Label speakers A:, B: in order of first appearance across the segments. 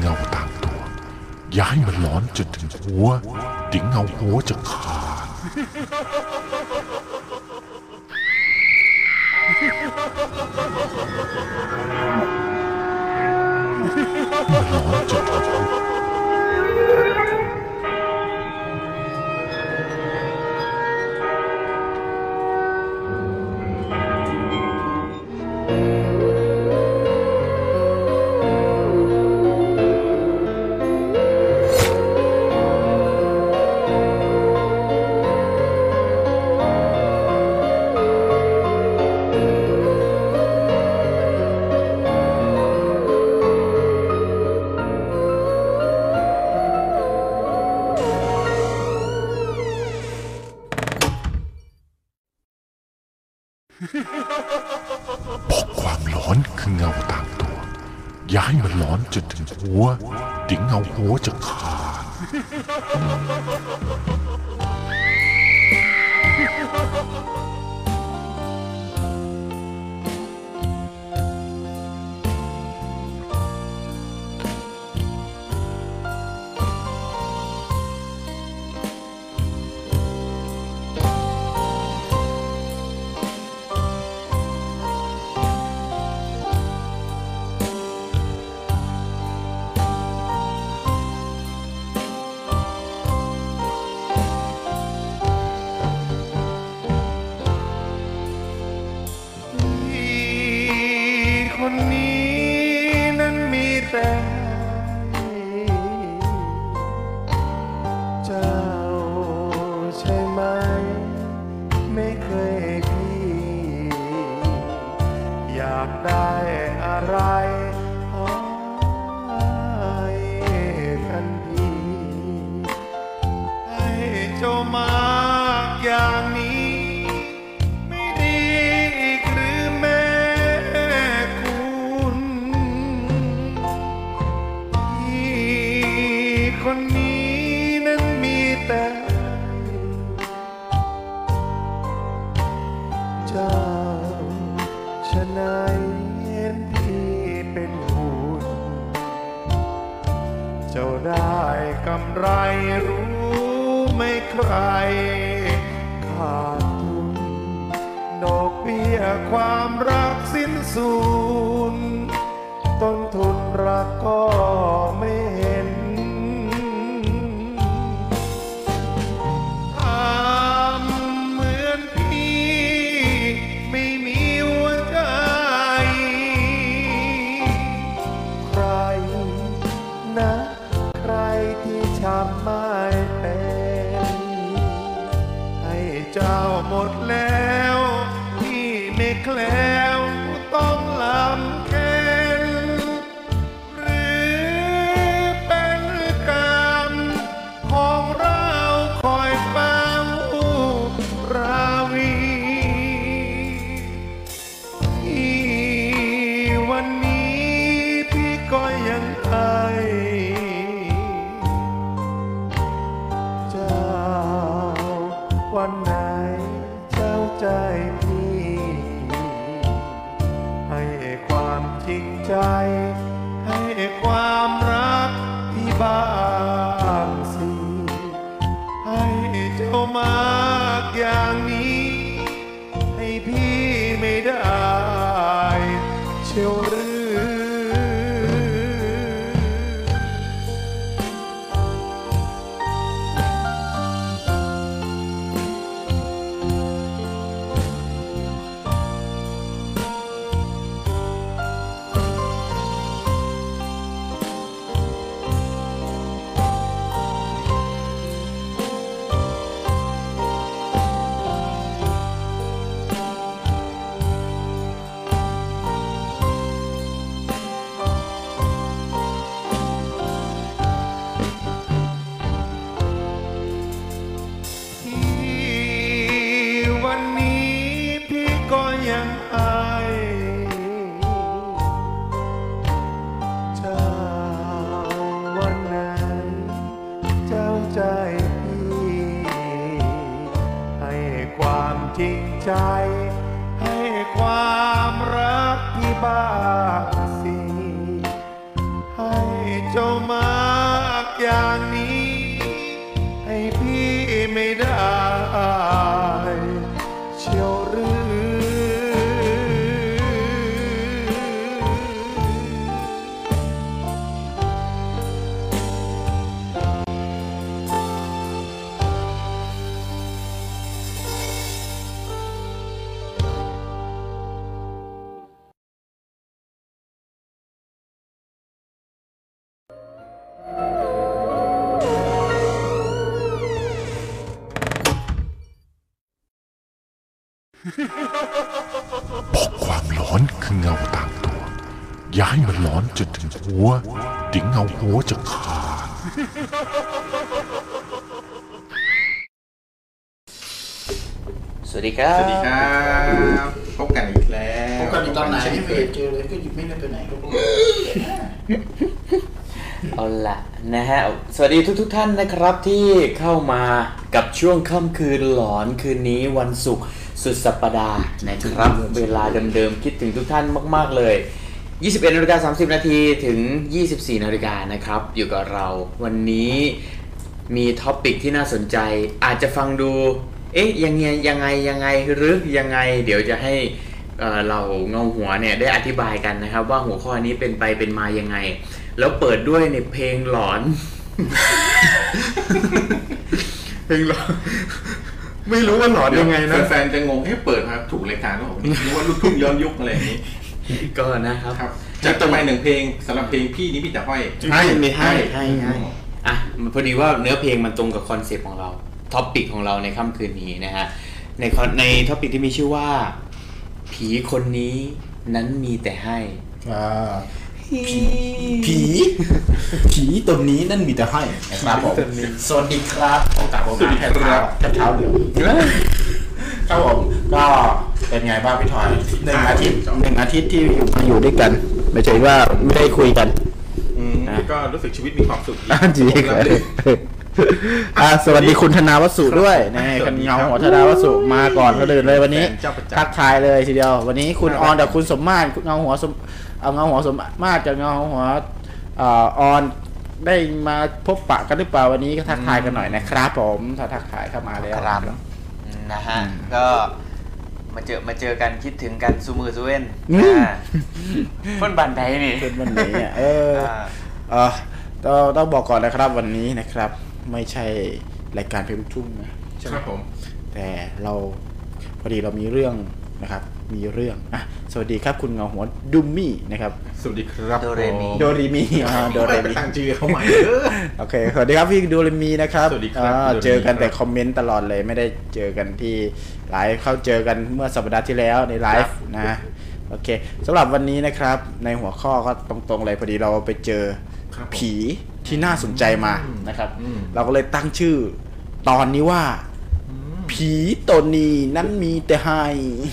A: เงาตามตัว ย้ายมันหลอนจนถึงหัว ถึงเงาหัวจะขาดมันหลอนจนถึงหัวเพราะความหลอนคือเงาตามตัว ย้ายมันหลอนจนถึงหัว ถึงเงาหัวจะขาด
B: พี่คนนี้นั้นมีแต่เจ้าใช่ไหม ไม่เคยให้พี่ อยากได้อะไรขอให้ทันทีให้เจ้ามากอย่างนี้ ไม่ดีอีกหรือแม่คุณพี่คนนี้นั้นมีแต่ เจ้าชะไหนเห็นพี่เป็นห่วงเจ้าได้กำไรรู้ไม่ใคร ขาดทุน ดอกเบี้ยความรักสิ้นสูญต้นทุนรักก็ไม่เห็น ทำเหมือนพี่ ไม่มีหัวใจ ใครนะ ใครที่ทำไม่เป็น ให้เจ้าหมดแล้วพี่ไม่แคล้วต้องลำเค็นหรือเป็นกรรมของเราคอยเฝ้าราวี ที่วันนี้พี่ก็ยังไอ เจ้า วันไหนเจ้าใจพี่ ให้ความจริงใจ ให้ความรักที่บ้างสิ ให้เจ้ามากอย่างนี้ ให้พี่ไม่ได้เชียวหรือ ที่วันนี้พี่ก็ยังอายเจ้าวันไหนเจ้าใจพี่ ให้ความจริงใจ ให้ความรักที่บ้างสิ ให้ เจ้ามากอย่างนี้ ให้พี่ไม่ได้ เชียวหรือ
A: เพราะความร้อนคือเงาตามตัว ย้ายมันร้อนจนถึงหัว ถึงเงาหัวจะขาด
C: สวัสดีครับ
D: สวัสดีครับพบกันอีกแล้ว
E: พบกันอีกตอนไหน
D: เช่น
E: ไม่
D: เค
E: เค
D: ย
E: ยเจอเลยก็หยิบไม่ได้ไปไหนก็พบ
C: เอาละนะฮะ สวัสดีทุกทท่านนะครับที่เข้ามากับช่วงค่ำคืนหลอนคืนนี้วันศุกร์สุดสัปดาห์นะครับ เวลาเดิมๆคิดถึงทุกท่านมากๆเลย 21นาฬิกา30 นาทีถึง 24นาฬิกานะครับ อยู่กับเราวันนี้มีท็อปิกที่น่าสนใจ อาจจะฟังดู เอ๊ะยังไงยังไงยังไงหรือยังไง เดี๋ยวจะให้เอ่อเราเงาหัวเนี่ยได้อธิบายกันนะครับ ว่าหัวข้อนี้เป็นไปเป็นมายังไง แล้วเปิดด้วยในเพลงหลอน เพลงหลอน ไม่รู้ว่าหลอนยังไงนะ
D: แฟนๆจะงงให้เปิดมาถูกรายการก็บอกนี่นึกว่าลูกทุ่งย้อนยุคอะไรอย่างนี้
C: ก็นะครับ
D: ครับจากต่อไปหนึ่งเพลงสำหรับเพลงพี่นี้พี่แต่ห้อย
C: ให้ไม่ให้ให้ให้อ่ะมันพอดีว่าเนื้อเพลงมันตรงกับคอนเซปต์ของเราท็อปิกของเราในค่ำคืนนี้นะฮะในคอนในท็อปิกที่มีชื่อว่า ผีคนนี้นั้นมีแต่ให้
E: อ่าผีผีตนนี้นั่นมีแต่ให้นะครับผมสวัสดีครับโอกาสผมนะแค่เท้าแค่เท้าเหลืองครับผมก็เป็นไงบ้างพี่ทอยหนึ่งอาทิตย์หนึ่งอาทิตย์ที่อยู่มาอยู่ด้วยกัน ไม่ใช่ว่าไม่ได้คุยกัน
D: อืมแล้วก็รู้สึกชีวิตมีความสุขดี
E: อ่ะจริง
D: ผมรับ
E: เล
D: เลย ย
E: อ่ะสวัสดีคุณธนาวสุด้วยนี่
D: สวั
E: คั
D: ส
E: น
D: ดีครั
E: เงา
D: บ
E: หัวธนาวสุมาก่อนก็เลยเลยวันนี้
D: แฟนเจ้าประจำ
E: ทักทายเลยทีเดียว วันนี้คุณ
D: ครับ
E: ออนกับคุณสมมาตรเงาหัวสมเอาเงาหัวสมมาตรกับเงาหัวเอ่อออนได้มาพบปะกันหรือเปล่าวันนี้ก็ทักทายกันหน่อยนะครับ ผมถ้าทักทายเข้ามาแล้ว
C: ครับนะฮะ ก็มาเจอมาเจอกันคิดถึงกันซูมือซูเว่นอ่า พ่นบันไดนี่
E: เป็นวันนี้อ่ะเออ
C: อ่า
E: เออต้องต้องบอกก่อนนะครับวันนี้นะครับ ไม่ใช่รายการเพลงลูกทุ่งนะใช่ไห
D: ครับผม
E: แต่เราพอดีเรามีเรื่องนะครับ มีเรื่องอ่ะสวัสดีครับคุณเงาหัวดุมมี่นะครับ
D: สวัสดีครับ
C: โดเรมิ
D: ผ
E: โดรีมีอ่าโด
D: โดเร
E: รี
D: มิ
E: มี
D: ตั้งชื่อเขาใหม่เออ
E: โอเคสวัสดีครับพี่โดรีมีนะครับ
D: สวัสดีครับ
E: อ่า
D: โดเรมิ
E: เจอกันแต่
D: ครับ
E: คอมเมนต์ตลอดเลยไม่ได้เจอกันที่ไลฟ์เข้าเจอกันเมื่อสัปดาห์ที่แล้วในไลฟ์นะโอเคสำหรับวันนี้นะครับในหัวข้อก็ตรงๆเลยพอดีเราไปเจอ
D: ครับผม
E: ผีที่น่าสนใจมา
D: อืม
E: นะครับ
D: อืม
E: เราก็เลยตั้งชื่อ ตอนนี้ว่า ผีตนนี้นั้นมีแต่ให้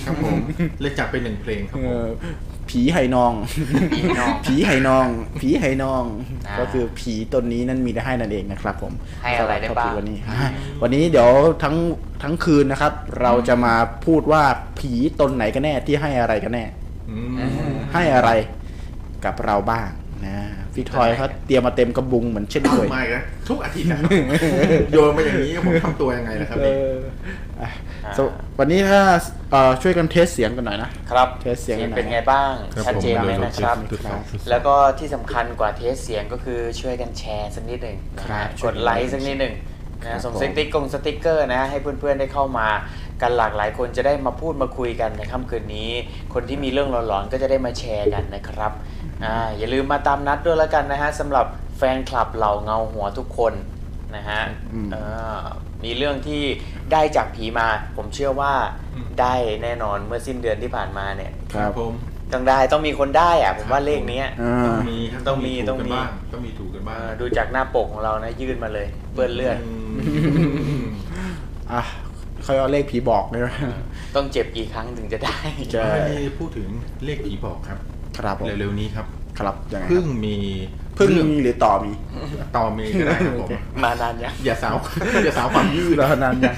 D: ครับผมเลยจัดไปหนึ่งเพลงครับ ผม
E: เออผีไหนอง ผีไหนอง ผีไหนอง
C: อ่า
E: ก็คือผีตนนี้นั้นมีแต่ให้นั่นเองนะครับ ผม
C: ให้อะไรได้บ้าง
E: สำหท็อปิกวันนี้อ่าวันนี้เดี๋ยวทั้งทั้งคืนนะครับ เราจะมาพูดว่าผีตนไหนกันแน่ที่ให้อะไรกันแน่
D: อืม
E: ให้อะไรกับเราบ้างนะพี่ทอยเขาเตรียมมาเต็มกระบุงเหมือนเช่นเคย
D: มาอีกแล้วทุกอาทิตย์นะครับโยนมาอย่างนี้ผมทำตัวยังไงนะครับ
E: เอ
D: เนี่ย
E: ออ่ะสววันนี้ถ้าเอ่อช่วยกันเทสเสียงกันหน่อยนะ
C: ครับ
E: เทสเสียงกันหน่อย
C: เป็นไงบ้าง
D: ครับ
C: ชัดเจนไหม
D: ผม
C: นะครับ แล้วก็ที่สำคัญกว่าเทสเสียงก็คือช่วยกันแชร์สักนิดหนึ่งนะ
E: ครั
C: ฮะ
E: บ
C: กดไลค์สักนิดหนึ่ง
E: ครั
C: นะ
E: บ
C: ส่ง
E: ผม
C: สติ๊กกงสติ๊กเกอร์นะให้เพื่อนๆได้เข้ามากันหลากหลายคนจะได้มาพูดมาคุยกันในค่ำคืนนี้ คนที่มีเรื่องหลอนๆก็จะได้มาแชร์กันนะครับอ่าอย่าลืมมาตามนัดด้วยแล้วกันนะฮะสำหรับแฟนคลับเหล่าเงาหัวทุกคนนะฮะเออมีเรื่องที่ได้จากผีมา ผมเชื่อว่า
D: อืม
C: ได้แน่นอนเมื่อสิ้นเดือนที่ผ่านมาเนี่ย
E: ครับ
D: ผม
C: ต้องได้ต้องมีคนได้อะผมว่าเลขเนี้ย
E: อ่า
D: ต้องมีครับ
C: ต้องมีต้องมี
D: ถูกกันบ้างต้องมีถูกกันบ้าง
C: อ่าดูจากหน้าปกของเรานะยื่นมาเลยเปื้อนเลือด
E: อ่ะเขาเอาเลขผีบอกเลยนะ
C: ต้องเจ็บกี่ครั้งถึงจะได้
E: ใช่
D: วันนี้พูดถึงเลขผีบอกครับ
E: ครับผม
D: เร็วๆนี้ครับ
E: ครับยังไงค
D: เพิ่
E: รับ
D: งมี
E: เพึ่ง
D: เรื่อง
E: มีหรือต่อมี
D: ต่อเมย์ก็ได้ครับผม
C: มานานยัง
D: อย่าสาว อย่าสาวความยืด
E: แล้วนั้นยัง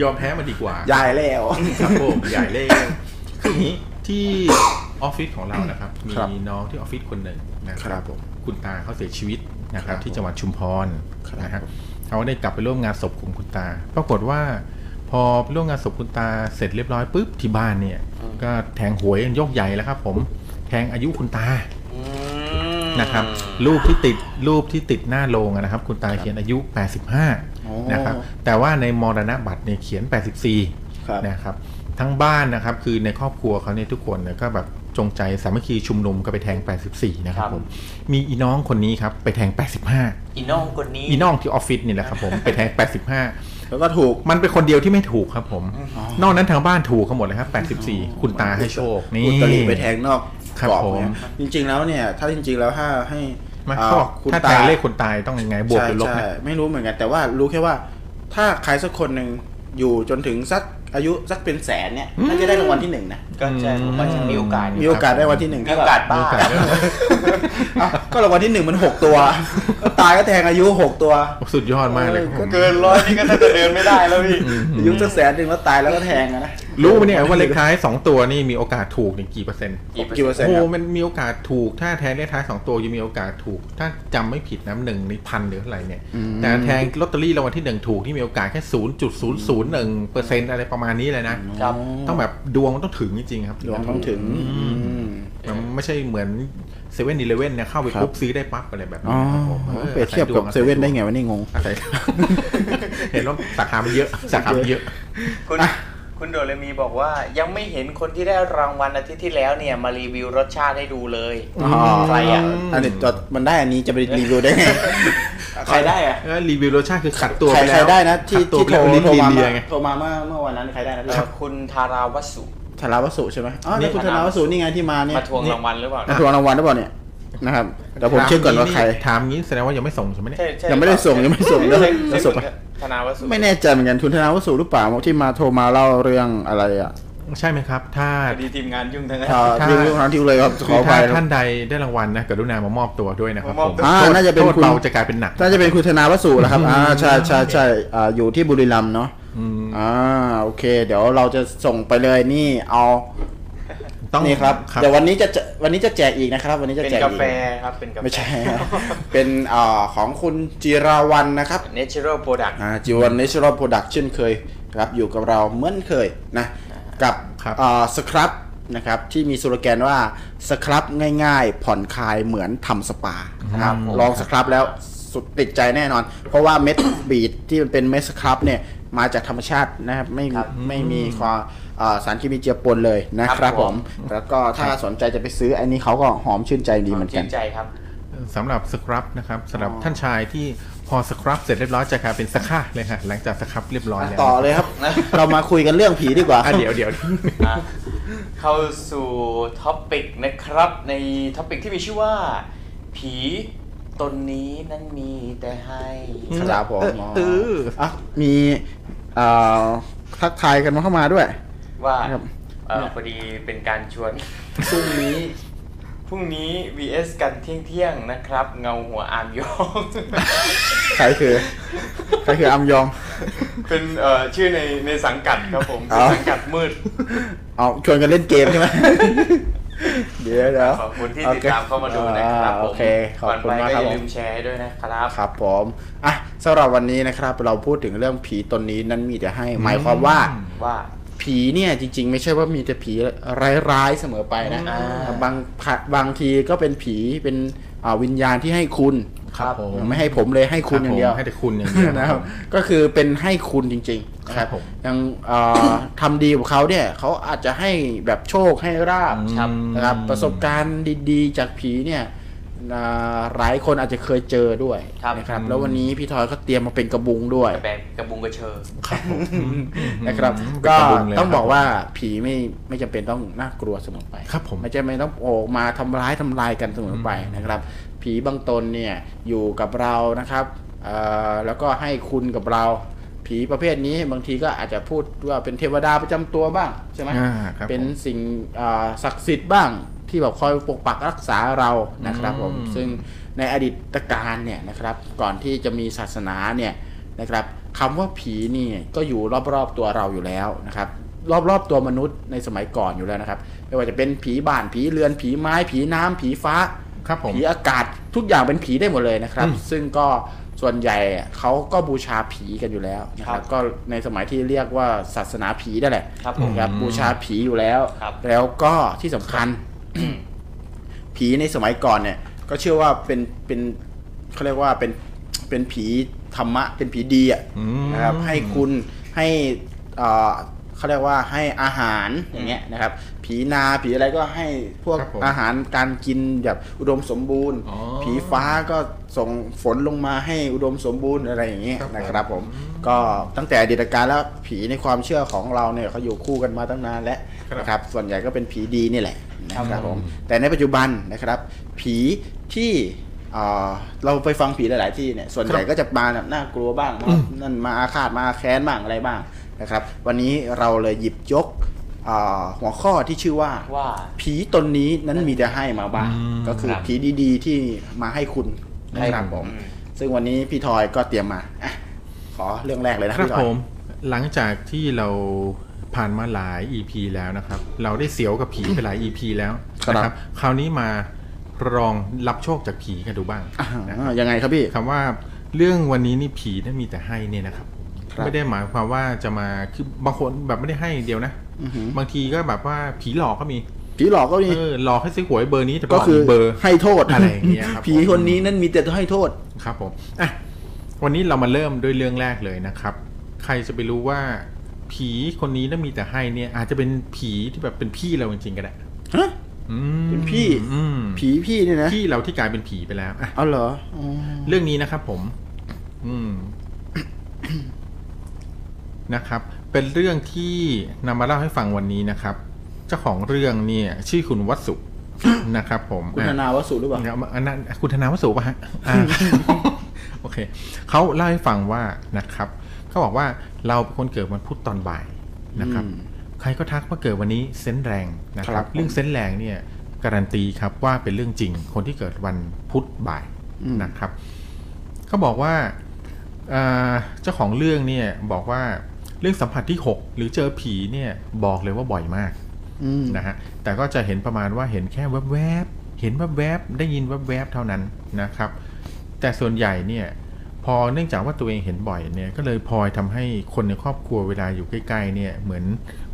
D: ยอมแพ้มันดีกว่า
E: ยายแล้ว
D: ครับผมใหญ่เลขคืออย่างนี้ที่ออฟฟิศของเรานะครับ
E: ครับ
D: มีน้องที่ออฟฟิศคนหนึ่งนะค
E: ครั
D: รับบ
E: ผม
D: คุณตาเขาเสียชีวิตนะครับ ที่จังหวัดชุมพร
E: ครับ
D: นะครับเขาได้กลับไปร่วมงานศพของคุณตา ปรากฏว่า พอไปร่วมงานศพคุณตาเสร็จเรียบร้อยปุ๊บที่บ้านเนี่ย ก็แทงหวยกันยกใหญ่แล้วครับ ผมแทงอายุคุณตา นะครับรูปที่ติดรูปที่ติดหน้าโรงอะนะครับ คุณตาเขียนอายุ 85 นะครับแต่ว่าในมรณบัตรเนี่ยเขียน
E: ครับ
D: 84 นะครับทั้งบ้านนะครับคือในครอบครัวเขาเนี่ยทุกคนเนี่ยก็แบบจงใจสามัคคีชุมนุมก็ไปแทง 84 นะค
C: ค
D: รับ
C: รับ
D: ผมมีอีน้องคนนี้ครับไปแทง 85
C: อีน้องคนนี้
D: อีน้องที่ออฟฟิศนี่แหละครับผมไปแทง 85
E: แล้วก็ถูก
D: มันเป็นคนเดียวที่ไม่ถูกครับผม นอกนั้นทางบ้านถูกกันหมดเลยครับ 84 คุณตาให้โชคนี่
E: อุตริไปแทงนอก
D: ครับ
E: กรอบ
D: ผม
E: เนี่ยจริง ๆ แล้วเนี่ย ถ้าจริง ๆ แล้วถ้าให้
D: มา
E: อ่า
D: ก็ถ้าแทงเลขคนตายต้องยังไงบวกหรือลบ
E: ใช่
D: นะ
E: ใช่ไม่รู้เหมือนกัน แต่ว่ารู้แค่ว่า ถ้าใครสักคนหนึ่งอยู่จนถึงสักอายุสักเป็นแสนเนี่ยน่าจะได้รางวัลที่หนึ่งนะ
C: ก็ใช่ผมว่าจะมีโอกาส
E: มีโอกาสได้รางวันที่หนึ่ง
C: มีโอกาสบ้า
E: อ่ะก็รางวัลที่หนึ่งมันหกตัวก็ตายก็แทงอายุหกตัว
D: สุดยอดมากเลยครับ
E: ออ
D: ผ
E: ก็
D: ม
E: เกินร้อยนี่ก็น่าจะเดินไม่ได้แล้วพี่อายุสักแสนหนึ่งแล้วตายแล้วก็แทงอะนะ
D: รู้ไหมเนี่ยว่าเลขท้าย 2 ตัวนี่มีโอกาสถูกเนี่ยกี่เปอร์เซ็นต์
E: กี่เปอร์เซ็น
D: โอ้
E: ต์
D: โห
E: ครับ
D: มันมีโอกาสถูกถ้าแทงเลขท้าย 2 ตัวยังมีโอกาสถูก ถ้าจำไม่ผิดน้ำหนึ่งในพันหรือเท่าไหร่เนี่ย แต่แทงลอตเตอรี่รางวัลที่ 1 ถูกที่มีโอกาสแค่ 0.001เปอร์เซ็นต์อะไรประมาณนี้เลยนะ
C: ครับ
D: ต้องแบบดวงมันต้องถึงจริงๆครับ
E: หลวงต้องถึง
D: มันไม่ใช่เหมือนเซเว่นอีเลเว่นเนี่ยเข้าไป
E: ครับ
D: ปุ๊บซื้อได้ปั๊บอะไรแบบ
E: อ๋อ
D: นี้ครับผมออ
E: เปรียบเทียบกับ
D: อาศั
E: เซเว่นได้ไงวะนี่งง
D: อาศัย เห็นว่าสาขามันเยอะสาขามันเยอะ
C: คุณคุณโดเรมีบอกว่ายังไม่เห็นคนที่ได้รางวัลอาทิตย์ที่แล้วเนี่ยมารีวิวรสชาติให้ดูเลย
E: อ๋อ
C: ใครอ่ะ
E: อันนี้จดมันได้อันนี้จะไปรีวิวได้ไง
C: ใครได้อ่ะ
D: เออรีวิวรสชาติคือขัดตัว
E: ใคร
D: ไปแล้ว
E: ใครได้นะที่
D: ขัดตัว
E: ที่
D: ไป
E: โทร
D: แล้วลิ้น
E: โทร
D: ลิน
E: มา
D: เดียไง
E: โทรมาเมื่อเมื่อวันนั้นใครได้นะพี่
C: คุณธาราวสสุ
E: ธาราวสุใช่ไหมอ๋อนี่คุณ
C: เย
E: ธาราวสุนี่ไงที่มาเนี่ย
C: มาทวงรางวัลหรือเปล่า
E: มาทวงรางวัลหรือเปล่าเนี่ยนะครับเดี๋ยวผมเช็คก่อนว่าใคร
D: ถามงี้แสดงว่ายังไม่ส่งใช่ไหมเนี่ย
C: ใช่ใช่
E: ยังไม่ได้ส่งยังไม่ส่งเลย
C: ใช่ใช่
E: จะส่ง
C: คุณธาราวสุ
E: ไม่แน่ใจเหมือนกันคุณธาราวสุหรือเปล่าที่มาโทรมาเล่าเรื่องอะไรอ่ะ
D: ใช่ไหมครับ ถ้า
C: พอดีทีมงานยุ่งทั้งนั้น
E: อ่า
D: ถ้า
E: เรื่องเรื่องทั้งที่เลยครับข
D: คือ อ
E: ไป
D: ถ้าท่านใดได้รางวัลนะกรุณามามอบตัวด้วยนะครับ
C: มามอบ
D: ผม
C: ตัว
E: อ่า
D: โทษ
E: น่าจะเป็น
D: โทษ
E: คุณ
D: เบาจะกลายเป็นหนัก
E: น่าจะเป็นคุณธนาวสุแหล้วครับ อ่าใช่ใช่ใช่อ่าอยู่ที่บุรีรัมย์เนาะอ่าโอเค เดี๋ยวเราจะส่งไปเลยนี่เอา
D: ต้อง
E: นี่ครับ
D: ครับ
E: เดี๋ยววันนี้จะจะวันนี้จะแจกอีกนะครับ วันนี้จะ
C: เป็น
E: แจก
C: กา
E: อีก
C: แฟครับเป็นกาแฟ
E: ไม่ใช่ เป็นอ่าของคุณจิราวันนะครับ
C: natural product
E: อ่าจิวันเนเชอรัลโปรดักชั่นเคยครับอยู่กับเราเหมือนเคยนะกับ
D: ครับ
E: อ่าสครับนะครับที่มีสโลแกนว่าสครับง่ายๆ ผ่อนคลายเหมือนทำสปานะครับ
D: ผม
E: ลองสครับแล้วสุดติดใจแน่นอน เพราะว่าเม็ด บีดที่มันเป็นเม็ดสครับเนี่ยมาจากธรรมชาตินะครับไม่มีไม่มีความอ่าสารเคมีเจือปนเลยนะค
C: ครั
E: รับบ ผ
C: ผม ม
E: แล้วก็ถ้าสนใจจะไปซื้ออันนี้เขาก็หอมชื่นใจดีเหมือนกั
C: ชื่
E: น
C: นใจครับ
D: สำหรับสครับนะครับสำหรับท่านชายที่พอสครับเสร็จเรียบร้อยจะกลายเป็นสค่าเลยฮะหลังจากสครับเรียบร้อยแล้ว
E: ต่อเลยครับ เรามาคุยกันเรื่องผีดีกว่า
D: อ่ะเดี๋ยวเดี๋ยว
C: อ่ะเข้าสู่ท็อปิกนะครับ ในท็อปิกที่มีชื่อว่า ผีตนนี้นั้นมีแต่ให้
E: ครับผม
D: เออ
E: อ่ะมีเอ่อทักทายกันมาเข้ามาด้วย
C: ว่า
E: ครับ
C: เออพอดีเป็นการชวน พรุ่งนี้พรุ่งนี้ vs กันเที่ยงเที่ยงๆนะครับ เงาหัวอามยอง
E: ใครคือ ใครคืออัมยอง
C: เป็นเอ่อชื่อในในสังกัดครับผม
E: อ๋อ
C: สังกัดมืด
E: เอาชวนกันเล่นเกมใช่ไหม เดี๋ยวเดี๋ยว
C: ขอบคุณที่
E: โอ
C: ติด
E: ค
C: ตามเข้ามาดูนะครับ
E: อ่า
C: ผ
E: โอ
C: ม
E: เคขอบคุณ
C: ก่อนไป
E: มาก
C: ก็อ
E: ครับ
C: ย่า
E: ผ
C: ลื
E: ม
C: มแชร์ให้ด้วยนะครับ
E: ครับผมอ่ะสำหรับวันนี้นะครับ เราพูดถึงเรื่องผีตนนี้นั้นมีแต่ให้ หมายความว่า
C: ว่า
E: ผีเนี่ยจริง ๆ ไม่ใช่ว่ามีแต่ผีร้ายๆเสมอไปนะ
C: อ่า
E: บางผัดบางทีก็เป็นผีเป็นอ่าวิญญาณที่ให้คุณ
D: ครับผม
E: ไม่ให้ผมเลยให้คุณอย่างเดียว
D: ครับผมให้แต่คุณอย่างเดียว
E: นะครับก็คือเป็นให้คุณจริงๆนะครับ
D: ผม
E: ยังเอ่อ ทำดีกับเขาเนี่ยเขาอาจจะให้แบบโชคให้ราบ
C: ครับ
E: นะครับประสบการณ์ดีๆ จากผีเนี่ยอ่าหลายคนอาจจะเคยเจอด้วย
C: ครับ
E: นะครับแล้ววันนี้พี่ทอยก็เตรียมมาเป็นกระบุงด้วย
C: แบบกระบุงกระเชอ
E: นะครับ
D: อืม
E: ก็
D: เป็นกระบุงเลย
E: ต้อง
D: ครับ
E: บอกว่าผีไม่ไม่จำเป็นต้องน่ากลัวเสมอไป
D: ครับผม
E: ไม่จำเป็นต้องออกมาทำร้ายทำลายกันเสมอไปนะครับ ผีบางตนเนี่ยอยู่กับเรานะครับเอ่อแล้วก็ให้คุณกับเรา ผีประเภทนี้บางทีก็อาจจะพูดว่าเป็นเทวดาประจำตัวบ้างใช่ไหม
D: อ่าครับ
E: เป็น
D: ผม
E: สิ่งเอ่อศักดิ์สิทธิ์บ้างที่แบบคอยปกปักรักษาเรานะครับผม
D: อืม
E: ซึ่งในอดีตการเนี่ยนะครับก่อนที่จะมีศาสนาเนี่ยนะครับคำว่าผีนี่ก็อยู่รอบๆตัวเราอยู่แล้วนะครับรอบๆตัวมนุษย์ในสมัยก่อนอยู่แล้วนะครับไม่ว่าจะเป็นผีบ้านผีเรือนผีไม้ ผีน้ำผีฟ้า
D: ครับผม
E: ผีอากาศ ทุกอย่างเป็นผีได้หมดเลยนะครับ
D: อืม
E: ซึ่งก็ส่วนใหญ่เขาก็บูชาผีกันอยู่แล้วนะค
C: ครั
E: รับบ ก็ในสมัยที่เรียกว่าศาสนาผีนั่นแหละ
C: ครับผม
E: นะครับบูชาผีอยู่แล้ว
C: ครับ
E: แล้วก็ที่สำคัญ ผีในสมัยก่อนเนี่ย ก็เชื่อว่าเป็นเป็นเขาเรียกว่าเป็นเป็นผีธรรมะ เป็นผีดีอ่ะ
D: อืม
E: นะครับให้คุณให้เอ่อเขาเรียกว่าให้อาหารอย่างเงี้ยนะครับ ผีนาผีอะไรก็ให้พวก
D: ครับผม
E: อาหารการกินแบบอุดมสมบูรณ์
D: อ๋อ
E: ผีฟ้าก็ส่งฝนลงมาให้อุดมสมบูรณ์อะไรอย่างเงี้ยนะครับผมก็ตั้งแต่อดีตการแล้วผีในความเชื่อของเราเนี่ยเขาอยู่คู่กันมาตั้งนานแล้วนะครับ ส่วนใหญ่ก็เป็นผีดีนี่แหละนะครับผม แต่ในปัจจุบันนะครับ ผีที่เอ่อเราไปฟังผีหลาย ๆ ที่เนี่ยส่วนใหญ่ก็จะมาแบบน่ากลัวบ้างมานั่นมาอาฆาตมาแค้นบ้างอะไรบ้างนะครับ วันนี้เราเลยหยิบยกเอ่อหัวข้อที่ชื่อว่า
C: ว่า
E: ผีตนนี้นั้นมีแต่ให้มาบ้าง
D: อืม
E: ก็คือ
C: ครับ
E: ผีดีๆ ที่มาให้คุณนะครับผม ซึ่งวันนี้พี่ทอยก็เตรียมมาอ่ะขอเรื่องแรกเลยนะครับ พี่ทอ
D: ผ
E: ย
D: มหลังจากที่เราผ่านมาหลาย EP แล้วนะครับ เราได้เสียวกับผีไปหลาย EP แล้วนะค
E: ครั
D: รับ
E: บ
D: คราวนี้มาลองรับโชคจากผีกันดูบ้าง
E: อ่า
D: นะ
E: ยังไงครับพี่
D: คำว่าเรื่องวันนี้นี่ผีนั้นมีแต่ให้เนี่ยนะครับ
E: ครับ
D: ไม่ได้หมายความว่าจะมาคือบางคนแบบไม่ได้ให้อย่างเดียวนะ
E: อื้อหือบ
D: างทีก็แบบว่าผีหลอกก็มี
E: ผีหลอกก็มี
D: เออหลอกให้ซื้อหวยเบอร์นี้แต่
E: ก็
D: บอก
E: คือ
D: เบอร์
E: ให้โทษ
D: อะไรอย่างเงี้ยครับ
E: ผีคนนี้นั้นมีแต่ให้โทษ
D: ครับผมอ่ะวันนี้เรามาเริ่มด้วยเรื่องแรกเลยนะครับ ใครจะไปรู้ว่า ผีคนนี้น่ามีแต่ให้เนี่ย อาจจะเป็นผีที่แบบเป็นพี่เราจริงๆก็ได้
E: ฮะ
D: อืม
E: เป็นพี่
D: อืม
E: ผีพี่เนี่ยนะ
D: พี่เราที่กลายเป็นผีไปแล้วอ่ะ
E: เอาเหรออ๋อ
D: เรื่องนี้นะครับผม อืม นะครับ เป็นเรื่องที่นำมาเล่าให้ฟังวันนี้นะครับ เจ้าของเรื่องเนี่ย ชื่อคุณวัส สุ นะครับ ผม
E: คุณ
D: อ่ะ
E: ธนาวสุหรือเปล่า
D: เอามาอันนั้นคุณธนาวสุป่ะฮะอ่า โอเคเขาเล่าให้ฟังว่านะครับเขาบอกว่าเราเป็นคนเกิดวันพุธตอนบ่ายนะครับ
E: อืม
D: ใครก็ทักว่าเกิดวันนี้เซนส์แรงนะค
E: ครั
D: รับ
E: บ
D: เรื่องเซนส์แรงเนี่ยการันตีครับว่าเป็นเรื่องจริง คนที่เกิดวันพุธบ่ายนะครับเขาบอกว่าอ่าเจ้าของเรื่องเนี่ยบอกว่าเรื่องสัมผัสที่หกหรือเจอผีเนี่ยบอกเลยว่าบ่อยมาก
E: อืม
D: นะฮะแต่ก็จะเห็นประมาณว่าเห็นแค่แวบๆ เห็นแวบๆ ได้ยินแวบๆ เท่านั้นนะครับ แต่ส่วนใหญ่เนี่ยพอเนื่องจากว่าตัวเองเห็นบ่อยเนี่ยก็เลยพลอยทำให้คนในครอบครัวเวลาอยู่ใกล้ๆเนี่ยเหมือน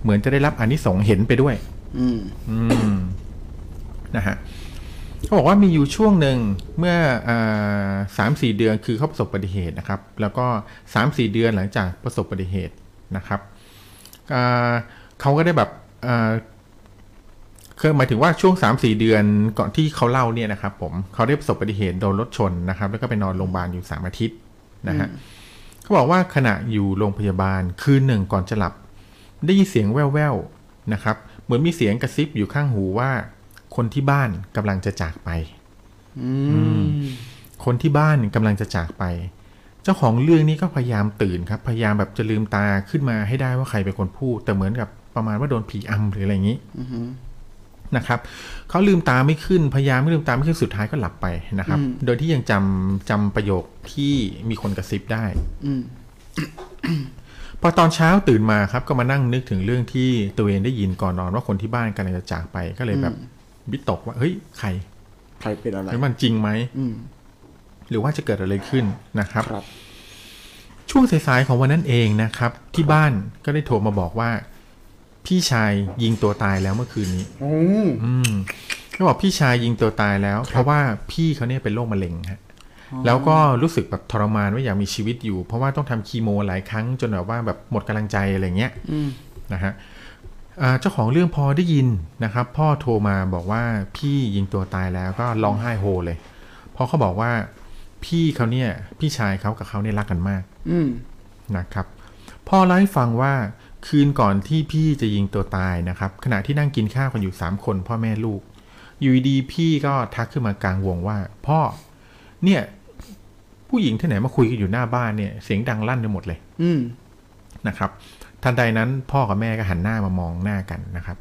D: เหมือนจะได้รับอานิสงส์เห็นไปด้วย
E: อืม
D: อืมนะฮะเขาบอกว่ามีอยู่ช่วงหนึ่งเมื่อสามสี่อ3-4 เดือนคือเขาประสบอุบัติเหตุนะครับ แล้วก็สามสี่เดือนหลังจากประสบอุบัติเหตุนะครับอ่าเขาก็ได้แบบอ่าคือหมายถึงว่าช่วงสามสี่เดือนก่อนที่เขาเล่าเนี่ยนะครับผมเขาได้ประสบอุบัติเหตุโดนรถชนนะครับ แล้วก็ไปนอนโรงพยาบาลอยู่สามอาทิตย์นะฮะเขาบอกว่าขณะอยู่โรงพยาบาลคืนหนึ่งก่อนจะหลับ ได้ยินเสียงแว่วๆนะครับ เหมือนมีเสียงกระซิบอยู่ข้างหูว่า คนที่บ้านกำลังจะจากไป
E: อืม
D: คนที่บ้านกำลังจะจากไป เจ้าของเรื่องนี้ก็พยายามตื่นครับ พยายามแบบจะลืมตาขึ้นมาให้ได้ว่าใครเป็นคนพูด แต่เหมือนกับประมาณว่าโดนผีอำหรืออะไรอย่างนี้นะครับเขาลืมตาไม่ขึ้นพยายามไม่ลืมตาไม่ขึ้นสุดท้ายก็หลับไปนะครับ โดยที่ยังจำจำประโยคที่มีคนกระซิบได้
E: อืม
D: พอตอนเช้าตื่นมาครับก็มานั่งนึกถึงเรื่องที่ตัวเองได้ยินก่อนนอนว่าคนที่บ้านกำลังจะจากไปก็เลยแบบวิตกว่าเฮ้ยใคร
E: ใครเป็นอะไร
D: แล้วมันจริงไหม
E: อืม
D: หรือว่าจะเกิดอะไรขึ้นนะครับ
E: ครับ
D: ช่วงสายๆของวันนั้นเองนะครับ ที่บ้านก็ได้โทรมาบอกว่า พี่ชายยิงตัวตายแล้วเมื่อคืนนี้
E: อืม
D: อืมก็บอกพี่ชายยิงตัวตายแล้ว เพราะว่าพี่เขาเนี่ยเป็นโรคมะเร็งฮะแล้วก็รู้สึกแบบทรมานว่าอยากมีชีวิตอยู่ เพราะว่าต้องทำคีโมหลายครั้งจนแบบว่าแบบหมดกำลังใจอะไรเงี้ย
E: อืม
D: นะฮะอ่าเจ้าของเรื่องพอได้ยินนะครับ พ่อโทรมาบอกว่าพี่ยิงตัวตายแล้วก็ร้องไห้โฮเลย เพราะเขาบอกว่าพี่เขาเนี่ยพี่ชายเขากับเขาเนี่ยรักกันมาก
E: อืม
D: นะครับพ่อเล่าให้ฟังว่าคืนก่อนที่พี่จะยิงตัวตายนะครับ ขณะที่นั่งกินข้าวกันอยู่ 3 คนพ่อแม่ลูก อยู่ดีๆพี่ก็ทักขึ้นมากลางวงว่า พ่อเนี่ยผู้หญิงที่ไหนมาคุยกันอยู่หน้าบ้านเนี่ยเสียงดังลั่นไปหมดเลย
E: อืม
D: นะครับ ทันใดนั้นพ่อกับแม่ก็หันหน้ามามองหน้ากันนะครับ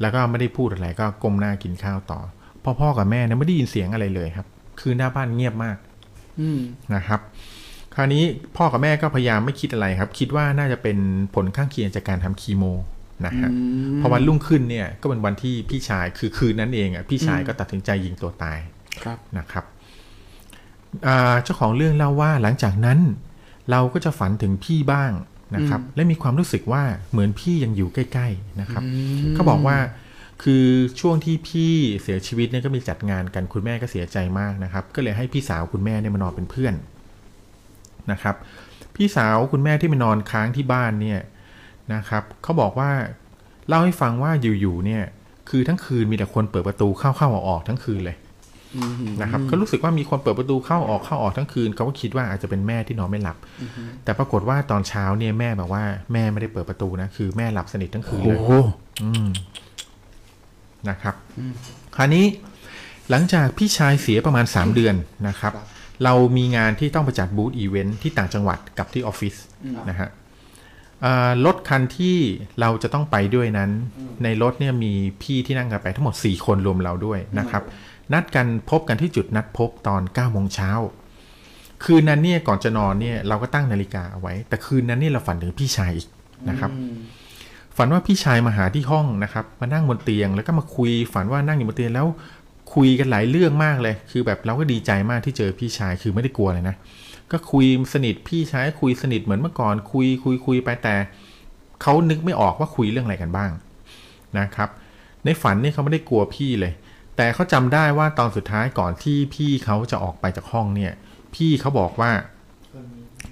D: แล้วก็ไม่ได้พูดอะไรก็ก้มหน้ากินข้าวต่อพ่อพ่อกับแม่เนี่ยไม่ได้ยินเสียงอะไรเลยครับ คือหน้าบ้านเงียบมาก
E: อืม
D: นะครับ คราวนี้พ่อกับแม่ก็พยายามไม่คิดอะไรครับ คิดว่าน่าจะเป็นผลข้างเคียงจากการทำคีโมนะฮะพอวันรุ่งขึ้นเนี่ยก็เป็นวันที่พี่ชายคือคืนนั้นเองอ่ะพี่ชายก็ตัดสินใจยิงตัวตาย
E: ครับ
D: นะครับ อ่าเจ้าของเรื่องเล่าว่าหลังจากนั้น เราก็จะฝันถึงพี่บ้างนะครับ และมีความรู้สึกว่าเหมือนพี่ยังอยู่ใกล้ ๆนะครับเขาบอกว่าคือช่วงที่พี่เสียชีวิตเนี่ยก็มีจัดงานกันคุณแม่ก็เสียใจมากนะครับ ก็เลยให้พี่สาวคุณแม่เนี่ยมานอนเป็นเพื่อนนะครับ พี่สาวคุณแม่ที่มานอนค้างที่บ้านเนี่ยนะครับเขาบอกว่าเล่าให้ฟังว่าอยู่ๆเนี่ยคือทั้งคืนมีแต่คนเปิดประตูเข้าๆออกๆทั้งคืนเลย นะครับก็รู้สึกว่ามีคนเปิดประตูเข้าออกเข้าออกทั้งคืนเขาก็คิดว่าอาจจะเป็นแม่ที่นอนไม่หลับ แต่ปรากฏว่าตอนเช้าเนี่ยแม่บอกว่าแม่ไม่ได้เปิดประตูนะคือแม่หลับสนิททั้งคืนเลยอืมนะครับคราวนี้หลังจากพี่ชายเสียประมาณ 3 เดือนนะครับ เรามีงานที่ต้องไปจัดบูธอีเวนท์ที่ต่างจังหวัดกับที่ออฟฟิศนะฮะเอ่อรถคันที่เราจะต้องไปด้วยนั้น ในรถเนี่ยมีพี่ที่นั่งกันไปทั้งหมด 4 คนรวมเราด้วยนะครับ นัดกันพบกันที่จุดนัดพบตอน9ก้าโมงเช้า คืนนั้นเนี่ยก่อนจะนอนเนี่ยเราก็ตั้งนาฬิกาเอาไว้ แต่คืนนั้นเนี่ยเราฝันถึงพี่ชายอีกนะครับ ฝันว่าพี่ชายมาหาที่ห้องนะครับ มานั่งบนเตียงแล้วก็มาคุย ฝันว่านั่งอยู่บนเตียงแล้วคุยกันหลายเรื่องมากเลย คือแบบเราก็ดีใจมากที่เจอพี่ชายคือไม่ได้กลัวเลยนะ ก็คุยสนิทพี่ชายคุยสนิทเหมือนเมื่อก่อน คุยคุยคุยไปแต่เขานึกไม่ออกว่าคุยเรื่องอะไรกันบ้างนะครับ ในฝันเนี่ยเขาไม่ได้กลัวพี่เลย แต่เขาจำได้ว่าตอนสุดท้ายก่อนที่พี่เขาจะออกไปจากห้องเนี่ย พี่เขาบอกว่า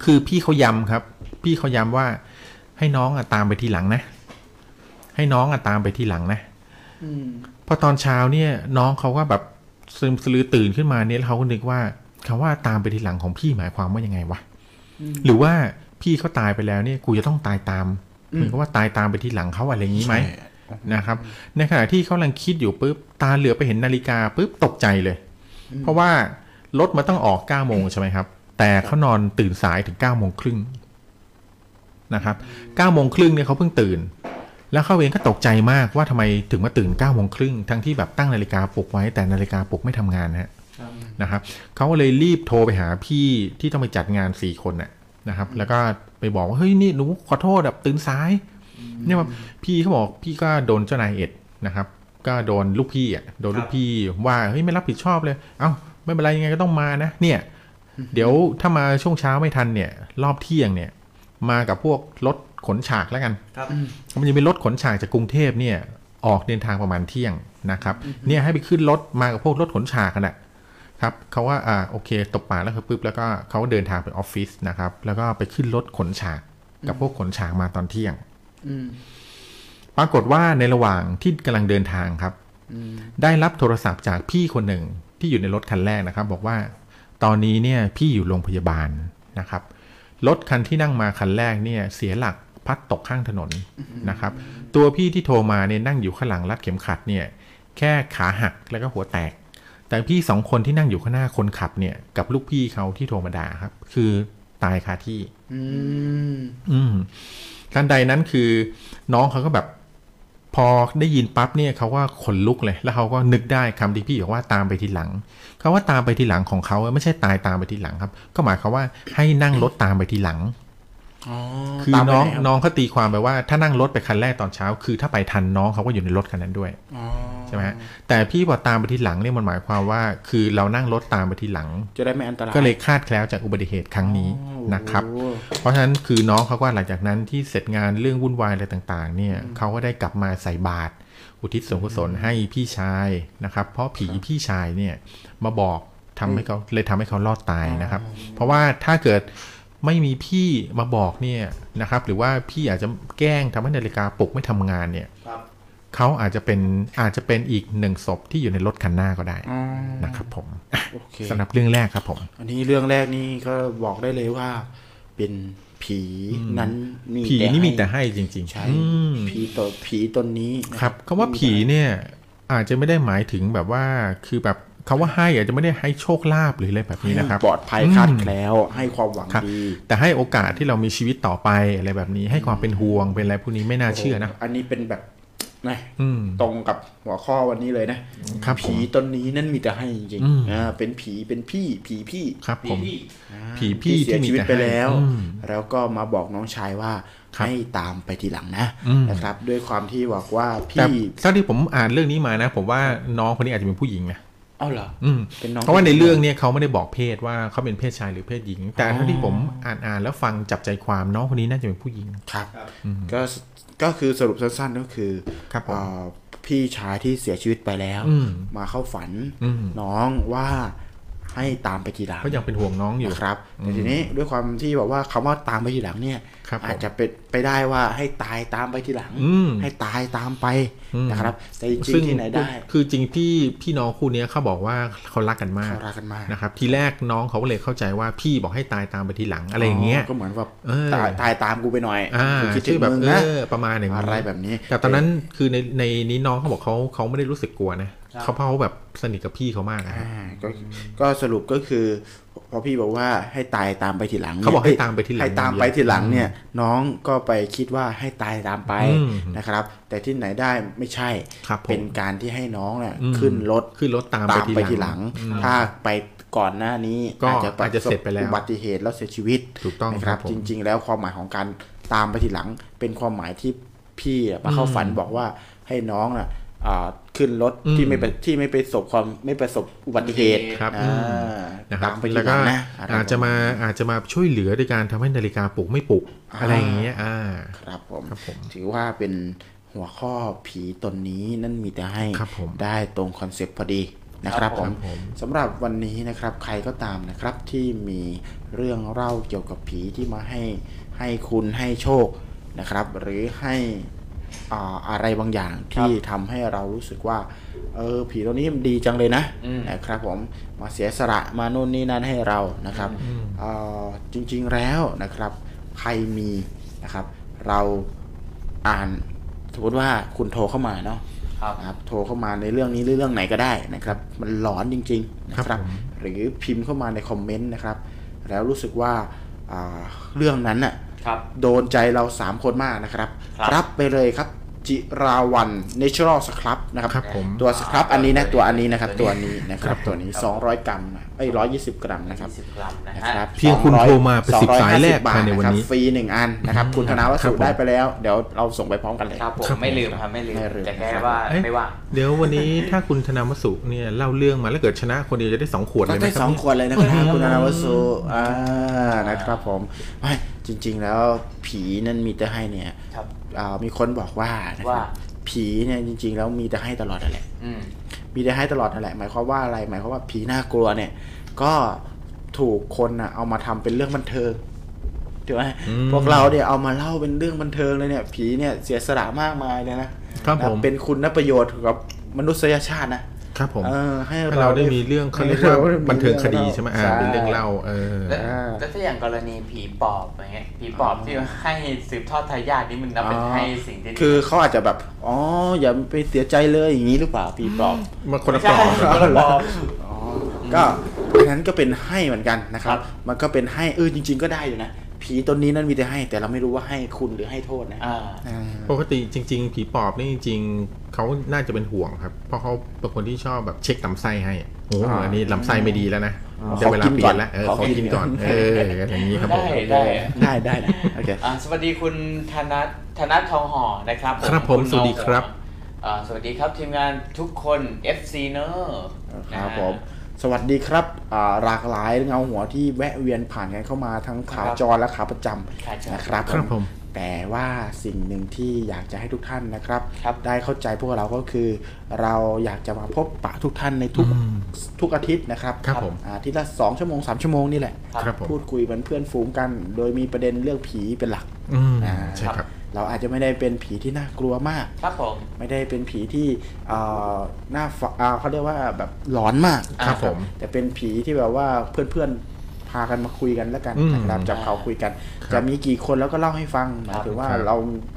D: คือพี่เขาย้ำครับ พี่เขาย้ำว่า ให้น้องอะตามไปทีหลังนะ ให้น้องอะตามไปทีหลังนะพอตอนเช้าเนี่ย น้องเขาก็แบบซึมสลือตื่นขึ้นมาเนี่ยแล้วเขาก็นึกว่าคำว่าตามไปทีหลังของพี่หมายความว่ายังไงวะหรือว่าพี่เขาตายไปแล้วเนี่ย กูจะต้องตายตามเหมือนกับว่าตายตามไปทีหลังเขาอะไรอย่างนี้ไหม นะครับในขณะที่เขากำลังคิดอยู่ปุ๊บตาเหลือไปเห็นนาฬิกาปุ๊บตกใจเลย เพราะว่ารถมันต้องออก9ก้าโมงใช่ไหมครับ แต่เขานอนตื่นสายถึง9ก้าโมงครึ่งนะครับ9ก้าโมงครึ่งเนี่ยเขาเพิ่งตื่น แล้วเขาเองก็ตกใจมากว่าทำไมถึงมาตื่น9ก้าโมงครึ่งทั้งที่แบบตั้งนาฬิกาปลุกไว้แต่นาฬิกาปลุกไม่ทำงานฮะนะครับเขาก็เลยรีบโทรไปหาพี่ที่ต้องไปจัดงานสี่คนน่ะนะครับ แล้วก็ไปบอกว่าเฮ้ยนี่หนูขอโทษแบบตื่นสาย เนี่ยว่าพี่เขาบอกพี่ก็โดนเจ้านายเอ็ดนะครับ ก็โดนลูกพี่อ่ะโดนลูกพี่ว่าเฮ้ยไม่รับผิดชอบเลย เอ้าไม่เป็นไรยังไงก็ต้องมานะ เนี่ย เดี๋ยวถ้ามาช่วงเช้าไม่ทันเนี่ย รอบเที่ยงเนี่ย มากับพวกรถขนฉากแล้วกัน
C: ครับ
D: มันจะเป็นรถขนฉากจากกรุงเทพเนี่ยออกเดินทางประมาณเที่ยงนะครับ เนี่ยให้ไปขึ้นรถมากับพวกรถขนฉากกันอะครับเขาว่าอ่าโอเคตบปากแล้วคือปุ๊บแล้วก็เขาเดินทางไปออฟฟิศนะครับ แล้วก็ไปขึ้นรถขนฉากกับพวกขนฉากมาตอนเที่ยง ปรากฏว่าในระหว่างที่กำลังเดินทางครับ ได้รับโทรศัพท์จากพี่คนหนึ่งที่อยู่ในรถคันแรกนะครับ บอกว่า ตอนนี้เนี่ยพี่อยู่โรงพยาบาลนะครับรถคันที่นั่งมาคันแรกเนี่ย เสียหลักพลัดตกข้างถนนนะครับ ตัวพี่ที่โทรมาเนี่ยนั่งอยู่ข้างหลังรัดเข็มขัดเนี่ย แค่ขาหักแล้วก็หัวแตก แต่พี่สองคนที่นั่งอยู่ข้างหน้าคนขับเนี่ย กับลูกพี่เขาที่โทรมาด่าครับ คือตายคาที่ อืมทันใดนั้นคือน้องเขาก็แบบ พอได้ยินปั๊บเนี่ยเขาว่าขนลุกเลย แล้วเขาก็นึกได้คำที่พี่บอกว่าตามไปทีหลังเขาว่าตามไปทีหลังของเขาไม่ใช่ตายตามไปทีหลังครับ ก็หมายความว่าให้นั่งรถตามไปทีหลังคือน้องน้องเขาตีความไปว่า ถ้านั่งรถไปคันแรกตอนเช้า คือถ้าไปทันน้องเขาก็อยู่ในรถคันนั้นด้วยใช่ไหมฮะแต่พี่บอกตามไปทีหลังเนี่ยมันหมายความว่า คือเรานั่งรถตามไปทีหลัง
E: จะได้ไม่อันตราย
D: ก็เลยคลาดแคล้วจากอุบัติเหตุครั้งนี้นะครับ
E: โอ้
D: เพราะฉะนั้นคือน้องเขาก็หลังจากนั้นที่เสร็จงานเรื่องวุ่นวายอะไรต่างๆ เนี่ยเขาก็ได้กลับมาใส่บาตรอุทิศส่วนกุศลให้พี่ชายนะครับ เพราะผีพี่ชายเนี่ยมาบอกทำให้เขาเลยทำให้เขารอดตายนะครับ เพราะว่าถ้าเกิดไม่มีพี่มาบอกเนี่ยนะครับ หรือว่าพี่อาจจะแกล้งทำให้นาฬิกาปลุกไม่ทำงานเนี่ย
F: ครับ
D: เขาอาจจะเป็นอาจจะเป็นอีกหนึ่งศพที่อยู่ในรถคันหน้าก็ได้นะครับ ผมอ่ะ
E: โอเค
D: สำหรับเรื่องแรกครับผม
E: อันนี้เรื่องแรกนี่ก็บอกได้เลยว่า เป็นผีนั้นมี
D: ผี
E: แต่
D: นี่มี
E: ให้
D: แต่ให้จริงๆ
E: ใช่
D: อืม
E: ผีตนผีตนนี้นะครับ
D: คำว่าผีเนี่ยอาจจะไม่ได้หมายถึงแบบว่าคือแบบคำว่าให้อาจจะไม่ได้ให้โชคลาภหรืออะไรแบบนี้นะครับ
E: ปลอดภัย
D: อืม
E: คาดแคล้วให้ความหวัง
D: ครับ
E: ดี
D: แต่ให้โอกาสที่เรามีชีวิตต่อไปอะไรแบบนี้ ให้ความเป็นห่วงเป็นอะไรพวกนี้ไม่น่าเชื่อนะ
E: อันนี้เป็นแบบนะ
D: อืม
E: ตรงกับหัวข้อวันนี้เลยนะครับ ผีตนนี้นั่นมีแต่ให้จริง
D: อืม
E: ๆอ่าเป็นผีเป็นพี่ผีพี่
D: ครับผม
E: อ่า
D: ผีพี่
E: เสีย
D: ที่มี
E: ชีวิต
D: แต่ให้
E: ไปแล้ว
D: อืม
E: แล้วก็มาบอกน้องชายว่า
D: ครับ
E: ให้ตามไปทีหลังนะ
D: อืม
E: นะครับ ด้วยความที่บอกว่า
D: แต่
E: พี่
D: เท่าที่ผมอ่านเรื่องนี้มานะ ผมว่าน้องคนนี้อาจจะเป็นผู้หญิงนะ
C: เอาเหรอ
D: อืม
E: เป็นน้อง
D: เพราะว่าในเรื่องเนี่ยเขาไม่ได้บอกเพศว่าเขาเป็นเพศชายหรือเพศหญิง แต่เท่าที่ผมอ่านอ่านแล้วฟังจับใจความน้องคนนี้น่าจะเป็นผู้หญิง
E: ครับก็ก็คือสรุปสั้นๆก็คือ
D: ครับผม
E: เอ่อพี่ชายที่เสียชีวิตไปแล้ว
D: อืม
E: มาเข้าฝัน
D: อืม
E: น้องว่าให้ตามไปทีหลัง
D: เขายังเป็นห่วงน้องอยู่
E: นะครับแต่ทีนี้ด้วยความที่แบบว่าคำว่าตามไปทีหลังเนี่ย
D: ครับผม
E: อาจจะเป็นไปได้ว่าให้ตายตามไปทีหลัง
D: อืม
E: ให้ตายตามไป
D: อืม
E: นะครับ แต่จริงๆที่ไหนได้
D: คือจริงที่พี่น้องคู่เนี้ยเขาบอกว่าเขารักกันมาก
E: เขารักกันมาก
D: นะครับ ทีแรกน้องเขาก็เลยเข้าใจว่าพี่บอกให้ตายตามไปทีหลังอะไรอย่างเงี้ย
E: ก็เหมือนแบบ
D: เออ
E: ตายตายตามกูไปหน่อย
D: อ่า
E: กูคิดถึ
D: ชื่อง แบบ
E: มึง
D: เอ
E: นะ
D: อประมาณอย่าง
E: อะไรแบบนี้
D: แต่ตอนนั้นคือในในนี้น้องเขาบอกเขาเขาไม่ได้รู้สึกกลัวนะเขาเพราะเขาแบบสนิทกับพี่เขามากนะ
E: อ่าก็ก็สรุปก็คือพอพี่บอกว่าให้ตายตามไปทีหลังนี่ย
D: เขาบอกให้ตามไปทีหลัง
E: ให้ตามไปทีหลังเนี่ยน้องก็ไปคิดว่าให้ตายตามไป
D: อืม
E: นะครับ แต่ที่ไหนได้ไม่ใช่
D: ครับผม
E: เป็นการที่ให้น้องน่ะ
D: อืม
E: ขึ้นรถ
D: ขึ้นรถตาม
E: ตามไป
D: ไป
E: ที
D: ที
E: ห
D: ห
E: ลั
D: ลั
E: ง
D: งอืม
E: ถ้าไปก่อนหน้านี้
D: ก็
E: อาจจะป
D: อาจจะ
E: ระส
D: เสร็
E: บ
D: จไปแล้ว
E: อุบัติเหตุแล้วเสียชีวิต
D: ถูกต้อง
E: นะค
D: ครั
E: รับบ
D: ผม
E: จริง ๆ แล้วความหมายของการตามไปทีหลัง เป็นความหมายที่พี่อะมาเข้า
D: อืม
E: ฝันบอกว่าให้น้องน่ะอ่าขึ้นรถ
D: อืม
E: ที่ไม่ไปที่ไม่ไปประสบความไม่ประสบอุบัติเหตุ
D: ครับ
E: อ่า
D: อืมนะครับ
E: ตามไปที
D: แล้ว
E: ห
D: ก็
E: ลังนะ
D: อาจจะมาอาจจะมาช่วยเหลือด้วยการทำให้นาฬิกาปลุกไม่ปลุกอะไรอย่างเงี้ยอ่า
E: ครับผม
D: ครับผม
E: ถือว่าเป็นหัวข้อผีตนนี้นั่นมีแต่ให้
D: ครับผม
E: ได้ตรงคอนเซปต์พอดีนะครับผม
D: ครับผม
E: สำหรับวันนี้นะครับใครก็ตามนะครับที่มีเรื่องเล่าเกี่ยวกับผีที่มาให้ให้คุณให้โชคนะครับ หรือให้อ่าอะไรบางอย่างที่ทำให้เรารู้สึกว่าเออผีตัวนี้มันดีจังเลยนะนะครับผมมาเสียสละมานู่นนี่นั่นให้เรานะครับเอ่อจริงๆแล้วนะครับ ใครมีนะครับเรา อ่านสมมติว่าคุณโทรเข้ามาเนาะ
C: ครับ
E: นะครับ โทรเข้ามาในเรื่องนี้หรือเรื่องไหนก็ได้นะครับ มันหลอนจริงๆนะ
D: ค
E: ค
D: รั
E: รับ
D: บผม
E: หรือพิมพ์เข้ามาในคอมเมนต์นะครับ แล้วรู้สึกว่าอ่าเรื่องนั้นน่ะ
C: ครับ
E: โดนใจเรา 3 คนมากนะครับ
C: ครับ
E: รับไปเลยครับ จิราวัน Natural Scrub นะครับ
D: ครับผม
E: ตัวสครับอันนี้นะตัวอันนี้นะครับ ตัวนี้นะครับ ตัวนี้ 200 กรัมนะเอ้ย120 กรัมนะครับ
C: สิบกรัมนะ
E: นะ
C: ฮะ
E: ครับ
D: เพียงคุณ
E: 200
D: โทรมาเป็นสิบ
E: 250
D: สายแรก
E: บาท
D: ภายในวันนี้
E: ะครับฟรีหนึ่งอันนะครับ คุณธนาวัส
D: ครับ
E: สุ
D: ผม
E: ได้ไปแล้ว เดี๋ยวเราส่งไปพร้อมกันเลย
C: ครับผม
D: ครับผม
C: ไม่ลืมครับไม่ลืม
E: ไม่ลืม
C: แต่แค่ว่า
D: เอ๊ะ
C: ไม่ว่าง
D: เดี๋ยววันนี้ถ้าคุณธนามสุเนี่ยเล่าเรื่องมาแล้วเกิดชนะคนเดียวจะได้สองขวด
E: ก็
D: เลยไหม
E: ได้
D: ค
E: ส
D: รั
E: อบ ง
D: เนี่ย
E: ขวดเลยนะครับคุณธนาวัสสุอ่านะครับผมไม่จริง ๆ แล้วผีนั่นมีแต่ให้เนี่ย
C: ครับ
E: อ่ามีคนบอกว่านะครั
C: ว่า
E: บผีเนี่ยจริง ๆ แล้วมีแต่ให้ตลอดนั่นแหละ
C: อืม
E: มีได้ให้ตลอดนั่นแหละ หมายความว่าอะไร หมายความว่าผีน่ากลัวเนี่ย ก็ถูกคนน่ะเอามาทำเป็นเรื่องบันเทิงถูกไหม
D: อืม
E: พวกเราเนี่ยเอามาเล่าเป็นเรื่องบันเทิงเลยเนี่ย ผีเนี่ยเสียสละมากมายเลยนะครับ นะ
D: ผม
E: เป็นคุณประโยชน์กับมนุษยชาตินะครับ
D: ผม
E: เออให้
D: ถ้า
E: เรา
D: เราได้มีเรื่องเขาเรียกว่า
E: ให้มี
D: บันเทิงคดี
E: ล่า
D: ใช่ไหมอ่าเป็นเรื่องเล่าเออ
C: แล้วแล้วถ้าอย่างกรณีผีปอบอะไรเงี้ยผีปอบที่ให้สืบทอดทายาทนี่มันนับเป็นให้สิ่งที่ดี
E: คือเขาอาจจะแบบ อ๋อ อย่าไปเสียใจเลยอย่างนี้หรือเปล่าผีปลอบ
D: มาคนละกล่อง
C: ใช่คนละปอบ
E: ก็อันนั้นก็เป็นให้เหมือนกันนะครับ
C: ครับ
E: มันก็เป็นให้เออจริง ๆ ก็ได้อยู่นะ ผีตนนี้นั่นมีแต่ให้ แต่เราไม่รู้ว่าให้คุณหรือให้โทษนะ
C: อ่า
E: อ่า
D: ปกติจริง ๆ ผีปอบนี่จริงๆเขาน่าจะเป็นห่วงครับ เพราะเขาเป็นคนที่ชอบแบบเช็คลำไส้ให้โอ้โหอันนี้ลำไส้ไม่ดีแล้วนะจะเวลาเปลี่ยนแล้วเออ
E: ข
D: ข
E: อ
D: อ
E: กิ
D: กิ
E: น
D: น
E: ก่
D: ก่
E: อ
D: อน นเอออย่างนี้ครับผ
C: ได้
D: ม
C: ได้
E: ได้ได้นะโอเค
C: อ่าสวัสดีคุณธนัทธนัททองห่อนะครับ
D: ครับผม
C: ณ
D: สวัสดีครับ
C: อ่าสวัสดีครับทีมงานทุกคน FC เนอะ
E: ครับผมสวัสดีครับอ่าหลากหลายเงาหัวที่แวะเวียนผ่านกันเข้ามาทั้งขาจรและขาประจ
C: ขาด
E: ำ
C: จา
E: นะครับ
D: ครับผม
E: แต่ว่าสิ่งหนึ่งที่อยากจะให้ทุกท่านนะครับ
C: ครับ
E: ได้เข้าใจพวกเราก็คือ เราอยากจะมาพบปะทุกท่านในทุก
D: อืม
E: ทุกอาทิตย์นะครับ
D: ครับผม
E: อาอาทิตย์ละ2ชั่วโมง3ชั่วโมงนี่แหละ
D: ครับผม
E: พูดคุยเป็นเพื่อนฝูงกัน โดยมีประเด็นเรื่องผีเป็นหลัก
D: อืม
E: อ่า
D: ใช่ครับ
E: เราอาจจะไม่ได้เป็นผีที่น่ากลัวมาก
C: ครับผม
E: ไม่ได้เป็นผีที่เอ่อหน้าฝอ่าเขาเรียกว่าแบบหลอนมาก
D: ครับผม
E: แต่เป็นผีที่แบบว่าเพื่อนๆพากันมาคุยกันแล้วกัน
D: อืม
E: นะครับจับเขาคุยกัน
D: ครับ
E: จะมีกี่คนแล้วก็เล่าให้ฟังหมายถึงว่า
D: ครับ
E: เรา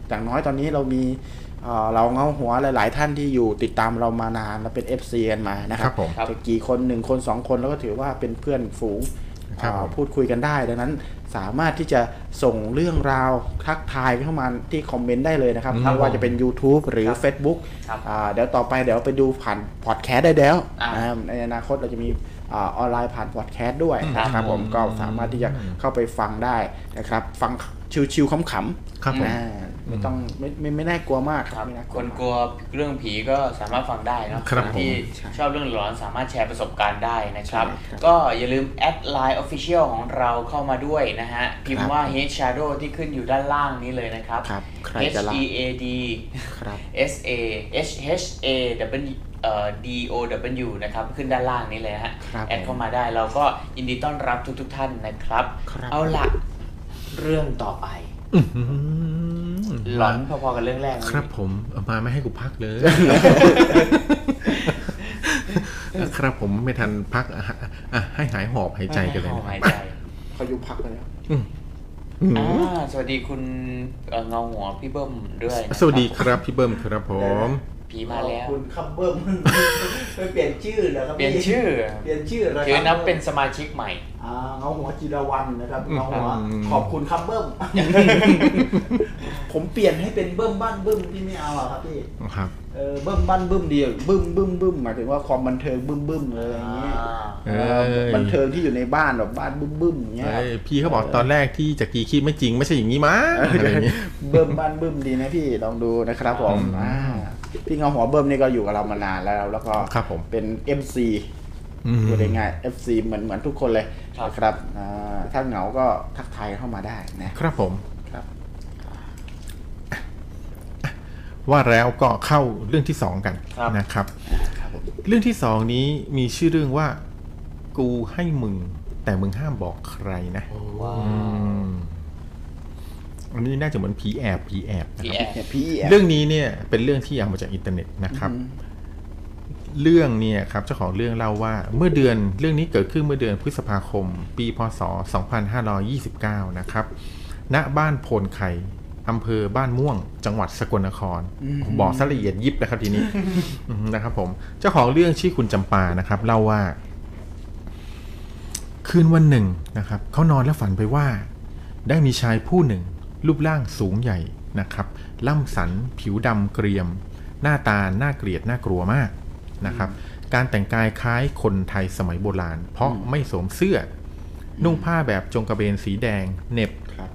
E: อย่างน้อยตอนนี้เรามีเอ่อเราเงาหัวหลายๆท่านที่อยู่ติดตามเรามานานและเป็น FC กันมานะค
D: ค
E: รั
D: รับ บผม
C: ครับ
E: จะกี่คนหนึ่งคนสองคนแล้วก็ถือว่าเป็นเพื่อนฝูง
D: ครับ
E: อ่า
D: ผม
E: พูดคุยกันได้ ดังนั้นสามารถที่จะส่งเรื่องราวทักทายเข้ามาที่คอมเมนต์ได้เลยนะครับ
D: อืม
E: ไม่ว่าจะเป็น YouTube หรือ
C: ครับ
E: Facebook
C: ครับ
E: อ่าเดี๋ยวต่อไปเดี๋ยวไปดูผ่านพอดแคสต์ได้แล้ว
C: อ่าน
E: ะในอนาคตเราจะมีอาออนไลน์ผ่านพอดแคสต์ด้วยนะครับผมก็สามารถที่จะเข้าไปฟังได้นะครับ ฟังชิวๆขำ
D: ครับ
E: ๆ
D: ผม
E: อ่า ไม่ต้องไม่ไม่ไม่น่ากลัวมากครับไม่น่า
C: ค
E: ลัวน มาก
C: กลัวเรื่องผีก็สามารถฟังได้เนอะ
D: ครับ
C: น
D: ผม
C: ที่ชอบเรื่องหลอนสามารถแชร์ประสบการณ์ได้นะครับ ก็อย่าลืมแอดไลน์ Official ของเราเข้ามาด้วยนะฮะ พิมพ์ว่า Head Shadow ที่ขึ้นอยู่ด้านล่างนี้เลยนะครับ
E: ครับใครจะรับ
C: H E A D
E: ครับ
C: S A H H A W เอ่อ D O W นะครับ ขึ้นด้านล่างนี้เลยนะฮะ
E: ครับ
C: แอดเข้ามาได้เราก็ยินดีต้อนรับทุกๆทท่านนะครับ
E: ครับ
C: เอาละเรื่องต่อไป หลอนพอๆกับเรื่องแรกไหม
D: ครับผมเอามาไม่ให้กูพักเลย ครับผมไม่ทันพักอ่ะอ่ะให้หายหอบหายใจกันเลย
C: ห
D: นะ
C: หายใจ
E: เขายุบพักไปแล้ว
D: อืม
C: อ่าสวัสดีคุณเอ่อเงาหัวพี่เบิ้มด้วยนะครับ
D: สวัสดีครับพี่เบิ้มครับผม
C: ผีมาแล้ว
G: คุณคัมเบิ้ม ไปเปลี่ยนชื่อเหรอครับ
C: เปลี่ยนชื่อ
G: เปลี่ยนชื่อเหรอ
C: ถือนับเป็นสมาชิกใหม่
G: อ่าเงาหัวจิรวันนะครับเงาหัว
D: อืม
G: ขอบคุณคัมเบิ้ม ผมเปลี่ยนให้เป็นเบิ้มบ้านเบิ้มพี่ไม่เอาหรอครับพี่
D: ครับ
G: เออ
E: บึ้มบั้นบึ้มเดียวบึ้มบึ้มบึ้มหมายถึงว่าความบันเทิงบึ้มบึ้มอะไรอย่างเงี้ย
G: อ่า
D: เอ้ย
E: เออบันเทิงที่อยู่ในบ้านแบบบ้านบึ้มบึ้มอย่างเงี้ยครับ
D: เอ้ยพี่เขาบอกตอนแรกที่จักรีคิดไม่จริงไม่ใช่อย่างนี้มั้งอะไรอย่างนี้
E: บึ้มบ้านบึ้มดีนะพี่ลองดูนะครับผม
D: อืม
E: อ่าพี่เงาหัวเบิ้มนี่ก็อยู่กับเรามานานแล้ว แล้วก็
D: ครับผม
E: เป็น MC
D: อืม
E: พูดง่ายๆ FC เหมือนเหมือนทุกคนเลย
C: ครับ
E: นะครับอ่าถ้าเหงาก็ทักทายเข้ามาได้นะครับ
D: ผม
E: ครับ
D: ว่าแล้วก็เข้าเรื่องที่สองกัน
C: ครับ
D: นะครับ เรื่องที่สองนี้มีชื่อเรื่องว่า กูให้มึง แต่มึงห้ามบอกใครนะอืมอันนี้น่าจะเหมือนผีแอบผีแอบนะ
C: พี่
D: ค
C: แอ
D: รั
C: น
D: บ
E: เนี่ยพี่อ่ะ
D: เรื่องนี้เนี่ยเป็นเรื่องที่เอามาจากอินเทอร์เน็ตนะครับ เรื่องเนี่ยครับเจ้าของเรื่องเล่าว่าเมื่อเดือนเรื่องนี้เกิดขึ้นเมื่อเดือนพฤษภาคม ปีพศ 2529 นะครับ ณบ้านโพนไข่อำเภอบ้านม่วง จังหวัดสกลนคร บอกซะละเอียดยิบนะครับ ทีนี้ อืมนะครับผมเจ้าของเรื่องชื่อคุณจำปานะครับ เล่าว่า คืนวันหนึ่งนะครับเขานอนและฝันไปว่า ได้มีชายผู้หนึ่ง รูปร่างสูงใหญ่นะครับล่ำสัน ผิวดำเกรียม หน้าตาน่าเกลียดน่ากลัวมากนะครับ การแต่งกายคล้ายคนไทยสมัยโบราณ เพราะไม่สวมเสื้อ นุ่งผ้าแบบจงกระเบนสีแดงเหน็บ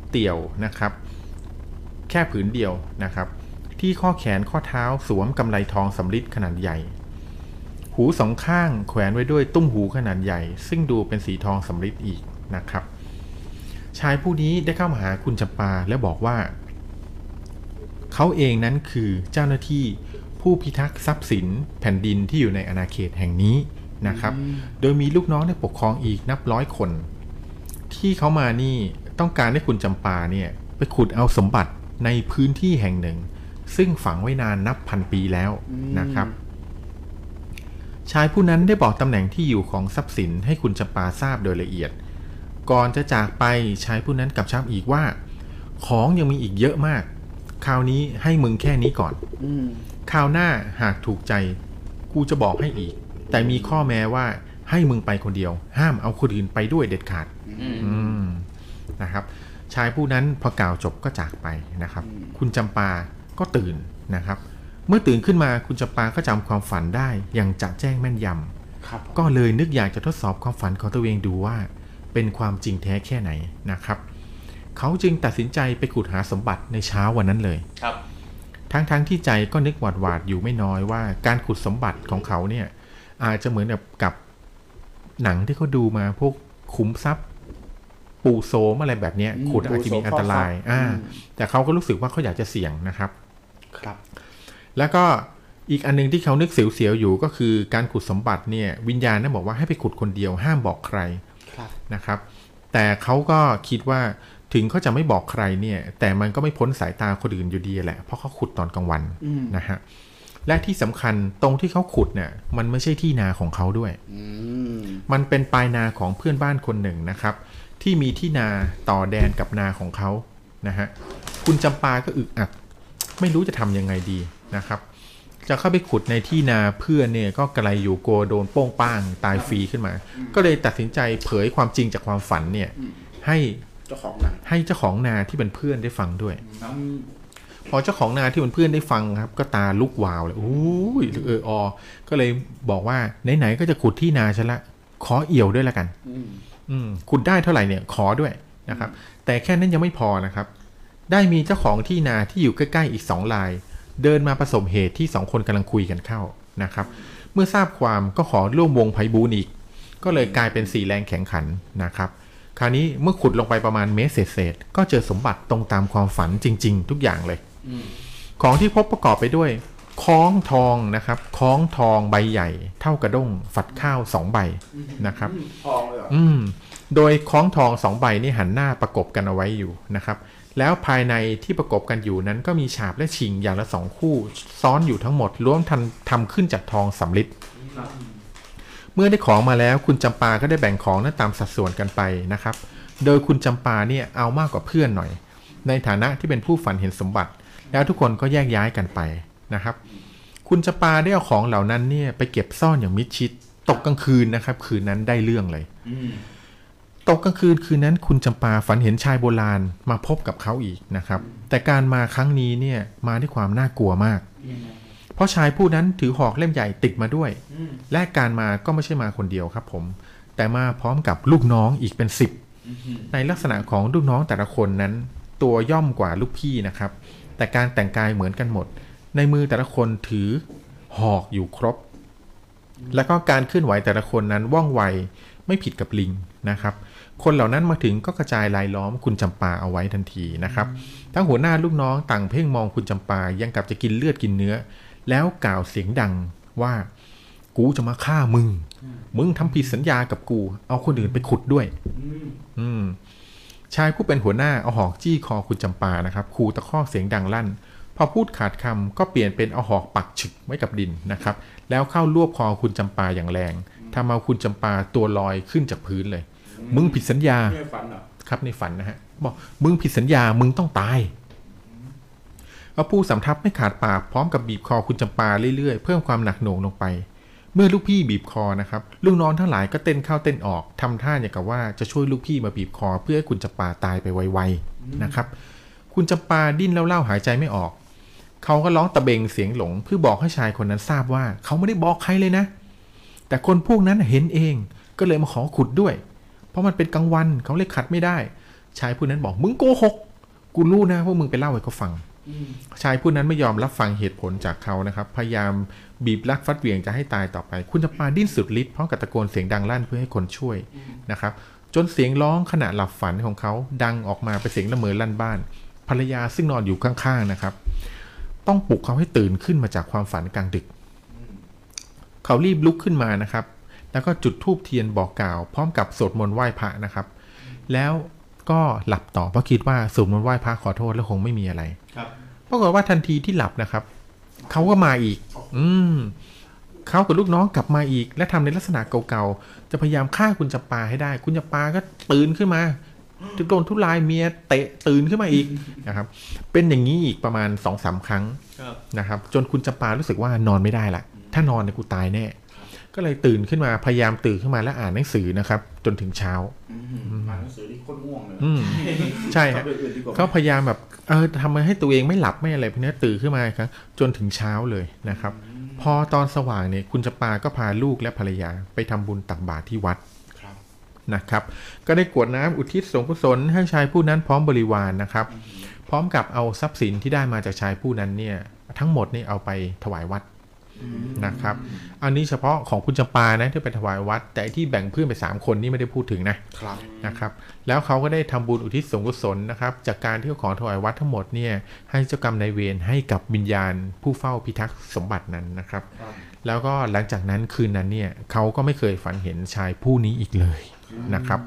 D: เตี่ยวนะครับ แค่ผืนเดียวนะครับ ที่ข้อแขนข้อเท้าสวมกำไลทองสำริดขนาดใหญ่ หูสองข้างแขวนไว้ด้วยตุ้มหูขนาดใหญ่ ซึ่งดูเป็นสีทองสำริดอีกนะครับ ชายผู้นี้ได้เข้ามาหาคุณจำปาและบอกว่า เขาเองนั้นคือเจ้าหน้าที่ผู้พิทักษ์ทรัพย์สินแผ่นดินที่อยู่ในอาณาเขตแห่งนี้นะครับ โดยมีลูกน้องในปกครองอีกนับร้อยคน ที่เขามานี่ต้องการให้คุณจำปาเนี่ยไปขุดเอาสมบัติในพื้นที่แห่งหนึ่ง ซึ่งฝังไว้นานนับพันปีแล้วนะครับ ชายผู้นั้นได้บอกตำแหน่งที่อยู่ของทรัพย์สินให้คุณจำปาทราบโดยละเอียด ก่อนจะจากไปชายผู้นั้นกับชับอีกว่า ของยังมีอีกเยอะมาก คราวนี้ให้มึงแค่นี้ก่อน
E: อืม
D: คราวหน้าหากถูกใจ กูจะบอกให้อีก แต่มีข้อแม้ว่าให้มึงไปคนเดียว ห้ามเอาคนอื่นไปด้วยเด็ดขาด
C: อืม
D: อืมนะครับ ชายผู้นั้นพอกล่าวจบก็จากไปนะครับ คุณจำปาก็ตื่นนะครับ เมื่อตื่นขึ้นมาคุณจำปาก็จำความฝันได้อย่างจะแจ้งแม่นย
E: ครับ
D: ำก็เลยนึกอยากจะทดสอบความฝันของตัวเองดูว่า เป็นความจริงแท้แค่ไหนนะครับ เขาจึงตัดสินใจไปขุดหาสมบัติในเช้าวันนั้นเลย
C: ครับ
D: ทั้งๆทที่ใจก็นึกหวาดหวาดๆอยู่ไม่น้อยว่าการขุดสมบัติของเขาเนี่ย อาจจะเหมือนแบบกับหนังที่เขาดูมาพวกขุมทรัพย์ ปูโซมอะไรแบบเนี้ยขุดอาจจะมีอันตราย อ่า แต่เขาก็รู้สึกว่าเขาอยากจะเสี่ยงนะครับ
E: ครับ
D: แล้วก็อีกอันหนึงที่เขานึกเสียวๆอยู่ก็คือการขุดสมบัติเนี่ย วิญญาณนั้นบอกว่าให้ไปขุดคนเดียวห้ามบอกใคร
E: ครับ
D: นะครับ แต่เขาก็คิดว่าถึงเขาจะไม่บอกใครเนี่ย แต่มันก็ไม่พ้นสายตาคนอื่นอยู่ดีแหละเพราะเขาขุดตอนกลางวันนะฮะและที่สำคัญตรงที่เขาขุดเนี่ยมันไม่ใช่ที่นาของเขาด้วย
E: อืม
D: มันเป็นปลายนาของเพื่อนบ้านคนหนึ่งนะครับ ที่มีที่นาต่อแดนกับนาของเขานะฮะคุณจำปาก็อึกอัก ไม่รู้จะทำยังไงดีนะครับ จะเข้าไปขุดในที่นาเพื่อนเนี่ยก็กระไรอยู่กลัวโดนโป้งป้างตายฟรีขึ้นมา ก็เลยตัดสินใจเผยความจริงจากความฝันเนี่ยให้
E: เจ้าของหนัง
D: ให้เจ้าของนาที่เป็นเพื่อนได้ฟังด้วย พอเจ้าของนาที่เป็นเพื่อนได้ฟังครับ ก็ตาลุกวาวเลยอู้ยเออออ ก็เลยบอกว่าไหนๆก็จะขุดที่นาฉันละ ขอเอี่ยวด้วยละกัน อืมขุดได้เท่าไหร่เนี่ย ขอด้วยนะครับ แต่แค่นั้นยังไม่พอนะครับ ได้มีเจ้าของที่นาที่อยู่ใกล้ๆอีกสองราย เดินมาประสบเหตุที่สองคนกำลังคุยกันเข้านะครับ เมื่อทราบความก็ขอร่วมวงไพบูลย์อีก ก็เลยกลายเป็นสี่แรงแข่งขันนะครับ คราวนี้เมื่อขุดลงไปประมาณเมตรเศษๆก็เจอสมบัติตรงตามความฝันจริง ๆ ทุกอย่างเลย ของที่พบประกอบไปด้วยค้องทองนะครับค้องทองใบใหญ่ เท่ากระด้งฝัดข้าวสองใบนะครับ
G: ทองเลยเหรอ
D: อืม โดยคล้องทองสองใบนี่หันหน้าประกบกันเอาไว้อยู่นะครับ แล้วภายในที่ประกบกันอยู่นั้นก็มีฉาบและชิงอย่างละสองคู่ ซ้อนอยู่ทั้งหมดรวมทันทำขึ้นจากทองสำลิดเมื่อได้ของมาแล้วคุณจำปาก็ได้แบ่งของนั้นตามสัดส่วนกันไปนะครับ โดยคุณจำปาเนี่ยเอามากกว่าเพื่อนหน่อย ในฐานะที่เป็นผู้ฝันเห็นสมบัติ แล้วทุกคนก็แยกย้ายกันไปนะครับ คุณจำปาได้เอาของเหล่านั้นเนี่ยไปเก็บซ่อนอย่างมิดชิด ตกกลางคืนนะครับ คืนนั้นได้เรื่องเลย ตกกลางคืนคืนนั้นคุณจำปาฝันเห็นชายโบราณมาพบกับเขาอีกนะครับ แต่การมาครั้งนี้เนี่ยมาด้วยความน่ากลัวมาก เพราะชายผู้นั้นถือหอกเล่มใหญ่ติดมาด้วย และการมาก็ไม่ใช่มาคนเดียวครับผม แต่มาพร้อมกับลูกน้องอีกเป็นสิบในลักษณะของลูกน้องแต่ละคนนั้น ตัวย่อมกว่าลูกพี่นะครับ แต่การแต่งกายเหมือนกันหมด ในมือแต่ละคนถือหอกอยู่ครบ แล้วก็การเคลื่อนไหวแต่ละคนนั้นว่องไวไม่ผิดกับลิงนะครับ คนเหล่านั้นมาถึงก็กระจายรายล้อมคุณจำปาเอาไว้ทันทีนะครับ ทั้งหัวหน้าลูกน้องต่างเพ่งมองคุณจำปายังกับจะกินเลือดกินเนื้อ แล้วกล่าวเสียงดังว่า กูจะมาฆ่ามึง มึงทำผิดสัญญากับกู เอาคนอื่นไปขุดด้วย อืม ชายผู้เป็นหัวหน้าเอาหอกจี้คอคุณจำปานะครับคูตะคอกเสียงดังลั่น พอพูดขาดคำก็เปลี่ยนเป็นเอาหอกปักฉึกไว้กับดินนะครับ แล้วเข้ารวบคอคุณจำปาอย่างแรงทำเอาคุณจำปาตัวลอยขึ้นจากพื้นเลย มึงผิดสัญญา
G: ไม่ได้ฝันเหรอ
D: ครับในฝันนะฮะบอกมึงผิดสัญญามึงต้องตายเอาผู้สำทับไม่ขาดปากพร้อมกับบีบคอคุณจำปาเรื่อยๆ เพิ่มความหนักหน่วงลงไป เมื่อลูกพี่บีบคอนะครับลูกน้องทั้งหลายก็เต้นเข้าเต้นออกทำท่าอย่างกับว่าจะช่วยลูกพี่มาบีบคอ เพื่อให้คุณจำปาตายไปไวๆนะครับ คุณจำปาดิ้นแล้วเล่าหายใจไม่ออก เขาก็ร้องตะเบงเสียงหลงเพื่อบอกให้ชายคนนั้นทราบว่า เขาไม่ได้บอกใครเลยนะ แต่คนพวกนั้นเห็นเองก็เลยมาขอขุดด้วย เพราะมันเป็นกลางวันเขาเลยขัดไม่ได้ ชายผู้นั้นบอกมึงโกหก กูรู้นะว่ามึงไปเล่าให้เขาฟัง ชายผู้นั้นไม่ยอมรับฟังเหตุผลจากเขานะครับ พยายามบีบลักฟัดเหวี่ยงจะให้ตายต่อไป คุณจำปาดิ้นสุดฤทธิ์พร้อมกับตะโกนเสียงดังลั่นเพื่อให้คนช่วยนะครับ จนเสียงร้องขณะหลับฝันของเขาดังออกมาเป็นเสียงละเมอลั่นบ้าน ภรรยาซึ่งนอนอยู่ข้างๆนะครับ ต้องปลุกเขาให้ตื่นขึ้นมาจากความฝันกลางดึก เขารีบลุกขึ้นมานะครับ แล้วก็จุดธูปเทียนบอกกล่าว พร้อมกับสวดมนต์ไหว้พระนะครับ แล้วก็หลับต่อเพราะคิดว่าสวดมนต์ไหว้พระขอโทษแล้วคงไม่มีอะไร
G: ครับ
D: ปรากฏว่าทันทีที่หลับนะครับ เขาก็มาอีก อืมเขากับลูกน้องกลับมาอีก และทำในลักษณะเก่าๆ จะพยายามฆ่าคุณจำปาให้ได้ คุณจำปาก็ตื่นขึ้นมาทุกโดนทุลายเมียเตะตื่นขึ้นมาอีกนะครับ เป็นอย่างนี้อีกประมาณสองสามครั้ง นะครับจนคุณจำปารู้สึกว่านอนไม่ได้ละถ้านอนเนี่ยกูตายแน่ ก็เลยตื่นขึ้นมาพยายามตื่นขึ้นมาและอ่านหนังสือนะครับ จนถึงเช้า
G: อ่านหนังสือที่โคตรง่วงเลย
D: อืมใช่ฮะ
G: ทำเรื่องอื่นดีกว่า
D: เขาพยายามแบบเออทำให้ตัวเองไม่หลับไม่อะไรพวกเนี้ยตื่นขึ้นมาอีกครับจนถึงเช้าเลยนะครับ พอตอนสว่างเนี่ยคุณจำปาก็พาลูกและภรรยาไปทำบุญตักบาตรที่วัด
G: ครับ
D: นะครับ ก็ได้กรวดน้ำอุทิศสงฆ์กุศลให้ชายผู้นั้นพร้อมบริวารนะครับ พร้อมกับเอาทรัพย์สินที่ได้มาจากชายผู้นั้นเนี่ยทั้งหมดนี่เอาไปถวายวัดนะครับ อันนี้เฉพาะของคุณจำปานะที่ไปถวายวัด แต่ไอ้ที่แบ่งเพื่อนไป 3 คนนี่ไม่ได้พูดถึงนะครับ นะครับแล้วเขาก็ได้ทำบุญอุทิศส่วนกุศลนะครับ จากการที่เอาของถวายวัดทั้งหมดเนี่ยให้เจ้ากรรมนายเวรให้กับวิญญาณผู้เฝ้าพิทักษ์สมบัตินั้นนะครับ แล้วก็หลังจากนั้นคืนนั้นเนี่ยเขาก็ไม่เคยฝันเห็นชายผู้นี้อีกเลยนะครับ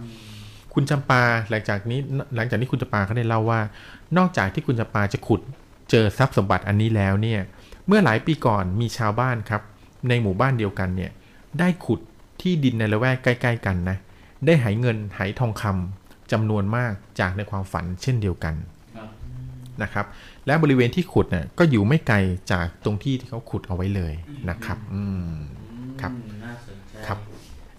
D: คุณจำปาหลังจากนี้หลังจากนี้คุณจำปาก็ได้เล่าว่า นอกจากที่คุณจำปาจะขุดเจอทรัพย์สมบัติอันนี้แล้วเนี่ย เมื่อหลายปีก่อนมีชาวบ้านครับ ในหมู่บ้านเดียวกันเนี่ย ได้ขุดที่ดินในละแวกใกล้ ๆ กันนะ ได้หายเงินหายทองคำจำนวนมากจากในความฝันเช่นเดียวกันนะครับ และบริเวณที่ขุดเนี่ยก็อยู่ไม่ไกลจากตรงที่ที่เขาขุดเอาไว้เลยนะครับ อืม ครับ
C: น่าสนใจ
D: ครับ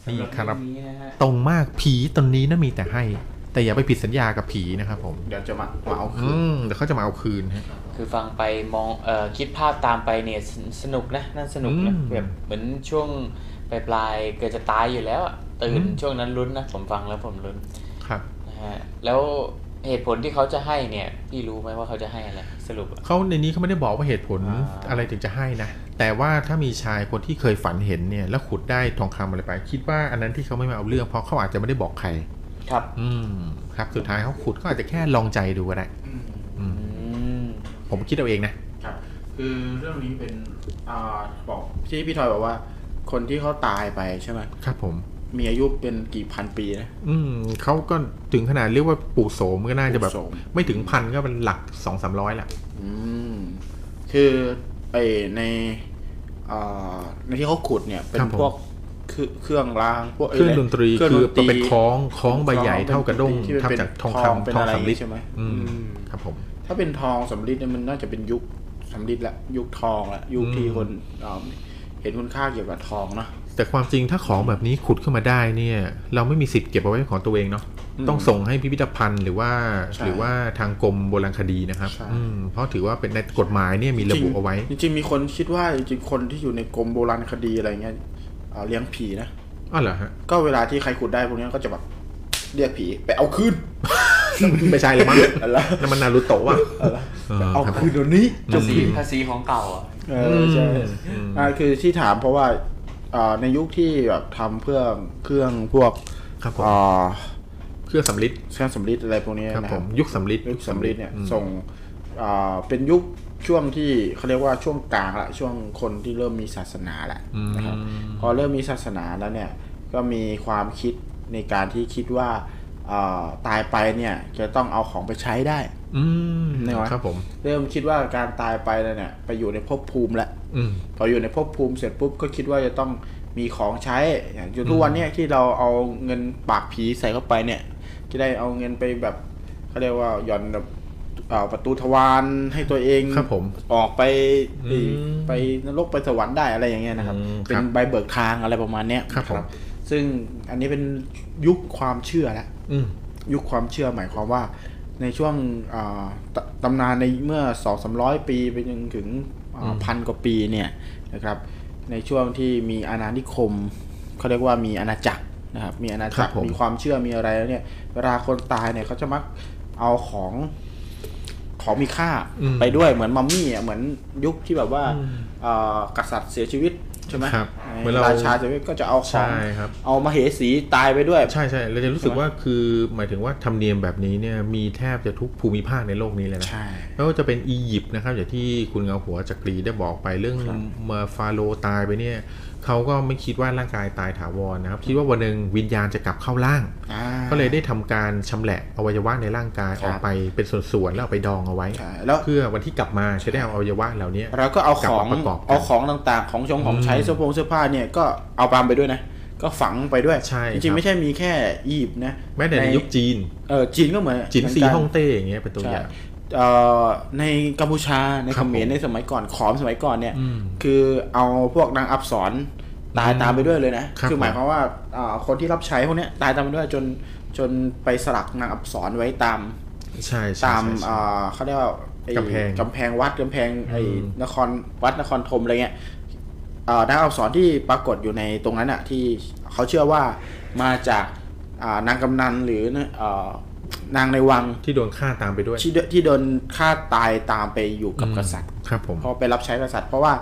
C: สำห
D: นี่ครับ
C: เองนี้นะฮะ
D: ตรงมากผีตนนี้น่ามีแต่ให้ แต่อย่าไปผิดสัญญากับผีนะครับผม
G: เดี๋ยวจะมามาเอาคื
D: อื
G: น
D: มเดี๋ยวเขาจะมาเอาคืนฮะ
C: คือฟังไปมองเอ่อคิดภาพตามไปเนี่ยสนสนุกนะนั่นสนุกนะ
D: อืม
C: แบบเหมือนช่วงปลายปลายๆเกิดจะตายอยู่แล้วอะตื่น
D: อืม
C: ช่วงนั้นลุ้นนะผมฟังแล้วผมลุ้น
D: ครับ
C: นะฮะแล้ว เหตุผลที่เขาจะให้เนี่ย พี่รู้ไหมว่าเขาจะให้อะไรสรุปอะ
D: เขาในนี้เขาไม่ได้บอกว่าเหตุผล
C: อ่า
D: อะไรถึงจะให้นะ แต่ว่าถ้ามีชายคนที่เคยฝันเห็นเนี่ย แล้วขุดได้ทองคำอะไรไป คิดว่าอันนั้นที่เขาไม่มาเอาเรื่องเพราะเขาอาจจะไม่ได้บอกใคร
C: ครับ
D: อืมครับสุดท้ายเขาขุดก็อาจจะแค่ลองใจดูก็ได้
C: อืม
D: ผมคิดเอาเองนะ
F: ครับ คือเรื่องนี้เป็นอ่าบอก
E: ที่พี่ทอยบอกว่า คนที่เขาตายไปใช่ไหม
D: ครับผม
E: มีอายุเป็นกี่พันปีนะ
D: อืมเขาก็ถึงขนาดเรียกว่าปู่โสมก็น่าจะแบบ
E: ปู่โสม
D: ไม่ถึงพันก็เป็นหลักสองสามร้อยละ
E: อืมคือไอในอ่าในที่เขาขุดเนี่ย เป็น
D: ครับผม
E: พวกเครื่องเครื่องรางพวก
D: เครื่องดนตรี
E: เครื่อง
D: คือ
E: ด
D: น
E: ตรี
D: เป็นคล้องคล้องใบใหญ่เท่ากระด้ง
E: ที่มันเป็น
D: ทำจากทอง
E: ทอง
D: คำ
E: เป็น
D: ทอง
E: อะไร
D: สำลิด
E: ใช่ไหม
D: อืม
E: อืม
D: ครับผม
E: ถ้าเป็นทองสำริดเนี่ยมันน่าจะเป็นยุคสำริดละยุคทองละยุคที่คนอ่าเห็นคุณค่าเกี่ยวกับทองเนาะ
D: แต่ความจริงถ้าของแบบนี้ขุดขึ้นมาได้เนี่ย เราไม่มีสิทธิ์เก็บเอาไว้เป็นของตัวเองเนาะต้องส่งให้พิพิธภัณฑ์หรือว่า
E: ใช่
D: หรือว่าทางกรมโบราณคดีนะครับ
E: ใช่
D: อืมเพราะถือว่าเป็นในกฎหมายเนี่ยมีระบุเอาไว้
E: จริงๆจริงๆมีคนคิดว่าจริงๆคนที่อยู่ในกรมโบราณคดีอะไรเงี้ยอ่าเลี้ยงผีนะ
D: อ้าวเหรอฮะ
E: ก็เวลาที่ใครขุดได้พวกเนี้ยก็จะแบบเรียกผีไปเอาคืน
D: ไม่ใช่เลยมั้ง
E: อะไร
D: นั่นมันนารูโตะว่ะเออ
E: เอา
D: ครับ
E: คืนเดี๋ยวนี้
C: ภาษีภาษีของเก่าอ่ะ
E: เออใช่อ่าคือที่ถามเพราะว่าอ่าในยุคที่แบบทำเพื่องเครื่องพวก
D: ครับผม
E: อ่า
D: เครื่องสำลิด
E: เครื่องสำริดอะไรพวกเนี้ย
D: ครับ
E: นะ
D: ผ
E: ครั
D: ม
E: บ
D: ยุคสำลิด
E: ยุคสำริดเนี่ย
D: อืม
E: ส่งอ่าเป็นยุคช่วงที่เขาเรียกว่าช่วงกลางละช่วงคนที่เริ่มมีศาสนาละ
D: อืม
E: นะครับพอเริ่มมีศาสนาแล้วเนี่ยก็มีความคิดในการที่คิดว่าอ่าตายไปเนี่ยจะต้องเอาของไปใช้ได้
D: อืม
E: เนี่ยวะ
D: ครับผม
E: เริ่มคิดว่าการตายไปแล้วเนี่ยไปอยู่ในภพภูมิแล้ว
D: อืม
E: พออยู่ในภพภูมิเสร็จปุ๊บก็คิดว่าจะต้องมีของใช้อย่างอยู่ทุกวันเนี้ยที่เราเอาเงินปากผีใส่เข้าไปเนี่ยจะได้เอาเงินไปแบบเขาเรียกว่าหย่อนแบบเอ่อประตูทวารให้ตัวเอง
D: ครับผม
E: ออกไป
D: อืม
E: ไปนรกไปสวรรค์ได้อะไรอย่างเงี้ยนะครับ
D: อืม
E: เป็น
D: ครับ
E: ใบเบิกทางอะไรประมาณเนี้ย
D: ครับผม
E: ซึ่งอันนี้เป็นยุคความเชื่อแล้ว
D: อืม
E: ยุคความเชื่อหมายความว่าในช่วงอ่าตตำนานในเมื่อสองสามร้อยปีไปจนถึงอ่า
D: อืม
E: พันกว่าปีเนี่ยนะครับในช่วงที่มีอาณานิคมเขาเรียกว่ามีอาณาจักรนะครับมีอาณาจักร
D: ครับผม
E: มีความเชื่อมีอะไรแล้วเนี่ยเวลาคนตายเนี่ยเขาจะมักเอาของของมีค่าไปด้วยเหมือนมัมมี่อ่ะเหมือนยุคที่แบบว่าอ่ากษัตริย์เสียชีวิตใช่ไหม
D: ครับเหมือน
E: ใน
D: เรา
E: ราชาเสียชีวิตก็จะเอาของ
D: ใช่ครับ
E: เอามาเหสีตายไปด้วย
D: ใช่ใช่เราจะรู้สึกว่าคือหมายถึงว่าธรรมเนียมแบบนี้เนี่ยมีแทบจะทุกภูมิภาคในโลกนี้เลยนะ
E: ใช่
D: ไม่ว่าจะเป็นอียิปต์นะครับอย่างที่คุณเงาหัวจักรีได้บอกไปเรื่องเมื่อฟาโรห์ตายไปเนี่ยเขาก็ไม่คิดว่าร่างกายตายถาวรนะครับ คิดว่าวันหนึ่งวิญญาณจะกลับเข้าร่าง
E: อ่า
D: ก็เลยได้ทำการชำแหละอวัยวะในร่างกาย
E: ครับ
D: ออกไปเป็นส่วนๆแล้วเอาไปดองเอาไว้
E: ใช่แล้ว
D: เพื่อวันที่กลับมาจะได้เอาอวัยวะเหล่านี้
E: เราก็เอา
D: ลั
E: ข
D: บ
E: อง
D: มประกอบกัน
E: เอาของต่างๆ ของชงของใช้เสื้อผงเสื้อผ้าเนี่ยก็เอาปาล์มไปด้วยนะ ก็ฝังไปด้วย
D: ใช่
E: จ
D: ครั
E: ริง
D: บ
E: ๆไม่ใช่มีแค่อียิปต์นะ
D: แม้แต่ในยุคจีน
E: เออจีนก็เหมือน
D: จีน
E: เหมือ
D: ซี
E: กั
D: ฮ่องเต้อย่างเงี้ยเป็นตัวอ
E: ใช่
D: ย่าง
E: เอ่อในกัมพูชาใน
D: ครับ
E: เขม
D: ผ
E: ร
D: ม
E: ในสมัยก่อนขอมสมัยก่อนเนี่ย
D: อืม
E: คือเอาพวกนางอับสรตายตามไปด้วยเลยนะครับ อหมาย
D: ผม
E: ความว่าเอ่อคนที่รับใช้พวกเนี้ยตายตามไปด้วยจนจนไปสลักนางอับสรไว้ตาม
D: ใช่ใช่
E: ตาม
D: ใช่ใช่
E: อ่าเขาเรียกว่าไอ้
D: กำแพง
E: กำแพงวัดกำแพงไอ้
D: อืม
E: นครวัดนครธมอะไรเงี้ยอ่านักอักษรที่ปรากฏอยู่ในตรงนั้นอะที่เขาเชื่อว่ามาจากอ่านางกำนันหรืออ่านางในวัง
D: ที่โดนฆ่าตามไปด้วย
E: ที่โดที่โดนฆ่าตายตามไปอยู่กับกษัตริย์
D: ครับผม
E: เพราะไปรับใช้กษัตริย์ เพราะว่า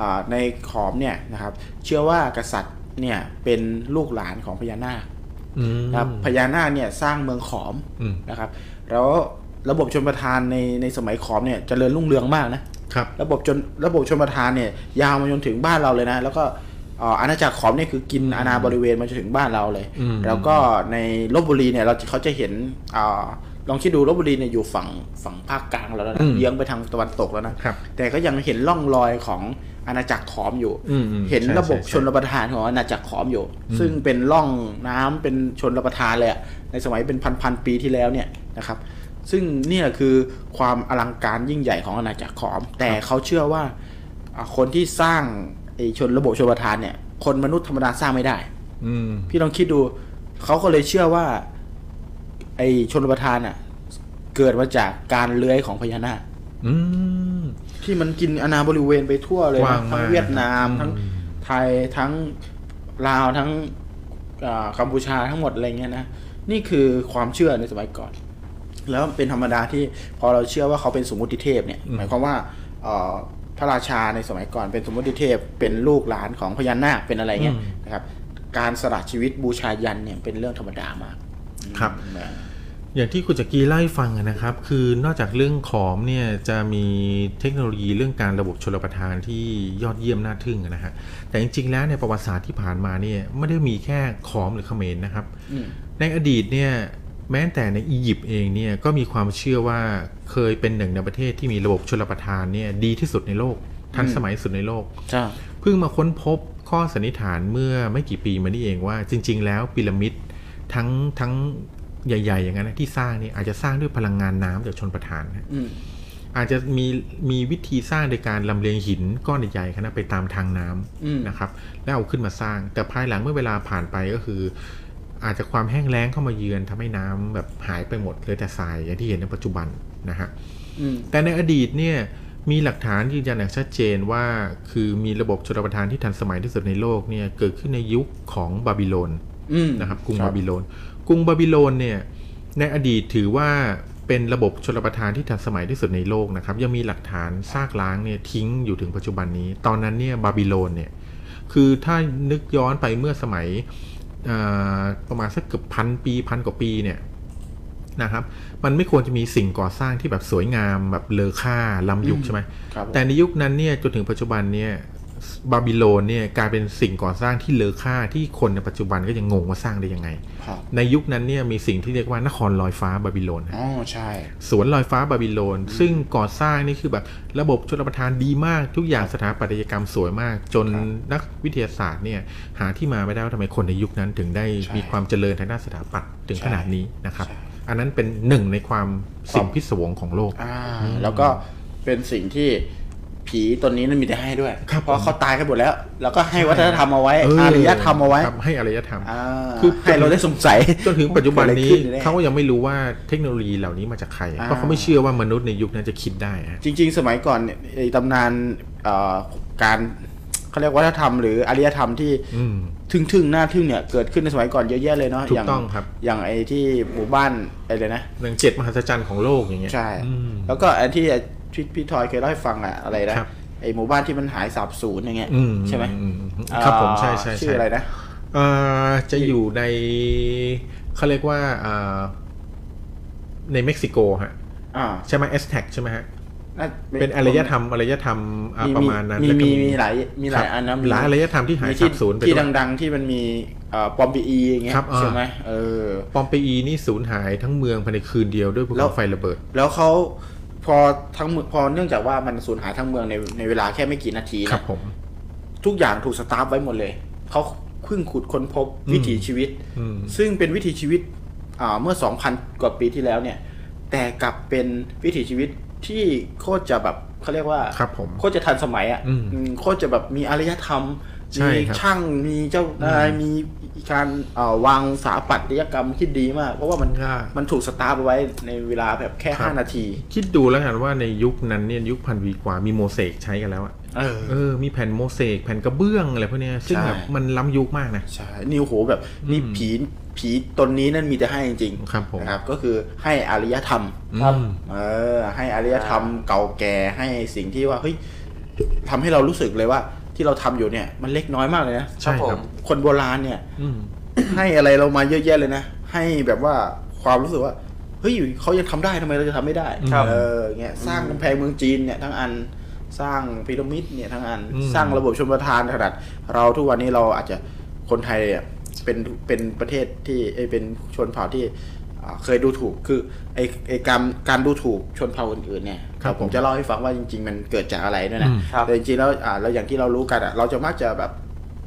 E: อ่าในขอมเนี่ยนะครับเชื่อว่ากษัตริย์เนี่ยเป็นลูกหลานของพญานาค
D: อืม
E: นะครับพญานาคเนี่ยสร้างเมืองขอม
D: อืม
E: นะครับแล้วระบบชนประทานในในสมัยขอมเนี่ยจเจริญรุ่งเรืองมากนะครับ ระบบจนระบบชนประทานเนี่ยยาวมาจนถึงบ้านเราเลยนะ แล้วก็เอ่ออาณาจักรขอมเนี่ยคือกินอาณาบริเวณมาจนถึงบ้านเราเลย
D: อืม
E: แล้วก็ในลบบุรีเนี่ยเราจะเขาจะเห็นเออลองคิดดูลบบุรีเนี่ยอยู่ฝั่งฝั่งภาคกลางเราแล้วนะเยื้องไปทางตะวันตกแล้วนะครับ แต่ก็ยังเห็นร่องรอยของอาณาจักรขอมอยู่
D: อืมอืม
E: เห็น
D: ใช่
E: ระบบ
D: ใช่ใช่
E: ชน ชนรับประทานของอาณาจักรขอมอยู่ ซึ่งเป็นร่องน้ำเป็นชนรับประทานเลยอะในสมัยเป็นพันพันๆปีที่แล้วเนี่ยนะครับ ซึ่งเนี่ยคือความอลังการยิ่งใหญ่ของอาณาจักรขอม แต่เขาเชื่อว่าอ่าคนที่สร้างไอชนระบบชนประทานเนี่ย คนมนุษย์ธรรมดาสร้างไม่ได้
D: อืม
E: พี่ลองคิดดูเขาก็เลยเชื่อว่า ไอชนรับประทานอ่ะเกิดมาจากการเลื้อยของพญานาค
D: อืม
E: ที่มันกินอาณาบริเวณไปทั่วเลย
D: กว้า
E: นะ
D: งมาก
E: ทั้งเวียดนาม
D: อืม
E: ทั้งไทยทั้งลาวทั้งอ่ากัมพูชาทั้งหมดอะไรเงี้ยนะนี่คือความเชื่อในสมัยก่อน แล้วเป็นธรรมดาที่พอเราเชื่อว่าเขาเป็นสมมติเทพเนี่ยหมายความว่าเอ่อพระราชาในสมัยก่อนเป็นสมมติเทพเป็นลูกหลานของพญานาคเป็นอะไรเงี้ยนะครับการสละชีวิตบูชายันเนี่ยเป็นเรื่องธรรมดามาก
D: ครับ อย่างที่คุณจักรีเล่าให้ฟังอะนะครับ คือนอกจากเรื่องขอมเนี่ยจะมีเทคโนโลยีเรื่องการระบบชลประทานที่ยอดเยี่ยมน่าทึ่งอะนะฮะแต่จริงๆแล้วในยประวัติศาสตร์ที่ผ่านมาเนี่ยไม่ได้มีแค่ขอมหรือเขมรนะครับ ในอดีตเนี่ยแม้แต่ในอียิปต์เองเนี่ยก็มีความเชื่อว่าเคยเป็นหนึ่งในประเทศที่มีระบบชลประทานเนี่ยดีที่สุดในโลก ทันสมัยสุดในโลก เพิ่งมาค้นพบข้อสันนิษฐานเมื่อไม่กี่ปีมานี้เองว่าจริง ๆ แล้วพีระมิดทั้งทั้งใหญ่ ๆ อย่างนั้นนะที่สร้างเนี่ยอาจจะสร้างด้วยพลังงานน้ำจากชนประทานนะอาจจะมีมีวิธีสร้างโดยการลำเลียงหินก้อนใหญ่ๆคณะไปตามทางน้ำนะครับแล้วเอาขึ้นมาสร้าง แต่ภายหลังเมื่อเวลาผ่านไปก็คือ อาจจะความแห้งแล้งเข้ามาเยือนทำให้น้ำแบบหายไปหมดเหลยแต่ทรายอย่างที่เห็นในปัจจุบันนะฮะ แต่ในอดีตเนี่ยมีหลักฐานยืนยันอย่างชัดเจนว่า คือมีระบบชลประทานที่ทันสมัยที่สุดในโลกเนี่ยเกิดขึ้นในยุคของบาบิโลนนะครับกรุงบาบิโลนกรุงบาบิโลนเนี่ยในอดีตถือว่าเป็นระบบชลประทานที่ทันสมัยที่สุดในโลกนะครับยังมีหลักฐานซากล้างเนี่ยทิ้งอยู่ถึงปัจจุบันนี้ ตอนนั้นเนี่ยบาบิโลนเนี่ยคือถ้านึกย้อนไปเมื่อสมัยเอ่อประมาณสักเกือบพันปีพันกว่าปีเนี่ย นะครับมันไม่ควรจะมีสิ่งก่อสร้างที่แบบสวยงามแบบเลอค่าล้ำยุคใช่ไหม
E: ครับผม
D: แต่ในยุคนั้นเนี่ยจนถึงปัจจุบันเนี่ยบาบิโลนเนี่ยกลายเป็นสิ่งก่อสร้างที่เลอค่าที่คนในปัจจุบันก็ยังงงว่าสร้างได้ยังไง
E: ครับ
D: ในยุคนั้นเนี่ยมีสิ่งที่เรียกว่านครลอยฟ้าบาบิโลนฮะ
E: อ๋อใช่
D: สวนลอยฟ้าบาบิโลน ซึ่งก่อสร้างนี่คือแบบระบบชลประทานดีมาก ทุกอย่างสถาปัตยกรรมสวยมาก จนนักวิทยาศาสตร์เนี่ยหาที่มาไม่ได้ว่าทำไมคนในยุคนั้นถึงได้มีความเจริญทางด้านสถาปัตย์ถึงขนาดนี้นะครับ อันนั้นเป็นหนึ่งในความสิ่งพิศวงของโลก
E: อ่าแล้วก็เป็นสิ่งที่ผีตนนี้นั้นมีแต่ให้ด้วย
D: ครับ
E: เพราะ
D: ผม
E: เขาตายกันหมดแล้ว แล้วก็ให้วัฒนธรรมเอาไว้
D: เ
E: อารยธรรมเอาไว้
D: ครับให้อารยธรรม
E: อ่า
D: คือ
E: ให้เราได้สงสัย
D: จนถึงปัจจุบันนี้
E: เกิดอะไรขึ้ย
D: เขาก็ยังไม่รู้ว่าเทคโนโลยีเหล่านี้มาจากใคร
E: อ่า
D: เพราะเขาไม่เชื่อว่ามนุษย์ในยุคนั้นจะคิดได้ฮะ
E: จริง ๆ สมัยก่อนเนี่ยไอ้ตำนานเอ่อการเขาเรียกวัฒนธรรมหรืออารยธรรมที่
D: อืม
E: ทึ่งๆหน้าทึ่งเนี่ยเกิดขึ้นในสมัยก่อนเยอะแยะเลยเนาะ
D: ถูก
E: ย่า
D: ต้องครับ
E: อย่างไอ้ที่หมู่บ้านอะไรนะ
D: หนังเจ็ดมหัศจรรย์ของโลกอย่างเงี้ย
E: ใช่
D: อืม
E: แล้วก็อันที่พี่พี่ทอยเคยเล่าให้ฟังอะอะไรนะครับ ไอ้หมู่บ้านที่มันหายสาบสูญอย่างเงี้ย
D: อื
E: ใช่ไหม
D: อือืมครับผมใช่ใช่
E: อ่า
D: ใช่
E: ชื่ออะไรนะ
D: เอ่อจะอยู่ในเขาเรียกว่าเอ่อในเม็กซิโกฮะ
E: อ่า
D: ใช่ไหมเอสแท็กใช่ไหมฮะ
E: า
D: เป็นอารยธรรมอารยธรรมอ่ะ
E: มี
D: ประมาณนั้น
E: มี
D: แวก็
E: มีมีหลายมีหลาย
D: ครับ
E: อันนะ
D: หลายอารยธรรมที่หาย
E: มี
D: สับสูญไป
E: ที่
D: ด้วย
E: ดัง ๆ ที่มันมีเอ่อปอมบีอีอย่างเงี้ย
D: ครับอ่า
E: ใช่ไหมเออ
D: ปอมเปอีนี่สูญหายทั้งเมืองภายในคืนเดียวด้วยภู
E: แล้ว
D: เขาไฟระเบิด
E: แล้วเขาพอทั้งเมืองพอเนื่องจากว่ามันสูญหายทั้งเมืองในในเวลาแค่ไม่กี่นาที
D: ครับ
E: นะ
D: ผม
E: ทุกอย่างถูกสตาร์ฟไว้หมดเลย เขาเพิ่งขุดค้นพบวิถีชีวิต
D: อืม
E: ซึ่งเป็นวิถีชีวิตอ่าเมื่อ 2,000 กว่าปีที่แล้วเนี่ย แต่กลับเป็นวิถีชีวิตที่โคตรจะแบบเขาเรียกว่า
D: ครับผม
E: โคตรจะทันสมัยอะ่ะ
D: อืม
E: อืมโคตรจะแบบมีอารยธรรม
D: ใช่
E: มี
D: ครับ
E: ช่างมีเจ้าอายมีการเอ่อวางสถาปัตยกรรมที่ดีมาก เพราะว่ามันมันถูกสตาร์ฟไว้ในเวลาแบบแค่ 5 นาที
D: คิดดูแล้วกันว่าในยุคนั้นเนี่ยยุคพันวีกว่ามีโมเสกใช้กันแล้วอะ
E: เออ
D: เออ มีแผ่นโมเสกแผ่นกระเบื้องอะไรพวกเนี้ยซึ่ง
E: ใช่
D: แบบมันล้ำยุคมากนะ
E: ใช่ นี่โอ้โหแบบนี่ผีผีตนนี้นั่นมีแต่ให้จริงๆ
D: ครับผม
E: นะครับ ก็คือให้อารยธรรม
C: ครับ
D: อืม
E: เออให้อารยธรรมเก่าแก่ให้สิ่งที่ว่าเฮ้ยทำให้เรารู้สึกเลยว่าที่เราทำอยู่เนี่ยมันเล็กน้อยมากเลยนะ
D: ใช่ครับ
E: คนโบราณเนี่ย
D: อืม
E: ให้อะไรเรามาเยอะแยะเลยนะ ให้แบบว่าความรู้สึกว่าเฮ้ยอยู่เขายังทำได้ทำไมเราจะทำไม่ได้
D: ครับ
E: เออเงี้ยสร้างกำแพงเมืองจีนเนี่ยทั้งอันสร้างพีระมิดเนี่ยทั้งอัน
D: อืม
E: สร้างระบบชมประทานขนาดเราทุกวันนี้เราอาจจะคนไทยอ่ะเป็นเป็นประเทศที่เอ้ยเป็นชนเผ่าที่อ่าเคยดูถูกคือไอไอการการดูถูกชนเผ่าอื่นๆเนี่ย
D: ครับ
E: ผม
D: ผม
E: จะเล่าให้ฟังว่าจริง ๆ มันเกิดจากอะไรด้วยนะ
D: อืม
C: ครับ
E: แต่จริงๆแล้วอ่าเราอย่างที่เรารู้กันอ่ะเราจะมักจะแบบ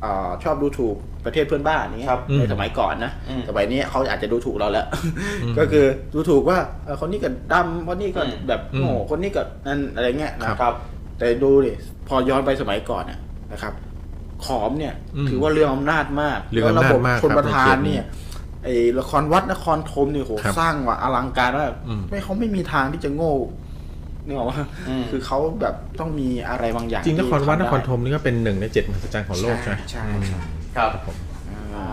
E: อ่าชอบดูถูกประเทศเพื่อนบ้านอย่างเงี้ย
C: ครับ
E: ในสมัยก่อนนะ
C: อืม
E: สมัยนี้เขาอาจจะดูถูกเราแล้ว ก็คือดูถูกว่าเอ่อคนนี้ก็ดำคนนี้ก็
C: อืม
E: แบบโง่
D: อืม
E: คนนี้ก็นั่นอะไรเงี้ยนะครับ แต่ดูดิพอย้อนไปสมัยก่อนน่ะนะครับ ขอมเนี่ย
D: อืม
E: ถือว่าเรื่องอำนาจมาก
D: เรื่องอำ
E: แล้ว
D: นา
E: ระ
D: จ
E: บบ
D: มาก
E: ชนประทาน
D: ครับในเขตนี้
E: เนี่ยไอ้ละครวัดนครธมเนี่ยโห
D: ครับ
E: สร้างว่าอลังการว่าก
D: อืม
E: ไม่เขาไม่มีทางที่จะโง่นึกออกว่า
C: อืม
E: คือเขาแบบต้องมีอะไรบางอย่าง
D: จริงน
E: ที่
D: ครวัดน
E: ทำ
D: คร
E: ได้
D: ธมนี่ก็เป็นหนึ่งในเจ็ดมหัศจรรย์ของโลกใช่ไหม
E: ใช่
D: อืม
E: ใช่
C: ครับ
E: อ่า
C: อ่า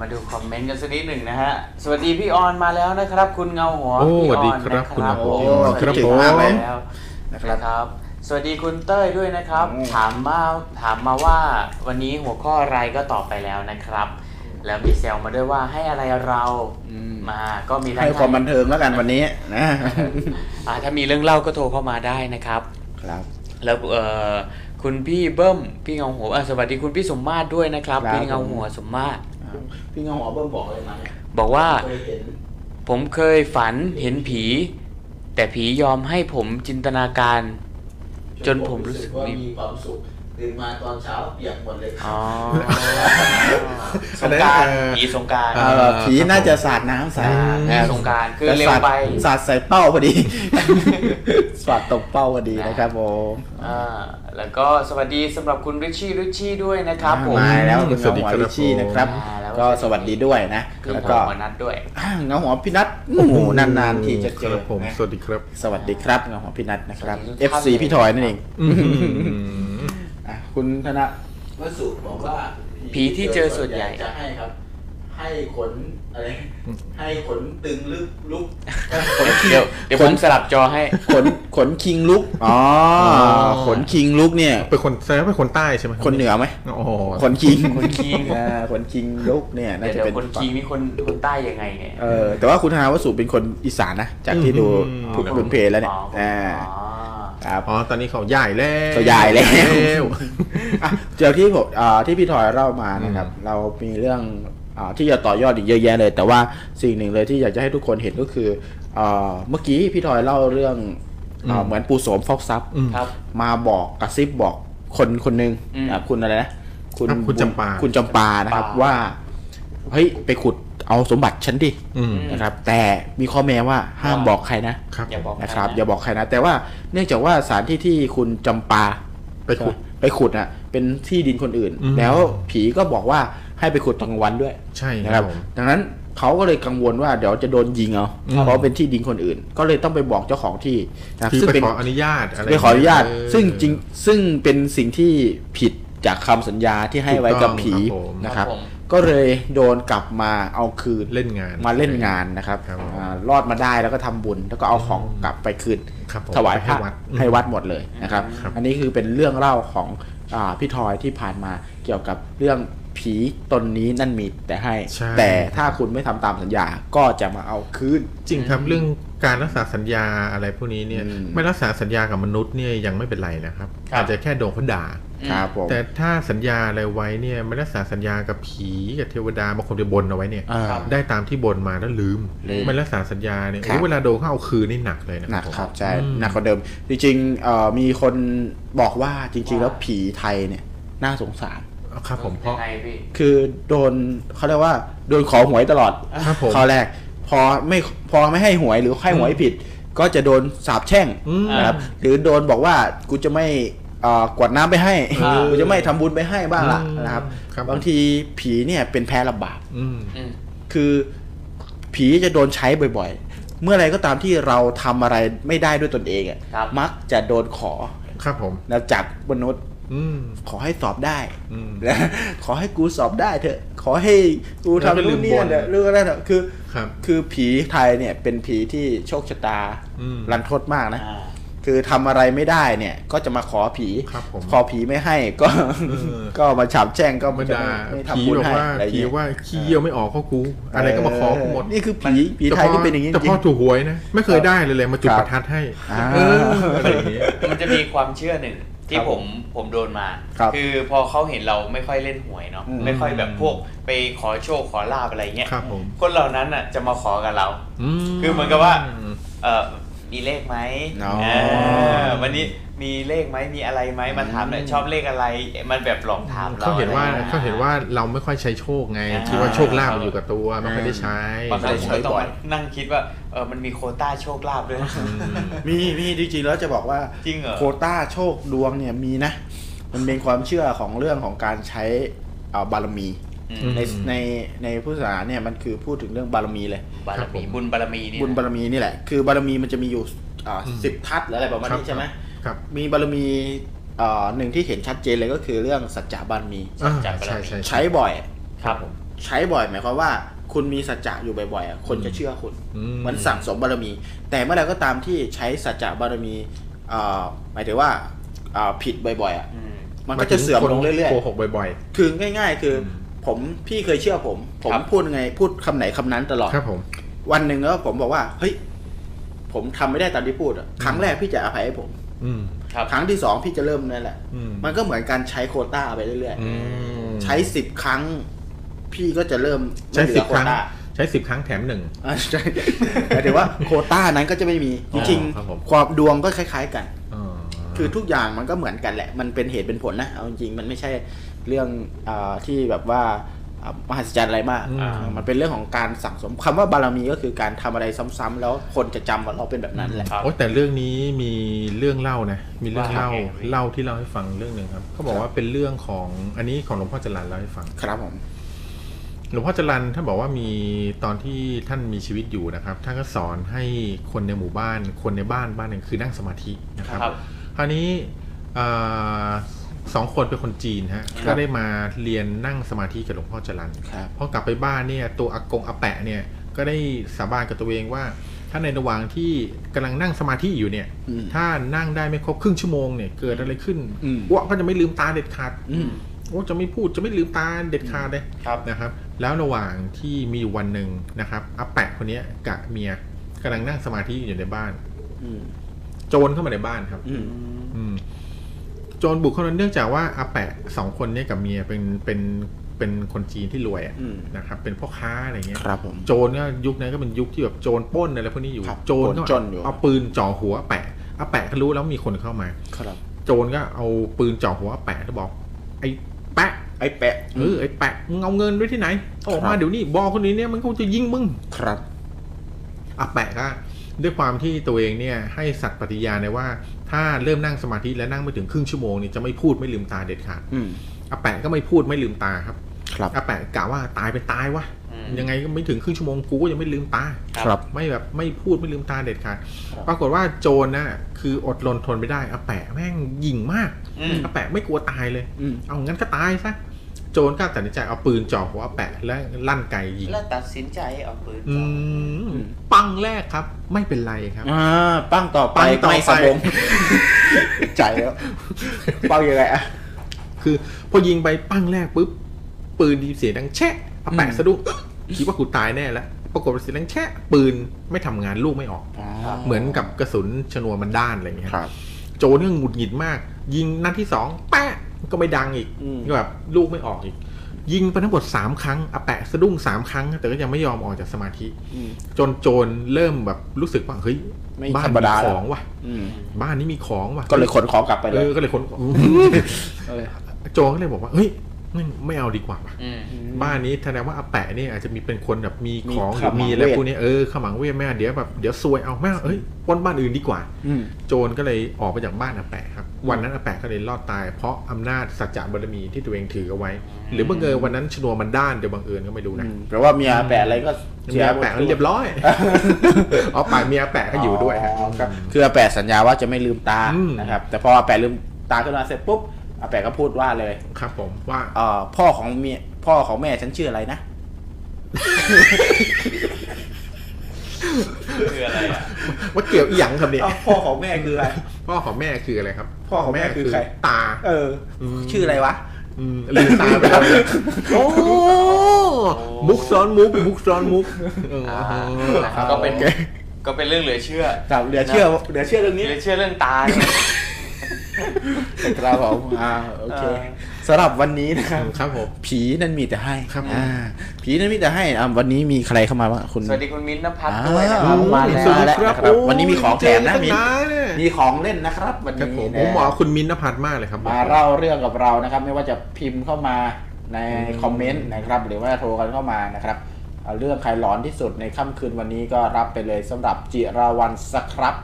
C: มาดูคอมเมนต์กันสักนิดหนึ่งนะฮะ สวัสดีพี่ออนมาแล้วนะครับ คุณเงาหัว
D: โอ้
C: พี่
D: สวัสดีครั
C: นะ
D: บคุณเงาหัว
C: โอ้
D: ครั
C: สวัส
D: บ
C: ดี
D: ผม
C: มากแล้วนะครับ สวัสดีคุณเต้ยด้วยนะครับ ถามมาถามมาว่าวันนี้หัวข้ออะไรก็ตอบไปแล้วนะครับ แล้วมีเซลมาด้วยว่าให้อะไรเรามาก็มีทั้ง
E: ให้ความบันเทิงแล้วกันวันนี้นะ
C: อ่าถ้ามีเรื่องเล่าก็โทรเข้ามาได้นะครับ
E: ครับ
C: แล้วเอ่อคุณพี่เบิ้มพี่เงาหัวอ่ะสวัสดีคุณพี่สมมาตรด้วยนะครับ
E: ครับ
C: พี่เงาหัวสมมาตร
E: พี่เงาหอเบิ้มบอกเลยนะ
C: บอกว่า
F: เคยเห็น
C: ผมเคยฝันเห็นผี แต่ผียอมให้ผมจินตนาการ จนผมรู้สึก
F: ว่า
C: มี
F: มีความสุขตื่นมาตอนเช้าเปียกหมดเลย
C: อ๋อส
D: อัน
C: ง
D: นั้น
C: กราร
D: เอ่อ
C: ผีสงกราร
D: อ่า
E: ผีน่าจะสาดน้ำสาดนะ
C: สงกรารคือ
E: แต่
C: เร็ว
E: สาด
C: ไป
E: สาดใส่เป้าพอดี สาดตกเป้าพอดีนะครับผม
C: อ่าแล้วก็สวัสดีสำหรับคุณริชชี่ริชชี่ด้วยนะครับผม
E: มาแล้วคุณ
D: สวั
E: เงา
D: สดีครับ
E: หัวลิชชี่นะครับ
C: มาแล้ว
E: ก็สวัสดีด้วยนะ
C: คือ
E: แล้ว
C: ผ
E: ก็
C: มมานัดด้วย
E: เงาหัวพี่นัทโอ้โหนานๆทีจะเจ
D: ค
E: อ
D: รับผม
E: นะ
D: สวัสดีครับ
E: สวัสดีครับเงาหัวพี่นัทนะครับ
C: สวัสดีทุกท่าน
E: FC พี่ทอยนั่นเอง
D: อืม
E: อ่ะคุณธนะ
F: วัสุบอกว่า
C: ผีที่เจอส่วนใหญ่
F: จะให้ครับ ให้ขนอะไรให้ขนตึงลึกลุก
C: เดี๋ยวเดี๋ยวผมสลับจอให้
E: ขน ขนคิงลุก อ๋อ ขนคิงลุกเนี่ย
D: เป็นคนแสดงว่าเป็นคนใต้ใช่ไหมรับ
E: คนเหนือไหม
D: โอ้โห
E: ขนคิง
C: ขนคิง
E: อ่าขนคิงลุกเนี่ย น่า
C: เดี๋ยว
E: จะ
C: เดี๋ย
E: เป็น
C: วคนคีมีคนคนใต้ยังไงเนี่ย
E: เออ แต่ว่าคุณธนาวสุเป็นคนอีสานนะ จากที่ดูพุทธบุญเพลแล้วเนี่ย
C: อ๋ออ
E: อ่า
C: ๋อ
E: ครับ
D: อ๋อ ตอนนี้เขาใหญ่แล้ว
E: เขาใหญ่แล้ว
D: ว
E: อ่ะเจอที่ผมอ่าที่พี่ถอยเล่ามานะครับ เรามีเรื่องอาที่จะต่อยอดอีกเยอะแยะเลย แต่ว่าสิ่งหนึ่งเลยที่อยากจะให้ทุกคนเห็นก็คืออาเมื่อกี้พี่ถอยเล่าเรื่องอ่า
D: อืม
E: เหมือนปูโสมฟอกซับ
D: อืม
C: ครับ
E: มาบอกกระซิบบอกคนคนหนึ่ง
C: อืม
E: อ่ะคุณอะไรนะ
D: ครับคุณจำปา
E: คุณจำปานะครับ
C: จำปา
E: ว่าเฮ้ยไปขุดเอาสมบัติฉันดิ
D: อืม
E: นะครับ แต่มีข้อแม้ว่าห้ามบอกใครนะครับ
C: อย่าบอก
E: นะครับ
C: ใ
E: อย่าบอกใครนะ แต่ว่าเนื่องจากว่าสถานที่ที่คุณจำปา
D: ไปขุด
E: ไปขุดอ่ะเป็นที่ดินคนอื่น
D: อืม
E: แล้วผีก็บอกว่าให้ไปขุดตอนกลางวันด้วย
D: ใช่
E: นะ
D: ค
E: ค
D: รั
E: รั
D: บบ ผม
E: ดังนั้นเขาก็เลยกังวลว่าเดี๋ยวจะโดนยิงเอา
D: อืม
E: เพราะเป็นที่ดินคนอื่น ก็เลยต้องไปบอกเจ้าของที่นะครับ
D: คือ
E: ซึ่ง
D: ไป
E: เป็น
D: ขออนุญาตอะไร
E: ไปขออนุญาต
D: เ
E: ซึ่งจริงซึ่งเป็นสิ่งที่ผิดจากคำสัญญาที่ให้ไว้กับผี
D: ถูกต้องครับผม
E: นะครับ
C: ครับผม
E: ก็เลยโดนกลับมาเอาคืน
D: เล่นงาน
E: มาเล่นงานนะครับ
D: ครับผม
E: อ่ารอดมาได้แล้วก็ทำบุญแล้วก็เอาของกลับไปคืน
D: ครับผม
E: ถวายพระ
D: ไปให้วัดอืม
E: ให้วัดหมดเลยนะครับ
D: ครับ
E: อันนี้คือเป็นเรื่องเล่าของอาพี่ทอยที่ผ่านมาเกี่ยวกับเรื่องผีตนนี้นั่นมีแต่ให้
D: ใช่
E: แต่ถ้าคุณไม่ทำตามสัญญาก็จะมาเอาคืน
D: จริงครับเรื่องการรักษาสัญญาอะไรพวกนี้เนี่ย
E: อืม
D: ไม่รักษาสัญญากับมนุษย์เนี่ยยังไม่เป็นไรนะครับ
C: ครับ
D: อาจจะแค่โดนเขาด่า
E: ครับผม
D: แต่ถ้าสัญญาอะไรไว้เนี่ยไม่รักษาสัญญากับผีกับเทวดาบางคนจะบนเอาไว้เนี่ย
E: อ่า
D: ได้ตามที่บนมาแล้วลืมไม่รักษาสัญญาเนี่ย
E: ครับ
D: โอ้เวลาโดนเขาเอาคืนนี่หนักเลยนะ
E: หนัก
D: ผม
E: ครับใช่
D: อืม
E: หนักกว่าเดิม จริงๆเอ่อมีคนบอกว่าจริง ๆ แล้วผีไทยเนี่ยน่าสงสาร
D: ครับผมเพราะ
C: ยังไงพี่
E: คือโดนเขาเรียกว่าโดนขอหวยตลอด
D: ครับผม
E: ข้อแรก พอไม่พอไม่ให้หวยหรือให้หวยผิด ก็จะโดนสาบแช่ง
D: อืม
E: นะครับหรือโดนบอกว่ากูจะไม่เอ่อกวดน้ำไปให้
C: อ่ากู
E: กูจะไม่ทำบุญไปให้บ้างละ
D: อืม
E: นะครับ
D: ครับ
E: บางทีผีเนี่ยเป็นแพ้รับบาป
D: อืม
C: อืม
E: คือผีจะโดนใช้บ่อยๆ เมื่อไรก็ตามที่เราทำอะไรไม่ได้ด้วยตนเองอะ
C: ครับ
E: มักจะโดนขอ
D: ครับผม
E: นะจากมนุษย์
D: อืม
E: ขอให้สอบได้
D: อืม
E: นะ ขอให้กูสอบได้เถอะขอให้กู
D: แล้วก็
E: ทำ
D: ลื
E: นู่
D: ม
E: นนี่นั่
D: บ่น
E: นเถอะเรื่องอะไรเถอะคือ
D: ครับ
E: คือผีไทยเนี่ยเป็นผีที่โชคชะตา
D: อืม
E: รันทดมากนะ คือทำอะไรไม่ได้เนี่ย ก็จะมาขอผี
D: ครับผม
E: ขอผีไม่ให้ก็
D: เออ
E: ก็มาฉาบแช่งก็
D: ธรรม
E: จะ
D: ดา
E: ไม่ไม่
D: ผี
E: ทำบุญ
D: บอก
E: ให้
D: ว่า
E: อะไรอย่ง
D: ผี
E: เงี้ย
D: ว่าขี้เยี่ยวไม่ออกเขากู อะไรก็มาขอกูหมด
E: เนี่คือผีผีไทยที่เป็นอย่างนี้จ
D: แต่
E: ริ
D: พ่อ
E: ง
D: ถูกหวยนะ ไม่เคยได้เลยเลยมาจุด
E: ครับ
D: ประทัดให้
E: อ่า
D: เอออะไรอย่างเงี้ย
C: มันจะมีความเชื่อหนึ่งที่ผมผมโดนมา
E: ครับ
C: อพอเขาเห็นเราไม่ค่อยเล่นหวยเนาะ
E: อืม
C: ไม่ค่อยแบบพวกไปขอโชคขอลาบอะไรเงี้ย
D: ครับผม
C: คนเหล่านั้นน่ะจะมาขอกับเรา
D: ม
C: คือเหมือนกับว่า เออมีเลขไหม
E: อ๋อ
C: เออวันนี้มีเลขไหมมีอะไรไหมมาถามหน่อยชอบเลขอะไร มันแบบหลอกถามเรา
D: เขาเห็นว่า
C: อะไรงี้ย
D: เขาเห็นว่าเราไม่ค่อยใช้โชคไง
C: อ่า
D: คิดว่าโชคลาภมันอยู่กับตัวไม่ค่อยได้ใช้
C: บางครั้งผมก็ต้อง
E: บ่อ
C: มาย นั่งคิดว่าเออมันมีโควต้าโชคลาภด้วยนะ
E: มีมีจริงๆแล้วจะบอกว่า
C: จริงเหรอ
E: โควต้าโชคดวงเนี่ยมีนะ มันเป็นความเชื่อของเรื่องของการใช้เอ่อบารมี
D: อืม
E: ในในในพุทธศาสนาเนี่ยมันคือพูดถึงเรื่องบารมีเลย
C: บาร
D: ครับผ
C: มี
D: ม
C: บุญบารมีนี่นะ
E: บุญบารมีนี่แหละ คือบารมีมันจะมีอยู่อ่า
D: อืม
E: สิบทัศน์หรืออะไรประมาณ
D: ครับ
E: นี้ใช่ไหม
D: ครับ
E: มีบารมีเอ่อหนึ่งที่เห็นชัดเจนเลยก็คือเรื่องสัจจะบารมี
D: อ่า
C: จัดไปแล้ว
D: ใช่ใช่
E: ใช้บ่อย
C: ครับ
E: ใช้บ่อยหมายความว่า คุณมีสัจจะอยู่บ่อยๆอะคนจะเชื่อคุณ
D: อืม
E: เหมือนสั่งสมบารมี แต่เมื่อไหรก็ตามที่ใช้สัจจะบารมีเอ่อหมายถึงว่าเอ่อผิดบ่อยๆอะมันก็จะเสื่อมลงเรื่อย
D: โกหกบ่อย
E: ๆ คือง่าย ๆ คืออ
D: ม
E: ผมพี่เคยเชื่อผม ผม
C: ครับ
E: พูดไงพูดคำไหนคำนั้นตลอด
D: ๆ ครับผม
E: วันหนึ่งแล้วผมบอกว่า เฮ้ย ผมทำไม่ได้ตามที่พูดอะครั้งแรกพี่จะอภัยให้ผม
D: อืม
C: ครับ
E: ครั้งที่สองพี่จะเริ่มนั่นแหละ
D: อืม
E: มันก็เหมือนการใช้โควต้าไปเรื่อย
D: อืม
E: ๆ ใช้สิบครั้ง พี่ก็จะเริ่ม
D: ใช้
E: ไม่เหลื
D: สิ
E: อบ โว
D: ครั้ง
E: ต้า
D: ใช้สิบครั้งแถมหนึ่ง
E: อ่าใช่หมายถึงว่าโควต้านั้นก็จะไม่มี จริง
D: ครับผม
E: ๆ ความดวงก็คล้าย ๆ กัน
D: อ๋อ
E: คือทุกอย่างมันก็เหมือนกันแหละ มันเป็นเหตุเป็นผลนะ เอาจริงๆ มันไม่ใช่เรื่องอาที่แบบว่าอ่ามหัศจรรย์อะไรมาก
D: อืม
E: อ่ามันเป็นเรื่องของการสั่งสมคำว่าบารมีก็คือการทำอะไรซ้ำๆแล้วคนจะจำว่าเราเป็นแบบนั้นแหละ
D: โอ้แต่เรื่องนี้มีเรื่องเล่านะ มีเรื่องเล่าเล่าที่เล่าให้ฟังเรื่องหนึ่งครับเขาบอกว่าเป็นเรื่องของอันนี้ของหลวงพ่อจรันเล่าให้ฟัง
E: ครับผม
D: หลวงพ่อจรันท่านบอกว่ามีตอนที่ท่านมีชีวิตอยู่นะครับ ท่านก็สอนให้คนในหมู่บ้าน คนในบ้านบ้านหนึ่งคือนั่งสมาธินะครับ
C: ครับ
D: คราวนี้เอ่อสองคนเป็นคนจีนฮะก็ได้มาเรียนนั่งสมาธิกับหลวงพ่อจรัน
E: ครับ
D: พอกลับไปบ้านเนี่ยตัวอากงอาแปะเนี่ยก็ได้สาบานกับตัวเองว่า ถ้าในระหว่างที่กำลังนั่งสมาธิอยู่เนี่ย
E: อืม
D: ถ้านั่งได้ไม่ครบครึ่งชั่วโมงเนี่ยเกิดอะไรขึ้น
E: อืม
D: อ้วกก็จะไม่ลืมตาเด็ดขาด
E: อืม
D: โอ้จะไม่พูดจะไม่ลืมตาเด็ดขาดเลย
E: ครับ
D: นะครับ แล้วระหว่างที่มีอยู่วันหนึ่งนะครับอาแปะคนเนี้ยกับเมียกำลังนั่งสมาธิอยู่ในบ้าน
E: อืม
D: โจรเข้ามาในบ้านครับ
E: อืม
D: อืมโจรบุกเข้ามาเนื่องจากว่าอาแปะสองคนเนี้ยกับเมียเป็นเป็นเป็นคนจีนที่รวยอะ
E: อืม
D: นะครับ เป็นพ่อค้าอะไรเงี้ย
E: ครับผม
D: โจรก็ยุคนั้นก็เป็นยุคที่แบบโจรปล้นอะไรพวกนี้อยู่
E: ครับ
D: โจรก็
E: โจรจนอยู่
D: เอาปืนจ่อหัวอาแปะอาแปะก็รู้แล้วมีคนเข้ามา
E: ครับ
D: โจรก็เอาปืนจ่อหัวอาแปะแล้วบอก ไอ้แปะ
E: ไอ้แปะ
D: เออไอ้แปะมึงเอาเงินไว้ที่ไหนออก
E: ค
D: มา
E: รับ
D: เดี๋ยวนี้บอกคนนี้เนี่ยมันคงจะยิงมึง
E: ครับ
D: อ่ะแปะก็ด้วยความที่ตัวเองเนี่ยให้สัตย์ปฏิญาณเลยว่า ถ้าเริ่มนั่งสมาธิและนั่งไม่ถึงครึ่งชั่วโมงนี่จะไม่พูดไม่ลืมตาเด็ดขาด
E: อืม
D: อาแปะก็ไม่พูดไม่ลืมตาครับ
E: ครับ
D: อาแปะกะว่าตายเป็นตายวะยังไงก็ไม่ถึงครึ่งชั่วโมงกูก็ยังไม่ลืมตา
E: ครับ
D: ไม่แบบไม่พูดไม่ลืมตาเด็ดขาดปรากฏว่าโจรน่ะคืออดรนทนไม่ได้อาแปะแม่งยิงมาก
C: อืม
D: อาแปะไม่กลัวตายเลย
E: อืม
D: เอางั้นก็ตายซะ โจรก็ตัดสินใจเอาปืนจ่อหัวแปะและลั่นไกยิง
C: แล้วตัดสินใจเอาปืน
D: อื
C: จ่อ
D: มปังแรกครับ ไม่เป็นไรครับ
E: อ่า ปั้งต่อไป
D: ปั้งต่อไป
E: ไม่สะบง ใจแล้ว เป้ายังไงอะ
D: คือพอยิงไปปังแรกปุ๊บ ปืนดีเสียงดังแชะเอาแปะ
E: อืม
D: สะดุ้ง คิดว่ากูตายแน่แล้ว ปรากฏว่าเสียงดังแชะ ปืนไม่ทำงานลูกไม่ออก เหมือนกับกระสุนชนวนมันด้านอะไรอย่างเงี้ย
E: ครับ
D: โจรก็หงุดหงิดมาก ยิงนัดที่สองแปะก็ไม่ดังอีก
E: อืม
D: ก็แบบลูกไม่ออกอีก ยิงไปทั้งหมดสามครั้งอาแปะสะดุ้งสามครั้ง แต่ก็ยังไม่ยอมออกจากสมาธิ
E: อืม
D: จนโจรเริ่มแบบรู้สึกว่าเฮ้ย
E: ไม่
D: บ้า
E: ธ
D: น
E: รรม
D: มี
E: ดา
D: ของว่ะ
E: อืม
D: บ้านนี้มีของว่ะ
E: ก็เลยขนของกลับไปเล
D: เอย อก็เลย คน
E: เออ
D: โจรก็เลยบอกว่าเฮ้ยไม่ไม่เอาดีกว่าว่ะ
E: อืม
D: บ้านนี้แสดงว่าอาแปะเนี่ยอาจจะมีเป็นคนแบบมีของหรือ
E: มี
D: มีอะไร
E: ข
D: พ
E: มังเวท
D: วกนี้เออขมังเวทแม่เดี๋ยวแบบเดี๋ยวซวยเอาแม่เอ้ยปล้นบ้านอื่นดีกว่า
E: อืม
D: โจรก็เลยออกไปจากบ้านอาแปะครับ วันนั้นอาแปะก็เลยรอดตาย เพราะอำนาจสัจจะบารมีที่ตัวเองถือเอาไว้ หรือบังเอิญวันนั้นชนวนมันด้านเดี๋ยวบังเอิญก็ไม่รู้นะ
E: แปลว่าเมียแปะอะไรก็
D: เมียแปะก็เรียบ ร้อย เอาไปเมียแปะก็อยู่ด้วยฮะ
E: อ๋อครับคืออาแปะสัญญาว่าจะไม่ลืมตา
D: อืม
E: นะครับ แต่พออาแปะลืมตาขึ้นมาเสร็จปุ๊บอาแปะก็พูดว่าเลย
D: ครับผมว่า
E: เอ่อพ่อของเมียพ่อของแม่ฉันชื่ออะไรนะ
C: คืออะไรอ่ะ
D: ว่าเกี่ยวอีหยังครับเนี่ย
E: อ้าวพ่อของแม่คืออะไร
D: พ่อของแม่คืออะไรครับ
E: พ่อของแม่คือใคร
D: ตา
E: เออ ชื่ออะไรวะ
D: อืมลืมตาไปแล้วเนี่ยโอ้มุกซ้อนมุกมุกซ้อนมุกเออ
C: อ่า
D: ครับ
C: ก็เป็นก็เป็นเรื่องเหลือเชื่อ
E: ครับเหลือเชื่อเหลือเชื่อเรื่องนี้
C: เหลือเชื่อเรื่องตาย
E: ครับผมอ่าโอเคสำหรับวันนี้นะครับ
D: ครับผม
E: ผีนั้นมีแต่ให้
D: ครับผม
E: อ่าผีนั้นมีแต่ให้อ่าวันนี้มีใครเข้ามาบ้างคุณ
C: สวัสดีคุณมิ้นท์นภัส
E: อ่า
C: ด้วยนะค
E: ค
C: รั
E: รั
C: บบ
E: มาแล้วมาแล้วนะครับวันนี้มีของแถมนะมี
D: มีย
E: มีของเล่นนะครับ วัน
D: ครับ
E: นี้
D: ผมผ
E: นะ
D: มหมอคุณมินท์นภัทรมากเลยครับ
E: มาเล่าเรื่องกับเรานะครับ ไม่ว่าจะพิมพ์เข้ามาในคอมเมนต์นะครับ หรือว่าโทรกันเข้ามานะครับเอาเรื่องใครหลอนที่สุดในค่ำคืนวันนี้ก็รับไปเลยสำหรับจิราวันสครับ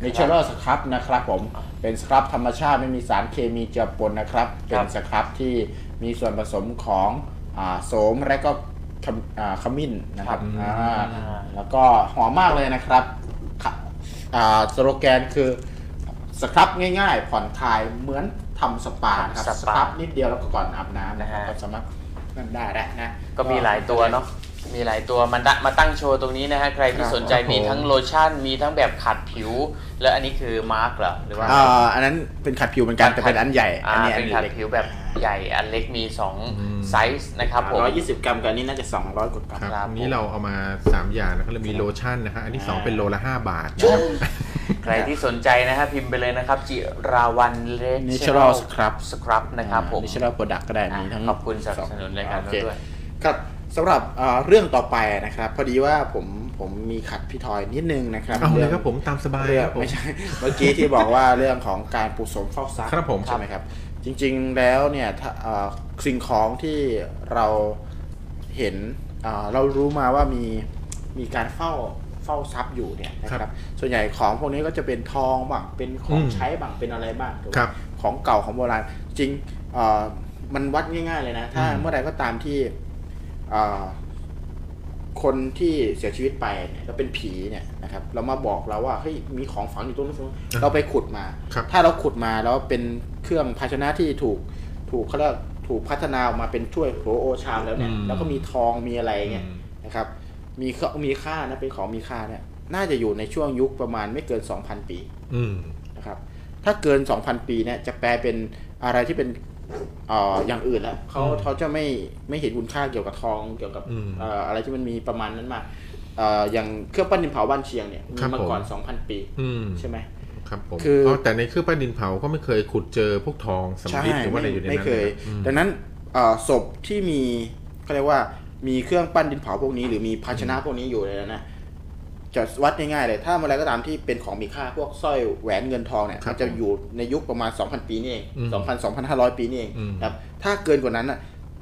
E: เนเชอรัลสครับนะครับผมเป็นสครับธรรมชาติไม่มีสารเคมีเจือปนนะครับ เป็นสครับที่มีส่วนผสมของอ่าโสมและก็ขมอ่าขมิ้นนะครับอ่าแล้วก็หอมมากเลยนะครับค่ะอ่าสโลแกนคือสครับง่ายๆ ผ่อนคลายเหมือนทำสปานะครับ
C: ทำส
E: ส
C: ปา
E: ครับนิดเดียวแล้วก็ก่อนอาบน้ำนะ
C: นะฮะ
E: ครับสามารถ
F: นั่นได้แหละนะ
C: ก็มีหลายตัวเนาะ มีหลายตัวมันตะมาตั้งโชว์ตรงนี้นะฮะ ใครที่สนใจมีทั้งโลชั่น มีทั้งแบบขัดผิว แล้วอันนี้คือมาร์กเหรอ หรือว่า
E: อ่าอันนั้นเป็นขัดผิวเหมือนกันแต่เป็นอันใหญ่
C: อ่า
E: อันนี้อั
C: เป็น นขัด
E: เล็ก
C: ผิวแบบใหญ่ อันเล็กมี2ไซส์นะครับผม
E: ร้อยยี่สิบกรัมกับอันนี้น่าจะสองร้อยกว่ากรัม
D: ครับ
C: ครับ
D: วันนี้เราเอามา 3 อย่างนะครับเรามีโลชั่นนะฮะอันที่ 2 เป็นโลละ 5 บาทนะครับ
C: ใครที่สนใจนะฮะพิมพ์ไปเลยนะครับ จิราวันเล
E: Natural Scrub
C: สครับนะครับผม
E: นี่ใช่แล้วโปรดักก็ได้
C: อ่ะ
E: มีทั้ง
C: ขอบคุณสนับสนุนรายการเราด้วย
E: ครับสำหรับเอ่อเรื่องต่อไปนะครับ พอดีว่าผมผมมีขัดพี่ทอยนิดนึงนะครับ
D: เอาเลย
E: ง
D: ครับผมตามสบาย
E: เรื่อ
D: ค
E: ง
D: รับผม
E: ไม่ใช่ เมื่อกี้ที่บอกว่าเรื่องของการปลูกสมเฝ้าทรัพย์
D: ครับผม
E: ใช่ไหมครับ จริงๆแล้วเนี่ยถ้าเอ่อสิ่งของที่เราเห็นเอ่อเรารู้มาว่ามีมีการเฝ้าเฝ้าทรัพย์อยู่เนี่ยนะครับ ส่วนใหญ่ของพวกนี้ก็จะเป็นทองบ้างเป็นของใช้บ้างเป็นอะไรบ้างถูกไหม
D: ครับ
E: ของเก่าของโบราณจริงเอ่อมันวัดง่ายๆเลยนะ ถ้า
D: อืม
E: เมื่อใดก็ตามที่เอ่อคนที่เสียชีวิตไปเนี่ยแล้วเป็นผีเนี่ยนะครับ เรามาบอกเราว่าเฮ้ยมีของฝังอยู่ตรงนู้นตรงนี้นเราไปขุดมา
D: ครับ
E: ถ้าเราขุดมาแล้วเป็นเครื่องภาชนะที่ถูกถูกเขาเรียกถูกพัฒนาออกมาเป็นถ้วยโถโอชามแล้วเนี่ย
D: อืม
E: แล้วก็มีทองมีอะไรเงี้ย
D: อืม
E: นะครับ มีเครื่องมีค่านะเป็นของมีค่าเนี่ย น่าจะอยู่ในช่วงยุคประมาณไม่เกิน 2,000 ปี
D: อืม
E: นะครับถ้าเกิน 2,000 ปีเนี่ยจะแปลเป็นอะไรที่เป็นเอ่ออย่างอื่นแล้วเขา
D: อืม
E: เขาจะไม่ไม่เห็นคุณค่าเกี่ยวกับทองเกี่ยวกับ
D: อืม
E: เอ่ออะไรที่มันมีประมาณนั้นมาเอ่ออย่างเครื่องปั้นดินเผาบ้านเชียงเนี่ยมี
D: ครับ
E: มาก่อน
D: ผม
E: 2,000 ปี
D: อืม
E: ใช่ไหม
D: ครับผม
E: คือ
D: เอาแต่ในเครื่องปั้นดินเผาก็ไม่เคยขุดเจอพวกทองสำริดหรือว่าอะไรอยู่ในนั้น
E: ไม่เคย
D: ลนะ
E: ดังนั้นเอ่อศพที่มีเขาเรียกว่ามีเครื่องปั้นดินเผาพวกนี้ หรือมีภาชนะพวกนี้อยู่เลยนะ จะวัดง่ายๆเลย ถ้าอะไรก็ตามที่เป็นของมีค่าพวกสร้อยแหวนเงินทองเนี่ยมันจะอยู่ในยุคประมาณ 2,000 ปีนี่เอง2,000 2,500 ปีนี่เองนะครับถ้าเกินกว่านั้นน่ะ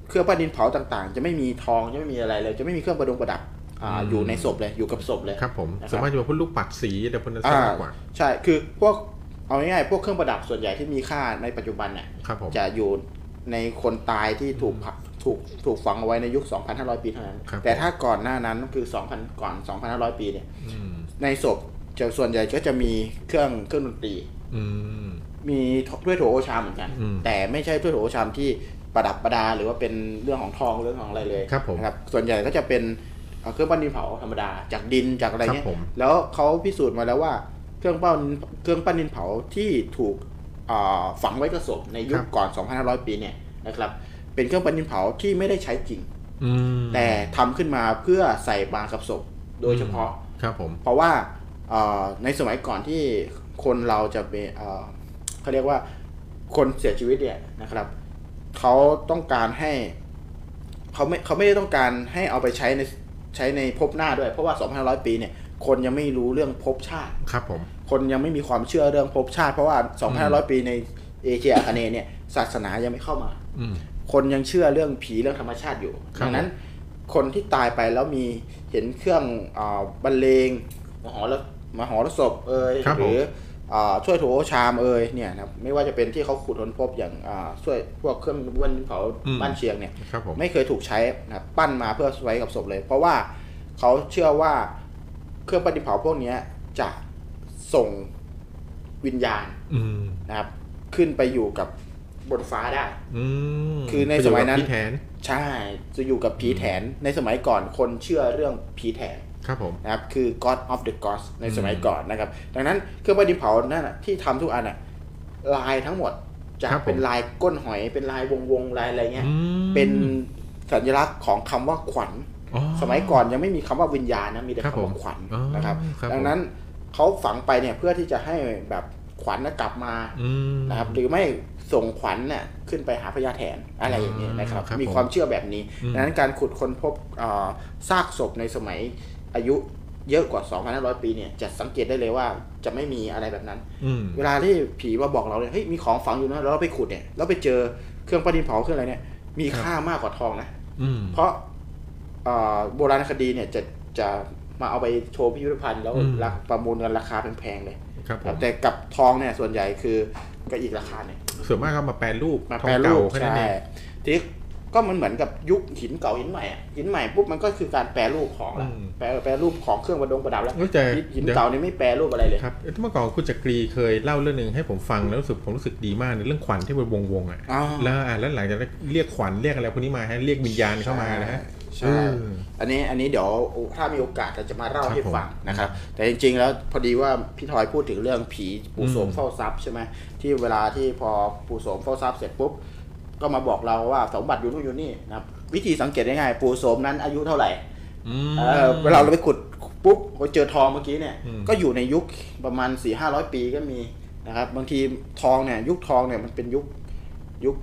E: เครื่องปั้นดินเผาต่างๆ จะไม่มีทองจะไม่มีอะไรเลย จะไม่มีเครื่องประดงประดับอ่าอยู่ในศพเลยอยู่กับศพเลย
D: ครับผม
E: นะครับ
D: ส่วนมากจะเป็นพวกลูกปัดสีแต่พวกนั้น
E: อ่าม
D: ซะากกว่า
E: ใช่คือพวกเอาง่ายๆพวกเครื่องประดับส่วนใหญ่ที่มีค่าในปัจจุบันน่ะ
D: ครับผม
E: จะอยู่ในคนตายที่ถูกเผาถูกถูกฝังเอาไว้ในยุค 2,500 ปีเท่านั้น
D: ครับ
E: แต่ถ้าก่อนหน้านั้นคือ 2,000 ก่อน 2,500 ปีเนี่ย
D: อืม
E: ในศพจะส่วนใหญ่ก็จะมีเครื่องเครื่องดนตรี
D: อืม
E: มีด้วยโถโอชามเหมือนกัน
D: อืม
E: แต่ไม่ใช่ด้วยโถโอชามที่ประดับประดาหรือว่าเป็นเรื่องของทองเรื่องของอะไรเลย
D: ครับผม
E: นะครับ ส่วนใหญ่ก็จะเป็นเอ่อเครื่องปั้นดินเผาธรรมดา จากดินจากอะไรเงี้ย
D: ครับผม
E: แล้วเขาพิสูจน์มาแล้วว่าเครื่องปั้นเครื่องปั้นดินเผาที่ถูกเอ่อฝังไว้กระสบในยุคก่อน 2,500 ปีเนี่ยนะครับ เป็นเครื่องปั้นดินเผาที่ไม่ได้ใช้จริง
D: อืม
E: แต่ทำขึ้นมาเพื่อใส่บางกับศพโดยเฉพาะ
D: ครับผม
E: เพราะว่าเอ่อในสมัยก่อนที่คนเราจะไปเอ่อเขาเรียกว่าคนเสียชีวิตเนี่ยนะครับเขาต้องการให้เขาไม่เขาไม่ได้ต้องการให้เอาไปใช้ในใช้ในภพหน้าด้วย เพราะว่า 2,500 ปีเนี่ยคนยังไม่รู้เรื่องภพชาติ
D: ครับผม
E: คนยังไม่มีความเชื่อเรื่องภพชาติ เพราะว่า 2,500 ปีในเอเชียอาคเนย์เนี่ยศาสนายังไม่เข้ามา
D: อืม
E: คนยังเชื่อเรื่องผีเรื่องธรรมชาติอยู่
D: ครับ
E: ดังนั้น คนที่ตายไปแล้วมีเห็นเครื่องอาบรรเลงมหรสมหรสพเอ่ย
D: ครับ
E: ห
D: ผม
E: รืออ่าช่วยโถชามเอ่ยเนี่ยนะครับไม่ว่าจะเป็นที่เขาขุดค้นพบอย่างอ่าช่วยพวกเครื่องวันเผา
D: อืม
E: บ้านเชียงเนี่ย
D: ครับผม
E: ไม่เคยถูกใช้นะครับปั้นมาเพื่อไว้กับศพเลย เพราะว่าเขาเชื่อว่าเครื่องประดิษฐ์เผาพวกเนี้ยจะส่งวิญญาณ
D: อืม
E: นะครับ ขึ้นไปอยู่กับบนฟ้าได้
D: อืม
E: คือในสมัยนั้น
D: ประโกับพี่แทน
E: ใช่จะอยู่กับผีแถนในสมัยก่อนคนเชื่อเรื่องผีแถน
D: ครับผม
E: นะครับคือ God of the Gods ในสมัยก่อนนะครับ ดังนั้นเครื่องประดิษฐ์เผานั่นนะที่ทำทุกอันอะลายทั้งหมดจะ
D: ครับผม
E: เป็นลายก้นหอย เป็นลายวงวงๆลายอะไรเงี้ย
D: อืม
E: เป็นสัญลักษณ์ของคำว่าขวัญ
D: อ๋อ
E: สมัยก่อนยังไม่มีคำว่าวิญญาณนะมีแต่
D: ครับ
E: คำ
D: ผม
E: ว่าขวัญ
D: อ๋อ
E: นะครับ
D: ครับผม
E: ดังนั้นเขาฝังไปเนี่ยเพื่อที่จะให้แบบขวัญน่ะกลับมา
D: อืม
E: นะครับ หรือไม่ส่งขวัญน่ะขึ้นไปหาพญาแถนอะไรอย่างเงี้ยนะครับ
D: ครับ
E: มี
D: ผม
E: ความเชื่อแบบนี้
D: อืม
E: ดังนั้นการขุดค้นพบเอ่อซากศพในสมัยอายุเยอะกว่า 2,500 ปีเนี่ยจะสังเกตได้เลยว่าจะไม่มีอะไรแบบนั้น
D: อืม
E: เวลาที่ผีมาบอกเราเนี่ยเฮ้ยมีของฝังอยู่นะแล้วเราไปขุดเนี่ยแล้วไปเจอเครื่องประดินเผาเครื่องอะไรเนี่ยมี
D: ครับ
E: ค่ามากกว่าทองนะ
D: อืม
E: เพราะเอ่อโบราณคดีเนี่ยจะจะมาเอาไปโชว์พิพิธภัณฑ์แล้ว
D: อืม
E: ราคประมูลกันราคาแพงๆเลย
D: ครับผม
E: แต่กับทองเนี่ยส่วนใหญ่คือก็อีกราคาเนี่ย
D: ส่วนมากก็มาแปรรูป
E: มา
D: ทอ
E: แปรง รู
D: เก่า
E: ป
D: แค่นั้นเอ
E: ใช่
D: ง
E: ที่ ก็มันเหมือนกับยุคหินเก่าหินใหม่อะหินใหม่ปุ๊บมันก็คือการแปรรูปของละ
D: อืม
E: แปรแปรรูปของเครื่องประดงประดับแล้ว
D: เฮ้ยแต่
E: หินหิน
D: เดี๋ยว
E: เก่านี่ไม่แปรรูปอะไรเลย
D: ครับเอ้ยเมื่อก่อนคุณจักรีเคยเล่าเรื่องหนึ่งให้ผมฟังแล้วรู้สึกผมรู้สึกดีมากในเรื่องขวัญที่เป็นวงวงๆอ่ะ
E: อ๋อ
D: แล้วอ่ะแล้วหลังจากนั้นเรียกขวัญเรียกอะไรพวกนี้มาฮะเรียกวิญญาณเข้ามานะฮะ
E: ใช่
D: เออ
E: อันนี้อันนี้เดี๋ยวถ้ามีโอกาสเราจะมาเล่า
D: ครับ
E: ให้ฟังนะครับ แต่จริงๆแล้วพอดีว่าพี่ทอยพูดถึงเรื่องผีปู่โสมเฝ้าทรัพย์ใช่ไหมที่เวลาที่พอปู่โสมเฝ้าทรัพย์เสร็จปุ๊บก็มาบอกเราว่าสมบัติอยู่นู่นอยู่นี่นะครับวิธีสังเกตง่ายๆปู่โสมนั้นอายุเท่าไหร่เอ่อเวลาเราไปขุดปุ๊บเราเจอทองเมื่อกี้เนี่ย
D: อืม
E: ก็อยู่ในยุคประมาณ4ี่ห้าร้อยปีก็มีนะครับบางทีทองเนี่ยยุคทองเนี่ยมันเป็นยุคยุค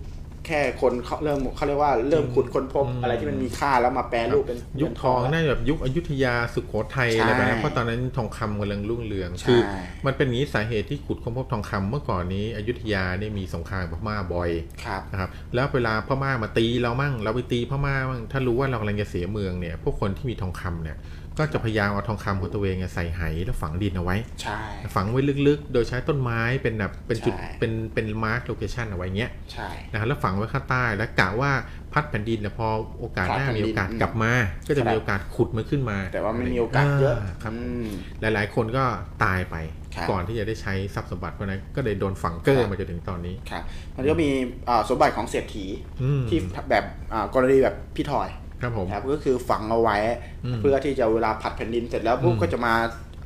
E: แค่คนเขาเริ่มเขาเรียกว่าเริ่มขุดค้นพบอะไรที่มันมีค่าแล้วมาแปรรูปเป็น
D: ยุคทองน่าจะแบบยุคอยุธยาสุโขทัย
E: ใช่
D: อะไรแบบนั้นเพราะตอนนั้นทองคำกำลังรุ่งเรือง คือ มันเป็นอย่างนี้สาเหตุที่ขุดค้นพบทองคำเมื่อก่อนนี้อยุธยาเนี่ยมีสงครามกับพม่าบ่อย
E: ครับ
D: นะครับแล้วเวลาพม่ามาตีเรามั่งเราไปตีพม่ามั่งถ้ารู้ว่าเรากำลังจะเสียเมืองเนี่ยพวกคนที่มีทองคำเนี่ยก็จะพยายามเอาทองคำของตัวเองเนี่ยใส่ไหแล้วฝังดินเอาไว้
E: ใช่
D: ฝังไว้ลึกๆ โดยใช้ต้นไม้เป็นแบบเป็นจุด
E: ใช่
D: เป็นเป็นมาร์คโลเคชันเอาไว้เงี้ย
E: ใช่
D: นะครับแล้วฝังไว้ข้างใต้แล้วกะว่าพัดแผ่นดินเนี่ยพอโอกาสหน้า
E: พัดแผ่นดิน
D: มีโอกาส
E: อืม
D: กลับมา ก็จะ
E: ครับ
D: มีโอกาสขุดมันขึ้นมา
E: แต่ว่าไม่มีโอกาสเยอะ
D: าครับ
E: อืม
D: หลายๆ คนก็ตายไป
E: ครับ
D: ก่อนที่จะได้ใช้ทรัพย์สมบัติเพราะฉะนั้นก็เลยโดนฝังเกอร์มาจนถึงตอนนี้
E: ครับมันก็มีอ่าสมบัติของเศรษฐี
D: อืม
E: ที่แบบอ่ากรณีแบบพี่ทอย
D: ครับผม
E: นะครับก็คือฝังเอาไว้
D: อืม
E: เพื่อที่จะเวลาผัดแผ่นดินเสร็จแล้วปุ๊บ
D: อืม
E: ก็จะมา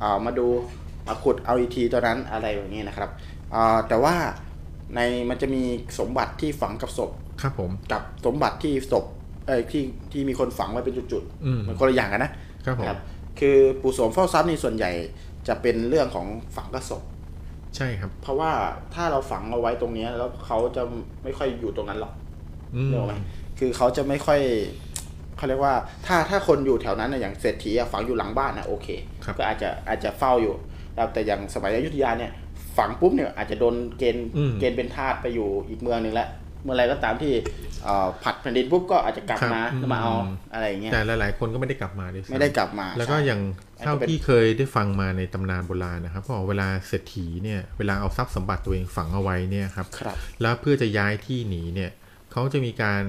E: อ่ามาดูมาขุดเอาอีกทีตอนนั้นอะไรอย่างนี้นะครับอ่าแต่ว่าในมันจะมีสมบัติที่ฝังกับศพ
D: ครับผม
E: กับสมบัติที่ศพเอ่อที่ที่มีคนฝังไว้เป็นจุด
D: อืม
E: ๆมันคนละอย่างกันนะครับ
D: ผม
E: คือปู่โสมเฝ้าทรัพย์นี่ส่วนใหญ่จะเป็นเรื่องของฝังกระศพ
D: ใช่ครับ
E: เพราะว่าถ้าเราฝังเอาไว้ตรงเนี้ยแล้วเขาจะไม่ค่อยอยู่ตรงนั้นหรอก
D: อืม
E: เนกออกไหมคือเขาจะไม่ค่อยเขาเรียกว่า ถ้าถ้าคนอยู่แถวนั้นนะอย่างเศรษฐีอะฝังอยู่หลังบ้านนะโอเค
D: ครับ
E: ก็อาจจะอาจจะเฝ้าอยู่แล้วแต่อย่างสมัยอยุธยาเนี่ยฝังปุ๊บเนี่ยอาจจะโดนเกณฑ์
D: อืม
E: เกณฑ์เป็นทาสไปอยู่อีกเมืองหนึ่งแล้วเมื่อไรก็ตามที่เอ่อผัดแผ่นดินปุ๊บก็อาจจะกลับ
D: ครับ
E: มา
D: อืม
E: แล้วมาเอาอะไรอย่างเงี้ย
D: แต่หลาย ๆ คนก็ไม่ได้กลับมาด้วยซ้ำ
E: ไม่ได้กลับมา
D: แล้วก็
E: ใช่
D: อย่าง
E: อันนี้
D: เท่า
E: ก็เป็น
D: ที่เคยได้ฟังมาในตำนานโบราณนะครับก็บอกเวลาเศรษฐีเนี่ยเวลาเอาทรัพย์สมบัติตัวเองฝังเอาไว้เนี่ยครับ
E: ครับ
D: แล้วเพื่อจะย้ายที่หนีเนี่ยเขาจะมีการ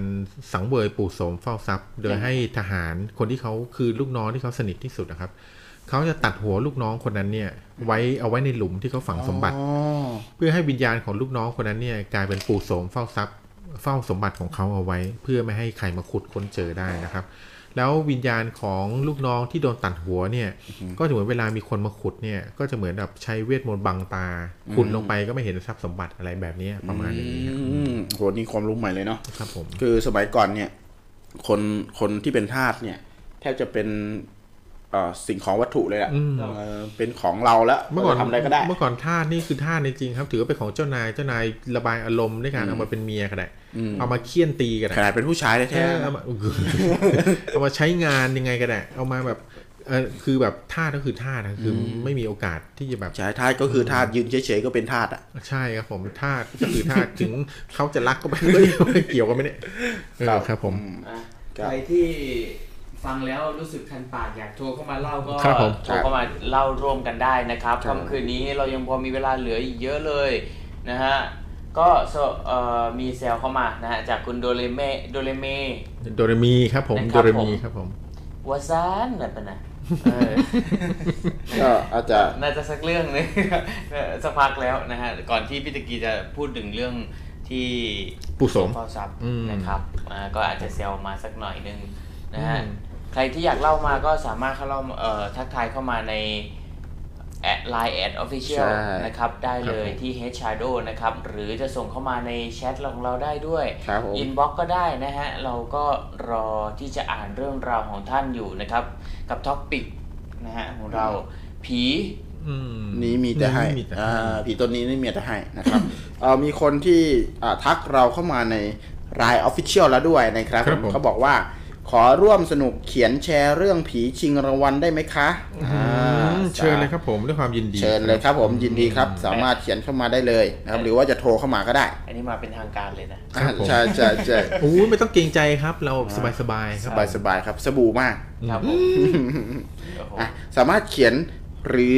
D: สังเวยปู่โสมเฝ้าทรัพย์ โดยให้ทหารคนที่เขาคือลูกน้องที่เขาสนิทที่สุดนะครับเขาจะตัดหัวลูกน้องคนนั้นเนี่ยไว้เอาไว้ในหลุมที่เขาฝังสมบัติ
E: อ๋อ
D: เพื่อให้วิญญาณของลูกน้องคนนั้นเนี่ยกลายเป็นปู่โสมเฝ้าทรัพย์เฝ้าสมบัติของเขาเอาไว้ เพื่อไม่ให้ใครมาขุดค้นเจอได้นะครับ แล้ววิญญาณของลูกน้องที่โดนตัดหัวเนี่ยก็เหมือนเวลามีคนมาขุดเนี่ยก็จะเหมือนแบบใช้เวทมนต์บังตาขุดลงไปก็ไม่เห็นทรัพย์สมบัติอะไรแบบเนี้ยประมาณอย่างนี้ครับ
E: อืมโหนี่ความรู้ใหม่เลยเนาะ
D: ครับผม
E: คือสมัยก่อนเนี่ยคนคนที่เป็นทาสเนี่ยแทบจะเป็นเอ่อสิ่งของวัตถุเลยอะ
D: อืม
E: เอ่อเป็นของเราแล้ว
D: เมื่อก่อน
E: ราจะทำอะไรก็ได้
D: เมื่อก่อนท่าสนี่คือท่าสจริงๆครับ ถือว่าเป็นของเจ้านายเจ้านายระบายอารมณ์ด้วยการเอามาเป็นเมียก็ได้
E: อืม
D: เอามาเคี่ยนตีก็ได้
E: ขนาดเป็นผู้ชาย
D: เอ
E: แท้
D: อเอามา เอามาใช้งานยังไงก็ได้ เอามาแบบเออคือแบบทาสก็คือทาสนะคืออไม่มีโอกาสที่จะแบบ
E: ๆชายทาสก็คือทาสยืนเฉยๆก็เป็นทาสอ่ะ
D: ใช่ครับผมทาสก็คือทาสถึงเขาจะรักก็ไม่ ไม่ เกี่ยวกันไหมเนี่ยเออ
E: ครับ
D: ครับผม
C: อ่ะ
E: ครับ
C: ใครที่ฟังแล้วรู้สึกคันปากอยากโทรเข้ามาเล่าก็
D: ครับผม
C: โทรเข้ามาเล่าร่วมกันได้นะครับ
E: ครับ
C: ค่ำคืนนี้เรายังพอมีเวลาเหลืออีกเยอะเลยนะฮะก็สเอ่อมีแซลเข้ามานะฮะจากคุณโดเรเมโดเรเม
D: โดเรมีครับผม
C: นะค
D: โด
C: รับ
D: เรมี
C: ผม
D: ครับผม
C: วาซานอะไรปะนะเออ
E: ก็อาจจะ
C: น่าจะสักเรื่องหนึง สักพักแล้วนะฮะ ก่อนที่พี่ตะกี้จะพูดถึงเรื่องที่
D: ปู่โสม
C: เฝ้าทรัพย์
D: อืม
C: นะครับอ่าก็อาจจะเซลมาสักหน่อยหนึงนะฮะ
D: อืม
C: ใครที่อยากเล่ามาก็สามารถเข้าเล่าเอ่อทักทายเข้ามาในแอดไลน์แอดออฟฟิเชียล
E: ใช่
C: นะครับ ได้เลยที่ Head Shadow นะครับ หรือจะส่งเข้ามาในแชทของเราได้ด้วย
E: ครับผม
C: อินบ็อกก็ได้นะฮะ เราก็รอที่จะอ่านเรื่องราวของท่านอยู่นะครับ กับท็อปปิกนะฮะของเราผี
D: อืม
E: นี้มีแต่ให้
D: นี่มีแต่
E: อ่าผีตัวนี้นี่มีแต่ให้นะครับเอ่อมีคนที่อ่าทักเราเข้ามาในรายออฟฟิเชียลแล้วด้วยนะครับ
D: ครับผม
E: เขาบอกว่า ขอร่วมสนุกเขียนแชร์เรื่องผีชิงรางวัลได้ไหมคะ
D: อื
E: อ่าม
D: เชิญเลยครับผมด้วยความยินดี
E: เชิญเลยครับผมยินดีครับ สามารถเขียนเข้ามาได้เลยนะครับหรือว่าจะโทรเข้ามาก็ได้
C: อันนี้มาเป็นทางการเลยนะ
D: ครับผม
E: ใช่ใช่ใช่
D: โอ้ยไม่ต้องเกรงใจครับ เราสบายๆครับบ
E: สายสบายครับสบู่มาก
C: ครับผมโอ้โห
E: อ่ะสามารถเขียนหรือ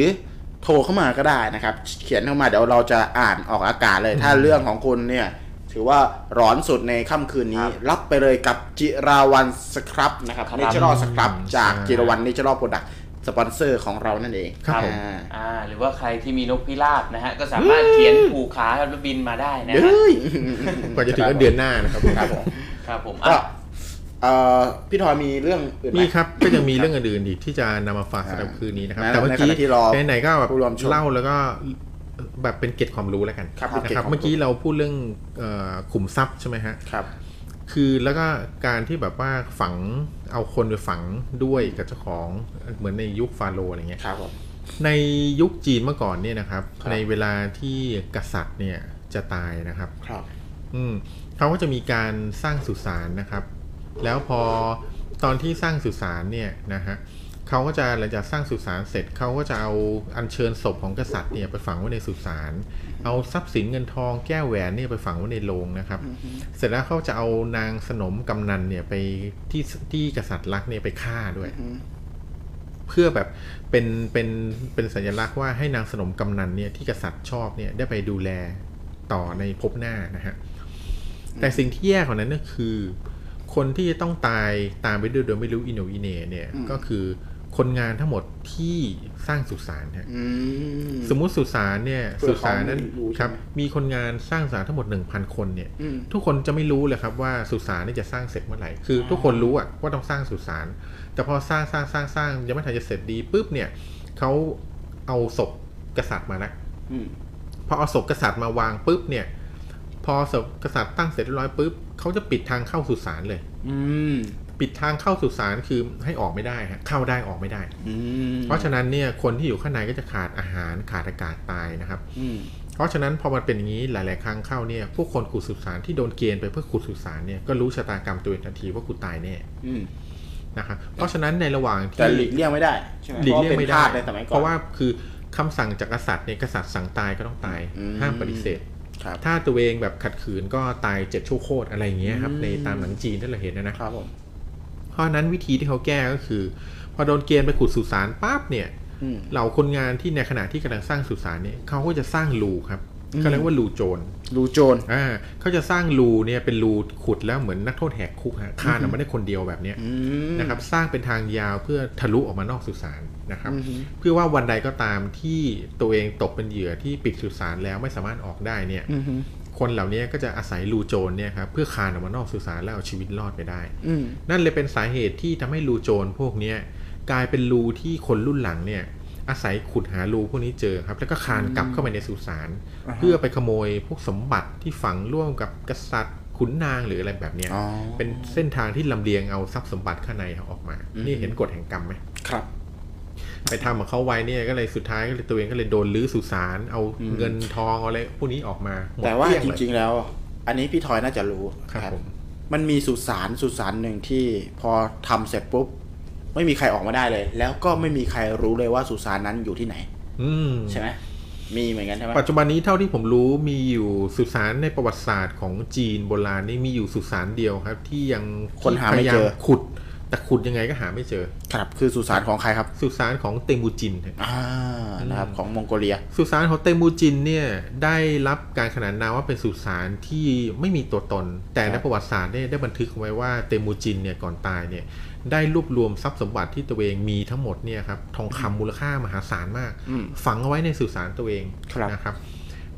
E: โทรเข้ามาก็ได้นะครับ เขียนเข้ามาเดี๋ยวเราจะอ่านออกอากาศเลย ถ้าเรื่องของคุณเนี่ย ถือว่าร้อนสุดในค่ำคืนนี้ รับไปเลยกับจิราวันสครับนะครับ
C: ครับ
E: เนเชอรัลสครับจาก
D: ใช่
E: จิราวันเนเชอรัลโปรดักต์สปอนเซอร์ของเรานั่นเอง
D: ครับผม
E: อ่า
C: อ่าหรือว่าใครที่มีนกพิราบนะฮะ ก็สามารถเขียนผูกขาแล้วบินมาได้นะ
E: เย้
C: ฮะ
E: ย
G: กว่าจะถึงก็เดือนหน้านะครับ
E: ครับผม
C: ครับผม
E: ก็
C: อ่ะ
E: เอ่อพี่ทอยมีเรื่องอื่นไหม
D: มี ครับ ก็ยังมีเรื่องอื่นๆอีกที่จะนำมาฝากสำหรับคืนนี้นะครับ
E: อ่า
D: แต่เมื่อกี้
E: ในขณะที่รอ
D: ไหนๆก็แบบ
E: ผู้ร่วมชม
D: เล่าแล้วก็แบบเป็นเกร็ดความรู้แล้วกัน
E: ครับ
D: นะ
E: เกร็ด
D: ค
E: ค
D: รับ
E: วามรู้
D: เมื่อกี้เราพูดเรื่องเอ่อขุมทรัพย์ใช่ไหมฮะ
E: ครับ
D: คือแล้วก็การที่แบบว่าฝังเอาคนไปฝังด้วยกับเจ้าของเหมือนในยุคฟาโรห์อะไรเงี้ย
E: ครับผม
D: ในยุคจีนเมื่อก่อนเนี่ยนะครับ
E: ครับ
D: ในเวลาที่กษัตริย์เนี่ยจะตายนะครับ
E: ครับ
D: อืมเขาก็จะมีการสร้างสุสานนะครับ แล้วพอตอนที่สร้างสุสานเนี่ยนะฮะเขาก็จะหลังจากสร้างสุสานเสร็จเขาก็จะเอาอัญเชิญศพของกษัตริย์เนี่ยไปฝังไว้ในสุสานเอาทรัพย์สินเงินทองแก้วแหวนเนี่ยไปฝังไว้ในโรงนะครับ เสร็จแล้วเขาจะเอานางสนมกำนันเนี่ยไปที่ที่กษัตริย์รักเนี่ยไปฆ่าด้วย เพื่อแบบเป็นเป็นเป็นสัญลักษณ์ว่าให้นางสนมกำนันเนี่ยที่กษัตริย์ชอบเนี่ยได้ไปดูแลต่อในภพหน้านะฮะ แต่สิ่งที่แย่กว่านั้นก็คือ คนที่จะต้องตายตามไปด้วยโดยไม่รู้อินโหนอินเหน่เนี่ย
E: อืม
D: ก็คือคนงานทั้งหมดที่สร้างสุสานฮะ
E: อืม
D: สมมุติสุสานเนี่ย
E: เพื่
D: สุ
E: อเขา
D: สานนั้น
E: ไม่รู้ใช่ไหม
D: ครับมีคนงานสร้างสุสานทั้งหมด 1,000 คนเนี่ย
E: อืม
D: ทุกคนจะไม่รู้เลยครับว่าสุสานนี่จะสร้างเสร็จเมื่อไหร่ คือทุกคนรู้อะว่าต้องสร้างสุสาน แต่พอสร้างสร้างสร้างสร้างยังไม่ทันจะเสร็จดีปุ๊บเนี่ยเขาเอาศพกษัตริย์มาละ
E: อืม
D: พอเอาศพกษัตริย์มาวางปุ๊บเนี่ย พอศพกษัตริย์ตั้งเสร็จเรียบร้อยปุ๊บเขาจะปิดทางเข้าสุสานเลย
E: อืม
D: ปิดทางเข้าสุสานคือให้ออกไม่ได้ฮะเข้าได้ออกไม่ได้
E: อืม
D: เพราะฉะนั้นเนี่ยคนที่อยู่ข้างในก็จะขาดอาหารขาดอากาศตายนะครับ
E: อืม
D: เพราะฉะนั้นพอมันเป็นอย่างนี้หลาย ๆ ครั้งเข้าเนี่ยผู้คนขุดสุสานที่โดนเกณฑ์ไปเพื่อขุดสุสานเนี่ยก็รู้ชะตากรรมตัวเองทันทีว่ากูตายแน่
E: อืม
D: นะครับเพราะฉะนั้นในระหว่าง
E: แต่
D: ที่
E: หลีกเลี่ยงไม่ได้ใช่ไหม
D: หลีกเลี่ยงไม่ได้
E: พราะว่าเป็นทาสในสมัยก่อน
D: เพราะว่าคือคำสั่งจากกษัตริย์เนี่ยกษัตริย์สั่งตายก็ต้องตาย
E: อืม
D: ห้ามปฏิเสธ
E: ครับ
D: ถ้าตัวเองแบบขัดขืนก็ตายเจ็ดชั่วโคตรอะไรอย่างเงี้ยครับ
E: อืม
D: ในตามหนังจีนที่เราเห็นนะนะครับ
E: ผม
D: เพราะฉะนั้นวิธีที่เขาแก้ก็คือ พอโดนเกณฑ์ไปขุดสุสานปั๊บเนี่ย
E: อืม
D: เหล่าคนงานที่ในขณะที่กำลังสร้างสุสานเนี่ยเขาก็จะสร้างรูครับ
E: อืม
D: เขาเรียกว่ารูโจร
E: รูโจร
D: อ่าเขาจะสร้างรูเนี่ยเป็นรูขุดแล้วเหมือนนักโทษแหกคุกฮะคานออกมาได้คนเดียวแบบเนี้ย
E: อืม
D: นะครับสร้างเป็นทางยาวเพื่อทะลุออกมานอกสุสานนะครับ
E: อือฮึ
D: เพื่อว่าวันใดก็ตามที่ตัวเองตกเป็นเหยื่อที่ปิดสุสานแล้วไม่สามารถออกได้เนี่ย
E: อืม
D: คนเหล่านี้ก็จะอาศัยรูโจรเนี่ยครับเพื่อคานออกมานอกสุสานแล้วเอาชีวิตรอดไปได้
E: อืม
D: นั่นเลยเป็นสาเหตุที่ทำให้รูโจรพวกเนี้ยกลายเป็นรูที่คนรุ่นหลังเนี่ยอาศัยขุดหารูพวกนี้เจอครับ แล้วก็คานกลับเข้าไปในสุสานเพื่อไปขโมยพวกสมบัติที่ฝังร่วมกับกษัตริย์ขุนนางหรืออะไรแบบเนี้ย
E: อ๋อ
D: เป็นเส้นทางที่ลำเลียงเอาทรัพย์สมบัติข้างในออกมา
E: อืม
D: นี่เห็นกฎแห่งกรรมไหม
E: ครับ
D: ไปทำกับเขาไว้เนี่ยก็เลยสุดท้ายก็เลยตัวเองก็เลยโดนลื้อสุสานเอาเงินทองเอาอะไรพวกนี้ออกมาหมด
E: แต่ว่า
D: เกลี้ย
E: จ
D: เลย
E: ริงๆแล้ว อันนี้พี่ทอยน่าจะรู้
D: ครับผม
E: มันมีสุสานสุสานหนึ่งที่พอทำเสร็จปุ๊บ ไม่มีใครออกมาได้เลย แล้วก็ไม่มีใครรู้เลยว่าสุสานนั้นอยู่ที่ไหน
D: อืม
E: ใช่ไหมมีเหมือนกันใช่ไหม
D: ปัจจุบันนี้เท่าที่ผมรู้มีอยู่สุสานในประวัติศาสตร์ของจีนโบราณนี่มีอยู่สุสานเดียวครับ ที่ยัง
E: คนหาไม่เจอ
D: พยยขุด แต่ขุดยังไงก็หาไม่เจอ
E: ครับ คือสุสานของใครครับ
D: สุสานของเตมูจินครับ
E: อ่า นะครับ ของมองโกเลีย
D: สุสานของเตมูจินเนี่ยได้รับการขนานนามว่าเป็นสุสานที่ไม่มีตัวตน แต่ใน
E: ครับ
D: ประวัติศาสตร์เนี่ยได้บันทึกไว้ว่าเตมูจินเนี่ยก่อนตายเนี่ยได้รวบรวมทรัพย์สมบัติที่ตัวเองมีทั้งหมดเนี่ยครับทองคำมูลค่ามหาศาลมาก
E: อืม
D: ฝังเอาไว้ในสุสานตัวเอง
E: ครับ
D: นะครับ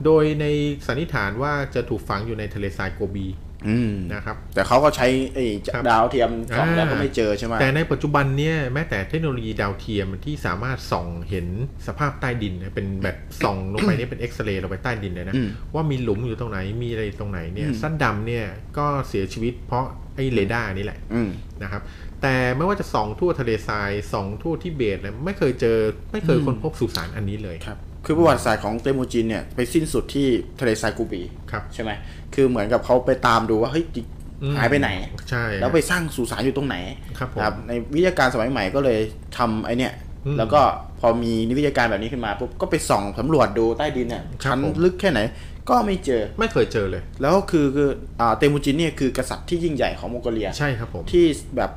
D: โดยในสันนิษฐานว่าจะถูกฝังอยู่ในทะเลทรายโกบี
E: อืม
D: นะครับ
E: แต่เขาก็ใช้ไอ้
D: ครับ
E: ดาวเทียมส่อง
D: อ่า
E: แล้วก็ไม่เจอใช่ไหม
D: แต่ในปัจจุบันเนี่ยแม้แต่เทคโนโลยีดาวเทียมที่สามารถส่องเห็นสภาพใต้ดินนะเป็นแบบส่องลงไปเนี่ยเป็นเอ็กซเรย์ลงไปใต้ดินเลยนะ
E: อืม
D: ว่ามีหลุมอยู่ตรงไหนมีอะไรตรงไหนเนี่ย
E: อืม
D: สั้นดำเนี่ยก็เสียชีวิตเพราะไอ้เรดาร์นี่แหละ
E: อืม
D: นะครับแต่ไม่ว่าจะส่องทั่วทะเลทรายส่องทั่วทิเบตเลยไม่เคยเจอไม่เคยค้นพบสุสานอันนี้เลย
E: ครับ คือประวัติศาสตร์ของเตมูจินเนี่ยไปสิ้นสุดที่ทะเลทรายกูบี
D: ครับ
E: ใช่ไหม คือเหมือนกับเขาไปตามดูว่า เฮ้ยจิ
D: อืม
E: หายไปไหน
D: ใช่
E: แล้วไปสร้างสุสานอยู่ตรงไหน
D: ครับผม
E: ในวิทยาการสมัยใหม่ก็เลยทำไอเนี่ย
D: อืม
E: แล้วก็พอมีนิวิทยาการแบบนี้ขึ้นมาปุ๊บ ก็ไปส่องสำรวจดูใต้ดินเนี่ย
D: ครับ
E: ชั้น
D: ผม
E: ลึกแค่ไหน ก็ไม่เจอ
D: ไม่เคยเจอเลย
E: แล้วคือคืออ่าเตมูจินเนี่ยคือกษัตริย์ที่ยิ่งใหญ่ของมองโกเลีย
D: ใช่ครับผม
E: ที่แบบ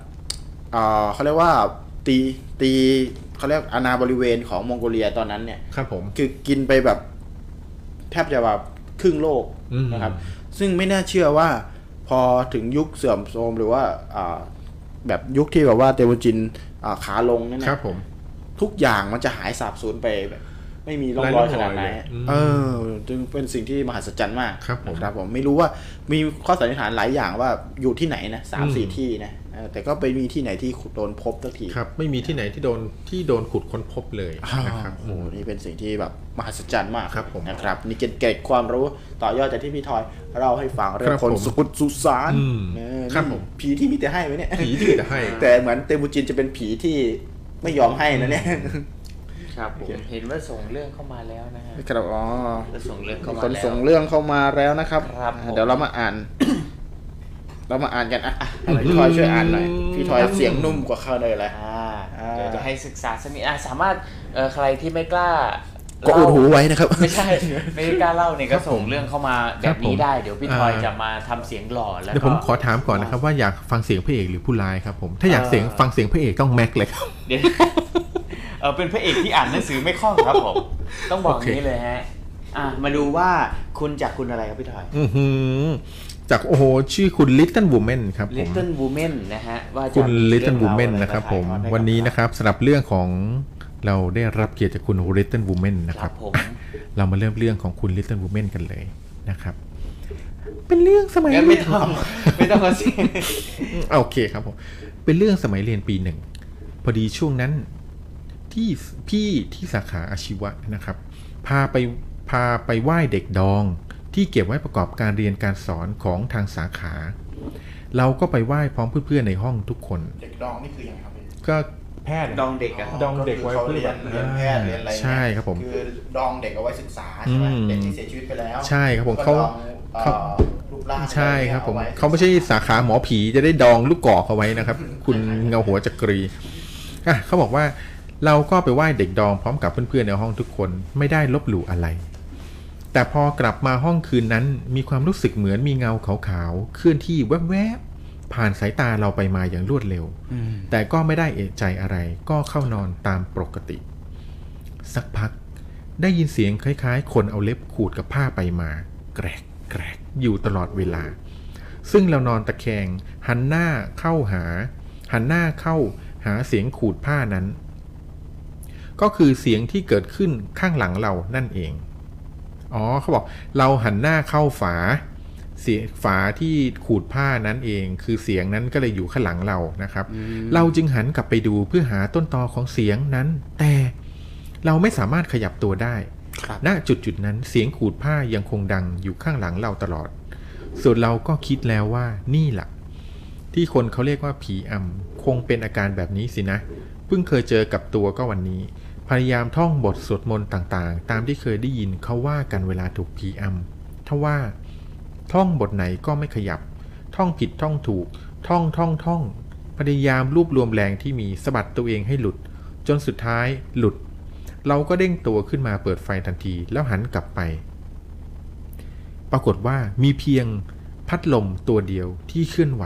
E: อ่าเขาเรียกว่าตีตีเขาเรียกอาณาบริเวณของมองโกเลียตอนนั้นเนี่ย
D: ครับผม
E: คือกินไปแบบแทบจะแบบครึ่งโลก
D: อืม
E: นะครับ ซึ่งไม่น่าเชื่อว่าพอถึงยุคเสื่อมโทรมหรือว่าอ่าแบบยุคที่แบบว่าเตวจินอ่าขาลงนั่นนะครับ
D: ผม
E: ทุกอย่างมันจะหายสาบสูญไปแบบ ไม่มีร่องรอยขนาดไหน
D: ไร้ร่องรอยเลยอืม
E: เออจึงเป็นสิ่งที่มหัศจรรย์มาก
D: ครับผม
E: นะครับผมไม่รู้ว่ามีข้อสันนิษฐานหลายอย่างว่าอยู่ที่ไหนนะสามสี่ที่นะเออแต่ก็ไปมีที่ไหนที่โดนพบสักที
D: ครับ ไม่มีที่ไหนที่โดนที่โดนขุดค้นพบเลยนะครับ
E: โอ้โหนี่เป็นสิ่งที่แบบมหัศจรรย์มาก
D: ครับผม
E: นะครับ นี่เกร็ดเกร็ดความรู้ต่อยอดจากที่พี่ทอยเล่าให้ฟังเรื่อ
D: ครั
E: ง
D: บ
E: คน
D: ผม
E: สกุลสุสาน
D: อืม
E: เออ
D: ครับ
E: นี่
D: ผม
E: ผีที่มีแต่ให้ไหมเนี่ย
D: ผีที่จะให้
E: แต่เหมือนเตมูจินจะเป็นผีที่ไม่ยอมให้นะเนี่ย
C: ครับผมเห็นว่าส่งเรื่องเข้ามาแล้วนะฮะ
E: ครับอ๋อ
C: ก็ส่งเรื่องเข้า
E: มี
C: มา
E: คน
C: แล้ว
E: ส่งเรื่องเข้ามาแล้วนะครับ
C: ครับผม
E: เดี๋ยวเรามาอ่าน เรามาอ่านกันอ่ะอ่ะให้พี่ทอยช่วยอ่านหน่อยพี่ทอยเสียงนุ่มกว่าเขาเลยแหละ
C: อ่า
E: อ่า
C: เดี๋ยวจะให้ศึกษาสักนิดอ่ะสามารถเอ่อใครที่ไม่กล้า
E: ก็อุด
C: เล่า
E: หูไว้นะครับ
C: ไม่ใช่ ไม่กล้าเล่าเนี่ยก็ส่งเรื่องเข้ามาแบ
D: ครับ บ
C: นี้
D: ผม
C: ได้เดี๋ยวพี่ทอย
D: อ่า
C: จะมาทำเสียงหล่อแล้ว
D: เดี๋ยว
C: ก็
D: ผมขอถามก่อนนะครับว่าอยากฟังเสียงพระเอกหรือผู้ร้ายครับผม ถ้าอยากเสียงฟังเสียงพระเอกต้องแม็กเลยครับ
C: เดี๋ยว เออเป็นพระเอกที่อ่านหนังสือไม่คล่องครับผม ต้องบอก
D: โอเค
C: นี้เลยฮะ อ่ะมาดูว่าคุณจากคุณอะไรครับพี่ทอย
D: อื้อหือจากโอ้โหชื่อคุณลิตเติ้ล o ูแมนครับผม
C: Little Women นะฮะ ว่าจะ
D: คุณ
C: มี
D: ลิตเติ้ล o ูแมน
C: เองาวอไา
D: นะครับ
C: ถ่าย
D: ผม
C: ทอดให้
D: วันนี้
C: กับ
D: นะครับสำหรับเรื่องของเราได้รับเกียรติจากคุณลิตเติ้ล o ูแมนนะ
C: ค
D: ค
C: รั
D: รั
C: บบ ผม
D: เรามาเริ่มเรื่องของคุณลิตเติ้ล o ูแมนกันเลยนะครับ เป็นเรื่องสมัย
C: งั้นไม่ต้อง
D: เรียน
C: ไม่ต้องมาสิ
D: โอเคครับผม เป็นเรื่องสมัยเรียนปีหนึ่ง พอดีช่วงนั้นที่พี่ที่สาขาอาชีวะนะครับ พาไปพาไปไหว้เด็กดอง ที่เก็บไว้ประกอบการเรียนการสอนของทางสาขา เราก็ไปไหว้พร้อมเพื่อนๆในห้องทุกคน
G: เด็กดองนี่คือยังไงครับ
D: ก็แพทย์
C: ดองเด็กอะ
D: ดองเด็กไว้
G: คือขา
D: เพื่อ
G: เรียนเรียนแพทย์เรียนอะไรเนี่ย
D: ใช่ครับผม
G: คือดองเด็กเอาไว้ศึกษาใช่ไหม
D: อืม
G: เด็กที่เสียชีวิตไปแล้ว
D: ใช่ครับผม
G: ก็ด
D: เขา
G: องเอ่
D: เขา
G: อรูปร่าง
D: ใช่ครับผม
G: อว้
D: เขาไม่ใช่สาขาหมอผีจะได้ดองลูกกอกเอาไว้นะครับ คุณเงาหัวจักรีอ่ะเขาบอกว่าเราก็ไปไหว้เด็กดองพร้อมกับเพื่อนๆในห้องทุกคนไม่ได้ลบหลู่อะไร แต่พอกลับมาห้องคืนนั้นมีความรู้สึกเหมือนมีเงาขาวๆเคลื่อนที่แวบๆผ่านสายตาเราไปมาอย่างรวดเร็ว แต่ก็ไม่ได้เอะใจอะไร ก็เข้านอนตามปกติ สักพัก ได้ยินเสียงคล้ายๆ คนเอาเล็บขูดกับผ้าไปมา แกรกแกรกอยู่ตลอดเวลา ซึ่งเรานอนตะแคงหันหน้าเข้าหา หันหน้าเข้าหาเสียงขูดผ้านั้น ก็คือเสียงที่เกิดขึ้นข้างหลังเรานั่นเอง อ๋อเขาบอกเราหันหน้าเข้าฝา เสียงฝาที่ขูดผ้านั้นเอง คือเสียงนั้นก็เลยอยู่ข้างหลังเรานะครับ เราจึงหันกลับไปดูเพื่อหาต้นตอของเสียงนั้น แต่เราไม่สามารถขยับตัวได้
E: ครับ
D: ณจุดจุดๆนั้นเสียงขูดผ้ายังคงดังอยู่ข้างหลังเราตลอด ส่วนเราก็คิดแล้วว่านี่แหละที่คนเขาเรียกว่าผีอำคงเป็นอาการแบบนี้สินะ เพิ่งเคยเจอกับตัวก็วันนี้ พยายามท่องบทสวดมนต์ต่างๆ ตามที่เคยได้ยินเขาว่ากันเวลาถูกผีอำถ้าว่า ท่องบทไหนก็ไม่ขยับ ท่องผิดท่องถูก ท่องท่องท่อง พยายามรวบรวมแรงที่มีสะบัดตัวเองให้หลุด จนสุดท้ายหลุด เราก็เด้งตัวขึ้นมาเปิดไฟทันทีแล้วหันกลับไป ปรากฏว่ามีเพียงพัดลมตัวเดียวที่เคลื่อนไหว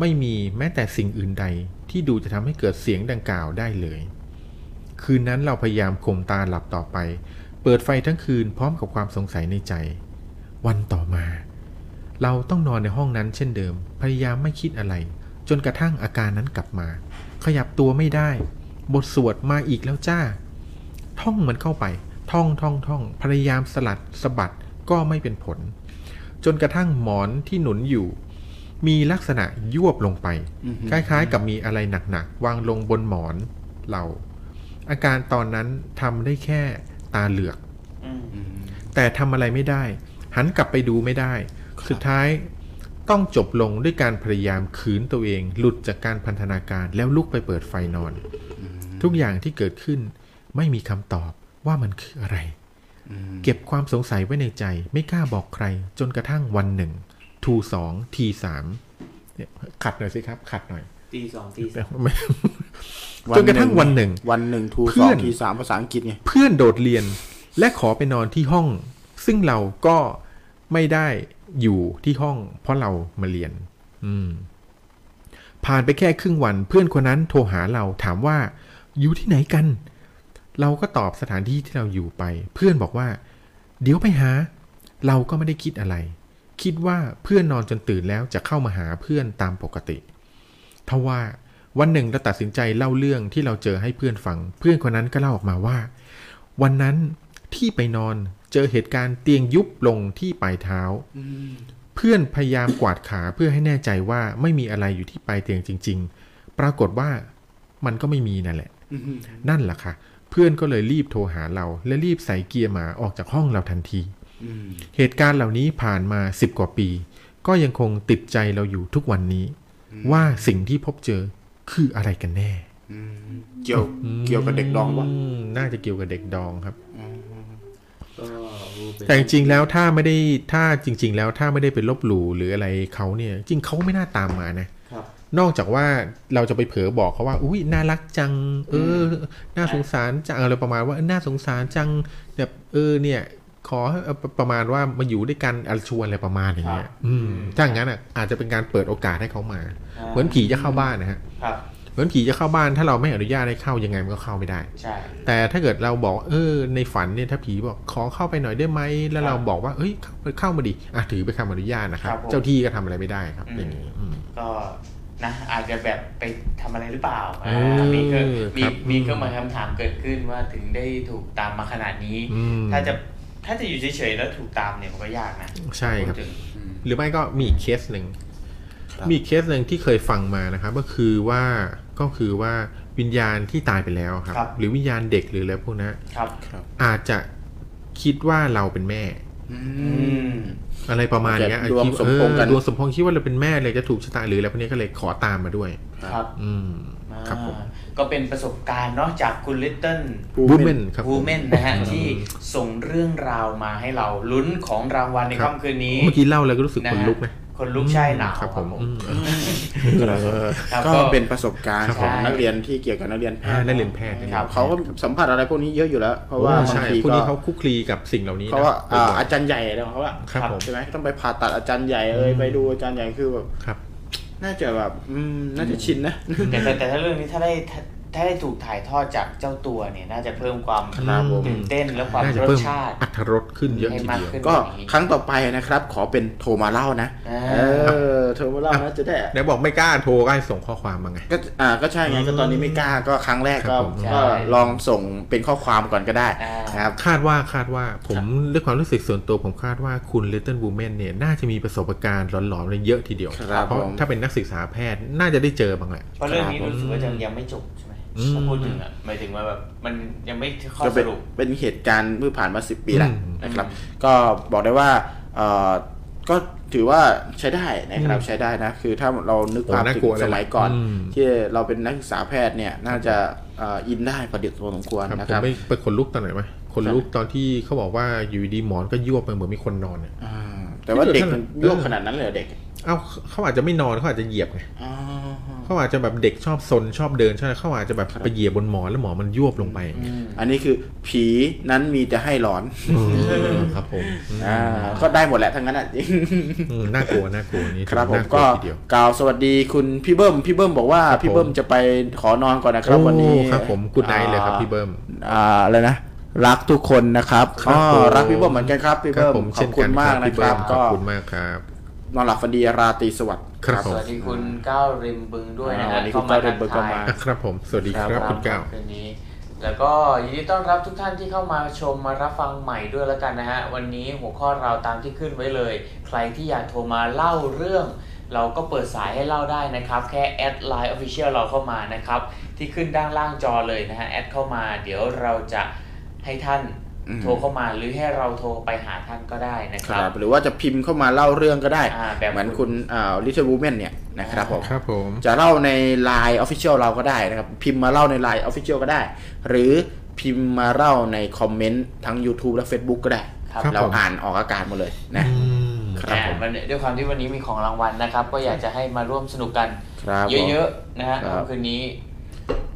D: ไม่มีแม้แต่สิ่งอื่นใดที่ดูจะทำให้เกิดเสียงดังกล่าวได้เลย คืนนั้นเราพยายามข่มตาหลับต่อไป เปิดไฟทั้งคืนพร้อมกับความสงสัยในใจ วันต่อมา เราต้องนอนในห้องนั้นเช่นเดิม พยายามไม่คิดอะไร จนกระทั่งอาการนั้นกลับมา ขยับตัวไม่ได้ บทสวดมาอีกแล้วจ้า ท่องมันเข้าไป ท่องท่องท่อง พยายามสลัดสะบัดก็ไม่เป็นผล จนกระทั่งหมอนที่หนุนอยู่ มีลักษณะยวบลงไป คล้ายๆ กับมีอะไรหนักๆ วางลงบนหมอนเรา อาการตอนนั้นทำได้แค่ตาเหลือก
C: อืม
D: แต่ทำอะไรไม่ได้ หันกลับไปดูไม่ได้ สุดท้ายต้องจบลงด้วยการพยายามขืนตัวเอง หลุดจากการพันธนาการแล้วลุกไปเปิดไฟนอน ทุกอย่างที่เกิดขึ้น ไม่มีคำตอบว่ามันคืออะไร เก็บความสงสัยไว้ในใจ ไม่กล้าบอกใคร จนกระทั่งวันหนึ่งทูสองทีสามเนี่ยขัดหน่อยสิครับ ขัดหน่อย
C: ตีสองตีสาม
D: ไม่จนกระทั่งวันหนึ่ง
E: วันหนึ่งทู
D: เพื่
E: สอง
D: อน
E: ทีสามภาษาอังกฤษไง
D: เพื่อนโดดเรียนและขอไปนอนที่ห้อง ซึ่งเราก็ไม่ได้อยู่ที่ห้อง เพราะเรามาเรียน อืม ผ่านไปแค่ครึ่งวัน เพื่อนคนนั้นโทรหาเราถามว่า อยู่ที่ไหนกัน เราก็ตอบสถานที่ที่เราอยู่ไป เพื่อนบอกว่า เดี๋ยวไปหา เราก็ไม่ได้คิดอะไร คิดว่าเพื่อนนอนจนตื่นแล้วจะเข้ามาหาเพื่อนตามปกติทว่าวันหนึ่งเราตัดสินใจเล่าเรื่องที่เราเจอให้เพื่อนฟัง เพื่อนคนนั้นก็เล่าออกมาว่า วันนั้นที่ไปนอนเจอเหตุการณ์เตียงยุบลงที่ปลายเท้า เพื่อนพยายามกวาดขาเพื่อให้แน่ใจว่าไม่มีอะไรอยู่ที่ปลายเตียงจริง ๆ ปรากฏว่ามันก็ไม่มีนั่นแหละ นั่นแหละค่ะ เพื่อนก็เลยรีบโทรหาเรา และรีบใส่เกียร์หมาออกจากห้องเราทันที เหตุการณ์เหล่านี้ผ่านมาสิบกว่าปี ก็ยังคงติดใจเราอยู่ทุกวันนี้ ว่าสิ่งที่พบเจอคืออะไรกันแน่
E: เกี่ยวเกี่ยวกับเด็กดองวะ
D: มน่าจะเกี่ยวกับเด็กดองครับ
C: ก็เป็น
D: แต่จริงๆแล้วถ้าไม่ได้ถ้าจริง ๆ แล้วถ้าไม่ได้ไปลบหลู่หรืออะไรเขาเนี่ย จริงเขาไม่น่าตามมานะ
C: ครับ
D: นอกจากว่าเราจะไปเผลอบอกเขาว่า อุ้ยน่ารักจัง เออ น่าสงสารจังอะไรประมาณว่าเออน่าสงสารจังแบบเออเนี่ย ขอเอ่อประมาณว่ามาอยู่ด้วยกันอะไรชวนอะไรประมาณอย่างเงี้ย อืมถ้าอย่างนั้นอ่ะอาจจะเป็นการเปิดโอกาสให้เขามา
C: อ่า
D: เหมือนผีจะเข้าบ้านนะฮะ
C: ครับ
D: เหมือนผีจะเข้าบ้านถ้าเราไม่อนุญาตให้เข้ายังไงมันก็เข้าไม่ได้
C: ใช่
D: แต่ถ้าเกิดเราบอกเออในฝันเนี่ยถ้าผีบอกขอเข้าไปหน่อยได้ไหมแล้วเราบอกว่าเอ้ยเข้าเข้ามาดิอ่ะถือไปนคำอนุญาตนะครั
C: ค
D: บ
C: รับผม
D: เจ้าที่ก็ทำอะไรไม่ได้ครับอย่างนี้อืม
C: ก็นะอาจจะแบบไปทำอะไรหรือเปล่าอ่า
D: เออ
C: มีก็มี
D: ครับ
C: มีก็มาคำถามเกิดขึ้นว่าถึงได้ถูกตามมาขนาดนี้
D: อืม
C: ถ้าจะถ้าจะอยู่เฉยๆแล้วถูกตามเนี่ยมันก็ยากนะ
D: ใช่ครับ
C: พูดถึง
D: หรือไม่ก็มีอีกเคสหนึ่ง มีอีกเคสหนึ่งที่เคยฟังมานะครับ ก็คือว่าก็คือว่าวิญญาณที่ตายไปแล้วครับ
C: ครับ
D: หรือวิญญาณเด็กหรืออะไรพวกนั้น
C: ครับ
D: อาจจะคิดว่าเราเป็นแม่
C: อืม
D: อะไรประมาณเนี้ย
E: แบบดวง
D: คิ
E: สมพงษ์กัน
D: เออดวงสมพงษ์คิดว่าเราเป็นแม่เลยจะถูกชะตาหรืออะไรพวกนี้ก็เลยขอตามมาด้วย
C: ครับ
D: อืมครับผม
C: อ่าก็เป็นประสบการณ์เนาะจากคุณลิตเติ้ล
D: บูมเมนครับผ
C: วู
D: ม
C: แมนนะฮะ ที่ส่งเรื่องราวมาให้เราลุ้นของรางวัลใน
D: ครับ
C: ค่ำคืนนี้
D: เมื่อกี้เล่าแล้วก็รู้สึก
C: นะ
D: ขน
C: ฮะ
D: ลุกนะ
C: คนลุกใช่หนาว
D: ครับผมอืม
C: ครับ
E: ก็
C: ก็เป็
E: เป็น นประสบการณ์
D: ครับ
E: ของ
C: ใช่
E: นักเรียนที่เกี่ยวกับนักเรียนแพ
D: อ่า
E: ทย์
D: ได้เรียนแพทย์ได้เรียน
C: ครับ
E: เขาก็สัมผัสอะไรพวกนี้เยอะอยู่แล้ว เพราะว่าบาง
D: ใช่
E: ที
D: พวก
E: ก็
D: นี้เขาคุกคลีกับสิ่งเหล่านี้นะ
E: เพราะว่าอ่า
D: บ่ยๆ
E: อาจารย์ใหญ่อะไรของเขาอะ
D: ครับผม
E: ใช่ไหมต้องไปผ่าตัดอาจารย์ใหญ่เอ้ยไปดูอาจารย์ใหญ่คือแบบ
D: ครับ
E: น่าจะแบบอืมน่าจะชินนะ
C: แต่แต่แต่ถ้าเรื่องนี้ถ้าได้ถ้าถ้าได้ถูกถ่ายทอดจากเจ้าตัวเนี่ย น่าจะเพิ่มความ
D: ครับผม
C: ตื่นเต้นและความ
D: น่าจะ
C: รส
D: เพิ่ม
C: ชาติ
D: อัตรถรสขึ้นเยอะ
C: ให้
D: ที
C: มาก
D: เดียว
C: ขึ้น
E: ก็
C: อย่างนี้
E: ครั้งต่อไปนะครับ ขอเป็นโทรมาเล่านะ
C: อ่า
E: เออโทรมาเล่านะจะได้
D: ไหนบอกไม่กล้าโทรก็ให้ส่งข้อความมาไง
E: ก็อ่าก็ใช่ไงก็ตอนนี้ไม่กล้าก็ครั้งแรก
D: ค
E: ก็
D: รับผม
E: ก็ลองส่งเป็นข้อความก่อนก็ได้
C: อ่าน
E: นะครับ
D: คาดว่าคาดว่าผมด้วยความรู้สึกส่วนตัวผมคาดว่าคุณเลตเติ w บูแมนเนี่ย น่าจะมีประสบการณ์หลอนๆอะไรเยอะทีเดียว
E: ครับ
D: เพราะ
E: ผม
D: ถ้าเป็นนักศึกษาแพทย์น่าจะได้เจอบ้างแหละ
C: เพราะเรื่องนี้รู้สึกว่าจะยังไม่จบใช่ไหม
D: อืม
C: ถ้าพูดถึงอ่ะหมายถึงว่าแบบมันยังไม่ข้อ
E: ก็
C: ส
E: เป็น
C: รุป
E: เป็นเหตุการณ์เมื่อผ่านมาสิบปีแล้ว
D: อืม
E: นะครับ ก็บอกได้ว่าเอ่อก็ถือว่าใช้ได้นะครับใช้ได้นะคือถ้าเรานึกภาพ
D: โอ้น่า
E: ถึ
D: กลัว
E: ง
D: เลย
E: สมัยก่อน
D: อืม
E: ที่เราเป็นนักศึกษาแพทย์เนี่ยน่าจะเอ่ออินได้ประดิษฐ์พอสมควร
D: ครับ
E: นะ
D: ผ
E: ค
D: ม
E: รับ
D: ไม่ไปขนลุกตอนไหนไหมขนลุกตอนที่เขาบอกว่าอยู่ดีหมอนก็ยวบไปเหมือนมีคนนอนเนี่ย
E: อ่าแต่ว่าเด็กมัน
D: เออ
E: โยกขนาดนั้นเลยเหรอเด็ก
D: เอ้าเขาอาจจะไม่นอนเขาอาจจะเหยียบไง
E: อ๋อ
D: เขาอาจจะแบบเด็กชอบซนชอบเดินใช่ไหมเขาอาจจะแบบไปเหยียบบนหมอนแล้วหมอนมันยวบลงไป
E: อันนี้คือผีนั้นมีแต่ให้หลอน
D: เออครับผม
E: อ่าก็ได้หมดแหละทั้งนั้นอ่ะ
D: อืมน่ากลัวน่ากลัวนี่
E: ครับผม
D: น่ากลั
E: ก็
D: วทีเดียว
E: กล่าวสวัสดีคุณพี่เบิ้มพี่เบิ้มบอกว่า
D: ครับ
E: พี่
D: ผม
E: เบิ้มจะไปขอนอนก่อนนะครับ วันนี้
D: โอ้ครับผมกูดไนท์เลยครับพี่เบิ้ม
E: อ่าอะไรนะรักทุกคนนะครับ
D: ครับ
E: อ๋อ
D: ผม
E: รักพี่เบิ้มเหมือนกันครับพี่
D: ครับ
E: เบิ้ม
D: ผม
E: ขอ
D: เช่
E: บ
D: น
E: คุ
D: กั
E: ณ
D: น
E: มา
D: ค
E: ก
D: รับ
E: นะ
D: พี่
E: ค
D: เบิ้
E: รับ
D: มข
E: ก็
D: อบคุณมากครับ
E: นอนหลับฝันดีราตรีสวัสดิ์
D: ครับผ
C: ส
D: ม
C: วัสดีคุณก้าวริมบึงด้วยนะ
E: อ่า
C: ฮะ
E: วันนี้คุณก้าวริมบึงก็มา
C: เข้ทักทย
D: อ่ะครับผม สวัสดีค
E: ครั
D: รับ บคุณก้าว
C: คืนนี้ แล้วก็ยินดีต้อนรับทุกท่านที่เข้ามาชมมารับฟังใหม่ด้วยแล้วกันนะฮะ วันนี้หัวข้อเราตามที่ขึ้นไว้เลย ใครที่อยากโทรมาเล่าเรื่อง เราก็เปิดสายให้เล่าได้นะครับ แค่แอดไลน์ Official เราเข้ามานะครับ ที่ขึ้นด้านล่างจอเลยนะฮะ แอดเข้ามา เดี๋ยวเราจะให้ท่านโทรเข้ามาหรือให้เราโทรไปหาท่านก็ได้นะค
E: ค
C: รั
E: รับ บหรือว่าจะพิมพ์เข้ามาเล่าเรื่องก็ได้
C: อ่าแบบ
E: เหมือนคุณลิทเทิลวูแมนเนี่ยนะครับผม
D: ครับผม
E: จะเล่าใน Line Official เราก็ได้นะครับ พิมพ์มาเล่าใน Line Official ก็ได้ หรือพิมพ์มาเล่าในคอมเมนต์ทั้ง YouTube และ Facebook ก็ได้
C: ครับ
E: เรา
D: ผม
E: อ่านออกอากาศหมดเลยนะ ครับ
C: อ่า
E: ผม
C: วันนี้ด้วยความที่วันนี้มีของรางวัลนะครับ ก็อยากจะให้มาร่วมสนุกกัน
E: ครับผม
C: เยอะๆนะฮะ
E: ครับ
C: คืนนี้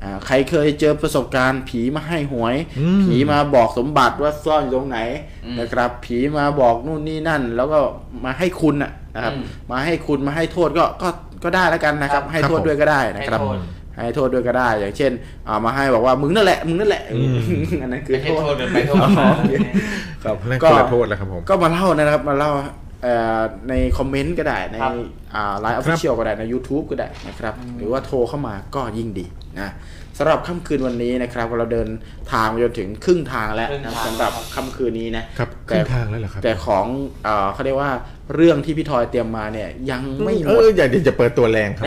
E: อ่าใครเคยเจอประสบการณ์ผีมาให้หวย
D: อืม
E: ผีมาบอกสมบัติว่าซ่อนอยู่ตรงไหน
C: อืม
E: นะครับ ผีมาบอกนู่นนี่นั่น แล้วก็มาให้คุณน่ะนะครับ
C: อืม
E: มาให้คุณมาให้โทษก็ก็ก็ได้แล้วกันนะครับ ให้โทษด้วยก็ได้นะครับ
C: ให้โทษ
E: ให้โทษด้วยก็ได้ อย่างเช่นเอามาให้บอกว่ามึงนั่นแหละมึงนั่นแหละอันนั้นคือ
C: ไม่ให้
E: โทษ
C: โทษเดินไปโทษมา
E: ครับ
D: นั่น
E: ก็
D: คนละโทษแล้วครับผม
E: ก็มาเล่านะครับมาเล่า เอ่อในคอมเมนต์ก็ได้ ใน
C: ครับ
E: ไลน์ออฟฟิเชียลก็ได้ใน YouTube ก็ได้นะครับ หรือว่าโทรเข้ามาก็ยิ่งดีนะสำหรับค่ำคืนวันนี้นะครับ เราเดินทางมาจนถึงครึ่งทางแล้วนะสำหรับค่ำคืนนี้นะ
D: ครับขึ้นทางแล้วเหรอครับ
E: แต่ของเอ่อเขาเรียกว่าเรื่องที่พี่ทอยเตรียมมาเนี่ยยังไม่หม
D: เอ
E: ด
D: ออย่าเดี๋ยวจะเปิดตัวแรงครับ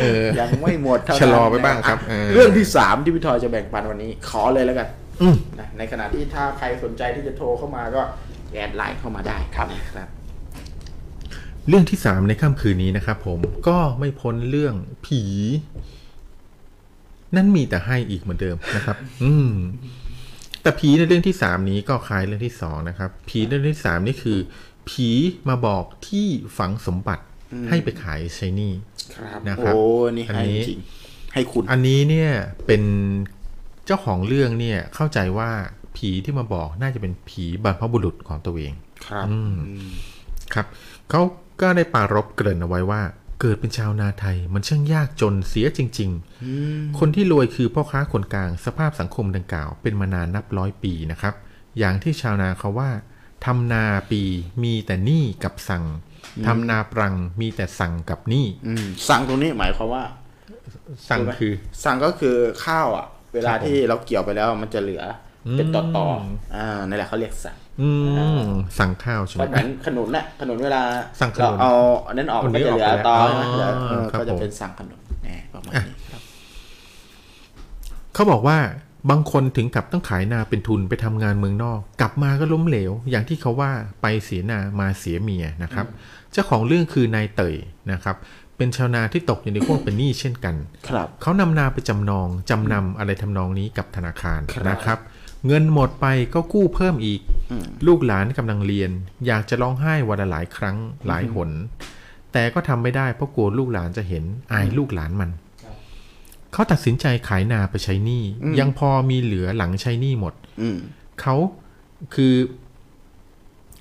D: เออ
E: ยังไม่หมดเท่านั้น
D: ชะลอไว้บ้างครับ
E: นะอ่ะ
D: เออ
E: เรื่องที่สามที่พี่ทอยจะแบ่งปันวันนี้ ขอเลยแล้วกันนะในขณะที่ถ้าใครสนใจที่จะโทรเข้ามาก็แอดไลน์เข้ามาได้นะครับ
D: เรื่องที่สามในค่ำคืนนี้นะครับผมก็ไม่พ้นเรื่องผี นั่นมีแต่ให้อีกเหมือนเดิมนะครับ อืม แต่ผีในเรื่องที่สามนี้ก็คล้ายเรื่องที่สองนะครับ ผีในเรื่องที่สามนี่คือ ผีมาบอกที่ฝังสมบัติให้ไปขายใช้หนี่
E: ครับ
D: นะครับ
E: โอ้นี่ให้จริงให้คุณ
D: อันนี้เนี่ยเป็นเจ้าของเรื่องเนี่ยเข้าใจว่าผีที่มาบอกน่าจะเป็นผีบรรพบุรุษของตัวเอง
E: ครับ
D: ครับเขาก็ได้ปรารบเกริ่นเอาไว้ว่า เกิดเป็นชาวนาไทยมันช่างยากจนเสียจริง ๆ คนที่รวยคือพ่อค้าคนกลางสภาพสังคมดังกล่าวเป็นมานานนับร้อยปีนะครับ อย่างที่ชาวนาเขาว่าทำนาปีมีแต่หนี้กับสั่งทำนาปรังมีแต่สั่งกับหนี้
E: อืมสั่งตรงนี้หมายความว่า
D: สั่งคือ
E: สั่งก็คือข้าวอ่ะ เวลาที่เราเกี่ยวไปแล้วมันจะเหลืออ
D: ม
E: เป็นต่อต่อๆอ่านั่นแหละเขาเรียกสั่ง
D: อืมสั่งข้าวใช่ไห
E: ก็
D: ม
E: เหมือนขนุนน่ะขนุนเวลา
D: สั่งขนุน
E: เราเอาอันนั้นออก
D: เอา
E: มันก็จะเหลือ
D: เนื้อออกไปแล้ว
E: ต
D: อ๋อ
E: อใช่ไหมเหลือเออ
D: ครับ
E: ก็จะ
D: ผม
E: เป็นสั่งขนุนแหน่ประมาณนี้ครับ
D: เขาบอกว่าบางคนถึงกับต้องขายนาเป็นทุนไปทำงานเมืองนอก กลับมาก็ล้มเหลว อย่างที่เขาว่าไปเสียนามาเสียเมียนะครับ เจ้าของเรื่องคือนายเตยนะครับ เป็นชาวนาที่ตกอยู่ในข่วงเป็นหนี้เช่นกัน
E: ครับ
D: เขานำนาไปจำนอง จำนำอะไรทำนองนี้กับธนาคารนะครับ เงินหมดไปก็กู้เพิ่มอีก ลูกหลานกำลังเรียน อยากจะร้องไห้วันละหลายครั้งหลายหน แต่ก็ทำไม่ได้เพราะกลัวลูกหลานจะเห็นอายลูกหลานมัน เขาตัดสินใจขายนาไปใช้หนี้ยังพอมีเหลือหลังใช้หนี้หมด
E: อืม
D: เขาคือ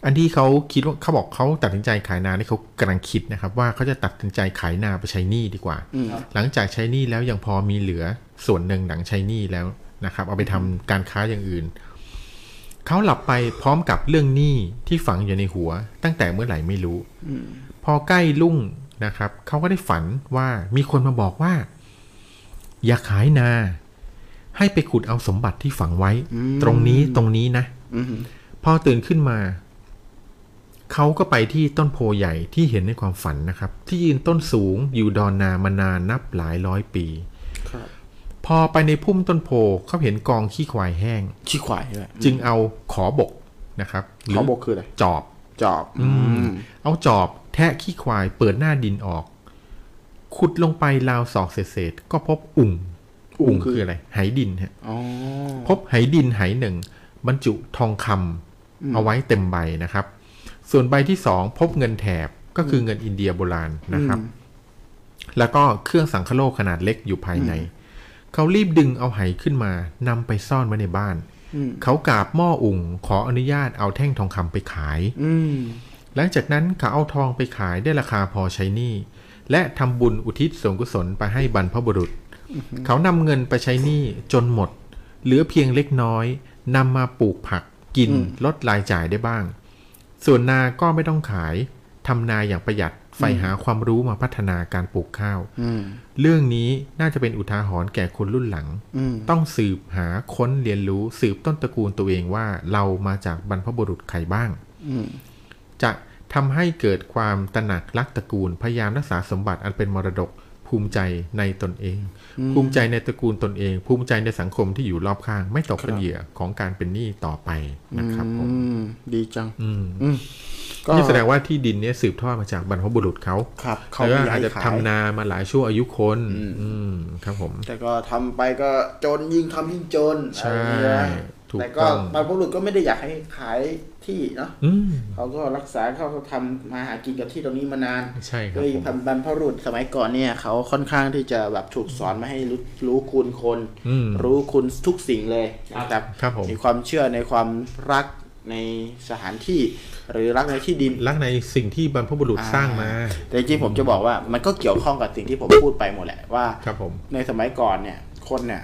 D: อันที่เขาคิดว่าเขาบอกเขาตัดสินใจขายนาที่เขากำลังคิดนะครับ ว่าเขาจะตัดสินใจขายนาไปใช้หนี้ดีกว่า
E: อืม
D: หลังจากใช้หนี้แล้วยังพอมีเหลือส่วนหนึ่งหลังใช้หนี้แล้วนะครับ เอาไปทำการค้าอย่างอื่น เขาหลับไปพร้อมกับเรื่องหนี้ที่ฝังอยู่ในหัว ตั้งแต่เมื่อไหร่ไม่รู้พอใกล้ลุ่งนะครับเขาก็ได้ฝันว่ามีคนมาบอกว่า อย่าขายนา ให้ไปขุดเอาสมบัติที่ฝังไว้ ตรงนี้ตรงนี้นะพอตื่นขึ้นมา เขาก็ไปที่ต้นโพใหญ่ที่เห็นในความฝันนะครับ ที่ยืนต้นสูงอยู่ดอนนามานานนับหลายร้อยปี พอไปในพุ่มต้นโพเขาเห็นกองขี้ควายแห้ง
E: ชี้ขวายด้วย
D: จึงเอาขอบกนะครับหรื
E: เขาบอกคืออะไร
D: จอบ
E: จอบม
D: เอาจอบแทะขี้ควายเปิดหน้าดินออก ขุดลงไปราวศอกเศษๆก็พบอุ่งอุ่งคืออะไรไหดินฮะ
E: อ๋อ
D: พบไหดินไหหนึ่ง บรรจุทองคำเอาไว้เต็มใบนะครับ ส่วนใบที่สองพบเงินแถบก็คือเงินอินเดียโบราณนะครับ แล้วก็เครื่องสังคโลกขนาดเล็กอยู่ภายใน เขารีบดึงเอาไหขึ้นมานำไปซ่อนไว้ในบ้าน
E: อืม
D: เขากราบหม้ออุ่งขออนุญาตเอาแท่งทองคำไปขาย
E: อืม
D: หลังจากนั้นเขาเอาทองไปขายได้ราคาพอใช้หนี้ และทำบุญอุทิศส่วนกุศลไปให้บรรพบุรุษ เขานำเงินไปใช้หนี้จนหมด เหลือเพียงเล็กน้อยนำมาปลูกผักกินลดรายจ่ายได้บ้าง ส่วนนาก็ไม่ต้องขายทำนาอย่างประหยัดใฝ่หาความรู้มาพัฒนาการปลูกข้าว
E: อืม
D: เรื่องนี้น่าจะเป็นอุทาหรณ์แก่คนรุ่นหลัง
E: อืม
D: ต้องสืบหาค้นเรียนรู้สืบต้นตระกูลตัวเองว่าเรามาจากบรรพบุรุษใครบ้าง
E: อืม
D: จะทำให้เกิดความตระหนักรักตระกูล พยายามรักษาสมบัติอันเป็นมรดกภูมิใจในตนเอง ภูมิใจในตระกูลตนเอง ภูมิใจในสังคมที่อยู่รอบข้าง ไม่ตกเป็นเหยื่อของการเป็นหนี้ต่อไปนะครับผม
E: อืม ดีจัง
D: อืม
E: อืม ก็
D: นี่แสดงว่าที่ดินเนี้ยสืบทอดมาจากบรรพบุรุษเขา
E: ครับ เขา
D: แล้วก็
E: ไม่ย้า
D: อาจ
E: ย
D: จะ
E: ขาย
D: ทำนามาหลายชั่วอายุคน อืมครับผม
E: แต่ก็ทำไปก็จนยิ่งทำยิ่งจน
D: ใช่
E: อะไรอย่างเงี้ยนะ
D: ถูก
E: แต่ก็
D: ต้อง
E: บรรพบุรุษก็ไม่ได้อยากให้ขายที่เนาะ
D: อืม
E: เขาก็รักษาเขาก็ทำมาหากินกับที่ตรงนี้มานาน
D: ใช่ครับ
E: ด้วย
D: ผม
E: บรรพบุรุษสมัยก่อนเนี่ยเขาค่อนข้างที่จะแบบถูกสอนมาให้รู้รู้คุณคน
D: อืม
E: รู้คุณทุกสิ่งเลยนะครับ
D: ครับผม
E: มีความเชื่อในความรักในสถานที่ หรือรักในที่ดิน
D: รักในสิ่งที่บรรพบุรุษ
E: อ่า
D: สร้างมา
E: แต่จริงๆผมจะบอกว่ามันก็เกี่ยวข้องกับสิ่งที่ผมพูดไปหมดแหละว่า
D: ครับผม
E: ในสมัยก่อนเนี่ยคนเนี่ย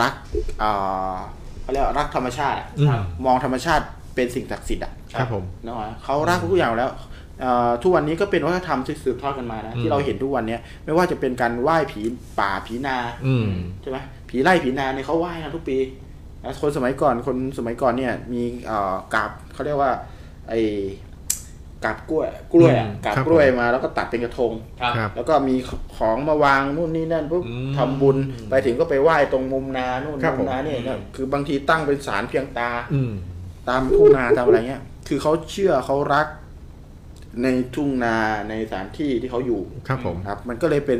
E: รักเอ่อเขาเรียกว่ารักธรรมชาติอะ
D: อืม
E: มองธรรมชาติ เป็นสิ่งศักดิ์สิทธิ์อ่ะ
D: ครับผม
E: เนาะเขารักทุกอย่างแล้วเอ่อทุกวันนี้ก็เป็นวัฒนธรรมที่สืบทอดกันมานะที่เราเห็นทุกวันเนี้ยไม่ว่าจะเป็นการไหว้ผีป่าผีนา
G: อืม
E: ใช่ไหมผีไล่ผีนาเนี่ยเขาไหว้กันทุกปีแล้วคนสมัยก่อนคนสมัยก่อนเนี่ย มีเอ่อกาบเขาเรียกว่า ไอ้กาบกล้วย กล้วยอะ
G: อืม
E: กาบ
D: ครับ
E: กล้วย
D: ผม
E: มาแล้วก็ตัดเป็นกระทง
C: ครับ
D: ครับ
E: แล้วก็มีของมาวางนู่นนี่นั่นปุ๊บ
G: อืม
E: ทำบุญไปถึงก็ไปไหว้ตรงมุมนานู่น
D: ครับ
E: มุมนา
D: ผม
E: เนี่ยนะคือบางทีตั้งเป็นศาลเพียงตา
G: อืม
E: ตามทุ่งนาตามอะไรเงี้ย คือเขาเชื่อเขารัก ในทุ่งนาในสถานที่ที่เขาอยู่
D: ครับผม
E: ครับมันก็เลยเป็น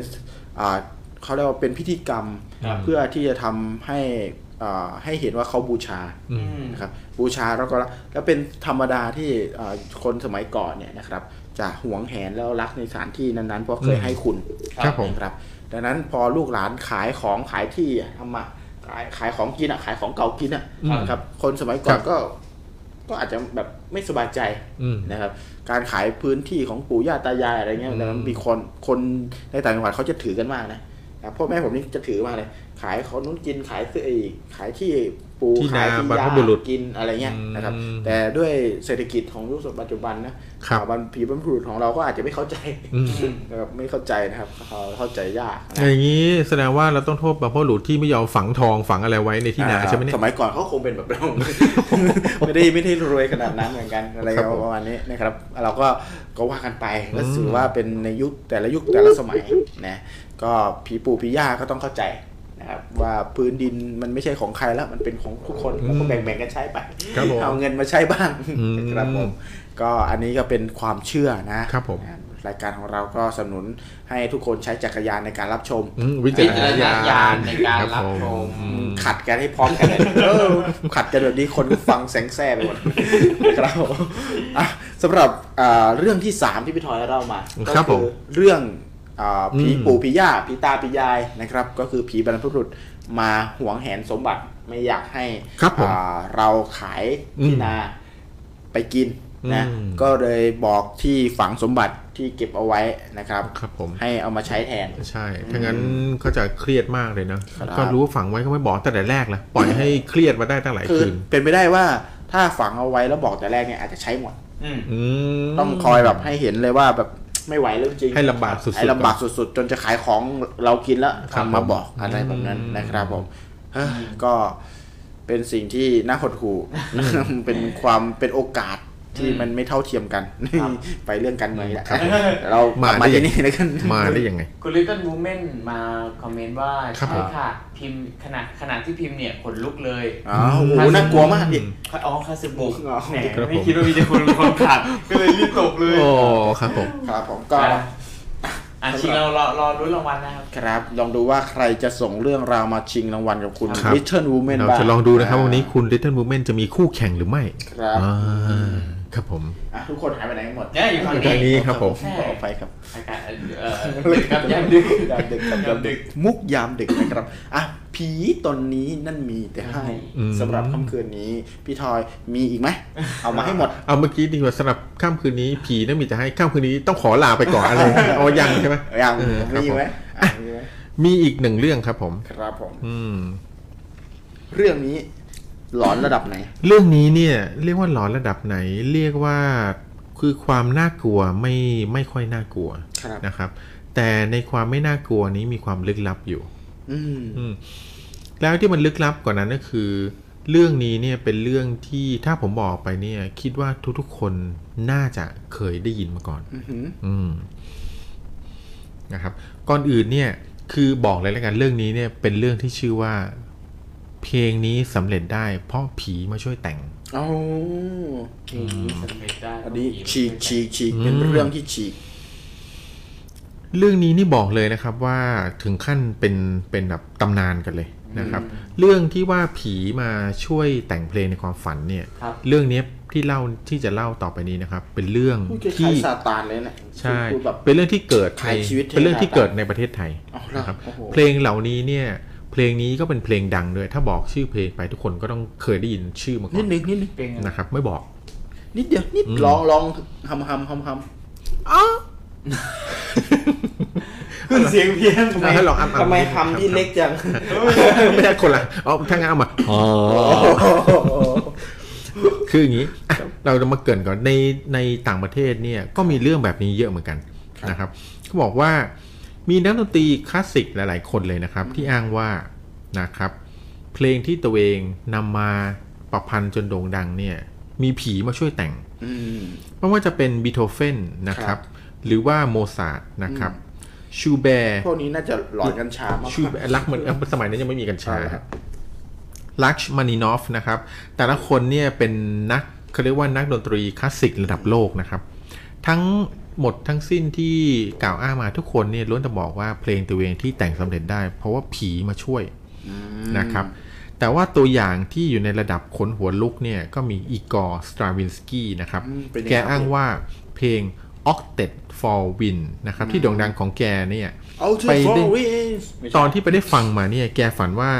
E: อ่าเขาเรียกว่าเป็นพิธีกรรม
G: ครับ
E: เพื่อที่จะทำให้อ่าให้เห็นว่าเขาบูชา
G: อืม
E: นะครับบูชาแล้วก็รักแล้วเป็นธรรมดาที่อ่าคนสมัยก่อนเนี่ยนะครับ จะหวงแหนแล้วรักในสถานที่นั้นๆเพราะเคยให้คุณ
D: ครับผม
E: นะครับดังนั้นพอลูกหลานขายของขายที่ทำมาขายขายของกินอ่ะขายของเก่ากินอ่ะนะครับคนสมัยก่อนก็ก็อาจจะแบบไม่สบายใจ
G: อืม
E: นะครับการขายพื้นที่ของปู่ย่าตายายอะไรเงี้ย
G: อืม
E: แล้วมีคนคนในต่างจังหวัดเขาจะถือกันมากนะครับพ่อแม่ผมนี่จะถือมากเลย ขายเขานู้นกินขายเสื้ออีกขายที่ปู
D: ที่
E: ขาย
D: นา
E: ที่
D: บรร
E: ยา
D: พบุรุษ
E: กินอะไรเงี้ยนะครับ
G: อืม
E: แต่ด้วยเศรษฐกิจของรู้สึกปัจจุบันนะครับ ข่าวบันผีบรรพบุรุษของเราก็อาจจะไม่เข้าใจ
G: อืม
E: นะครับไม่เข้าใจนะครับเขาเข้าใจยากนะ
D: อย่างนี้แสดงว่าเราต้องโทษบรรพบุรุษที่ไม่ยอมฝังทองฝังอะไรไว้ในที่นาใช่ไหมเนี่ย
E: สมัยก่อนเขาคง เป็นแบบเรา ไม่ได้ไม่ได้รวยขนาดนั้นเหมือนกันอะไร
D: ครับผม
E: ประมาณนี้นะครับ เราก็ก็ว่ากันไปก็ถือว่าเป็นในยุคแต่ละยุคแต่ละสมัยนะก็ผีปู่ผีย่าก็ต้องเข้าใจนะครับว่าพื้นดินมันไม่ใช่ของใครแล้วมันเป็นของทุกคนแล้วก็แบ่งๆกันใช้ไป
D: ครับผม
E: เอาเงินมาใช้บ้าง
D: อืม
E: นะครับผมก็อันนี้ก็เป็นความเชื่อนะครับ
D: ผม
E: นะรายการของเราก็สนับสนุนให้ทุกคนใช้จักรยานในการรับชม
D: อืมวิจารณญาณ
C: ในการรับ
D: ครับ
C: ช
D: ผม
C: ม
E: ขัดกันให้พร้อมกันเลยเออขัดกันแบบนี้คนก็ฟังแสงแซ่ไปหมดนะครับผมอ่ะสำหรับอ่าเรื่องที่สามที่พี่ทอยเล่ามา
D: ครับผม
E: ก็เรื่องอ่าผี
D: อืม
E: ปู่ผีย่าผีตาผียายนะครับ ก็คือผีบรรพบุรุษมาหวงแหนสมบัติไม่อยากให้
D: ครับผม
E: อ่าเราขายที่
D: อืม
E: นาไปกินนะ
D: อืม
E: ก็เลยบอกที่ฝังสมบัติที่เก็บเอาไว้นะครับ
D: ครับผม
E: ให้เอามาใช้แทน
D: ใช่ ถ้างั้นเขาจะเครียดมากเลยนะ
E: ครับ
D: ก็รู้ว่าฝังไว้ก็ไม่บอกตั้งแต่แรกละปล่อยให้เครียดมาได้ตั้งหลาย
E: คือ
D: คืน
E: เป็นไปได้ว่าถ้าฝังเอาไว้แล้วบอกแต่แรกเนี่ยอาจจะใช้หมด
D: อืม
E: ต้องคอยแบบให้เห็นเลยว่าแบบไม่ไหวแล้วจริง
D: ให้ลำบากสุดๆ
E: ให้ลำบากสุดๆ จนจะขายของเรากินแล้ว
D: ครับ
E: ทำมาบอกอะไรแบบนั้น
D: อืม
E: นะครับผมเฮ้ยก็เป็นสิ่งที่น่าหดหู่ เป็นความเป็นโอกาสที่มันไม่เท่าเทียมกัน ไปเรื่องการเมืองอีกแล้วเรา
D: มา
E: มา
D: ได้ยั
E: ที่
D: งไง
E: นี่แล้วกัน
D: มาได้ยังไง
C: คุณลิตเติ้ลวูแมนมาคอมเมนต์ว่า
D: ครับ
C: ใช่
D: ผม
C: ค่ะ พิมพ์ขณะขณะที่พิมพ์เนี่ยขนลุกเลย
E: อ้าวโอ้โหน่ากลัวมากดิ
C: อ๋อคาสึบุก
E: อ๋อ
C: แหม
D: ครับผม
C: ไม่คิดว่ามีจะคนคนขัดก็เลยรีบตบเลย
D: โอ้ครับผม
E: ครับผมก็
C: อ่ะอ่ะชิงเรารอรอรุ้นรางวัลนะครับ
E: ครับลองดูว่าใครจะส่งเรื่องราวมาชิงรางวัลกับคุณ
D: ครับ
E: Little Woman
D: เรา
E: บ้าง
D: จะลองดูนะครับวันนี้คุณ Little Movement จะมีคู่แข่งหรือไม่
E: ครับ
D: อ่าครับผม
E: อ่ะทุกคนหายไปไหนกันหมด
C: เนี่ยอยู่ฝั่ง
D: อัน
C: นี้
D: นี้ครับผม
E: ขอไปครับ
C: อากาศเอ่อดึกครับยามดึก
E: ยามดึกครับยามดึกมุกยามดึกนะครับอ่ะผีตนนี้นั่นมีแต่ให้
D: อืม
E: สำหรับค่ำคืนนี้ พี่ทอยมีอีกไหมเอามาให้หมด
D: เอาเมื่อกี้ดีกว่าสำหรับข้ามคืนนี้ผีน่ามีแต่ให้ข้ามคืนนี้ต้องขอลาไปก่อนอะไร เอายังใช่ไหม
E: ยัง
D: เออครับ
E: มี
D: ผ
E: ไหมอ่ะมีไหม
D: มีอีกหนึ่งเรื่องครับผม
E: ครับผม
D: อืม
E: เรื่องนี้หลอนระดับไหน
D: เรื่องนี้เนี่ยเรียกว่าหลอนระดับไหน เรียกว่าคือความน่ากลัวไม่ไม่ค่อยน่ากลัว
E: ครับ
D: นะครับ แต่ในความไม่น่ากลัวนี้มีความลึกลับอยู่
E: อืม
D: อืมแล้วที่มันลึกลับกว่านั้นก็คือ เรื่องนี้เนี่ยเป็นเรื่องที่ถ้าผมบอกไปเนี่ย คิดว่าทุกๆคนน่าจะเคยได้ยินมาก่อน
E: อื้อหือ
D: อืมนะครับ ก่อนอื่นเนี่ยคือบอกเลยแล้วกันเรื่องนี้เนี่ยเป็นเรื่องที่ชื่อว่า เพลงนี้สำเร็จได้ เพราะผีมาช่วยแต่ง
E: เอ๋ออันนี้ฉีกฉีกฉีก
D: อืม
E: เป็นเรื่องที่ฉีก
D: เรื่องนี้นี่บอกเลยนะครับว่าถึงขั้นเป็นเป็นแบบตำนานกันเลยนะครับ เรื่องที่ว่าผีมาช่วยแต่งเพลงในความฝันเนี่ย
C: ครับ
D: เรื่องเนี้ยที่เล่าที่จะเล่าต่อไปนี้นะครับ เป็นเรื่อง
E: พูดคล้า
D: ที่
E: ยๆซาตานเลยนะ
D: ใช่
E: พูดแบบ
D: เป็นเรื่องที่เกิด
E: ขายชีวิตให้
D: เป็นเรื่องที่เกิดในประเทศไทย
E: เอาล่ะ
D: นะครับ
E: โอ้โห
D: เพลงเหล่านี้เนี่ยเพลงนี้ก็เป็นเพลงดังด้วย ถ้าบอกชื่อเพลงไปทุกคนก็ต้องเคยได้ยินชื่อมาก่
E: นิ
D: อ
E: ด
D: น
E: นึงนิดนึง
C: เป็นไง
D: นะครับ ไม่บอก
E: นิดเดียวนิด
D: อืม
E: ลองลองหำหำหำหำ
C: ขึ้นเสียงเพี้ยน
D: ให้ลองอัพอัพ
E: ทำไมคำที่เล็กจัง
D: ไม่ใช่คนละเอาถ้างั้นเอามาอ๋อ คืออย่างนี้อ่ะเราจะมาเกรินก่อนในในต่างประเทศเนี่ยก็มีเรื่องแบบนี้เยอะเหมือนกันนะครับเขาบอกว่ามีนักดนตรีคลาสสิกหลาย ๆ คนเลยนะครับ ที่อ้างว่านะครับ เพลงที่ตัวเองนำมาประพันธ์จนโด่งดังเนี่ยมีผีมาช่วยแต่ง
E: อืม
D: ไม่ว่าจะเป็นบีโธเฟนนะค
E: ครั
D: รับ
E: บ
D: หรือว่าโมซาร์ทนะครับชูแบร์
E: พวกนี้น่าจะหลอนกัญชามาก
D: ชูแบร์ลักเหมือนเอ้ยสมัยนั้นยังไม่มีกัญชา
E: ครับ
D: ลักชมานินอฟนะครับ แต่ละคนเนี่ยเป็นนักเขาเรียกว่านักดนตรีคลาสสิกระดับโลกนะครับ ทั้งหมดทั้งสิ้นที่กล่าวอ้างมาทุกคนเนี่ยล้วนแต่บอกว่าเพลงตัวเองที่แต่งสำเร็จได้ เพราะว่าผีมาช่วยนะครับแต่ว่าตัวอย่างที่อยู่ในระดับขนหัวลุกเนี่ยก็มีอีกอร์สตราวินสกี้นะครับ
E: อืมเป็นยังไง
D: แก
E: ครับ
D: อ้างว่าเพลง Octet for Win นะครับ ที่โด่งดังของแกเนี่ย
E: เอาชื่อ
D: ไป
E: ฟอ
D: ได้
E: ร์วิน
D: ตอนที่ไปได้ฟังมาเนี่ยแกฝันว่า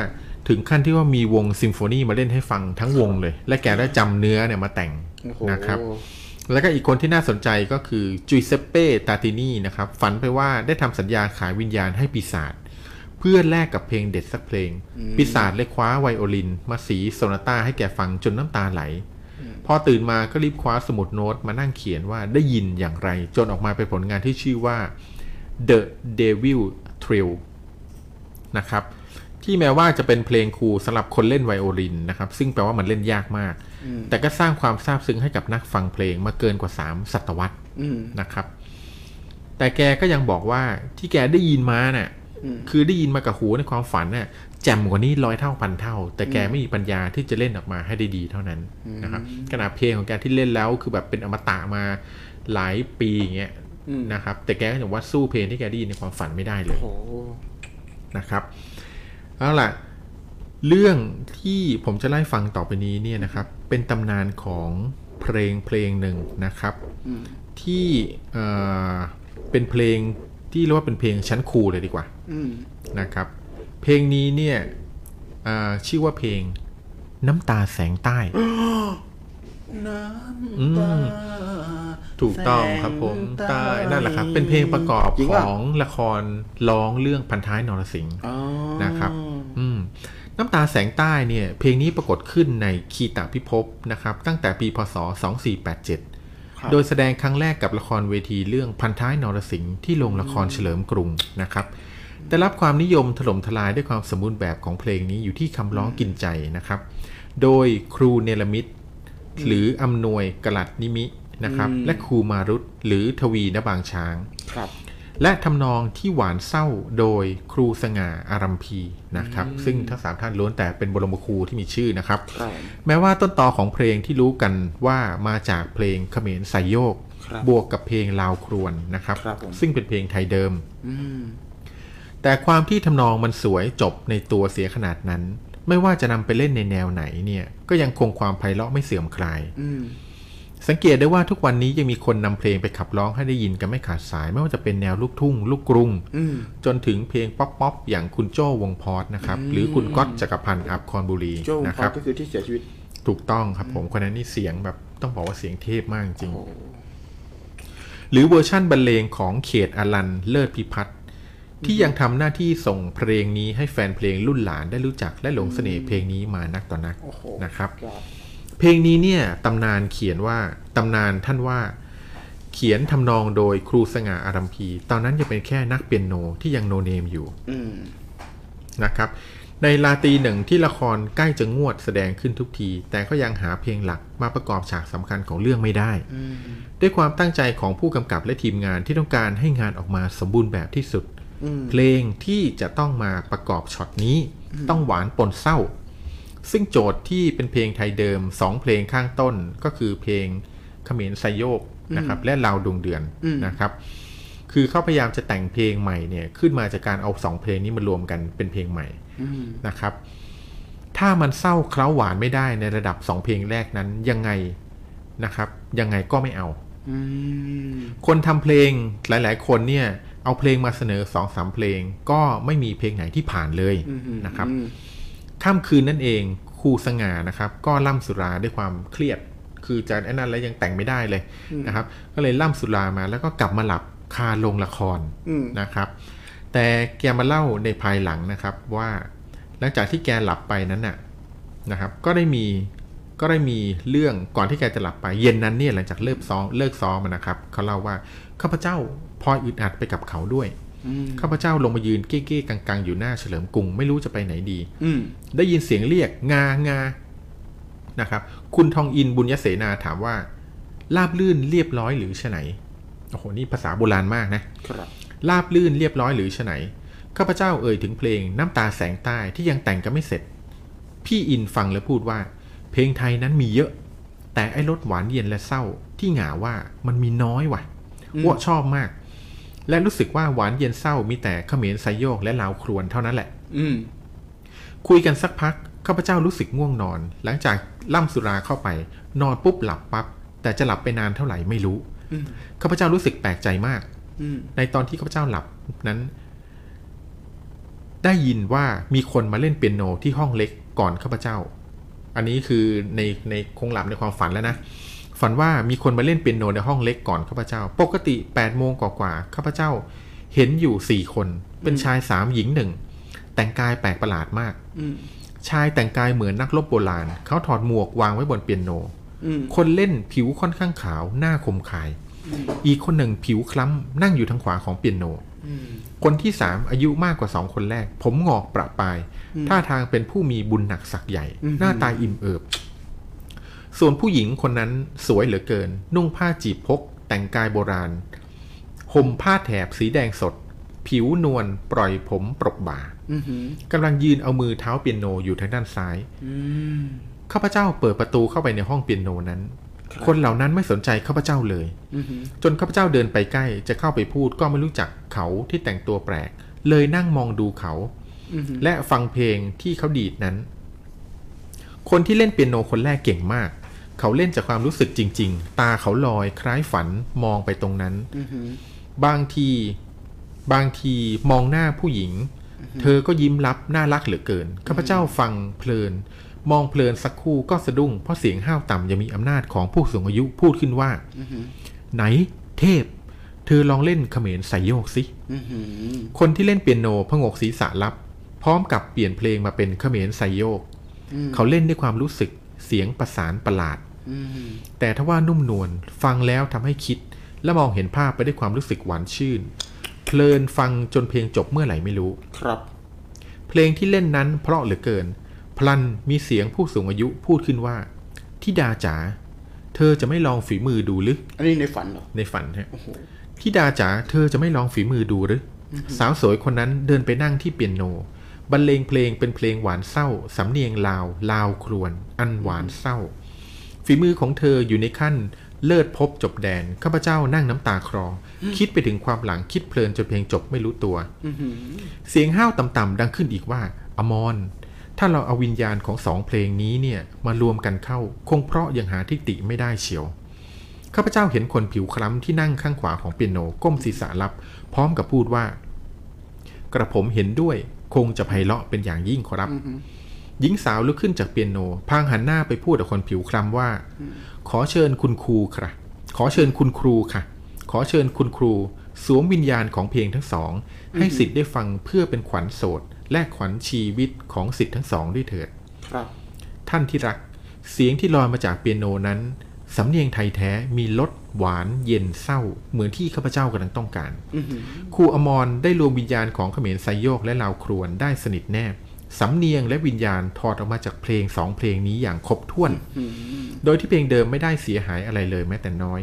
D: ถึงขั้นที่ว่ามีวงซิมโฟนีมาเล่นให้ฟังทั้งวงเลย และแกได้จำเนื้อเนี่ยมาแต่งนะครับ แล้วก็อีกคนที่น่าสนใจก็คือจูเซปเป้ตาตินีนะครับ ฝันไปว่าได้ทำสัญญาขายวิญญาณให้ปีศาจเพื่อแลกกับเพลงเด็ดสักเพลง ปีศาจเลยคว้าไวโอลิน มาสีโซนาต้าให้แกฟังจนน้ำตาไหล พอตื่นมาก็รีบคว้าสมุดโน้ตมานั่งเขียนว่าได้ยินอย่างไร จนออกมาเป็นผลงานที่ชื่อว่า The Devil Trill นะครับ ที่แม้ว่าจะเป็นเพลงครูสำหรับคนเล่นไวโอลินนะครับ ซึ่งแปลว่ามันเล่นยากมาก แต่ก็สร้างความซาบซึ้งให้กับนักฟังเพลงมาเกินกว่า 3 ศตวรรษ
E: อืม
D: นะครับ แต่แกก็ยังบอกว่าที่แกได้ยินมาน่ะ
E: อืม
D: คือได้ยินมากับหูในความฝันน่ะแจ่มกว่านี้ร้อยเท่าพันเท่า แต่แกไม่มีปัญญาที่จะเล่นออกมาให้ได้ดีเท่านั้นนะครับขนาดเพลงของแกที่เล่นแล้วคือแบบเป็นอมตะมาหลายปีอย่างเงี้ยนะครับ แต่แกก็ยังว่าสู้เพลงที่แกได้ยินในความฝันไม่ได้เลย
E: โอ้
D: นะครับเอาล่ะ เรื่องที่ผมจะไล่าให้ฟังต่อไปนี้เนี่ยนะครับ เป็นตำนานของเพลงเพลงหนึ่งนะครับ ที่เอ่อเป็นเพลงที่เรียกว่าเป็นเพลงชั้นครูเลยดีกว่า
E: อืม
D: นะครับ เพลงนี้เนี่ยเอ่อชื่อว่าเพลงน้ำตาแสงใต้
E: น้
D: อื
E: ำตา
D: ม ถูกต้องครับผมใต้นั่นแหละครับ เป็นเพลงประกอบ
E: จริง
D: ข
E: ป่ะ
D: องละครร้องเรื่องพันท้ายนรสิงห์
E: อ๋อ
D: นะครับ อืมน้ำตาแสงใต้เนี่ยเพลงนี้ปรากฏขึ้นในคีตาพิภพนะครับตั้งแต่ปีพศ 2487 โดยแสดงครั้งแรกกับละครเวทีเรื่องพันท้ายนรสิงห์ที่โรงละครเฉลิมกรุงนะครับได้รับความนิยมถล่มทลายด้วยความสมบูรณ์แบบของเพลงนี้อยู่ที่คำร้องกินใจนะครับ โดยครูเนลมิต หรืออำนวยกลัดนิมินะครับและครูมารุตหรือทวีนบางช้าง
E: ครับ
D: และทำนองที่หวานเศร้าโดยครูสง่าอารัมพีนะครับ ซึ่งทั้งสามท่านล้วนแต่เป็นบรมครูที่มีชื่อนะครับ
E: ครับ
D: แม้ว่าต้นตอของเพลงที่รู้กันว่ามาจากเพลงเขมรไซโยก
E: ครับ
D: วกกับเพลงลาวครวนนะครับ
E: ครับผม
D: ซึ่งเป็นเพลงไทยเดิม
E: อืม
D: แต่ความที่ทำนองมันสวยจบในตัวเสียขนาดนั้น ไม่ว่าจะนำไปเล่นในแนวไหนเนี่ยก็ยังคงความไพเราะไม่เสื่อมคลาย
E: อืม
D: สังเกตได้ว่าทุกวันนี้ยังมีคนนำเพลงไปขับร้องให้ได้ยินกันไม่ขาดสาย ไม่ว่าจะเป็นแนวลูกทุ่ง ลูกกรุง
E: อืม
D: จนถึงเพลงป๊อปป๊อปอย่างคุณโจ้วงพอดนะครับ หรือคุณก๊อตจักรพันธ์อับคอนบุรี
E: โจ้
D: นะ
E: พ
D: ค
E: อ
D: รับ
E: ก็คือที่เสียชีวิต
D: ถูกต้องครับผมคนนั้นนี่เสียงแบบต้องบอกว่าเสียงเทพมากจริง หรือเวอร์ชั่นบรรเลงของเขตอลันเลิศพิพัฒน์ที่ยังทำหน้าที่ส่งเพลงนี้ให้แฟนเพลงรุ่นหลานได้รู้จักและหลงเสน่ห์เพลงนี้มานักต่อนัก
E: โอ้โห
D: นะครับ
E: ยอด
D: เพลงนี้เนี่ยตำนานเขียนว่าตำนานท่านว่า เขียนทำนองโดยครูสง่าอารัมพี ตอนนั้นยังเป็นแค่นักเปียโนที่ยังโนเนมอยู่
E: อืม
D: นะครับในลาตรีหนึ่งที่ละครใกล้จะงวดแสดงขึ้นทุกที แต่ก็ยังหาเพลงหลักมาประกอบฉากสำคัญของเรื่องไม่ได้ ด้วยความตั้งใจของผู้กำกับและทีมงานที่ต้องการให้งานออกมาสมบูรณ์แบบที่สุด เพลงที่จะต้องมาประกอบช็อตนี้ ต้องหวานปนเศร้า ซึ่งโจทย์ที่เป็นเพลงไทยเดิมสองเพลงข้างต้นก็คือเพลงเขมรไซโยกนะครับและลาวดวงเดือน
E: อืม
D: นะครับ คือเขาพยายามจะแต่งเพลงใหม่เนี่ยขึ้นมาจากการเอาสองเพลงนี้มารวมกันเป็นเพลงใหม่
E: อืม
D: นะครับ ถ้ามันเศร้าเคล้าหวานไม่ได้ในระดับสองเพลงแรกนั้นยังไงนะครับ ยังไงก็ไม่เอา
E: อืม
D: คนทำเพลงหลายๆ คนเนี่ยเอาเพลงมาเสนอสองสามเพลง ก็ไม่มีเพลงไหนที่ผ่านเลย
E: อืม
D: นะครับ
E: อืม
D: ค่ำคืนนั่นเองครูสง่านะครับ ก็ล่ำสุราด้วยความเครียด คือจากไอ้นั้นแล้วยังแต่งไม่ได้เลยนะครับ ก็เลยล่ำสุรามาแล้วก็กลับมาหลับคาโรงละคร
E: อืม
D: นะครับ แต่แกมาเล่าในภายหลังนะครับว่า หลังจากที่แกหลับไปนั้นน่ะนะครับ ก็ได้มี ก็ได้มีเรื่องก่อนที่แกจะหลับไปเย็นนั้นเนี่ยหลังจากเลิกซ้อมเลิกซ้อมอะนะครับเขาเล่าว่าข้าพเจ้าพลอยอึดอัดไปกับเขาด้วยข้าพเจ้าลงมายืนเก้ๆกังๆ อยู่หน้าเฉลิมกรุงไม่รู้จะไปไหนดี
E: อืม
D: ได้ยินเสียงเรียกงางานะครับ คุณทองอินบุญยเสนาถามว่าลาบลื่นเรียบร้อยหรือไฉนโอ้โหนี่ภาษาโบราณมากนะครับ ลาบลื่นเรียบร้อยหรือไฉนข้าพเจ้าเอ่ยถึงเพลงน้ำตาแสงใต้ที่ยังแต่งกันไม่เสร็จ พี่อินฟังแล้วพูดว่า เพลงไทยนั้นมีเยอะ แต่ไอ้รสหวานเย็นและเศร้าที่หงาว่ามันมีน้อยว่ะอ้วชอบมาก และรู้สึกว่าหวานเย็นเศร้ามีแต่เขมรไซโยกและลาวครวนเท่านั้นแหละ
E: อืม
D: คุยกันสักพัก ข้าพเจ้ารู้สึกง่วงนอน หลังจากล่ำสุราเข้าไป นอนปุ๊บหลับปับ๊บแต่จะหลับไปนานเท่าไหร่ไม่รู้
E: อืม
D: ข้าพเจ้ารู้สึกแปลกใจมาก
E: อืม
D: ในตอนที่ข้าพเจ้าหลับนั้น ได้ยินว่ามีคนมาเล่นเปียโนที่ห้องเล็กก่อนข้าพเจ้า อันนี้คือในในคงหลับในความฝันแล้วนะ ฝันว่ามีคนมาเล่นเปียโนในห้องเล็กก่อนข้าพเจ้า ปกติ8ปดโมงกว่าๆข้าพเจ้าเห็นอยู่สี่คน เป็นชายสามหญิงหนึ่งแต่งกายแปลกประหลาดมาก
E: อืม
D: ชายแต่งกายเหมือนนักรบโบราณ เขาถอดหมวกวางไว้บนเปียโน
E: อืม
D: คนเล่นผิวค่อนข้างขาว หน้าคมคาย อีกคนหนึ่งผิวคล้ำ นั่งอยู่ทางขวาของเปียโน คนที่สามอายุมากกว่าสองคนแรก ผมงอกประปราย ท่าทางเป็นผู้มีบุญหนักศักย์ใหญ่ หน้าตาอิ่มเอิบ ส่วนผู้หญิงคนนั้นสวยเหลือเกิน นุ่งผ้าจีบพก แต่งกายโบราณ ห่มผ้าแถบสีแดงสด ผิวนวลปล่อยผมปรกบ่า
E: อือหือก
D: ำลังยืนเอามือเท้าเปียโนอยู่ทางด้านซ้าย
E: อืม
D: ข้าพเจ้าเปิดประตูเข้าไปในห้องเปียโนนั้น คนเหล่านั้นไม่สนใจข้าพเจ้าเลย
E: อือหือ
D: จนข้าพเจ้าเดินไปใกล้ จะเข้าไปพูดก็ไม่รู้จักเขาที่แต่งตัวแปลก เลยนั่งมองดูเขา
E: อือหือ
D: และฟังเพลงที่เขาดีดนั้น คนที่เล่นเปียโนคนแรกเก่งมาก เขาเล่นจากความรู้สึกจริง ๆ ตาเขาลอยคล้ายฝันมองไปตรงนั้น
E: อือหือบ
D: างที บางทีมองหน้าผู้หญิง เธอก็ยิ้มรับน่ารักเหลือเกินข้าพเจ้าฟังเพลิน มองเพลินสักครู่ก็สะดุ้งเพราะเสียงห้าวต่ำยังมีอำนาจของผู้สูงอายุพูดขึ้นว่า
E: อือหือ
D: ไหน เทพ เธอลองเล่นเขมรไซโยกสิ
E: อือหือ
D: คนที่เล่นเปียโนพงกศีรษะรับ พร้อมกับเปลี่ยนเพลงมาเป็นเขมรไซโยก
E: อืม
D: เขาเล่นด้วยความรู้สึกเสียงประสานประหลาด
E: อือหือ
D: แต่ถ้าว่านุ่มนวลฟังแล้วทำให้คิด และมองเห็นภาพไปได้วยความรู้สึกหวานชื่น เพลินฟังจนเพลงจบเมื่อไหร่ไม่รู้
E: ครับ
D: เพลงที่เล่นนั้นเพราะเหลือเกิน พลันมีเสียงผู้สูงอายุพูดขึ้นว่าทิดาจ๋าเธอจะไม่ลองฝีมือดูหรือ
E: อันนี้ในฝันเหรอ
D: ในฝันฮะทิดาจ๋าเธอจะไม่ลองฝีมือดูหรืออสาวสวยคนนั้นเดินไปนั่งที่เปียโน บรรเลงเพลงเป็นเพลงหวานเศร้า สำเนียงลาว ลาวครวน อันหวานเศร้า ฝีมือของเธออยู่ในขั้น เลิศพบจบแดน ข้าพเจ้านั่งน้ำตาคลออคิดไปถึงความหลังคิดเพลินจนเพลงจบไม่รู้ตัว เสียงห้าวต่ำๆดังขึ้นอีกว่า อมร ถ้าเราเอาวิญญาณของสองเพลงนี้เนี่ยมารวมกันเข้า คงเพราะยังหาที่ติไม่ได้เชียว ข้าพเจ้าเห็นคนผิวคล้ำที่นั่งข้างขวาของเปียโนก้มศีรษะรับ พร้อมกับพูดว่า กระผมเห็นด้วย คงจะไพเราะเป็นอย่างยิ่งขอรับ หญิงสาวลุกขึ้นจากเปียโนพลางหันหน้าไปพูดกับคนผิวคล้ำว่า ขอเชิญคุณครูค่ะ ขอเชิญคุณครูค่ะ ขอเชิญคุณครู สวมวิญญาณของเพลงทั้งสอง ให้สิทธิ์ได้ฟังเพื่อเป็นขวัญโสดและขวัญชีวิตของสิทธิ์ทั้งสองด้วยเถิด
E: ครับ
D: ท่านที่รัก เสียงที่ลอยมาจากเปียโนนั้น สำเนียงไทยแท้มีรสหวานเย็นเศร้า เหมือนที่ข้าพเจ้ากำลังต้องการ
E: อือหือ
D: ครูอมรได้รวมวิญญาณของเขมรไซโยกและลาวครวนได้สนิทแนบ สำเนียงและวิญญาณถอดออกมาจากเพลงสองเพลงนี้อย่างครบถ้วน โดยที่เพลงเดิมไม่ได้เสียหายอะไรเลยแม้แต่น้อย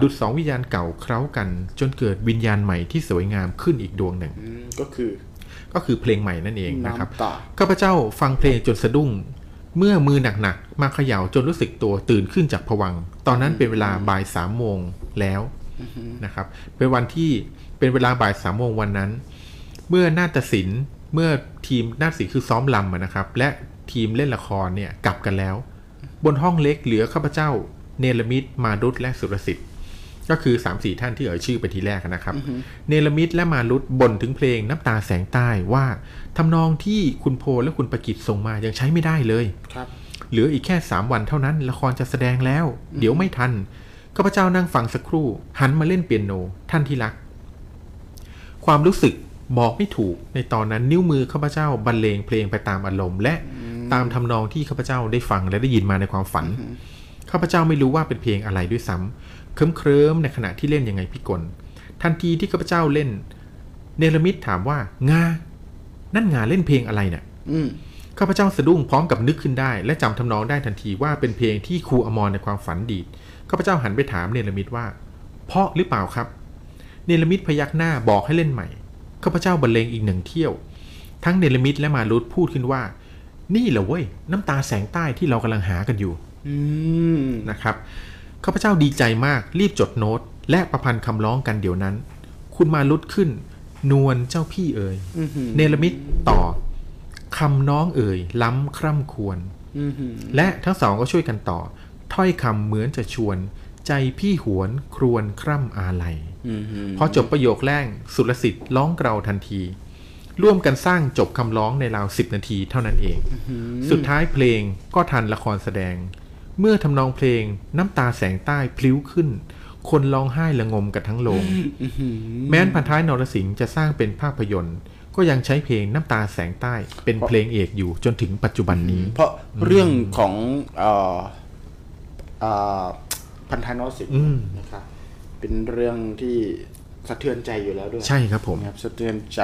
D: ดุดสองวิญญาณเก่าเคล้ากัน จนเกิดวิญญาณใหม่ที่สวยงามขึ้นอีกดวงหนึ่ง
E: อืมก็คือ
D: ก็คือเพลงใหม่นั่นเองนะครับ
E: น้ำตา
D: ข้าพเจ้าฟังเพลงจนสะดุ้ง เมื่อมือหนักๆ มาเขย่าจนรู้สึกตัวตื่นขึ้นจากผวังค์ตอนนั้นเป็นเวลาบ่ายสามโมงแล้วนะครับ เป็นวันที่เป็นเวลาบ่ายสามโมงวันนั้น เมื่อนาฏศิลป์เมื่อทีมนาฏศิลป์คือซ้อมลำอะนะครับ และทีมเล่นละครเนี่ยกลับกันแล้ว บนห้องเล็กเหลือข้าพเจ้า เนลมิตมาดุษและสุรสิทธิ์ ก็คือ3ามสี่ท่านที่เอ่ยชื่อไปทีแรกนะครับ เนลมิตและมารุตบ่นถึงเพลงน้ำตาแสงใต้ว่าทำนองที่คุณโพและคุณประกิตส่งมายังใช้ไม่ได้เลย
E: ครับ
D: เหลืออีกแค่ 3 วันเท่านั้นละครจะแสดงแล้ว เดี๋ยวไม่ทันข้าพเจ้านั่งฟังสักครู่ หันมาเล่นเปียโนท่านที่รัก ความรู้สึกบอกไม่ถูกในตอนนั้นนิ้วมือข้าพเจ้าบรรเลงเพลงไปตามอารมณ์และ ตามทำนองที่ข้าพเจ้าได้ฟังและได้ยินมาในความฝัน ข้าพเจ้าไม่รู้ว่าเป็นเพลงอะไรด้วยซ้ำเคลิ้มๆในขณะที่เล่นยังไงพิกลทันทีที่ข้าพเจ้าเล่น เนรมิตถามว่างา นั่นงาเล่นเพลงอะไรเนี่ย
E: อืม
D: ข้าพเจ้าสะดุ้งพร้อมกับนึกขึ้นได้ และจำทำนองได้ทันทีว่าเป็นเพลงที่ครูอมรในความฝันดีดข้าพเจ้าหันไปถามเนรมิตว่า เพราะหรือเปล่าครับ เนรมิตพยักหน้าบอกให้เล่นใหม่ข้าพเจ้าบรรเลงอีกหนึ่งเที่ยว ทั้งเนรมิตและมารุธพูดขึ้นว่า นี่แหละเว้ยน้ำตาแสงใต้ที่เรากำลังหากันอยู่
E: อืม
D: นะครับข้าพเจ้าดีใจมากรีบจดโน้ต และประพันธ์คำร้องกันเดี๋ยวนั้น คุณมาลุดขึ้น นวลเจ้าพี่เอ่ย
E: อื้อหือ
D: เนรมิตต่อคำน้องเอ่ย ล้ำคร่ำควร
E: อืมหืม
D: และทั้งสองก็ช่วยกันต่อ ถ้อยคำเหมือนจะชวน ใจพี่หวนครวนคร่ำอาลัย
E: อืมหืม
D: พอจบประโยคแรกสุรสิทธิ์ร้องเกราทันที ร่วมกันสร้างจบคำร้องในราวสิบนาทีเท่านั้นเอง สุดท้ายเพลงก็ทันละครแสดง เมื่อทำนองเพลงน้ำตาแสงใต้พลิ้วขึ้น คนร้องไห้ละงมกันทั้งโรงแม้นพันท้ายนรสิงห์จะสร้างเป็นภาพยนตร์ ก็ยังใช้เพลงน้ำตาแสงใต้เป็นเพลงเอกอยู่จนถึงปัจจุบันนี้
E: เพราะเรื่องของเอ่อเอ่อพันธานอสิบ
D: อืม
E: นะครับเป็นเรื่องที่สะเทือนใจอยู่แล้วด้วย
D: ใช่ครับผม
E: นะครับสะเทือนใจ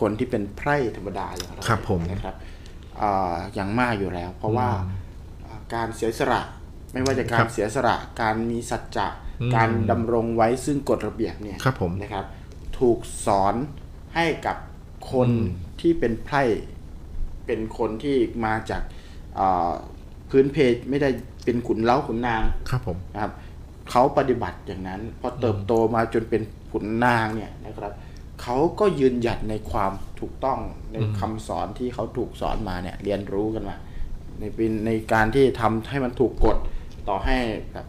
E: คนที่เป็นไพร่ธรรมดาอย่างเา
D: ครับผม
E: นะครับอ่าอย่างมากอยู่แล้ว เพราะว่าอ่าการเสียสละไม่ว่าจะการเสียสละการมีสัจจะการดำรงไว้ซึ่งกฎระเบียบเนี่ย
D: ครับผม
E: นะครับถูกสอนให้กับคนที่เป็นไพร่เป็นคนที่มาจากเอ่อพื้นเพไม่ได้เป็นขุนเล้าขุนนาง
D: ครับผม
E: นะครับเขาปฏิบัติอย่างนั้น พอเติบโตมาจนเป็นขุนนางเนี่ยนะครับเขาก็ยืนหยัดในความถูกต้องในคำสอนที่เขาถูกสอนมาเนี่ยเรียนรู้กันมาในเป็นในการที่ทำให้มันถูกกฎต่อให้แบบ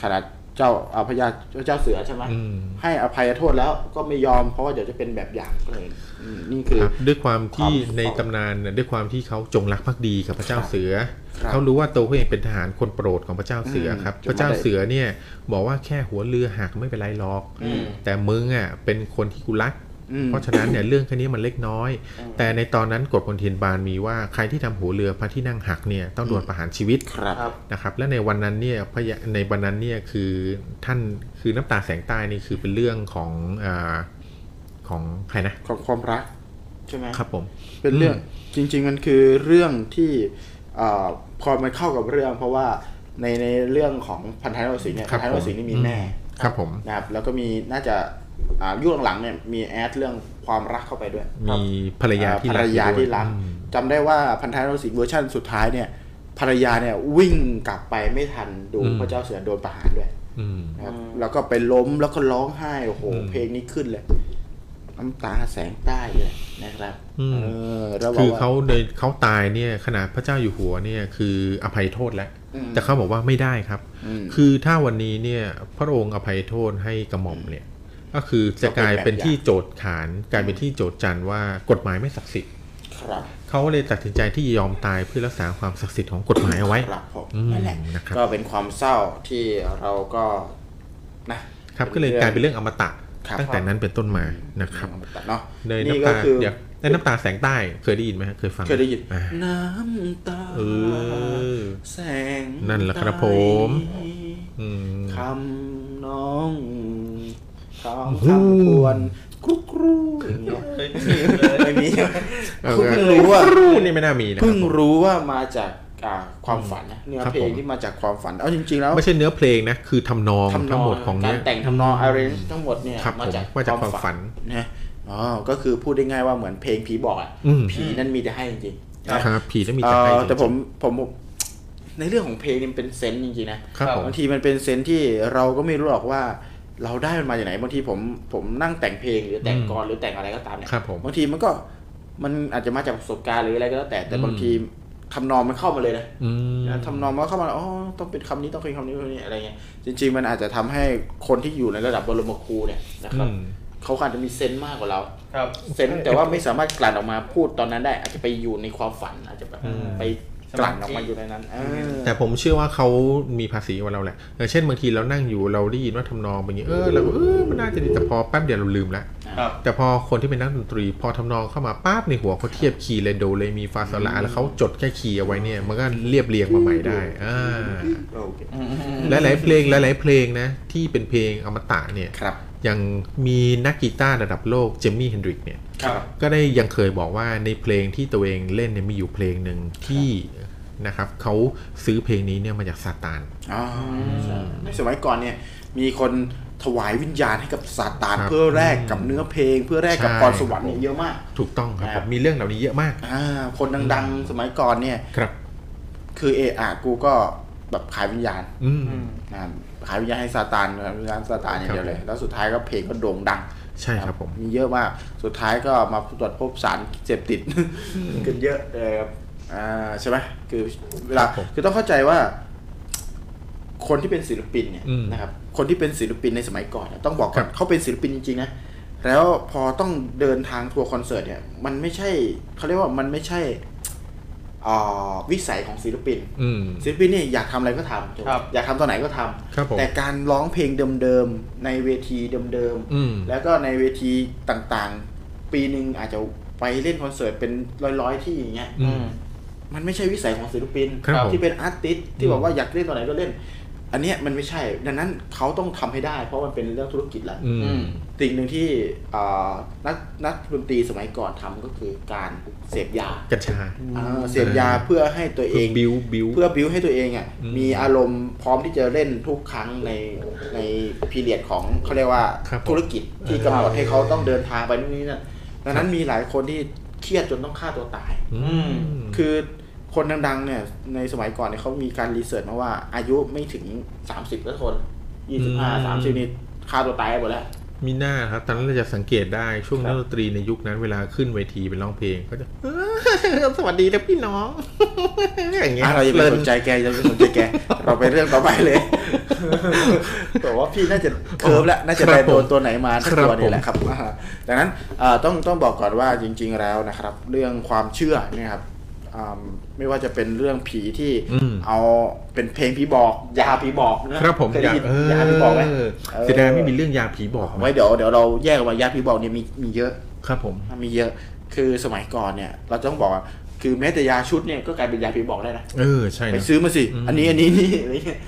E: ขนาดเจ้าอาพญาเจ้าเสือใช่ไหม
D: อืม
E: ให้อภัยโทษแล้วก็ไม่ยอมเพราะว่าเดี๋ยวจะเป็นแบบอย่างก็เลยอืมนี่คือ
D: ครับด้วยความที่
E: ความ
D: ในตำนานเนี่ยด้วยความที่เขาจงรักภักดีกับพระเจ้าเสือ
E: ครับ
D: เขารู้ว่าตัวเขาเองเป็นทหารคนโปรดของพระเจ้าเสืออ
E: ม
D: ครับ
E: จนมาได้
D: พระเจ้าเสือเนี่ยบอกว่าแค่หัวเรือหักไม่เป็นไรหรอก แต่มึงอ่ะเป็นคนที่กูรัก
E: อืม
D: เพราะฉะนั้นเนี่ยเรื่องแค่นี้มันเล็กน้อย แต่ในตอนนั้นกฎบนเทียนบานมีว่าใครที่ทำหัวเรือพระที่นั่งหักเนี่ยต้องโดนประหารชีวิต
E: ครับ
D: นะครับและในวันนั้นเนี่ยพระยะในวันนั้นเนี่ยคือท่านคือน้ำตาแสงใต้นี่คือเป็นเรื่องของอาของใครนะ
E: ของความรักใช่ไหม
D: ครับผม
E: เป็นเรื่องจริง ๆ มันคือเรื่องที่เอ่อพอมันเข้ากับเรื่อง เพราะว่าในในเรื่องของพันธะนรสิงห์เนี่ย
D: ครับ
E: พันธะนรสิงห์นี่มีแม่
D: ครับผม
E: นะครับแล้วก็มีน่าจะอ่ายุคหลังๆเนี่ยมีแอดเรื่องความรักเข้าไปด้วยครับ
D: มีภรรยาที่
E: ภรรยา
D: อยู่ด้วย
E: ที่รัก
D: อืม
E: จำได้ว่าพันธะนรสิงห์เวอร์ชันสุดท้ายเนี่ยภรรยาเนี่ยวิ่งกลับไปไม่ทันดู
D: อืม
E: พระเจ้าเสือโดนประหารด้วย
D: อืม
E: นะครับแล้วก็ไปล้มแล้วก็ร้องไห้โอ้โห
D: อืม
E: เพลงนี้ขึ้นเลยน้ำตาแสงใต้เลยนะครับ
D: อืม
E: เออแล้วบก
D: คือ
E: ว่
D: เขาในเขาตายเนี่ยขนาดพระเจ้าอยู่หัวเนี่ยคืออภัยโทษแล้ว
E: อืม
D: แต่เขาบอกว่าไม่ได้ครับ
E: อืม
D: คือถ้าวันนี้เนี่ยพระองค์อภัยโทษให้กระหม่อมเนี่ยก็คือจะกลายเป็นที่โจทย์ขานกลายเป็นที่โจทย์จันว่ากฎหมายไม่ศักดิ์สิทธิ์
E: ครับ
D: เขาเลยตัดสินใจที่ยอมตายเพื่อรักษาความศักดิ์สิทธิ์ของกฎหมายเอาไว้
E: ครับผม
D: อืม
E: นั่นแหละ
D: นะครับ
E: ก็เป็นความเศร้าที่เราก็นะครับ
D: ก็เลยกลายเป็นเรื่องอมตะ
E: ครับ
D: ตั้งแต่นั้นเป็นต้นมานะครับ
E: อมตะเนาะ
D: ใน
E: นี่
D: น้ำ
E: ก็
D: ตา
E: คือ
D: เดี๋ยวในน้ำตาแสงใต้เคยได้ยินไหมฮะเคยฟัง
E: เคยได้ยิน
D: อ่า
E: น้ำตา
D: เออ
E: แสง
D: นั่นแหละครับผม อืม
E: คำน้องคำคำควรครุกครูอย่างเงี้ยไม่มี
D: เอา
E: คุณ
D: ไง
E: เพิ่งรู้ว่า
D: ครูนี่ไม่น่ามีนะค
E: เพิ่
D: รั
E: ง
D: บผม
E: รู้ว่ามาจากอ่าความฝันนะเนื้อ
D: ครับ
E: เพล
D: ผ
E: ง
D: ม
E: ที่มาจากความฝัน เอาจริงๆแล้ว
D: ไม่ใช่เนื้อเพลงนะ คือทำนอง
E: ทำน
D: ทั้
E: องง
D: หมดของ
E: กา
D: เนี้ย
E: รแต่งทำนองอาร์เรนจ์ทั้งหมดเนี่ย
D: ครับ
E: มา
D: ผม
E: จาก
D: มาจากความฝัน
E: นะอ๋อก็คือพูดได้ง่ายว่าเหมือนเพลงผีบอกอ่ะ
D: อืม
E: ผีนั่นมีแต่ให้จริงๆนะครับ
D: ผีนั้นมี
E: เอ
D: แต่ให้
E: อ
D: จริงๆ
E: แต่ผมผมผมในเรื่องของเพลงนี่มันเป็นเซนส์จริงๆนะครับ
D: ผม
E: บางทีมันเป็นเซนส์ที่เราก็ไม่รู้หรอกว่า เราได้มันมาจากไหนบางทีผมผมนั่งแต่งเพลงหรือแต่งกลอนหรือแต่งอะไรก็ตามเนี่ย
D: ครับผม
E: บางทีมันก็มันอาจจะมาจากประสบการณ์หรืออะไรก็แล้วแต่แต่
D: อืม
E: บางทีทำนองมันเข้ามาเลยนะ
D: อืม
E: ทำนองมันเข้ามาอ๋อต้องเป็นคำนี้ต้องเป็นคำนี้คำนี้อะไรเงี้ยจริง ๆ มันอาจจะทำให้คนที่อยู่ในระดับบรมครูเนี่ยนะครับ
D: อืม
E: เขาอาจจะมีเซนส์มากกว่าเรา
G: ครับ
E: เซนส์แต่ว่าไม่สามารถกลั่นออกมาพูดตอนนั้นได้ อาจจะไปอยู่ในความฝันอาจจะแบบไป กลั่นออกมาอยู่ในนั้นเออ
D: แต่ผมเชื่อว่าเขามีภาษีกว่าเราแหละเออเช่นบางทีเรานั่งอยู่เราได้ยินว่าทำนองเป็นอย่างนี้เออเราก็เออมันน่าจะดีแต่พอแป๊บเดียวเราลืมละ
C: ครับ
D: แต่พอคนที่เป็นนักดนตรี พอทำนองเข้ามาปั๊บในหัวเขาเทียบคีย์เลยโดเลมีฟาโซลาแล้วเขาจดแค่คีย์เอาไว้เนี่ยมันก็เรียบเรียงมาใหม่ได้อ่าและหลายเพลงหลายๆเพลงนะที่เป็นเพลงอมตะเนี่ย
E: ครับ
D: ยังมีนักกีตาร์ระดับโลกเจมมี่เฮนดริกเนี่ย
F: ครับ
D: ก็ได้ยังเคยบอกว่าในเพลงที่ตัวเองเล่นเนี่ยมีอยู่เพลงหนึ่งที่นะครับเขาซื้อเพลงนี้เนี่ยมาจากซาตาน
E: อ๋อในสมัยก่อนเนี่ย มีคนถวายวิญญาณให้กับซาตาน
D: ครับ
E: เพื่อแลกกับเนื้อเพลง เพื่อแลกกับ
D: ใช่
E: พรสวรรค์เนี่ยเยอะมาก
D: ถูกต้องครับ
E: ค
D: ผ
E: รับ
D: มมีเรื่องเหล่านี้เยอะมาก
E: อ่าคนดังๆ สมัยก่อนเนี่ย
D: ครับ
E: คือเออากูก็แบบขายวิญญาณ
D: อืม
E: นะขายวิญญาณให้ซาตานขายวิญญาณซาตานอย่างเดียวเลย แล้วสุดท้ายก็เพลงก็โด่งดัง
D: ใช่ครับผม
E: มีเยอะมาก สุดท้ายก็มาตรวจพบสารเสพติด กันเยอะเลยครับอ่าใช่ไหมคือเวลา
D: ครับผม
E: คือต้องเข้าใจว่า คนที่เป็นศิลปินเนี่ย
D: อืม
E: นะครับ คนที่เป็นศิลปินในสมัยก่อนเนี่ยต้องบอกก่อ
D: ครั
E: น
D: บ
E: เขาเป็นศิลปินจริงๆนะ แล้วพอต้องเดินทางทัวร์คอนเสิร์ตเนี่ย มันไม่ใช่เขาเรียกว่ามันไม่ใช่อ่าวิสัยของศิลปิน
D: อืม
E: ศิลปินเนี่ยอยากทำอะไรก็ทำ
C: ครับ
E: อยากทำตอนไหนก็ทำ
D: ครับผม
E: แต่การร้องเพลงเดิมๆในเวทีเดิม
D: อืม
E: แล้วก็ในเวทีต่างๆ ปีหนึ่งอาจจะไปเล่นคอนเสิร์ตเป็นร้อยๆที่อย่างเงี้ย
D: อืม
E: มันไม่ใช่วิสัยของศิลปิน
D: ครับผม
E: ที่เป็นอาร์ติสต์ที่
D: อืม
E: บอกว่าอยากเล่นตอนไหนก็เล่น อันเนี้ยมันไม่ใช่ดังนั้นเขาต้องทำให้ได้ เพราะมันเป็นเรื่องธุรกิจแล้ว
D: อืม
E: สิ่งหนึ่งที่อ่านักนักดนตรีสมัยก่อนทำก็คือการเสพยา
D: กัญชา
E: อ่าเสพยาเพื่อให้ตัวเอ
D: เพื่อง บิวบิว
E: เพื่อบิวให้ตัวเองอ่ะ
D: อืม
E: มีอารมณ์พร้อมที่จะเล่นทุกครั้งในในพีเรียดของเขาเรียกว่า
D: ครับผม
E: ธุรกิจที่กำหนดให้เขาต้องเดินทางไปนู่นนี่นั่นดังนั้นมีหลายคนที่เครียดจนต้องฆ่าตัวตาย คือคนดังๆเนี่ยในสมัยก่อนเนี่ยเขามีการรีเสิร์ชมาว่าอายุไม่ถึง 30ก็คน
D: อื
E: 25
D: ม
E: 30นี่ฆ่าตัวตายกันหมดแล้ว
D: มีหน้าครับตอนนั้นเราจะสังเกตได้ช่วงนักดนตรีในยุคนั้นเวลาขึ้นเวทีเป็นร้องเพลงก็จะ สวัสดีนะพี่น้อง อย่างเงี้ย
E: อ่ะเราอย่าไป
D: ลิ
E: สนใจแกอย่าไปสนใจแก เราไปเรื่องต่อไปเลยแต่ว่าพี่น่าจะเคิร์ฟแล้วน่าจะ
D: ค
E: ไป
D: รับผม
E: โดนตัวไหนมาสักตั
D: ค
E: ว
D: รับผม
E: นี่แหละครับอ่าดังนั้นเอ่อต้องต้องบอกก่อนว่าจริง ๆแล้วนะครับ เรื่องความเชื่อเนี่ยครับอ่าไม่ว่าจะเป็นเรื่องผีที่เอาเป็นเพลงผีบอกยาผีบอกนะครับ
D: ผม
E: เคย
D: อ
E: ได้
D: ยาก
E: ยิน
D: เอย
E: าผีบอกไหม
D: อเสียดายไม่มีเรื่องยาผีบอกนะ
E: ไว้เดี๋ยวเดี๋ยวเราแยกออกมายาผีบอกเนี่ยมีมีเยอะ
D: ครับผม
E: มีเยอะ คือสมัยก่อนเนี่ย เราต้องบอกว่าคือแม้แต่ยาชุดเนี่ยก็กลายเป็นยาผีบอกได้นะ
D: เออใช่
E: ไป
D: นะ
E: ซื้อมาสิ
D: อืม
E: อันนี้อันนี้นี่ อะไรเงี้ย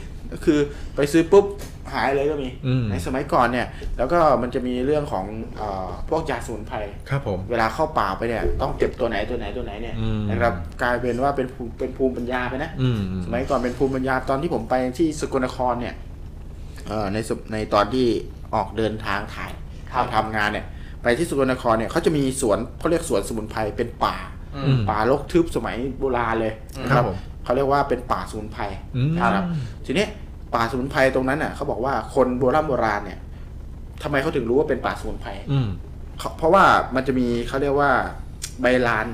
E: คือไปซื้อปุ๊บหายเลยก็มี
D: อืม
E: ในสมัยก่อนเนี่ย แล้วก็มันจะมีเรื่องของเออพวกยาสมุนไพร
D: ครับผม
E: เวลาเข้าป่าไปเนี่ย ต้องเก็บตัวไหนตัวไหนตัวไหนเนี่ย
D: อืม
E: นะครับกลายเป็นว่าเป็นภูมิเป็นภูมิปัญญาไปนะ
D: อืม
E: สมัยก่อนเป็นภูมิปัญญาตอนที่ผมไปที่สกลนครเนี่ยเอ่อในสมในตอนที่ออกเดินทางถ่ายทำงานเนี่ย ไปที่สกลนครเนี่ยเขาจะมีสวนเขาเรียกสวนสมุนไพรเป็นป่า
D: อืม
E: ป่ารกทึบสมัยโบราณเลยนะครับ
D: ผม
E: เขาเรียกว่าเป็นป่าสมุนไพร
D: อืม
E: นะครับทีนี้ป่าสมุนไพรตรงนั้นน่ะเขาบอกว่าคนโบราณโบราณเนี่ยทำไมเขาถึงรู้ว่าเป็นป่าสมุนไพร
D: อืม
E: เขาเพราะว่ามันจะมีเขาเรียกว่าใบลาน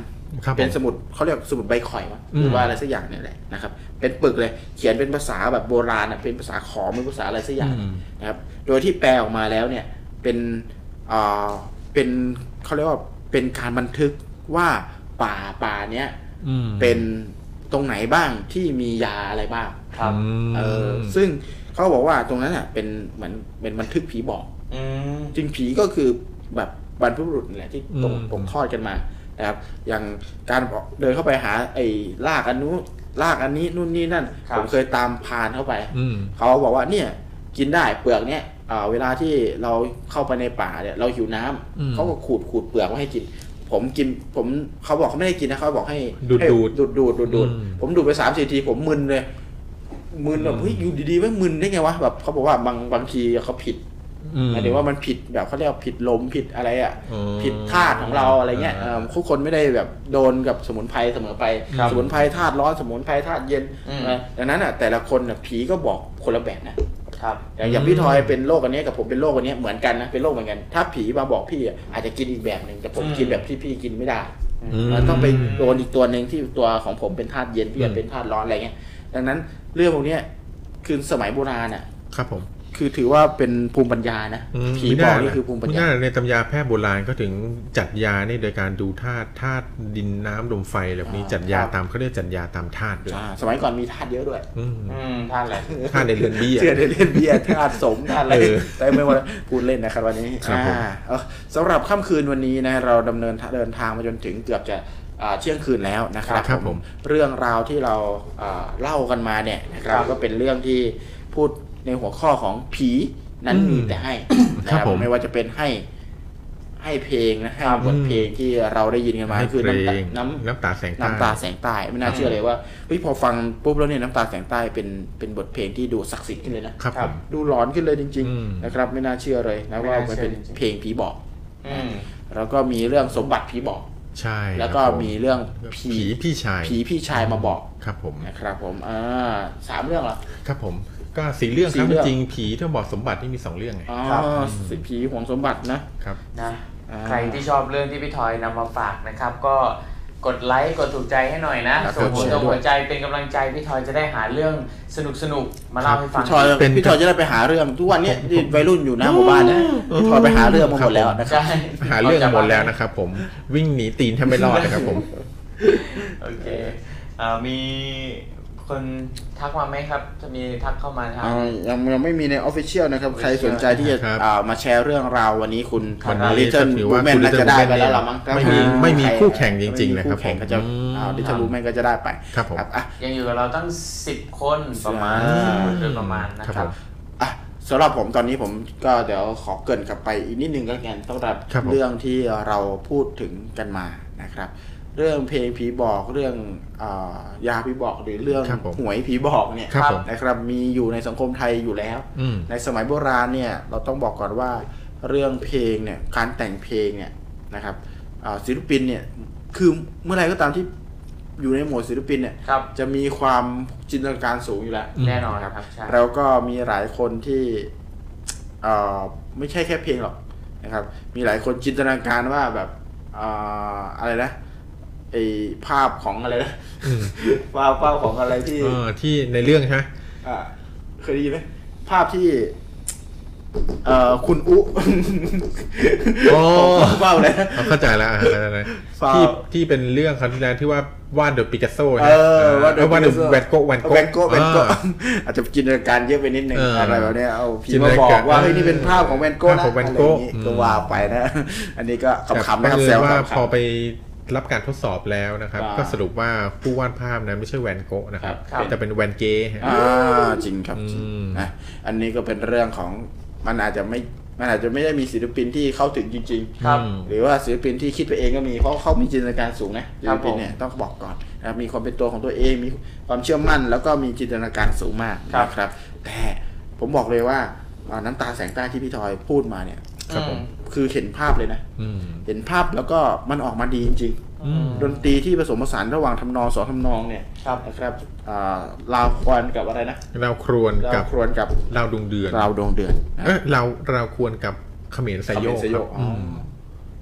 D: ครับผ
E: เป็น
D: ม
E: สมุดเขาเรียกสมุดใบข่อยมั้ง
D: อืม
E: หรือว่าอะไรสักอย่างเนี่ยแหละนะครับ เป็นปึกเลย เขียนเป็นภาษาแบบโบราณอ่ะเป็นภาษาขอมเป็นภาษาอะไรสักอย่าง
D: อืม
E: นะครับ โดยที่แปลออกมาแล้วเนี่ยเป็นเอ่อเป็นเขาเรียกว่าเป็นการบันทึกว่าป่าป่าเนี้ย
D: อืม
E: เป็นตรงไหนบ้างที่มียาอะไรบ้าง
C: ครับ
D: อืม
E: เออซึ่งเขาบอกว่าตรงนั้นอ่ะเป็นเหมือนเป็นบันทึกผีบอก
C: อืม
E: จริงผีก็คือแบบบรรพบุรุษนี่แหละที่ตก
D: อืม
E: ตกทอดกันมานะครับ อย่างการบอกเดินเข้าไปหาไอ้ลากอันนู้นลากอันนี้นู่นนี่นั่น
C: ครับ
E: ผมเคยตามพรานเข้าไป
D: อืม
E: เขาบอกว่าเนี่ยกินได้เปลือกเนี่ยเอ่อเวลาที่เราเข้าไปในป่าเนี่ย เราหิวน้ำ
D: อืม
E: เขาก็ขูดขูดเปลือกมาให้กิน ผมกินผมเขาบอกเขาไม่ได้กินนะเขาบอกให้
D: ดูด
E: ให้
D: ดูด
E: ดูดดูดดูดดูด
D: อืม
E: ผมดูดไปสามสี่ทีผมมึนเลยมึนแบบเฮ้ยอยู่ดีๆไม่มึนได้ไงวะแบบเขาบอกว่าบางบางทีเขาผิด
D: อืม
E: หมายถึงว่ามันผิดแบบเขาเรียกว่าผิดลมผิดอะไรอ่ะ
D: อ๋อ
E: ผิดธาตุของเราอะไรเงี้ยเออทุกคนไม่ได้แบบโดนกับสมุนไพรเสมอไป
D: ครับ
E: สมุนไพรธาตุร้อนสมุนไพรธาตุเย็น
C: อืม
E: นะดังนั้นอ่ะแต่ละคนน่ะผีก็บอกคนละแบบนะครับ อย่างอย่าง
D: อืม
E: พี่ทอยเป็นโรคอันเนี้ยกับผมเป็นโรคอันเนี้ยเหมือนกันนะเป็นโรคเหมือนกัน ถ้าผีมาบอกพี่อ่ะอาจจะกินอีกแบบหนึ่งแต่ผม
C: อืม
E: กินแบบที่พี่กินไม่ได้
D: อืม
E: แล้วต้องไปโดนอีกตัวหนึ่งที่ตัวของผมเป็นธาตุเย็นพี่
D: อื
E: อ่ะ
D: ม
E: เป็นธาตุร้อนอะไรเงี้ยดังนั้นเรื่องพวกเนี้ยคือสมัยโบราณอ่ะ
D: ครับผม
E: คือถือว่าเป็นภูมิปัญญานะ
D: อืม
E: ผี
D: ไม่
E: บอ
D: น่าก
E: นี่
D: ล่ะ
E: คือภูมิปัญ
D: ไม่
E: ญา
D: น่าในตำราแพทย์โบราณก็ถึงจัดยานี่โดยการดูธาตุธาตุดินน้ำลมไฟแบบนี้
E: อ่า
D: จัดยา
E: ครับ
D: ตามเขาเรียกจัดยาตามธาตุด้วย
E: อ่าสมัยก่อนมีธาตุเยอะด้วย
D: อืม
C: อืมท่านแหละ
D: ธาตุในเรือนเบี้ย
E: เชื่อได้เล่นเบียร์ธาตุสมธาตุอะไร
D: เออ
E: แต่ไม่ว่าพูดเล่นนะครับวันนี้
D: ครับผม
E: อ่าเออสำหรับค่ำคืนวันนี้นะเราดำเนินเดินทางมาจนถึงเกือบจะอ่าเที่ยงคืนแล้วนะครับ
D: ครับผม
E: เรื่องราวที่เราอ่าเล่ากันมาเนี่ยนะครับก็เป็นเรื่องที่พูดในหัวข้อของผีนั้น
D: อืม
E: มีแต่ให้นะครับ
D: ผม
E: ไม่ว่าจะเป็นให้ให้เพลงนะครับบท
D: อืม
E: เพลงที่เราได้ยินกันมา
D: ให้
E: คือ
D: เพล
E: น้ำตาง น้ำ
D: น้ำตาแสงใต้
E: น้ำตาแสงใต้ไม่น่าเชื่อเลยว่าเฮ้ยพอฟังปุ๊บแล้วเนี่ยน้ำตาแสงใต้เป็นเป็นบทเพลงที่ดูศักดิ์สิทธิ์ขึ้นเลยนะครับ
D: ผม
E: ดูหลอนขึ้นเลยจริง
D: อืม
E: ๆ นะครับ ไม่น่าเชื่อเลยนะว่ามันเป็นเพลงผีบอก
C: อืม
E: แล้วก็มีเรื่องสมบัติผีบอก
D: ใช่
E: แล้วก็
D: ครับผ
E: มีเรื่องผี
D: ผีพี่ชาย
E: ผีพี่ชายมาบอก
D: ครับผม
E: นะครับ ผมอ่าสามเรื่องเหรอ
D: ครับผม ก็สีเรื่อง
E: สี่
D: ครับ
E: เรื่อง
D: จริงๆผีที่บอกสมบัตินี่มีสองเรื่องไง
E: อ๋อสิผีหวงสมบัตินะ
D: ครับ
C: นะ
E: อ่า
C: ใครที่ชอบเรื่องที่พี่ทอยนำมาฝากนะครับ ก็กดไลค์กดถูกใจให้หน่อยนะ
E: แล้วก็
C: ส่งหัวจง
E: แชร์ด้วย
C: หัวใจเป็นกำลังใจพี่ทอยจะได้หาเรื่องสนุกสนุกๆมาเล่าให้ฟัง
E: พี่ทอย
D: เป็น
E: พี่ทอยจะได้ไปหาเรื่องทุกวันเนี้ยที่วัยรุ่นอยู่หน้าหมู่บ้านนะพี่ทอยไปหาเรื่องมาหมดแล้วนะครับ
C: ใช่
D: หาเรื่องกันหมดแล้วนะครับผมวิ่งหนีตีนแทบไม่รอดนะครับผม
C: โอเคอ่ามีคนทักมาไหมครับ จะมีทักเข้ามาทาง
E: อ่ายังยังไม่มีในออฟฟิเชียลนะครับ ใครสนใจที่จะ
D: ครับ
E: อ่ามาแชร์เรื่องราววันนี้คุณ
C: วันนี้
E: ลิเทิล
D: ถือ
E: บู
D: ว่า
E: แมน
D: คุณ
E: น่า
D: Little
E: จะได้
D: Women
E: ไปแล้วเรามั้ง
D: เนี่ยไม่มีไม่มีคู่แข่งจริงๆนะครับ
E: ไม่มีคู่แข่ง
D: ผม
E: ก็จะลิเทิลบูแมนก็จะได้ไป
D: ครับผม
E: อ่ะ
C: ยังอยู่กับเราตั้ง 10 คนประมาณ
E: อ่า
C: โดยประมาณนะ
D: ครั
C: ครับ
D: ผม
E: อ่ะสำหรับผมตอนนี้ผมก็เดี๋ยวขอเกรินกลับไปอีกนิดนึงก็แล้วกันสำหรับ
D: ครับผม
E: เรื่องที่เราพูดถึงกันมานะครับ เรื่องเพลงผีบอกเรื่องอายาผีบอกหรือเรื่อง
D: ครับผม
E: หวยผีบอกเนี่ย
D: ครับผม
E: นะครับมีอยู่ในสังคมไทยอยู่แล้ว
D: อืม
E: ในสมัยโบราณเนี่ยเราต้องบอกก่อนว่าเรื่องเพลงเนี่ยการแต่งเพลงเนี่ยนะครับอ่าศิลปินเนี่ยคือเมื่อไหรก็ตามที่อยู่ในหมวดศิลปินเนี่ย
C: ครับ
E: จะมีความจินตนาการสูงอยู่แล้ว
C: แน่นอนครับใช่
E: แล้วก็มีหลายคนที่เอ่อไม่ใช่แค่เพลงหรอกนะครับ มีหลายคนจินตนาการว่าแบบเอ่ออะไรนะไอภาพของอะไรนะ ภาพภาพของอะไรที่
D: เออที่ในเรื่องใช่ไหม
E: อ่าเคยได้ยินไหมภาพที่เอ่อคุณ อุ
D: โอ้
E: ของภาพอะไรนะ
D: เอาเข้าใจแล้วอ่ะเข้าใจแล้ว
E: ฟาว
D: ที่ที่เป็นเรื่องคราวที่แล้วที่ว่าวาดโดยปิกัสโซ
E: เอ
D: นะ
E: อ
D: วาดโดยวาดโดยแวนโกะแวน
E: แวนโกะ
D: โกะ
E: แวนโกะ
D: อ่า
E: อาจจะจินตนาการเยอะไปนิดนึง
D: เอออ
E: อะไรแบบเนี้ยเอาผี
D: จินต
E: มา
D: นา
E: บ
D: การ
E: อกว่าเฮ้ยนี่เป็นภาพของแวนโกะนะ
D: ภาพของ
E: อะ
D: แว
E: ไรอน ย่าง
D: โกะ
E: งี้
D: อืม
E: ก็ว่าไปนะ อันนี้ก็
D: แต่
E: ขำๆนะครั
D: บั
E: บ
D: ง
E: เซ
D: เซ
E: ล
D: ลว่า
E: ขำๆ
D: พอไปรับการทดสอบแล้วนะครับ
E: อ่า
D: ก็สรุปว่าผู้วาดภาพนั้นไม่ใช่แวนโกะนะครับ
E: ครับ
D: แต่เป็นแวนเกะฮะ
E: อ่าจริงครับจริง
D: อืม
E: นะอันนี้ก็เป็นเรื่องของมันอาจจะไม่มันอาจจะไม่ได้มีศิลปินที่เข้าถึงจริง ๆ
C: ครับ
E: หรือว่าศิลปินที่คิดไปเองก็มีเพราะเขามีจินตนาการสูงนะศิ
C: ครั
E: ล
C: บผม
E: ปินเนี่ยต้องบอกก่อนนะครับมีความเป็นตัวของตัวเองมีความเชื่อมั่น แล้วก็มีจินตนาการสูงมาก
C: ครับ
E: นะครับ แต่ผมบอกเลยว่าอ่าน้ำตาแสงใต้ที่พี่ทอยพูดมาเนี่ย
D: ครับผม
E: คือเห็นภาพเลยนะ
D: อืม
E: เห็นภาพแล้วก็มันออกมาดีจริงๆดนตรีที่ผสมผสานระหว่างทำนองสองทำนองเนี่ย
C: ครับ
E: นะครับอ่าลาวควรกับอะไรนะ
D: เราครวน
E: ลา
D: กับ
E: วครวนกับ
D: เราดวงเดือน
E: ลาวดวงเดือนนะ
D: เอ้ยเราเราควรกับเขมรไซโยก
E: เขมรไซโยก
D: ครับ
E: อ๋ออื
D: ม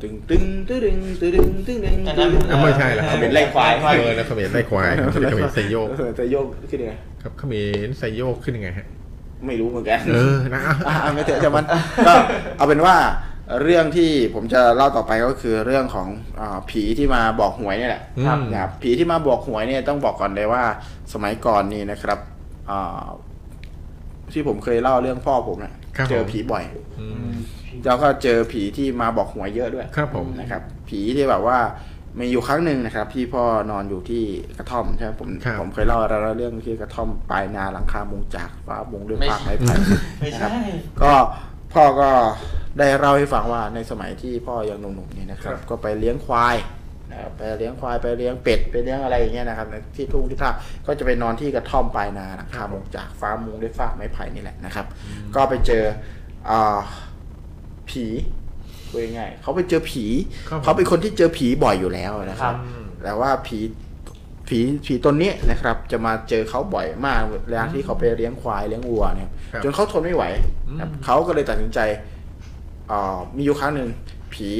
E: ตึงตึงตึงตึงตึงตึงตึงตึง
C: อันนั้น
D: อ่ะไม่ใช่ละ
E: เป็นไล่ควาย
D: เออแล้วเขมรได้ควายครับเขมรไซโยก
E: เออแต่โยกขึ้นยังไง
D: ครับเขมรไซโยกขึ้นยังไงฮะ
E: ไม่รู้เหมือนกัน
D: เออนะอ่ะ
E: อ่ะเอาไม่เถอะจำมันก็เอาเป็นว่าเรื่องที่ผมจะเล่าต่อไปก็คือเรื่องของอาผีที่มาบอกหวยเนี่ยแหละ
D: ครับ
E: นะครับผีที่มาบอกหวยเนี่ยต้องบอกก่อนเลยว่าสมัยก่อนนี่นะครับอ่าที่ผมเคยเล่าเรื่องพ่อผมนะครับ
D: ผม
E: เจอผีบ่อย
D: อืม
E: แล้วก็เจอผีที่มาบอกหวยเยอะด้วย
D: ครับผม
E: นะครับผีที่แบบว่ามีอยู่ครั้งหนึ่งนะครับ ที่พ่อนอนอยู่ที่กระท่อมใช่ไหมผม
D: ครับ
E: ผมเคยเล่าแล้วเรื่องที่กระท่อมปลายนาหลังคามุงจากฟ้ามุงด้วย
C: ไม่
E: ผ้าไม้ไผ่
C: ไม่
E: นะค
C: ใช่
E: รับก็พ่อก็ได้เล่าให้ฟังว่าในสมัยที่พ่อยังหนุ่มๆนี่นะครับ
D: ครับ
E: ก็ไปเลี้ยงควายนะครับไปเลี้ยงควายไปเลี้ยงเป็ดไปเลี้ยงอะไรอย่างเงี้ยนะครับในที่ทุ่งที่ท่าก็จะไปนอนที่กระท่อมปลายนาหลังคามุงจากฟ้ามุงด้วยฟ้าไม้ไผ่นี่แหละนะครับ ก็ไปเจออ่าผีคุยง่ายๆเขาไปเจอผี
D: ครับผม
E: เขาเป็นคนที่เจอผีบ่อยอยู่แล้วนะครับ แต่ว่าผีผีผีตนนี้นะครับ จะมาเจอเขาบ่อยมากเวลาที่เขาไปเลี้ยงควายเลี้ยงวัวเนี่ย
D: ครับ
E: จนเขาทนไม่ไหวนะครับเขาก็เลยตัดสินใจเอ่อมีอยู่ครั้งหนึ่งผี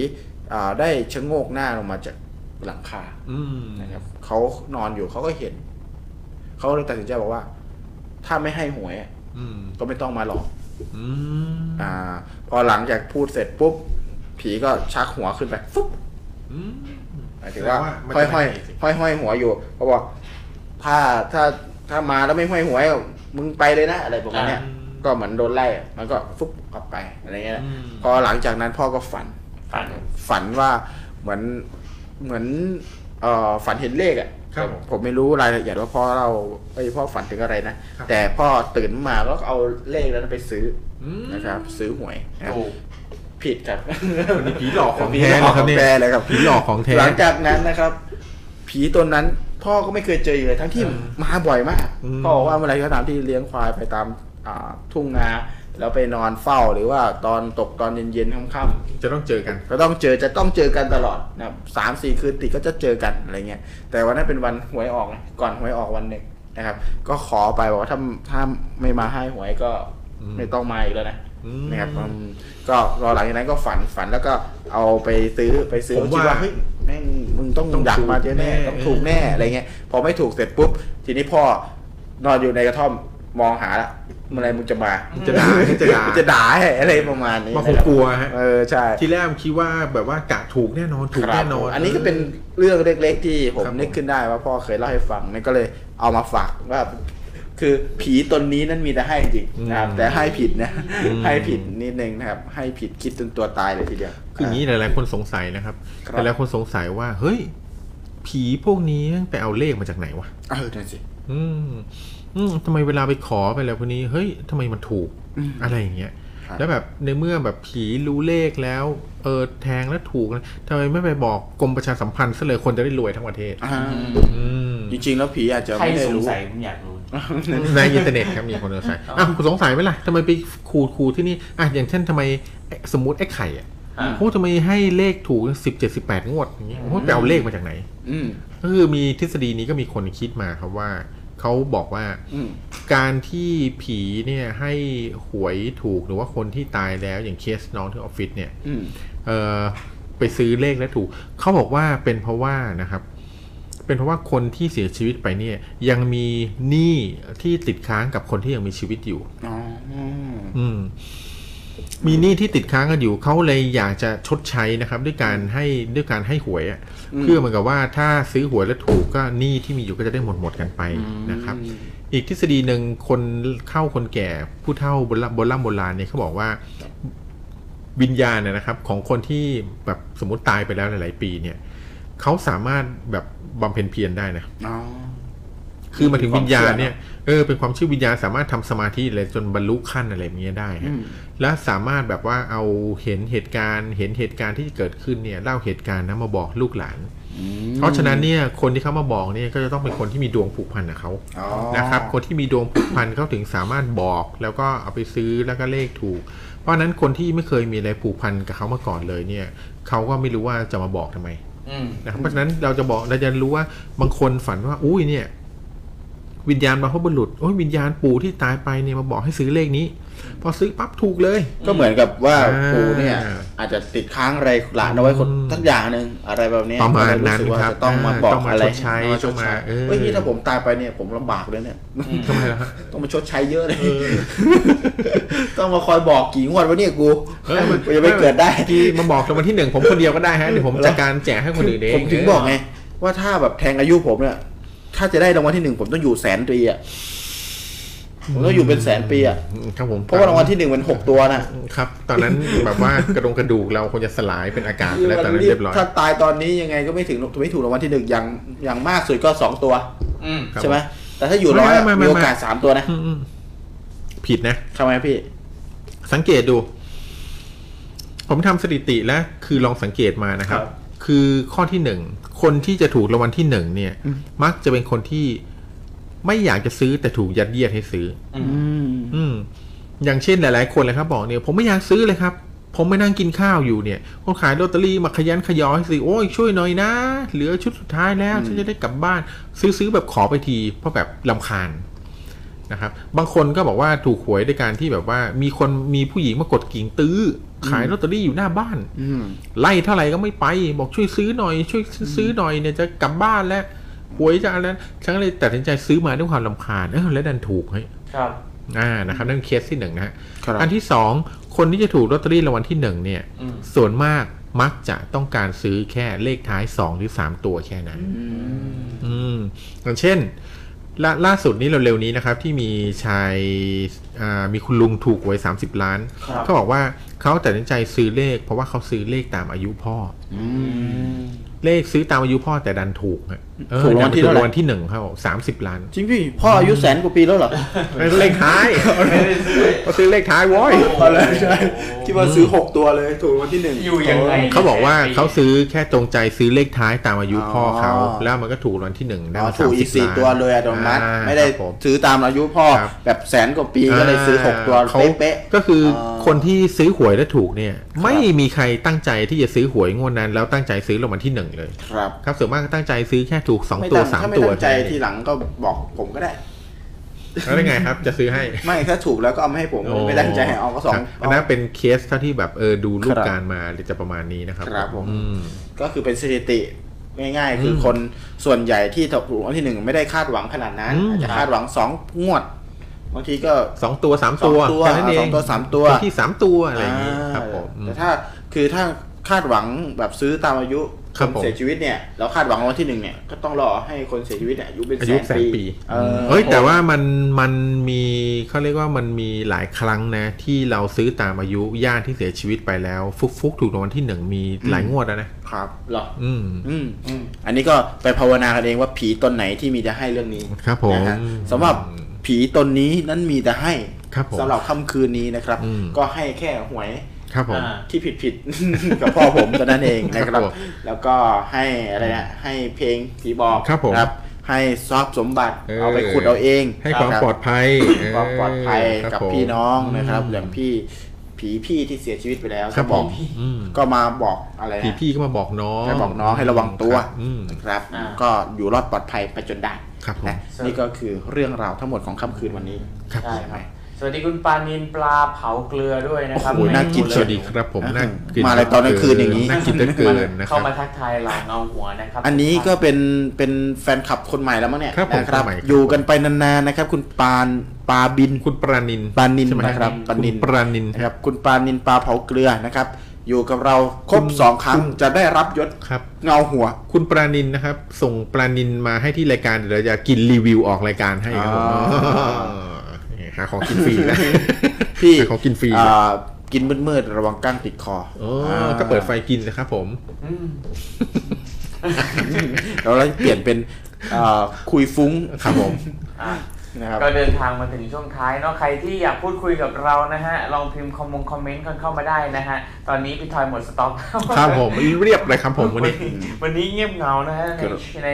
E: เอ่อได้ชะโงกหน้าลงมาจากหลังคา
D: อืม
E: นะครับเขานอนอยู่เขาก็เห็น เขาเลยตัดสินใจบอกว่า ถ้าไม่ให้หวย
D: อืม
E: ก็ไม่ต้องมาหลอก อ่า พอหลังจากพูดเสร็จปุ๊บ ผีก็ชักหัวขึ้นไปฟุ๊บหมายถึงว่า
D: แสดงว่ามัน
E: ห้อย
D: จะ
E: ห้อย
D: ไม่
E: ห้อยห้อยหัวอยู่เขาบอกถ้าถ้าถ้ามาแล้วไม่ห้อยหัวมึงไปเลยนะอะไรประมาณเนี้ย ก็เหมือนโดนไล่อะมันก็ฟุ๊บกลับไปอะไรเงี้ยพอหลังจากนั้นพ่อก็ฝัน
C: ฝัน
E: ฝันว่าเหมือนเหมือนเอ่อฝันเห็นเลขอะ
D: ครั่
E: ะ
D: บผม
E: ผมไม่รู้รายละเอียดว่าพ่อเราไอ้ยพ่อฝันถึงอะไรนะ
D: ครับ
E: แต่พ่อตื่นมาก็เอาเลขนั้นไปซื้ออนะครับ ซื้อหวยนะครับผิดครับ
D: นี่ผีหลอกของแท้นะค
E: ข
D: รับ
E: อง
D: เนี่ย
E: แท้เลยครับ
D: ผีหลอกของแท้
E: หลังจากนั้นนะครับ ผีตัวนั้นพ่อก็ไม่เคยเจออีกเลยทั้งที่มาบ่อยมากพ่อบอกว่าเมื่อไหรก็ตามที่เลี้ยงควายไปตามอ่าทุ่งนาแล้วไปนอนเฝ้าหรือว่าตอนตกตอนเย็นๆค่ำๆ
D: จะต้องเจอกัน
E: ก็ต้องเจอจะต้องเจอกันตลอดนะครับสามสี่คืนติดก็จะเจอกันอะไรเงี้ยแต่วันนั้นเป็นวันหวยออกนะก่อนหวยออกวันหนึ่งนะครับ ก็ขอไปบอกว่าถ้าถ้าไม่มาให้หวยก็ไม่ต้องมาอีกแล้วนะ
D: อืม
E: นะครับอืมก็รอหลังจากนั้นก็ฝันฝันแล้วก็เอาไปซื้อไปซื้อ
D: ผม
E: คิด
D: ว่า
E: เฮ้ยแม่งมึงต้อง
D: ต้อง
E: อยาก
D: ถูก
E: มาเจอแน่
D: แน่
E: ต้องถูกแน่อะไรเงี้ยพอไม่ถูกเสร็จปุ๊บทีนี้พ่อนอนอยู่ในกระท่อมมองหาละเมื่อไหรมึงจะมามึ
D: จะด่าจะด่า
E: จะด่าให้อะไรประมาณนี้
D: มาค
E: นะ
D: ง
E: ครับ
D: กลัวฮะ
E: เออใช่
D: ทีแรกคิดว่าแบบว่ากะถูกแน่นอนถูก
E: ครับ
D: แน่นอน
E: ผมอันนี้ก็เป็นเรื่องเล็ก ๆ ที่ผม
D: ครับผม
E: นึกขึ้นได้ว่าพ่อเคยเล่าให้ฟังนั่นก็เลยเอามาฝากว่า คือผีตนนี้นั่นมีแต่ให้จริงนะครับแต่ให้ผิดนะ ให้ผิดนิดนึงนะครับ ให้ผิดคิดจนตัวตายเลยทีเดียว
D: คืออย่างนี้หลายๆคนสงสัยนะครับ
E: ครับ
D: หลายๆคนสงสัยว่า เฮ้ย ผีพวกนี้ไปเอาเลขมาจากไหนวะ
E: เออนั่นสิ
D: อืมอืมทำไมเวลาไปขอไปแล้วพวกนี้ เฮ้ยทำไมมันถูกอะไรอย่างเงี้ย
E: ครับ
D: แล้วแบบในเมื่อแบบผีรู้เลขแล้ว เออแทงแล้วถูกนะทำไมไม่ไปบอกกรมประชาสัมพันธ์ซะเลยคนจะได้รวยทั้งประเทศ
E: อ่า
D: อืม
E: จริง ๆ แล้วผีอาจจะ
C: ใคร
E: ไม่ได้
C: สง
E: รู้
C: สัยผมอยากรู้
D: ในอินเทอร์เน็ตครับมีคนสงสัย อ้าวคุณสงสัยไหมล่ะทำไมไปขูดขูดที่นี่อ่ะอย่างเช่นทำไมสมมติไอ้ไข่อะ
C: อ่า
D: โอ้ทำไมให้เลขถูกสิบเจ็ดสิบแปดงวดอย่างเงี้ยโอ้ไปเอาเลขมาจากไหน
E: อืม
D: ก็คือมีทฤษฎีนี้ก็มีคนคิดมาครับว่า เขาบอกว่า
E: อืม
D: การที่ผีเนี่ยให้หวยถูกหรือว่าคนที่ตายแล้วอย่างเคสน้องที่ออฟฟิศเนี่ย
E: อืม
D: เออไปซื้อเลขแล้วถูก เขาบอกว่าเป็นเพราะว่านะครับ เป็นเพราะว่าคนที่เสียชีวิตไปเนี่ย ยังมีหนี้ที่ติดค้างกับคนที่ยังมีชีวิตอยู่
E: อ๋อ
D: อืมมีหนี้ที่ติดค้างกันอยู่เขาเลยอยากจะชดใช้นะครับ ด้วยการให้ด้วยการให้หวยอะเพื่อเหมือนกับว่าถ้าซื้อหวยแล้วถูกก็หนี้ที่มีอยู่ก็จะได้หมดหมดกันไปนะครับ อีกทฤษฎีหนึ่งคนเข้าคนแก่ผู้เฒ่าโบราณโบราณโบราณเนี่ยเขาบอกว่าวิญญาณเนี่ยนะครับ ของคนที่แบบสมมติตายไปแล้วหลาย ๆ ปีเนี่ยเขาสามารถแบบบำเพ็ญเพียรได้นะ
E: อ๋อ
D: คือหมายถึงวิญญาณ
E: ความเชื่อ
D: เนี่ยเออเป็นความเชื่อวิญญาณสามารถทำสมาธิอะไรจนบรรลุขั้นอะไรอย่างเงี้ยได้ฮะและสามารถแบบว่าเอาเห็นเหตุการณ์เห็นเหตุการณ์ที่เกิดขึ้นเนี่ยเล่าเหตุการณ์นะมาบอกลูกหลาน เพราะฉะนั้นเนี่ยคนที่เขามาบอกเนี่ยก็จะต้องเป็นคนที่มีดวงผูกพันกับเขา
E: อ๋อ
D: นะครับคนที่มีดวงผูกพันเขาถึงสามารถบอกแล้วก็เอาไปซื้อแล้วก็เลขถูก เพราะฉะนั้นคนที่ไม่เคยมีอะไรผูกพันกับเขามาก่อนเลยเนี่ยเขาก็ไม่รู้ว่าจะมาบอกทำไม
C: อืม
D: นะครับเพราะฉะนั้นเราจะบอกเราจะรู้ว่าบางคนฝันว่า อุ้ยเนี่ย วิญญาณบรรพบุรุษโอ้ยวิญญาณปู่ที่ตายไปเนี่ยมาบอกให้ซื้อเลขนี้ พอซื้อปั๊บถูกเลย
E: ก็เหมือนกับว่า
D: อ่า
E: ปูเนี่ย อาจจะติดค้างอะไรหลานเอาไว้คน
D: อืม
E: ทักอย่างหนึ่งอะไรแบบเนี้ย
D: ประมาณนั้น
E: ก็เลยสึกว่า
D: ครับ
E: จะต้องมา
D: อ่า
E: บอก
D: ต้องมา
E: อะไร
D: ชดใช้
E: มาช
D: ต้
E: ด
D: องมา
E: ใช้
D: เออ
E: เฮ้ยนี่ถ้าผมตายไปเนี่ยผมลำบากเลยเนี่ย
D: ทำไมล่ะฮะ
E: ต้องมาชดใช้เยอะเลย ต้องมาคอยบอกกี่งวดวะเนี่ยกู
D: เออมัน
E: กูจะไม่เกิดได้
D: ที่มาบอกรางวัลที่หนึ่งผมคนเดียวก็ได้ฮะเดี๋ยวผมจัดการแจกให้คนอื่นเอง
E: ผมถึงบอกไง ว่าถ้าแบบแทงอายุผมเนี่ย ถ้าจะได้รางวัลที่หนึ่งผมต้องอยู่แสนปีอ่ะผมต้องอยู่เป็นแสนปีอ่ะ
D: ครับผม
E: เพราะว่ารางวัลที่หนึ่งมันหกตัวนะ
D: ครับ ตอนนั้นแบบว่ากระดงกระดูกเราคงจะสลายเป็นอากาศไปแล้วตอนนั้นเรียบร้อย
E: ถ้าตายตอนนี้ยังไงก็ไม่ถึงไม่ถูกรางวัลที่หนึ่งอย่างอย่างมากสุดก็สองตัว
C: อืม
D: ครับ
E: ใช่ไหมแต่ถ้าอยู่ร้อยอะ
D: ไม่ไม่ไม่
E: มีโอกาสสามตัวนะ
D: อืมอืมผิดนะ
E: ทำไมพี่
D: สังเกตดู ผมทำสถิติแล้วคือลองสังเกตมานะครับ
E: ครับ
D: คือข้อที่หนึ่งคนที่จะถูกรางวัลที่หนึ่งเนี่ย มักจะเป็นคนที่ไม่อยากจะซื้อแต่ถูกยัดเยียดให้ซื้อ อืม อย่างเช่นหลาย ๆ คนเลยครับบอกเนี่ยผมไม่อยากซื้อเลยครับ ผมไม่นั่งกินข้าวอยู่เนี่ยคนขายลอตเตอรี่มาขยันขยอให้ซื้อโอ้ยช่วยหน่อยนะ เหลือชุดสุดท้ายแล้วฉันจะได้กลับบ้าน ซื้อซื้อแบบขอไปทีเพราะแบบลำคาญนะครับ บางคนก็บอกว่าถูกหวยด้วยการที่แบบว่า มีคนมีผู้หญิงมากดกิ่งตื้อ ขายลอตเตอรี่อยู่หน้าบ้าน
E: อืม
D: ไล่เท่าไหร่ก็ไม่ไป บอกช่วยซื้อหน่อย ช่วยซื้อหน่อยเนี่ยจะกลับบ้านแล้วหวยจะอะไรฉันก็เลยตัดสินใจซื้อมาด้วยความลำคาญเออแล้วดันถูกเฮ้ย
C: ครับ
D: อ่านะครับนั่นคือเคสที่หนึ่งนะฮะ
E: ครับ
D: อันที่สองคนที่จะถูกลอตเตอรี่รางวัลที่หนึ่งเนี่ย ส่วนมากมักจะต้องการซื้อแค่เลขท้ายสองหรือสามตัวแค่นั้น อืมอย่างเช่นลาล่าสุดนี้เร็วๆนี้นะครับ ที่มีชายอ่ามีคุณลุงถูกหวย30 ล้าน
F: ครับ
D: เขาบอกว่าเขาตัดสินใจซื้อเลข เพราะว่าเขาซื้อเลขตามอายุพ่ออเลขซื้อตามอายุพ่อแต่ดันถูกฮะเออ
E: ถูกรางวัลที่
D: ดันถูก
E: เท่าไหร่
D: รางวัลที่หนึ่งเขาสามสิบล้าน
E: จริงพี่พ่ออายุแสนกว่าปีแล้วเหรอ
D: เลขท้ายเขาซื้อเลขท้ายโว้ย
E: ตอนแรกใช่ที่ว่าซื้อ 6 ตัวเลยถูกรางวันที่หนึ่ง
F: อยู่ยังไง
D: เขาบอกว่าเขาซื้อแค่จงใจซื้อเลขท้ายตามอายุพ่อเขา
E: อ๋อ
D: แล้วมันก็ถูกรางวัลที่หนึ่งได้
E: อ๋อ
D: มา
E: ถูกอีกสี่
D: 30ล้าน
E: ตัวเลยอัตโนมัติ
D: อ่า
E: ไม่ได้
D: ครับผม
E: ซื้อตามอายุพ่อ
D: ครับ
E: แบบแสนกว่าปีก็เลยซื้อ 6 ตัว
D: เขา
E: เป๊ะ
D: ก็คืออ
E: อ
D: คนที่ซื้อหวยและถูกเนี่ย ไม่มีใครตั้งใจที่จะซื้อหวยงวดนั้น แล้วตั้งใจซื้อรางวัลที่หนึ่งเลย
E: ๆครับ
D: ครับส่วนมากก็ตั้งใจซื้อแค่ถูกสอง
E: ไม่
D: ตัว
E: ตั้ง
D: สาม
E: ถ้าไม่
D: ตัว
E: ตั้งใจ
D: เท่านั้น
E: ทีหลังก็บอกผมก็ได้
D: แล้วได้ไงครับ จะซื้อให้
E: ไม่ถ้าถูกแล้วก็เอามาให้ผมไม่ตั้งใจเอาก็สอง
D: ครับอันนั้นเป็นเคสเท่าที่แบบเออดูรูปการมาจะประมาณนี้นะครับ
E: ครับผม
D: อืม
E: ก็คือเป็นสถิติง่ายๆ คืออ
D: ม
E: คนส่วนใหญ่ที่ถูกรางวัลที่หนึ่งไม่ได้คาดหวังขนาดนั้น
D: อืม
E: อาจจะคาดหวังสองงวดบางทีก็
D: สองตัวสาม
E: สอง
D: ตัว
E: ตัว
D: แค่นั้นเอ
E: สองงตัวสามตัว
D: บางที่สามตัวอะไรอย่างนี้ครับผม
E: อ่าแต่ถ้าคือถ้าคาดหวังแบบซื้อตามอายุ
D: ครับ
E: น
D: ผม
E: เสียชีวิตเนี่ยเราคาดหวังรางวัลที่หนึ่งเนี่ยก็ต้องรอให้คนเสียชีวิตเนี่ยอายุเป็น
D: อายุแสนปี
E: เออ
D: เฮ้ยแต่ว่ามันมันมีเขาเรียกว่ามันมีหลายครั้งนะ ที่เราซื้อตามอายุญาติที่เสียชีวิตไปแล้ว ฟุกฟุกถูกรางวัลที่หนึ่งมีหลายงวดแล้วนะครับ
E: หรอ
D: อืม
E: อืมอันนี้ก็ไปภาวนากันเองว่าผีตนไหนที่มีแต่ให้เรื่องนี้
D: ครับผม
E: นะฮะสำหรับผีตนนี้นั้นมีแต่ให้
D: ครับผม
E: สำหรับค่ำคืนนี้นะครับ
D: อืม
E: ก็ให้แค่หวย
D: ครับผม
F: อ่า
E: ที่ผิดผิดๆ กับพ่อผมตอนนั้นเองนะค
D: ครั
E: รั
D: บบ ผม
E: แล้วก็ให้อะไรนะให้เพลงผีบอก
D: ครับผม
E: นะให้ซอฟต์สมบัติ
D: เออ
E: เอาไปขุดเอาเอง
D: ให้ความ
E: รับ
D: ปลอดภัย
E: ความปลอดภัย
D: เครับ
E: กับ
D: ผม
E: พี่น้องนะครับ
D: ม
E: อย่างพี่ผีพี่ที่เสียชีวิตไปแล้ว
D: ครับ
E: ก็บอก
D: ผมอืม
E: ก็มาบอกอะไรนะ
D: พี่พี่ก็มาบอกน้อง
E: ให้บอกน้องให้ระวังตัว
D: ครับอืม
E: นะครับ
F: อ่า
E: ก็อยู่รอดปลอดภัยไปจนได้
D: ครับผม
E: นะนี่ก็คือเรื่องราวทั้งหมดของค่ำคืนวันนี้
D: ครับ
C: ใช่ค
E: ใช่ไห
C: รับ
E: ม
C: สวัสดีคุณปานินปลาเผาเกลือด้วยนะ
E: โอ้
C: ครับ
E: โหน่ากิน
D: สวัสดีครับผมน่ากิน
E: มาอะไรตอนกลางคืนอย่างนี้
D: น่ากินเหลือเกินนะค
C: เข้า
D: รับ
C: มาทักทายหลังเงาหัวนะครับ
E: อันนี้ก็เป็นเป็นแฟนคลับคนใหม่แล้วมั้งเนี่ย
D: ครับผม
E: นะครับ
D: คนใหม่ครับ
E: อยู่กันไปนานๆนะครับ คุณปานปาบิน
D: คุณปรานิน
E: ปานิน
D: ใช่ไหม
E: นะครับ
D: ปานิน
E: ปานิน
D: ปรานิน
E: นะครับคุณปานินปลาเผาเกลือนะครับ อยู่กับเราครบ
D: คุณ
E: สองครั้งจะได้รับยศ
D: ครับ
E: เงาหัว
D: คุณปราณินนะครับ ส่งปราณินมาให้ที่รายการเดี๋ยวเราจะกินรีวิวออกรายการให้ครับผม
E: อ๋อ
D: นี่หาของกินฟรี นะ
E: พี่
D: หาของกินฟรีนะ
E: อ่ากินมืดๆระวังก้างติดคอ
D: อ๋อ
E: อ่า
D: ก็เปิดไฟกินนะครับผม
E: แล้วเราจะเปลี่ยนเป็นอ่าคุยฟุ้ง
D: ครับผม
C: อ่ะ
E: นะครับ
C: ก็เดินทางมาถึงช่วงท้ายเนาะใครที่อยากพูดคุยกับเรานะฮะ ลองพิมพ์คอมมงคอมเมนต์กันเข้ามาได้นะฮะ ตอนนี้พี่ทอยหมดสต็อกแล้ว
D: ครับผมเรียบเลยครับผมวันนี้
C: วันนี้เงียบเหงานะฮะ ใน
E: ครับ
C: ใน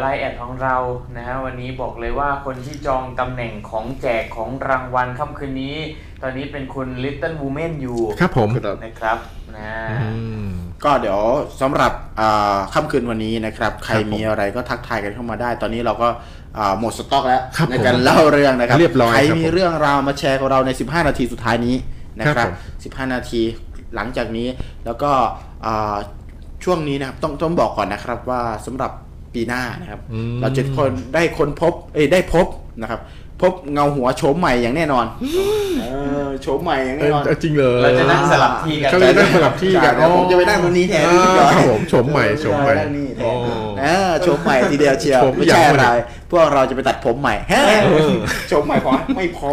C: ไลน์แอดของเรานะฮะ วันนี้บอกเลยว่าคนที่จองตำแหน่งของแจกของรางวัลค่ำคืนนี้ ตอนนี้เป็นคุณ Little Woman อยู่
D: ครับผม
C: นะครับนะ
D: อืม
E: ก็เดี๋ยวสำหรับอ่าค่ำคืนวันนี้นะครับ ใคร
D: ครับผม
E: มีอะไรก็ทักทายกันเข้ามาได้ ตอนนี้เราก็อ่าหมดสต็อกแล้ว
D: ครับ
E: ในการ
D: ผม
E: เล่าเรื่องนะครับ
D: เรียบร้อย
E: ใคร
D: ครับ
E: มี
D: ผม
E: เรื่องราวมาแชร์กับเราใน 15 นาทีสุดท้ายนี้นะค
D: ครั
E: รับ บ 15 นาทีหลังจากนี้แล้วก็อ่าช่วงนี้นะครับต้องต้องบอกก่อนนะครับว่าสำหรับปีหน้านะครับ
D: อืม
E: เราจะคนได้คนพบเอ้ยได้พบนะครับ พบเงาหัวโฉมใหม่อย่างแน่นอนเออโฉมใหม่อย่าง
D: เอ
E: แน่นอน
D: อจริงเลย
C: เราจะนั่งสลับที่กัน
D: เขาจะนั่งสลับที่กัน
E: ใช่ครับผมจะไปนั่งตรงนี้แทน
D: อ่าครับผมชมใหม่ชมใหม่
E: เออนั่งนี่แทนเออชมใหม่ทีเดียวเชียว
D: ชม
E: ไม่
D: อย่า
E: ใช่
D: ง
E: อะไร
D: เลย
E: พวกเราจะไปตัดผมใหม่แฮะ
D: เออ
E: ชมใหม่พอไม่พอ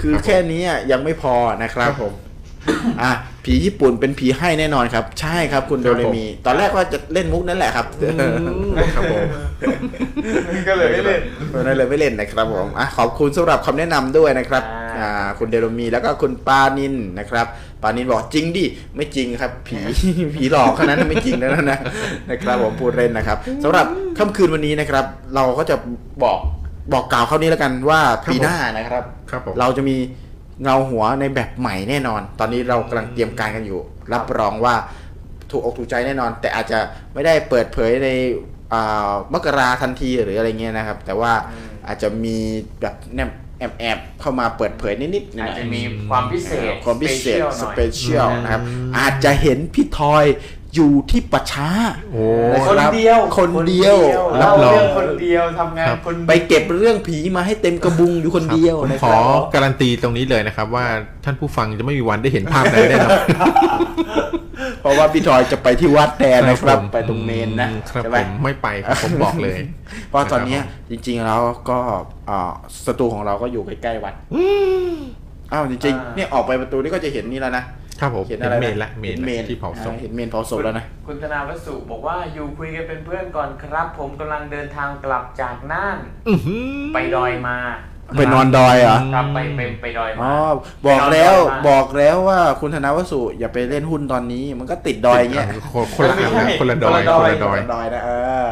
E: คือแค่นี้ยังไม่พอนะครับผมอ่ะผีญี่ปุ่นเป็นผีให้แน่นอนครับ ใช่ครับ คุณโดเรมี ตอนแรกว่าจะเล่นมุกนั่นแหละครับ
D: ครับผม
C: ก็เลยไม่เล่น
E: ตอนนั้นเลยไม่เล่นนะครับผมอ่ะขอบคุณสำหรับคำแนะนำด้วยนะครับ
C: อ่า
E: อ่าคุณเดโรมีแล้วก็คุณปานินนะครับ ปานินบอกจริงดิไม่จริงครับ ผีผีหลอกเท่านั้นไม่จริงแล้วนะนะครับผมพูดเล่นนะครับสำหรับค่ำคืนวันนี้นะครับ เราก็จะบอกบอกกล่าวเขาวนี้แล้วกันว่าปีหน้านะครับ
D: ครับผม
E: เราจะมีเงาหัวในแบบใหม่แน่นอน ตอนนี้เรากำลังเตรียมการกันอยู่ รับรองว่าถูกอกถูกใจแน่นอน แต่อาจจะไม่ได้เปิดเผยในอ่ามกราทันทีหรืออะไรเงี้ยนะครับ แต่ว่าอาจจะมีแบบแนบแอบๆเข้ามาเปิดเผยนิดๆหน่
C: อาจ
E: อย
C: จะมีความพิเศษ
E: ๆความพิเศษ
C: special หน่
E: ส
C: อย
E: เปเชียลนะครับ อาจจะเห็นพี่ทอย อยู่ที่ป่าช้า
D: โอ้
C: คนเดียว
E: คนเดียว
D: รั
C: เล่า
D: บรอง
C: เรื่องคนเดียวทำงานคน
E: ไปเก็บเรื่องผีมาให้เต็มกระบุงอยู่คน
D: ครับ
E: เดียว
D: ผม
E: นะ
D: ข
E: ค
D: อ
E: รับ
D: การันตีตรงนี้เลยนะครับ ว่าท่านผู้ฟังจะไม่มีวันได้เห็นภาพนั้นแน่นอน
E: เพราะว่าพี่ทอยจะไปที่วัดแทนนะค
D: ค
E: รั
D: รับ บผม
E: ไปตรงเมนนะครับ ใช่ไหม
D: ผมไม่ไปครับผมบอก เลย
E: เพราะตอนเนี้ยจริงๆแล้วก็เอ่อสตูของเราก็อยู่ใกล้ๆวัดอ้าวจริงๆเนี่ยออกไปประตูนี่ก็จะเห็นนี่แล้วนะครับ
D: ผม
E: เห็น
D: เห็น
E: อะไร
D: เมน
E: น
D: ละเมน
E: ห็นเมน
D: ละที่เผาศพ
E: เห็นเมนเผาศพแล้วนะ
C: คุณธนาวัสุบอกว่าอยู่คุยกันเป็นเพื่อนก่อนครับ ผมกำลังเดินทางกลับจากน่านไปดอยมา
E: ไปนอนดอยเหรอ
C: ครับไปไปไปดอย
E: อ๋
C: มา
E: อบอกแล้ว
C: ไปนอนดอยมา
E: บอกแล้วว่าคุณธนวสุอย่าไปเล่นหุ้นตอนนี้ มันก็ติดดอยเงี้ย
D: คนคนละอันนะคนละดอยคนละดอย
E: ดอยนะเออ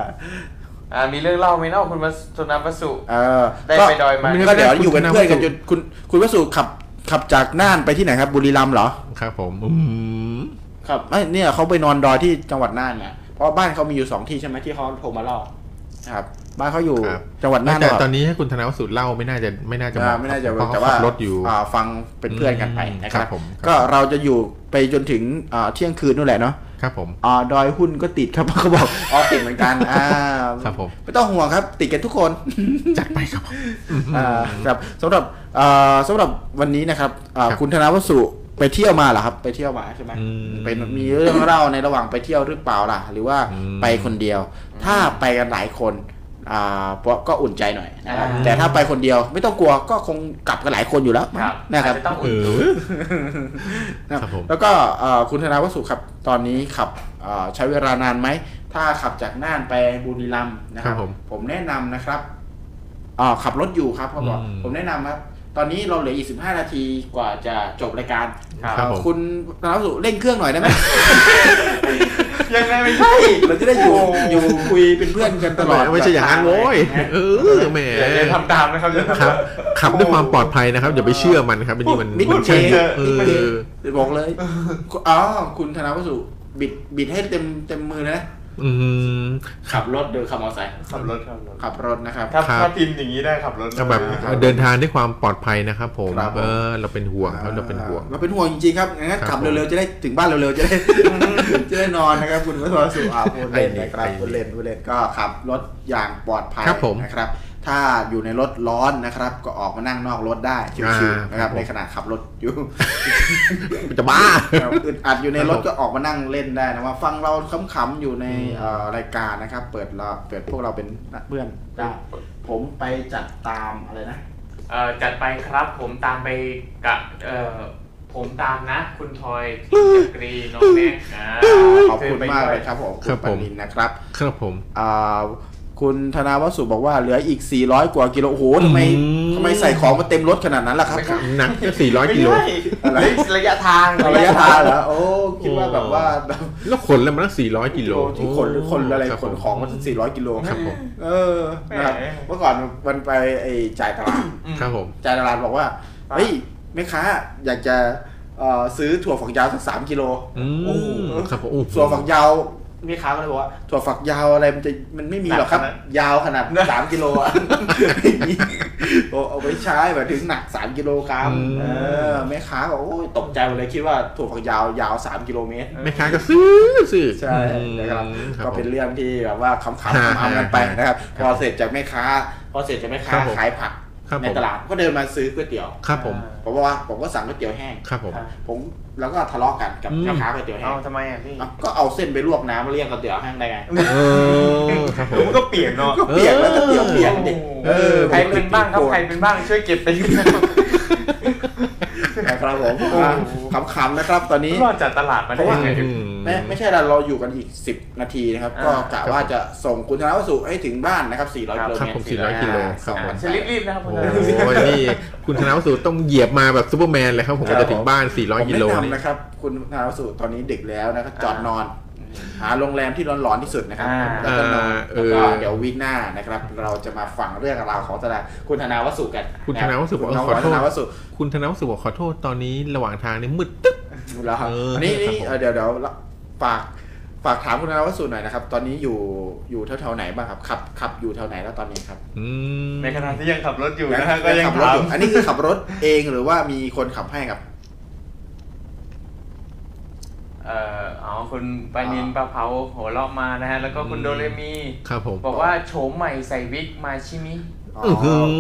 C: อ่ามีเรื่องเล่าไหมเนาะคุณวัสธนาวัสุ
E: เออ
C: ได้ไปดอยมา
E: ก็ก็เดี๋ยวอยู่เป็นเพื่อนกันจนคุณคุณวสุขับขับจากน่านไปที่ไหนครับ บุรีรัมย์เหรอ
D: ครับผมอืม
E: ครับไอ้ยเนี่ยเขาไปนอนดอยที่จังหวัดน่านนะเพราะบ้านเขามีอยู่สองที่ใช่ไหมที่เขาโทรมาเล่าครับ บ้านเขาอยู่
D: ครับ
E: จังหวัดน่าน
D: แต่
E: หรก
D: ตอนนี้ให้คุณธนวสุดเล่าไม่น่าจะไม่น่าจะเห
E: อ่า
D: มาะ
E: ไม่น่าจะ
D: เพราะ
E: แต่
D: เขา
E: ว่า
D: ขับรถอยู่
E: าฟังเป็นเพื่อนกันไปนะครั
D: ครับ บผมครับ
E: ก็เราจะอยู่ไปจนถึงอ่าเที่ยงคืนนู่นแหละเนาะ
D: ครับผม
E: อ่าดอยหุ้นก็ติดครับ เขาบอกอ๋อติดเหมือนกันอ่า
D: ครับผม
E: ไม่ต้องห่วงครับ ติดกันทุกคน
D: จัดไปครับผม
E: อ่าครับสำหรับอ่าสำหรับวันนี้นะครับอ่า
D: ครับ
E: คุณธนาวสุไปเที่ยวมาเหรอครับ ไปเที่ยวมาใช่ไหม
D: อืม
E: เป็นมีเรื่องเล่าในระหว่างไปเที่ยวหรือเปล่าล่ะ หรือว่า
D: อืม
E: ไปคนเดียว ถ้าไปกันหลายคนอ่าเพราะก็อุ่นใจหน่อยนะครับ
C: อ่า
E: แต่ถ้าไปคนเดียวไม่ต้องกลัวก็คงกลับกันหลายคนอยู่แล้วนะครับ
C: อาจจะต้องอุ่น
E: นะค
D: ค
E: รับ
D: รับผม
E: แล้วก็เอ่อคุณธนาวสุครับตอนนี้ขับเอ่อใช้เวลานานไหม ถ้าขับจากน่านไปบุรีรัมย์นะค
D: ค
E: รั
D: รับ บผม
E: แนะนำนะครับเอ่อขับรถอยู่ครับเขาบอก
D: อืม
E: ผมแนะนำครับ ตอนนี้เราเหลืออีก 15 นาทีกว่าจะจบรายการ
D: ครับ
E: เอ่อ
D: ผม
E: คุณธนาวสุเร่งเครื่องห น่อยได้ไหม
C: ยังไงไม่ใช่
E: เราจะได้อยู่อยู่คุยเป็นเพื่อนกันตลอด
D: ไม่ใช่อย่างนั้นโว้ยเออแหม
C: เดี๋ยวทำตามนะครับ
D: ครับขับด้วยความปลอดภัยนะครับอย่าไปเชื่อมันครับอันนี้มัน
E: มิด
D: มัน
E: เชย
D: เอ
E: มิดเชย
D: อ
E: บอกเลย อ๋อคุณธนาวสุบิดบิดให้เต็มเต็มมือเลยนะ
D: อืม
E: ขับรถเดินขับมอเตอร์ไซค์
G: ขับรถขับรถ
E: ขับรถนะครับ
G: ถ้า
D: ครับ
G: ถ้าพิมพ์อย่างนี้ได้ขับรถ
D: ก็แบบ
G: ได้
D: เดินทางด้วยความปลอดภัยนะครับผม
E: ครับผม
D: เออเราเป็นห่วงครับเราเป็นห่วง
E: เราเป็นห่วงจริงๆครับ งั้น
D: ครับ
E: ขับเร็วๆ จะได้ถึงบ้านเร็วๆ จะได้ จะได้นอนนะครับ คุณวัชรสุอาพูดเล่นนะครับ
D: ไอ้นี่
E: พูดเล่นพูดเล่นก็ขับรถอย่างปลอดภัย
D: ครับผม
E: นะครับ ถ้าอยู่ในรถร้อนนะครับ ก็ออกมานั่งนอกรถได้ชิว
D: อ่า
E: ๆนะค
D: ครับ
E: รับ
D: ผม
E: ในขณะขับรถอยู่
D: จะบ้า
E: ครับอึดอัดอยู่ในรถ
D: ครับผม
E: ก็ออกมานั่งเล่นได้นะว่าฟังเราขำๆอยู่ในเอ่อรายการนะครับ เปิดเราเปิดพวกเราเป็นเพื่อนได้ผมไปจัดตามอะไรนะ
C: เอ่อจัดไปครับผมตามไปกะเอ่อผมตามนะ คุณทอยจักรีน้องแม็กซ์นะ
E: ขอบคุณมากเลยครับผม
D: ค
E: คุ
D: รั
E: ณ
D: บ
E: ปา
D: ผม
E: นินนะครับ
D: ครับผม
E: อ่าคุณธนาวสุบอกว่าเหลืออีก 400 กว่ากิโลโอ้โหทำไม
D: อืม
E: ทำไมใส่ของมาเต็มรถขนาดนั้นล่ะครับ
D: หนักก็สี่ร้อยกิโล
E: อะไร
C: ระยะทาง
E: ระยะทางเหรอโอ้คิดว่าแบบว่าแบบ
D: แล้วขนแล้วมันตั้งสี่ร้อยกิโล
E: ที่ขนหรือคนอะไร
D: รับ
E: ข
D: ผม
E: นของมัน400 กิโล
D: ครับผม
E: เออนะครับเมื่อก่อนมันไปไอ้จ่ายตลาด
D: ครับผม
E: จ่ายตลาดบอกว่าเฮ้ยแม่ค้าอยากจะเอ่อซื้อถั่วฝักยาวสักสามกิโล
D: อื
E: โอ้โห
D: มครับผมโอ้โห
E: ถั่วฝักยาวมีค้าก็เลยบอกว่าถั่วฝักยาวอะไรมันจะมันไม่มีหรอกครับ ยาวขนาดสามกิโลอะ ไม่มีโอ้เอาไปใช้แบบถึงหนักสามกิโลกรัม
D: อืม
E: เออแม่ค้าก็โอ้ยตกใจหมดเลยคิดว่าถั่วฝักยาวยาวสามกิโลเมตร
D: แม่ค้าก็ซื้อซื้อ
E: ใช่
D: อืม
E: นะครับ
D: ครับ
E: ก็
D: ผ
E: เป็น
D: ม
E: เรื่องที่แบบว่าขำๆขำๆกันไปนะครับ พอเสร็จจากแม่ค้า พอเสร็จจากแม่ค้า
D: ครับผม
E: ขายผัก
D: ครับผม
E: ในตลาดก็เดินมาซื้อก๋วยเตี๋ยว
D: ครับผม
E: ผมบอกว่าผมก็สั่งก๋วยเตี๋ยวแห้ง
D: ครับผม
E: ผมแล้วก็ทะเลาะกันกับ
D: อืม
E: แม่ค้าก๋วยเตี๋ยวแห้
G: เอา
E: ง
G: ทำไมอ่ะพี่
E: อ่ะก็เอาเส้นไปลวกน้ำแล้วเรียกก๋วยเตี๋ยวแห้งได้ไง
D: เออครับผ
G: เดี๋ยว
D: ม
G: มันก็เปลี่ยนเนาะ
E: ก็เปียกแล้วก๋วยเตี๋ยวเปียกดิ
G: เออ
C: ใครเป็นบ้างครับใครเป็นบ้างช่วยเก็บเป็น
E: นะครับผมอ่ะขำๆนะครับตอนนี้
C: รอดจากตลาดมาได้ยังไง
D: อืม
E: ไม่ไม่ใช่เราเราอยู่กันอีก 10 นาทีนะครับ ก็
C: อ่า
E: กะว่าจะส่งคุณธนวัสุให้ถึงบ้านนะครับ 400กิโล
D: ครับ
E: เม
D: ผ
E: ตร
D: ม400กิโล
E: อ่า
D: ครับ
E: สองวัน
C: เชญรีบๆนะครับคุณ
D: โอ้
C: ธนา
D: โหนี่คุณธนวสุต้องเหยียบมาแบบซูเปอร์แมนเลยครับผมกว่าจะถึงบ้าน
E: ผม
D: 400กิ
E: แนะ
D: โล
E: นำ
D: นี่
E: นะครับ คุณธนวัสุตอนนี้ดึกแล้วนะครับจอดนอน หาโรงแรมที่ร้อนๆที่สุดนะครับ
D: เอ
E: แล้วก็นอน
D: อเอ
E: แล้ว
D: อ
E: ก็เดี๋ยววีคหน้านะครับ เราจะมาฟังเรื่องราวของธนาคุณธนวัสุกันะ
D: คุณธนาวสุบอก
E: คุณ
D: เออขอโทษ
E: ธนวัสุ
D: คุณธนวสุบอกขอโทษตอนนี้ระหว่างทางนี่มืดตึ๊บ
E: อยู่แล้วครับ
D: เออ
E: อันนี้
D: ครับ
E: นี่
D: ผม
E: เอ่อเดี๋ยวเดี๋ยวฝากฝากถามคุณนวัสุหน่อยนะครับ ตอนนี้อยู่อยู่แถวๆไหนบ้างครับขับขับอยู่แถวไหนแล้วตอนนี้ครับ
D: อืม
G: ในขณะที่ยังขับรถอยู่นะฮะก็ยัง
E: ขัรถ
G: ถาม
E: อยู่อันนี้คือขับรถเองหรือว่ามีคนขับให้ครับ
H: เอ่ออ๋อคุณปานินปลาเผาหัวเราะมานะฮะ แล้วก็คุณโดเรมี
D: ครับผม
H: บอกว่าโฉมใหม่ใส่วิกมาชิมิ
E: อ๋อ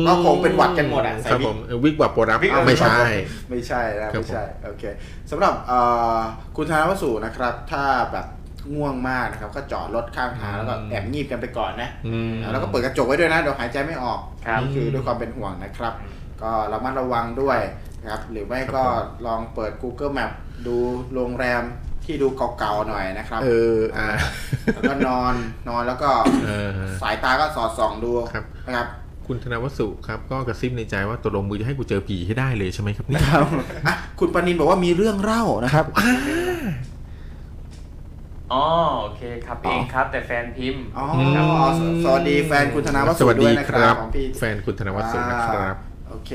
E: ก็คงเป็นหวัดกันหมดอ่ะใส่
D: ครับ
E: วิ
D: ผ
E: ก
D: มเออวิกวับโปรดับ
E: วิกวับ
D: ไม่ใช่
E: ไม่ใช่นะครับ ไม่ใช่โอเคสำหรับเอ่อคุณธนวสูนะครับ ถ้าแบบง่วงมากนะครับ ก็จอดรถข้างทางแล้วก็
D: อืม
E: แอบงีบกันไปก่อนนะ
D: อืม
E: แล้วก็เปิดกระจกไว้ด้วยนะเดี๋ยวหายใจไม่ออก
H: ครับ
E: นี่คือด้วยความเป็นห่วงนะครับ ก็ระมัดระวังด้วยนะครับหรือไม่ก็ลองเปิด Google Map ดูโรงแรมที่ดูเก่าๆหน่อยนะครับ
D: เอออ่า
E: แล้วก็นอนนอนแล้วก็
D: เออ
E: สายตาก็สอดส่องดู
D: ครับ
E: นะครับ
D: คุณธนวสุครับ ก็กระซิบในใจว่าตกลงมือจะให้กูเจอผีให้ได้เลยใช่ไหมครับเนี่ย
E: อ่ะคุณปานินบอกว่ามีเรื่องเล่านะครับ
H: อ๋อโอเคครับเองครับ แต่แฟนพิมพ์
E: อ๋อสวัสดีแฟนคุณธนวัฒน์
D: สวัส
E: ด้ว
D: ดี
E: ยนะ
D: ค
E: ค
D: รั
E: รับบ ของพี่
D: แฟนคุณธนวสุนะครับ
E: อ่าโอเค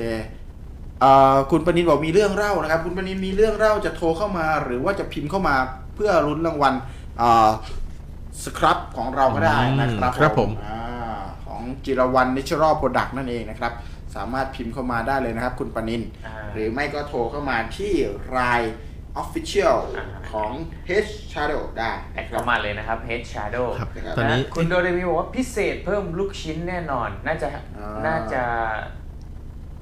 E: เอ่อคุณปนินบอกมีเรื่องเล่านะครับ คุณปนินมีเรื่องเล่าจะโทรเข้ามา หรือว่าจะพิมพ์เข้ามาเพื่อรุ้นรางวัลเอ่อสครับของเราก็ได้นะครับ
D: ครับผม
E: อ่าของจิรวันนิชรอโปรดักต์นั่นเองนะครับ สามารถพิมพ์เข้ามาได้เลยนะครับ คุณปนิน
H: อ่า
E: หรือไม่ก็โทรเข้ามาที่ราย Official ของ H Shadow ได้
H: แอ
E: นะ
H: ด
E: ครับ
H: เข้ามาเลยนะครับ Head Shadow
D: ครับ
E: นะครับ
D: ตอนนี้
H: ะคุณโดเรมีบอกว่าพิเศษเพิ่มลูกชิ้นแน่นอน น่าจะ
E: อ่า
H: น่าจะ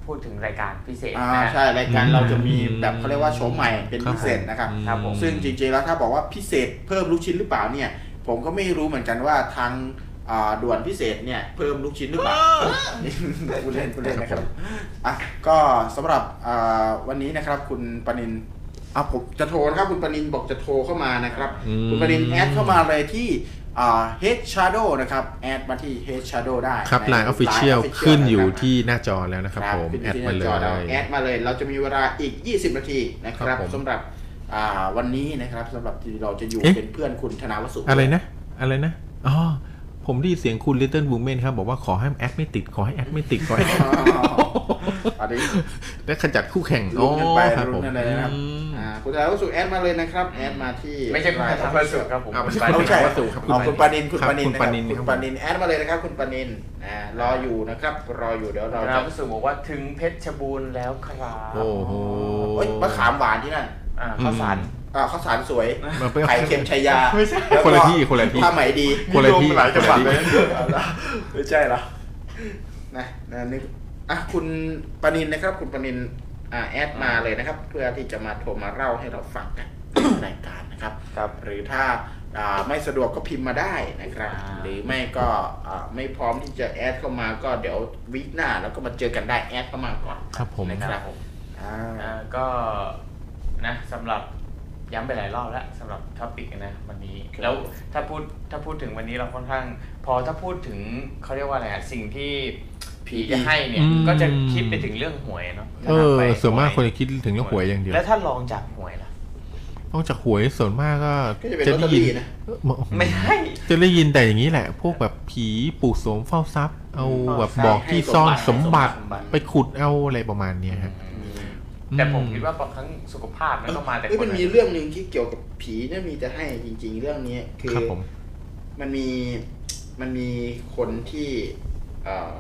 H: พูดถึงรายการพิเศษ
E: อ่า
H: นะฮะ
E: ใช่รายการเราจะมี
D: อืม
E: แบบเขาเรียกว่าโชว์ใหม่เป็นพิเศษนะครับ
H: ครับผม
E: ซึ่งจริงๆแล้วถ้าบอกว่าพิเศษเพิ่มลูกชิ้นหรือเปล่าเนี่ย ผมก็ไม่รู้เหมือนกันว่าทางอ่าด่วนพิเศษเนี่ยเพิ่มลูกชิ้นหรือเปล่ากูดเล่นกูดเล่นนะค
D: ครั
E: รั
D: บบผม
E: อ่ะก็สำหรับอ่าวันนี้นะครับคุณปนินอ่ะผมจะโทรนะครับคุณปนินบอกจะโทรเข้ามานะครับ คุณปนินแอดเข้ามาเลยที่อ่า Head Shadow นะครับแอดมาที่ Head Shadow ได้
D: ครับ
E: ใน
D: ไลน์ออฟฟิเชียล
E: Line Official
D: ขึ้นอยู่
E: ะครับ
D: ที่หน้าจอแล้วนะครับผม
E: ขึ้น
D: แอด
E: ที่ห
D: มา
E: น้า
D: เลย
E: จอเราแอดมาเลย เราจะมีเวลาอีก 20 นาทีนะค
D: ครั
E: รั
D: บบ ผม
E: สำหรับอ่าวันนี้นะครับสำหรับที่เราจะอยู่
D: เอ๊ะ
E: เป็นเพื่อนคุณธนาวสุ
D: อะไรนะ อะไรนะ อ๋อ ผมได้ยินเสียงคุณ Little Woman ครับ บอกว่าขอให้แอดไม่ติด ขอให้แอดไม่ติด ขอให้แอด
E: อ๋ออันนี้
D: และขจัดคู่แข่ง
E: ลุ้นกันไป
D: อ๋อครับผ
E: ลุ้
D: ม
E: นกันเลยนะครับ
D: อืม
E: อ่าคุณธนาวสุแอดมาเลยนะครับแอดมาที่
H: ไม่ใช่คุณธนวัฒน์สุขครับผม
D: อ่าไม่ใช่
H: ปานิ
E: ไม่
H: น
E: ใช่
D: คุณธนวัฒน์สุครับ
E: เอาคุณปานินคุณ
D: ครับ
E: ปานิน
D: คุณปานิน
E: นะครับคุ
D: ค
E: ณ
D: รับ
E: ปานินแอดมาเลยนะครับ คุณปานินอ่ารออยู่นะครับรออยู่เดี๋ยวเรา
H: เรา
E: จะ
H: รู้สึกบอกว่าถึงเพชรบูรณ์แล้วครับ
D: โอ้โห
E: เอ้ยมะขามหวานที่นั่น
H: อ่าข้าวสาร
E: อ่าข้าวสารสวย
D: มันไปเอา
E: ไข่เค็มชัยยา
D: ไม่ใช่
E: แล้วก็
D: คนละที่คนละที่
E: ผ้าไหมดี
D: คนละที่
G: โยงไปหลายจังหวัดเลย
E: ไม่ใช่เหรอ นะนะนึกอ่ะคุณปนินนะครับ คุณปนินอ่าแอดมาเลยนะครับ เพื่อที่จะมาโทรมาเล่าให้เราฟังกัน ในรายการนะครับครับ หรือถ้าอ่าไม่สะดวกก็พิมพ์มาได้นะครับ
H: อ่า
E: หรือไม่ก็อ่าไม่พร้อมที่จะแอดเข้ามาก็เดี๋ยววีคหน้าแล้วก็มาเจอกันได้แอดเข้ามาก่อน
D: ครับผม
E: นะครับผมอ่า
H: อ่าก็นะสำหรับย้ำไปหลายรอบแล้วสำหรับท็อปิกนะวันนี้ แล้วถ้าพูดถ้าพูดถึงวันนี้เราค่อนข้าง พอถ้าพูดถึงเขาเรียกว่าอะไรอะสิ่งที่ผีจะให้เนี่ย
D: อืม
H: ก็จะคิดไปถึงเรื่องหวยเนาะ
D: เออ
H: ไป
D: ส่วนมากคนจะคิดถึงเรื่องหวยอย่างเดียว
H: แล้วถ้าลองจากหวยล่ะ
D: นอกจากหวยส่วนมากก็
E: ก็จะเป็นลอต
D: ได้
E: เตอ
D: ยิน
E: รี่นะ
D: เออมา
H: ไม่ใช่
D: จะได้ยินแต่อย่างนี้แหละ พวกแบบผีปู่โสมเฝ้าทรัพย์ เอาแบบ
E: เฝ้าทรั
D: บ
E: พย์
D: อกที่ซ่อน
E: ให้
D: ส
E: ส
D: ม
E: มบั
D: บั
E: ติ
D: ติไปขุดเอาอะไรประมาณเนี้ยฮะ
H: แต่ผมคิดว่าบางครั้งสุขภาพมันก็มาแต่
E: เอ้ย
H: ค
E: มัน นมีเรื่องหนึ่งที่เกี่ยวกับผีเนี่ยมีจะให้จริง ๆ เรื่องนี้คือ
D: ครับผม
E: มันมีมันมีคนที่เอ่อ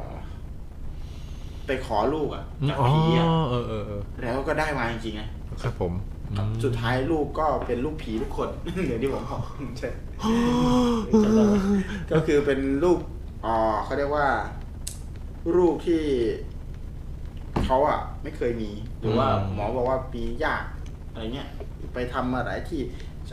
E: ไปขอลูกอ่ะจาก
D: อ๋อ
E: ผีอ่ะ
D: เออเออเออ
E: แล้วก็ได้มาจริงๆนะครับ
D: ผมอืม
E: สุดท้ายลูกก็เป็นลูกผีทุกคน เดี๋ยวที่ผมบอกใช่ ก็คือเป็นลูกอ่อเขาเรียกว่าลูกที่เขาอ่ะ ไม่เคยมี หรือว่า
D: อืม
E: หมอบอกว่ามียากอะไรเงี้ยไปทำมาหลายที่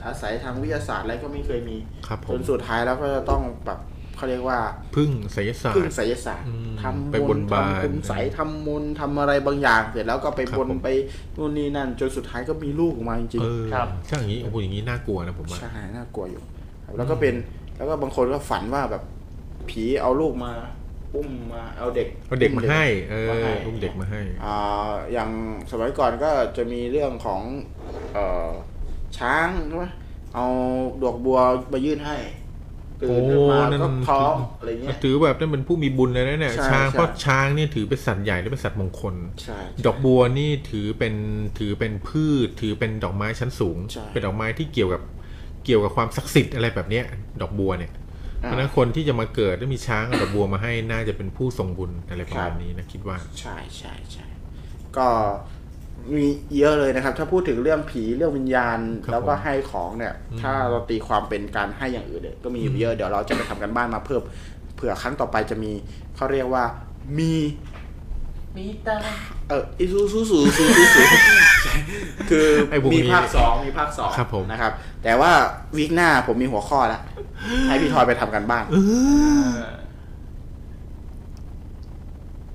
E: อาศัยทางวิทยาศาสตร์อะไรก็ไม่เคยมี
D: ครับผ
E: จ
D: ม
E: นสุดท้ายแล้วก็จะต้องแบบเขาเรียกว่า
D: พึ่งไสยศาสต
E: พึ่ง
D: ร์
E: ไสยศาสตร์
D: อืม
E: ทำ
D: ไป
E: ม
D: บ
E: น
D: น
E: ต์
D: บาน
E: ทำคุณใสยทำมนต์ทำอะไรบางอย่าง เสร็จแล้วก็ไป
D: ครับ
E: บน
D: ผม
E: ไปนู่นนี่นั่น จนสุดท้ายก็มีลูกออกมาจริง
D: เออ
H: ครับ
D: ถ้าอย่างนี้โอ้โหอย่างนี้น่ากลัวนะผมว่า
E: ๆใช่น่ากลัวอยู่ครับแล้วก็เป็นแล้วก็บางคนก็ฝันว่าแบบผีเอาลูกมา อุ้มมาเอาเด็ก
D: เอาเด็กมาให้ เออ
E: มาให้
D: อุ้มเด็กมาให้
E: อ่าอย่างสมัยก่อนก็จะมีเรื่องของเอ่อช้างใช่ไหมเอาดอกบัวมายื่นให้ตื่นขึ้นมา
D: โอ้นั่น
E: ก็ท้องอะไรเงี้ย
D: ถือแบบนั้นเป็นผู้มีบุญเลยนะเนี่ย
E: ใช่
D: ช้าง
E: ใช่
D: เพราะช้างเนี่ยถือเป็นสัตว์ใหญ่และเป็นสัตว์มงคล
E: ใช่
D: ดอกบัวนี่ถือเป็นถือเป็นพืช ถือเป็นดอกไม้ชั้นสูง
E: ใช่
D: เป็นดอกไม้ที่เกี่ยวกับเกี่ยวกับความศักดิ์สิทธิ์อะไรแบบเนี้ย ดอกบัวเนี่ยเพราะฉะนั้นคนที่จะมาเกิดแล้วมีช้างเอาดอกบัวมาให้น่าจะเป็นผู้ทรงบุญอะไรประมาณนี้นะคิดว่า
E: ใช่ใช่ใช่ก็ มีเยอะเลยนะครับ ถ้าพูดถึงเรื่องผีเรื่องวิญญาณ
D: ครับ
E: แล้วก็
D: ผม
E: ให้ของเนี่ย
D: อืม
E: ถ้าเราตีความเป็นการให้อย่างอื่นเนี่ยก็มีอยู่เยอะเดี๋ยวเราจะไปทำกันบ้านมาเพิ่มเผื่อครั้งต่อไปจะมีเขาเรียกว่ามี
H: มีตา
E: เอออิซูซูซูซูซูซูคือ
D: ไอ้พวกนี้
E: มีภาคสองมีภาคสอง
D: ครับผม
E: นะครับ แต่ว่าวีคหน้าผมมีหัวข้อละให้พี่ทอยไปทำกันบ้าน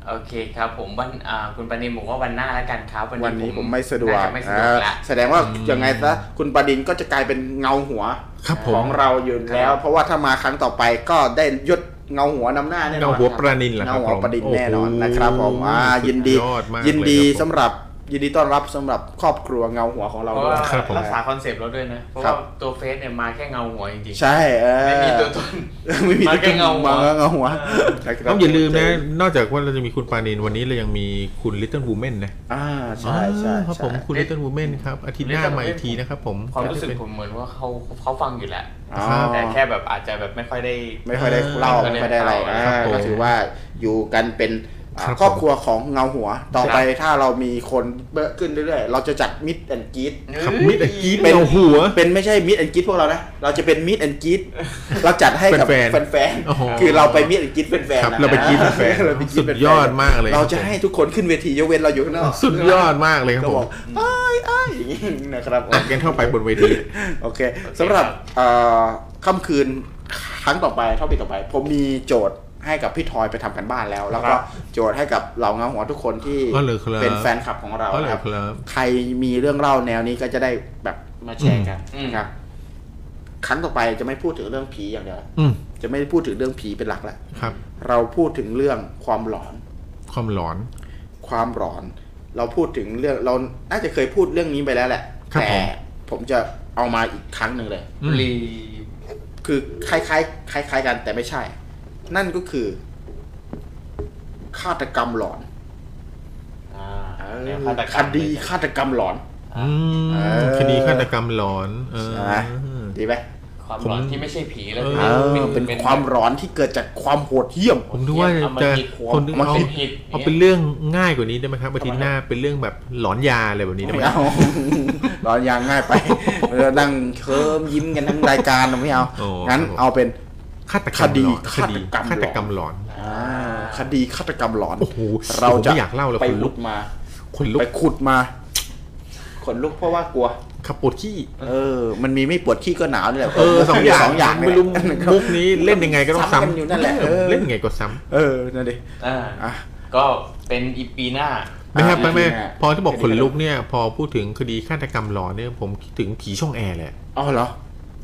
H: โอเคครับผมวันอ่าคุณปานิมบอกว่าวันหน้าแล้วกันครับ
E: วันนี้ผมไม่สะดวก
H: น่าจไม่สะดวก
E: อ่า
H: ละ
E: แสดงว่ายังไงซะคุณประดินก็จะกลายเป็นเงาหัว
D: ครับผ
E: ขอ
D: ม
E: งเราอยู่แล้ว เพราะว่าถ้ามาครั้งต่อไปก็ได้ยศเงาหัวนำหน้าแน่นอน
D: เงาหัวประนินเหรอค
E: เงา
D: รับ
E: หัวประดิน
D: ผม
E: แน่นอน
D: โโห
E: นะครับผมอ่ายินดี
D: สุยอดมากเล
E: ยินดี
D: ครับผ
E: สำ
D: ม
E: หรับยินดีต้อนรับสำหรับครอบครัวเงาหัวของเรา
H: เพราะ
E: ด้ว
H: ว่าย
D: ครับผม
H: รักษาคอนเซปต์เราด้วยนะ เพราะ
E: ครั
H: ว่า
E: บ
H: ตัวเฟซเนี่ยมาแค่เงาหัวจริง
E: ใช่เอ
H: ๆ
E: อ
H: ไม่มีตัวตน
E: ไม่มี
H: มาแค่เงาหัว
E: มาแค่เงาหัวนะครับ
D: ต้องอย่าลืมนะ นอกจากว่าเราจะมีคุณปานินวันนี้เรายังมีคุณลิตเติ้ล o ูแมนนะ
E: อ่าใช่ใช่
D: ครับ
E: ใช่
D: ผมคุณลิตเติ้ล o ูแมนครับ อาทิตย์หน้า
H: Little
D: มาอีก
H: Women
D: ทีนะครับผม
H: ความรู้สึกผมเหมือนว่าเขาเขาฟังอยู่แหละ
E: อ๋อ
H: แต่แค่แบบอาจจะแบบไม่ค่อยได้
E: ไม่ค่อยได้เล่าไม่ค่อยได้อะไรอ่า
H: ครับผม
E: ก็ถือว่าอยู่กันเป็นอ่า
D: ครับผม
E: ครอบครัวของเงาหัว ต่อไปถ้าเรามีคนเยอะขึ้นเรื่อยๆ เราจะจัดมิดแอนกีด
D: ครับมิดกีดเป็นหัว
E: เป็นไม่ใช่มิดแอนกิทพวกเรานะ เราจะเป็นมิดแอนกิทเราจัดให้กับ
D: แฟนๆ
E: แฟน
D: โอ้โห
E: ๆ คือเราไปมิดแอนกิทแฟนๆ
D: ครับ
E: นะ
D: เราไปกรี๊ดแฟนๆ
E: เราไปกรี๊
D: สุดยอดมากเลย
E: เราจะให้ทุกคนขึ้นเวทียกเว้นเราอยู่ข้างนอก
D: สุดยอดมากเลยครับ
E: ก็
D: ผ
E: บอ
D: ม
E: กเอ้ยเอ้ยอย่างนี้นะครับ
D: ตัดกันเข้าไปบนเวที
E: โอเคสำหรับเอ่อค่ำคืนครั้งต่อไปเท่าปีต่อไป ผมมีโจทย์ให้กับพี่ทอยไปทำกันบ้านแล้ว แล้วก็โจทย์ให้กับเหล่าเงาหัวทุกคนที่
D: อ๋อเหรอครับ
E: เป็นแฟนคลับของเรา
D: เพราะอะไร
E: นะครับ
D: ครับ
E: ใครมีเรื่องเล่าแนวนี้ก็จะได้แบบมาแชร์กัน
H: อืม
E: นะครับ ครั้งต่อไปจะไม่พูดถึงเรื่องผีอย่างเดียวละ
D: อืม
E: จะไม่พูดถึงเรื่องผีเป็นหลักแล้ว
D: ครับ
E: เราพูดถึงเรื่องความหลอน
D: ความหลอน
E: ความหลอน เราพูดถึงเรื่องเราน่าจะเคยพูดเรื่องนี้ไปแล้วแหละ
D: ครับ
E: แต่
D: ผม
E: ผมจะเอามาอีกครั้งหนึ่งเลย
D: อืม
H: รี
E: คือคล้ายๆคล้าย ๆ กันแต่ไม่ใช่ นั่นก็คือฆาตกรรมหลอน
H: อ่า
E: เอ
H: แน
E: อ
H: วฆาตกร
E: ค
H: รม
E: ดีฆาตกรรมหลอน
D: อืม
E: เออ
D: คดีฆาตกรรมหลอน เออ
E: ใช่ไหม ดีไหม
H: ความหลอน
D: ผม
H: ที่ไม่ใช่ผีแล้ว
D: เออ
E: เออเป็นความร้อนที่เกิดจากความโหดเหี้ยม
D: ผมนึกว่า
H: เอามา
D: จะ
H: คิด
D: คนนึก
H: เอา
D: เอา
H: มาคิด
D: เอาเป็นเรื่องง่ายกว่านี้ได้ไหมครับอาทิตย์หน้าเป็นเรื่องแบบหลอนยาอะไรแบบนี้ได้ไหม
E: ไม่ เอา ร้อนยางง่ายไปเรานั่งเคิมยิ้มกันทั้งรายการเราไม่เอา
D: โอ้
E: งั้น
D: ครับผม
E: เอาเป็น
D: ฆาตกรรมหลอน
E: คดีฆาตกรรมหลอน
D: ฆาตกรรมหลอน
E: อ่าคดีฆาตกรรมหลอน
D: โอ้โห
E: เราจะ
D: ผมไม่อยากเล่าเลย
E: ไป
D: ขนลุ
E: ลุ
D: ก
E: กมา
D: คนลุก
E: ไปขุดมาขนลุกเพราะว่ากลัว
D: ขับปวดขี้
E: เออ มันมีไม่ปวดขี้ก็หนาวนี่แหละ
D: เออสองอย่าง
E: สองอย่าง
D: ไม่รู้
E: นี่แหละ
D: มุกนี้เล่นยังไงก็ต้อง
E: ซ้ำกัน
D: ซ้ำ
E: อยู่นั่นแหละเออ
D: เล่นยังไงก็ซ้
E: เออนั่นดิ
H: อ่า
E: อ่ะ
H: ก็เป็นอีปีหน้า
D: ำไม่ครับ
E: อ่า
D: ไม่ไม่
E: ดีนะ
D: พอที่บอกขนลุกเนี่ย พอพูดถึงคดีฆาตกรรมหลอนเนี่ยผมคิดถึงผีช่องแอร์แหละ
E: อ๋อเหรอ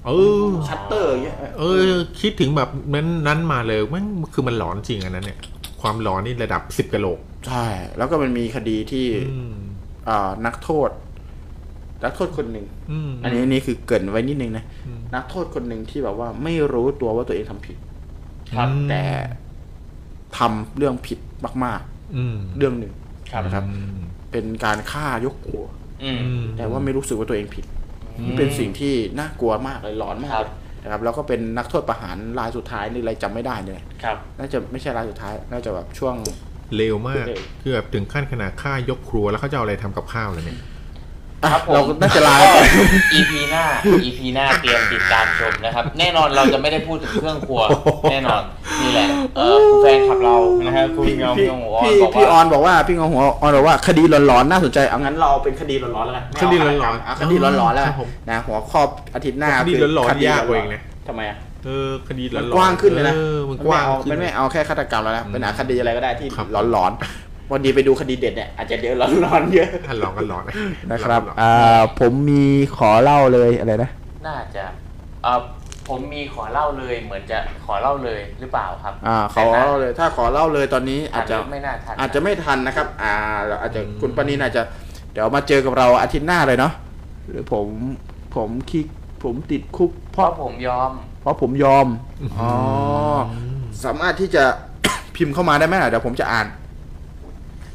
D: เออ
E: ชัตเตอร์อย่างเงี้ย
D: เออ คิดถึงแบบนั้นนั้นมาเลยมันคือมันหลอนจริงอันนั้นเนี่ย ความหลอนนี่ระดับสิบกะโหลก
E: ใช่ แล้วก็มันมีคดีที่
D: อืม
E: อ่านักโทษ นักโทษคนหนึ่ง
D: อืม
E: อันนี้อันนี่คือเกรินไว้นิดนึงนะ
D: อืม
E: นักโทษคนหนึ่งที่แบบว่าไม่รู้ตัวว่าตัวเองทำผิด
H: ครับ
E: แต่ทำเรื่องผิดมาก
D: อืม
E: ๆ เรื่องหนึ่ง
H: ครับ
E: นะครับ
D: อืม
E: เป็นการฆ่ายกหัว
H: อืม
D: อืม
E: แต่ว่าไม่รู้สึกว่าตัวเองผิดนี่เป็นสิ่งที่น่ากลัวมากเลยหลอนมาก
H: ครั
E: เล
H: บ
E: ยนะครับ แล้วก็เป็นนักโทษประหารรายสุดท้ายหรืออะไรจำไม่ได้เนี่ย
H: ครับ
E: น่าจะไม่ใช่รายสุดท้ายน่าจะแบบช่วง
D: เร็วมาก
E: เร็ว
D: คือแบบถึงขั้นขนาดฆ่ายกครัวแล้วเขาจะเอาอะไรทำกับข้าวเลยเนี่ย
E: อ่ะ
H: ครับผม
E: เราน่าจะลา
H: EP หน้า EP หน้าเตรียมติดตามชมนะครับ แน่นอนเราจะไม่ได้พูดถึงเครื่องครัว แน่นอนนี่แหละเออคุณแฟนขับเรานะฮะคุณ
E: พี่
H: เงา
E: พี่
H: เงาหัวอ่อน
E: พี่
H: บอก
E: พี่ออ
H: ว่า
E: นบอกว่าพี่งอหัวออนบอกว่าคดีหลอนๆน่าสนใจเอางั้นเราเป็นคดีหลอนๆแล้วกัน
D: ค
E: ไม่เา
D: ดีหลอนๆ
E: ะคดีหลอนๆแล้ว
D: ค
E: กั
D: รั
E: น
D: บผม
E: นะหัวข้ออาทิตย์หน้า
D: คดีหลอนๆยากกว่าอีกนะ
E: ทำไมอ่ะ
D: เออคดีหลอ
E: มัน
D: น
E: กว้างขึ้นเลยนะ
D: เออมันกว้าง
E: เอา
D: ขึ้น
E: มันไม่เอาแค่ฆาตกรรมแล้วนะ
D: อืม
E: เป็นอาคดีอะไรก็ได้ที่
D: ครับ
E: หลอนๆวันดีไปดูคดีเด็ดเนี่ยอาจจะเยอะร้อนๆเยอะ
D: หันหลอนกันหลอนหลอนๆ
E: ผมมีขอเล่าเลยอะไรนะ
H: น่าจะเออผมมีขอเล่าเลยเหมือนจะขอเล่าเลยหรือเปล่าครับ
E: อ่า ขอเล่าเลย ถ้าขอเล่าเลยตอนนี้
H: อา
E: อา
H: จ
E: จ
H: จะ
E: จะ
H: ไม่น่าทัน
E: อาจจะไม่ทันนะครับ อ่าเราอาจจะคุณปณินอาจจะ เดี๋ยวมาเจอกับเราอาทิตย์หน้าเลยเนาะ หรือผมผมขี้ผมติดคุกเพ
H: เพราะ
E: ราะ
H: ผมยอม
E: เพราะผมยอม อ๋อ สามารถที่จะ พิมพ์เข้ามาได้ไหมล่ะเดี๋ยวผมจะอ่าน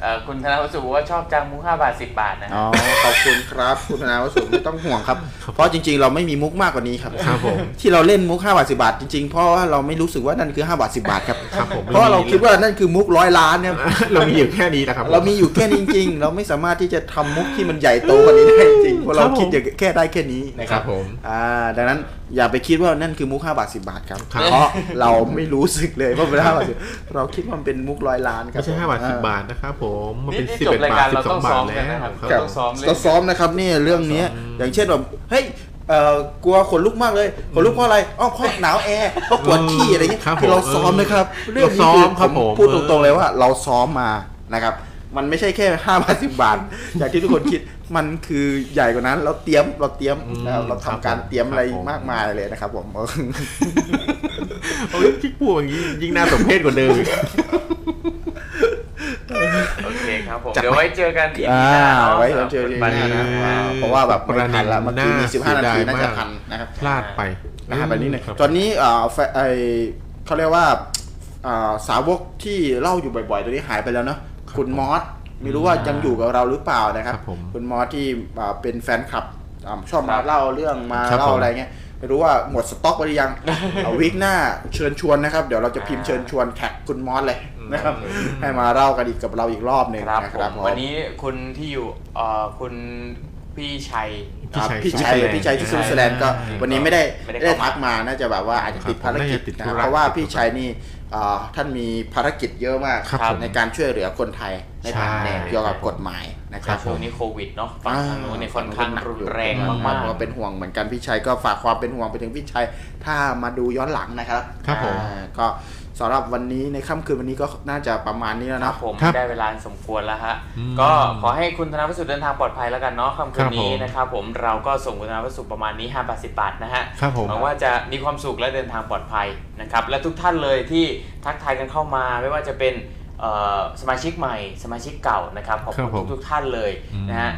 C: เอ่อคุณธนวัฒน์สุบอกว่าชอบจังมุกห้าบาทสิบบาทนะ
E: อ๋อขอบคุณครับคุณธนาวสุไม่ต้องห่วงครับ เพราะจริงๆ เราไม่มีมุกมากกว่านี้ครับ
D: ครับผม
E: ที่เราเล่นมุก5บาท10 บาทจริงๆ เพราะว่าเราไม่รู้สึกว่านั่นคือ 5 บาท 10 บาทครับ
D: ครับผม
E: เพราะเราคิดว่านั่นคือมุกร้อยล้านเนี่ย
D: เรามีอยู่แค่นี้นะครับผ
E: เรามีอยู่แค่นี้จริงๆ เราไม่สามารถที่จะทำมุกที่มันใหญ่โตกว่านี้ได้จริงเพราะเราคิดอย่างแค่ได้แค่นี้
D: นะครับผม
E: อ่าดังนั้นอย่าไปคิดว่านั่นคือมุก5บาท10 บาทครับ
D: ครับ
E: เพราะเราไม่รู้สึกเลยว่าเป็น5บาท10เราคิดว่ามันเป็นมุกร้อยล้านครับ
D: ไม่ใช่ห้าบาท
E: อ่
D: สิบบาทนะครับผมมัน
C: นี่
D: เป็น
C: นี่
D: สิบ
C: จบ
D: เอ็ด
C: ราย
D: บา
C: การ
D: ทสิ
C: เรา
D: บสอ
C: ต้อง งซ้
D: บา
C: อม
D: ท
C: กัน
D: แล้
C: นะ
D: ว
C: ครับ
D: ครับ
C: เราต้องซ้อมเล่น
E: ก็ซ้อมนะครับเนี่ยเรื่องเนี้ยอย่างเช่นแบบเฮ้ยเอ่อกลัวขนลุกมากเลยขนลุกเพราะอะไรอ้อเพราะหนาวแอร์เพราะปวดขี้อะไรเงี้ย
D: ครับผม
E: คือเราซ้อมนะครับ
D: เออ
E: เรื่อง
D: เราซ้อ
E: นี้คือ
D: มครับ
E: ผ
D: ผ
E: ม
D: ม
E: พูดต
D: เอ
E: รง
D: อ
E: ๆเลยว่าเราซ้อมมานะครับ มันไม่ใช่แค่ห้าบาทสิบาทอย่างที่ทุกคนคิด มันคือใหญ่กว่านั้น เราเตรียมเราเตรียมนะครับเราทำการเตรียมอะไรมากมายเลยนะครับผม
D: โอ้ยที่พูดอย่างนี้ยิ่งน่าสมเพชกว่าเดิมอีก
C: โอเคครับผม เดี๋ยวไว้เจอกันอีพีหน้าเนาะ
E: ไว้เจอกันอีก
C: บัด
E: ที
C: นี้
E: ห
C: นะ
E: น้า
C: ครับ
E: ว้าวเพราะว่าแบบไม่ทันละเมื่อกี้มี
D: น่าเสี
E: สิ
D: ย
E: บห้านา
D: ดาย
E: ทีน่าจะ
D: มาก
E: ทันนะครับ
D: พลาดไป
E: นะฮะแบบนี้เลย
D: ครับ
E: ตอนนี้เอ่อแฟไอเขาเรียกว่าอ่าสาวกที่เล่าอยู่บ่อยๆตัวนี้หายไปแล้วเนาะคุณมอสไม่รู้ว่ายังอยู่กับเราหรือเปล่านะครับ
D: ครับผม
E: คุณมอสที่อ่าเป็นแฟนคลับอ่าชอบ
C: ครั
E: มา
C: บ
E: เล่าเรื่องมา
D: ครับ
E: เล่า
D: ผม
E: อะไรเงี้ยไม่รู้ว่าหมดสต็อกไปหรือยัง เอาวิกหน้าเชิญชวนนะครับ เดี๋ยวเราจะพิมพ์เชิญชวนแท็กคุณมอสเลยนะครับให้มาเล่ากันอีกกับเราอีกรอบหนึ่ง
C: ครับ
E: นะ
C: ผ
E: ครับ
C: ม
E: ผม
C: วันนี้คุณที่อยู่เอ่อคุณพี่ชัย
E: อ่า
D: พี่
E: พี่
D: ชั
E: ชั
D: ย
E: ยพี่ชัยที่สวิตเซอร์แลนด์ก็วันนี้ไม่ได้
C: ไม่ได้
E: ไม่ได้
C: เข้ามา
E: ทักมาน่าจะแบบว่าอาจจะติดภารกิจ
D: น่าจะติดธุ
E: นะ
D: ระ
E: ครับเพราะว่าพี่ชัยนี่เอ่อท่านมีภารกิจเยอะมาก
D: ครับผม
E: ในการช่วยเหลือคนไทยในทางแดนเกี่ยวกับกฎหมายนะค
C: ครั
E: รั
C: บบ ช่วงนี้โควิดเนาะฝั่งทางนู้นเนี่ยค่อนข้างรุนแรง
E: มาม
C: าก ก
E: ก็เป็นห่วงเหมือนกันพี่ชัยก็ฝากความเป็นห่วงไปถึงพี่ชัยถ้ามาดูย้อนหลังนะครับ
D: ครับผม
E: อ่าก็สำหรับวันนี้ในค่ำคืนวันนี้ก็น่าจะประมาณนี้แล้ว
C: ๆครั
E: เนาะ
C: บผม
D: ครับ
C: ได้เวลาสมควรแล้วฮะ
D: อืม
C: ก็ขอให้คุณธนวัฒน์สุดเดินทางปลอดภัยแล้วกันเนาะคำคื
D: ครั
C: น
D: บ
C: นี้
D: ผม
C: นะครับผมเราก็ส่งคุณธนวัฒน์สุดประมาณนี้5บาท10บาทนะฮะ
D: ครับผม
C: หวังว่าจะมีความสุขและเดินทางปลอดภัยนะครับและทุกท่านเลยที่ทักทายกันเข้ามาไม่ว่าจะเป็นเอ่อสมาชิกใหม่ สมาชิกเก่านะครับขอบ
D: ครับผ
C: คุณ
D: ม
C: ทุกๆท่านเลยนะฮะ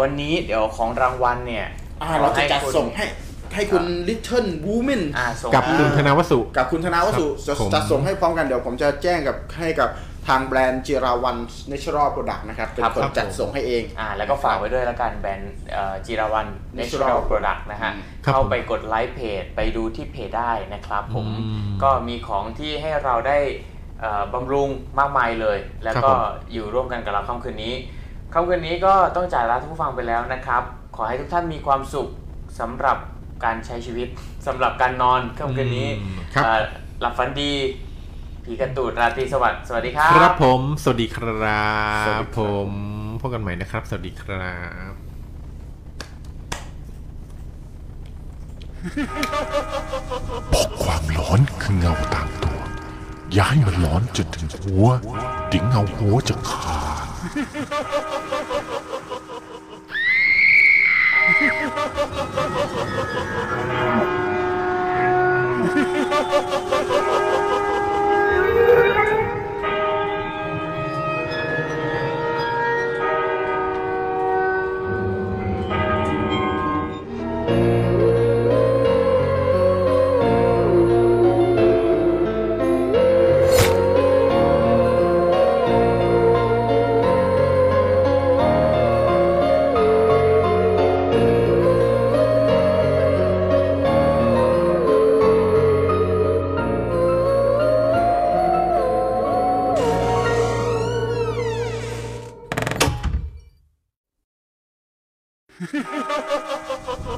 C: วันนี้เดี๋ยวของรางวัลเนี่ย
E: อ่าเราจะจัด
C: ขอให้คุณ
E: ส่งให้ให้คุณ Little Woman
C: อ่าส่ง
D: กับคุณธนวสุ
E: กับคุณธนาวสุ
D: ครับผม
E: จะส่งให้พร้อมกันเดี๋ยวผมจะแจ้งกับให้กับทางแบรนด์จิราวันเนเชอรัลโปรดักต์นะครับ เป็นคนจัดส่งให้เอง
C: อ่าแล้วก็ฝากไว้ด้วยละกันแบรนด์เอ่อจิราวันเนชั่น
E: Natural
C: แนลโปรดักต์นะฮะ
D: ครับ
C: เข้าไปกดไลค์เพจไปดูที่เพจได้นะครับผม
D: อืม
C: ก็มีของที่ให้เราได้เอ่อบำรุงมากมายเลย แล้ว
D: ครับ
C: ก็
D: ผม
C: อยู่ร่วมกันกับเราค่ำคืนนี้ค่ำคืนนี้ก็ต้องจ่ายลาท่านผู้ฟังไปแล้วนะครับ ขอให้ทุกท่านมีความสุขสำหรับการใช้ชีวิตสำหรับการนอนค่ำคืนนี้
D: อืมครับ
C: เอ่อหลับฝันดีผีกระตูดราตรีสวัสดิ์สวัสดีครับ
D: ครับผม สวัสดีครับผมพบกันใหม่นะครับ สวัสดีครับ
A: เพราะความร้อนคือเงาตามตัว ย้ายมันร้อนจนถึงหัว ถึงเงาหัวจะขาด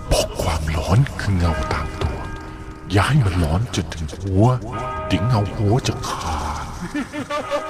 A: เพราะความร้อนคือเงาตามตัว ย้ายมันร้อนจนถึงหัว ถึงเงาหัวจะขาด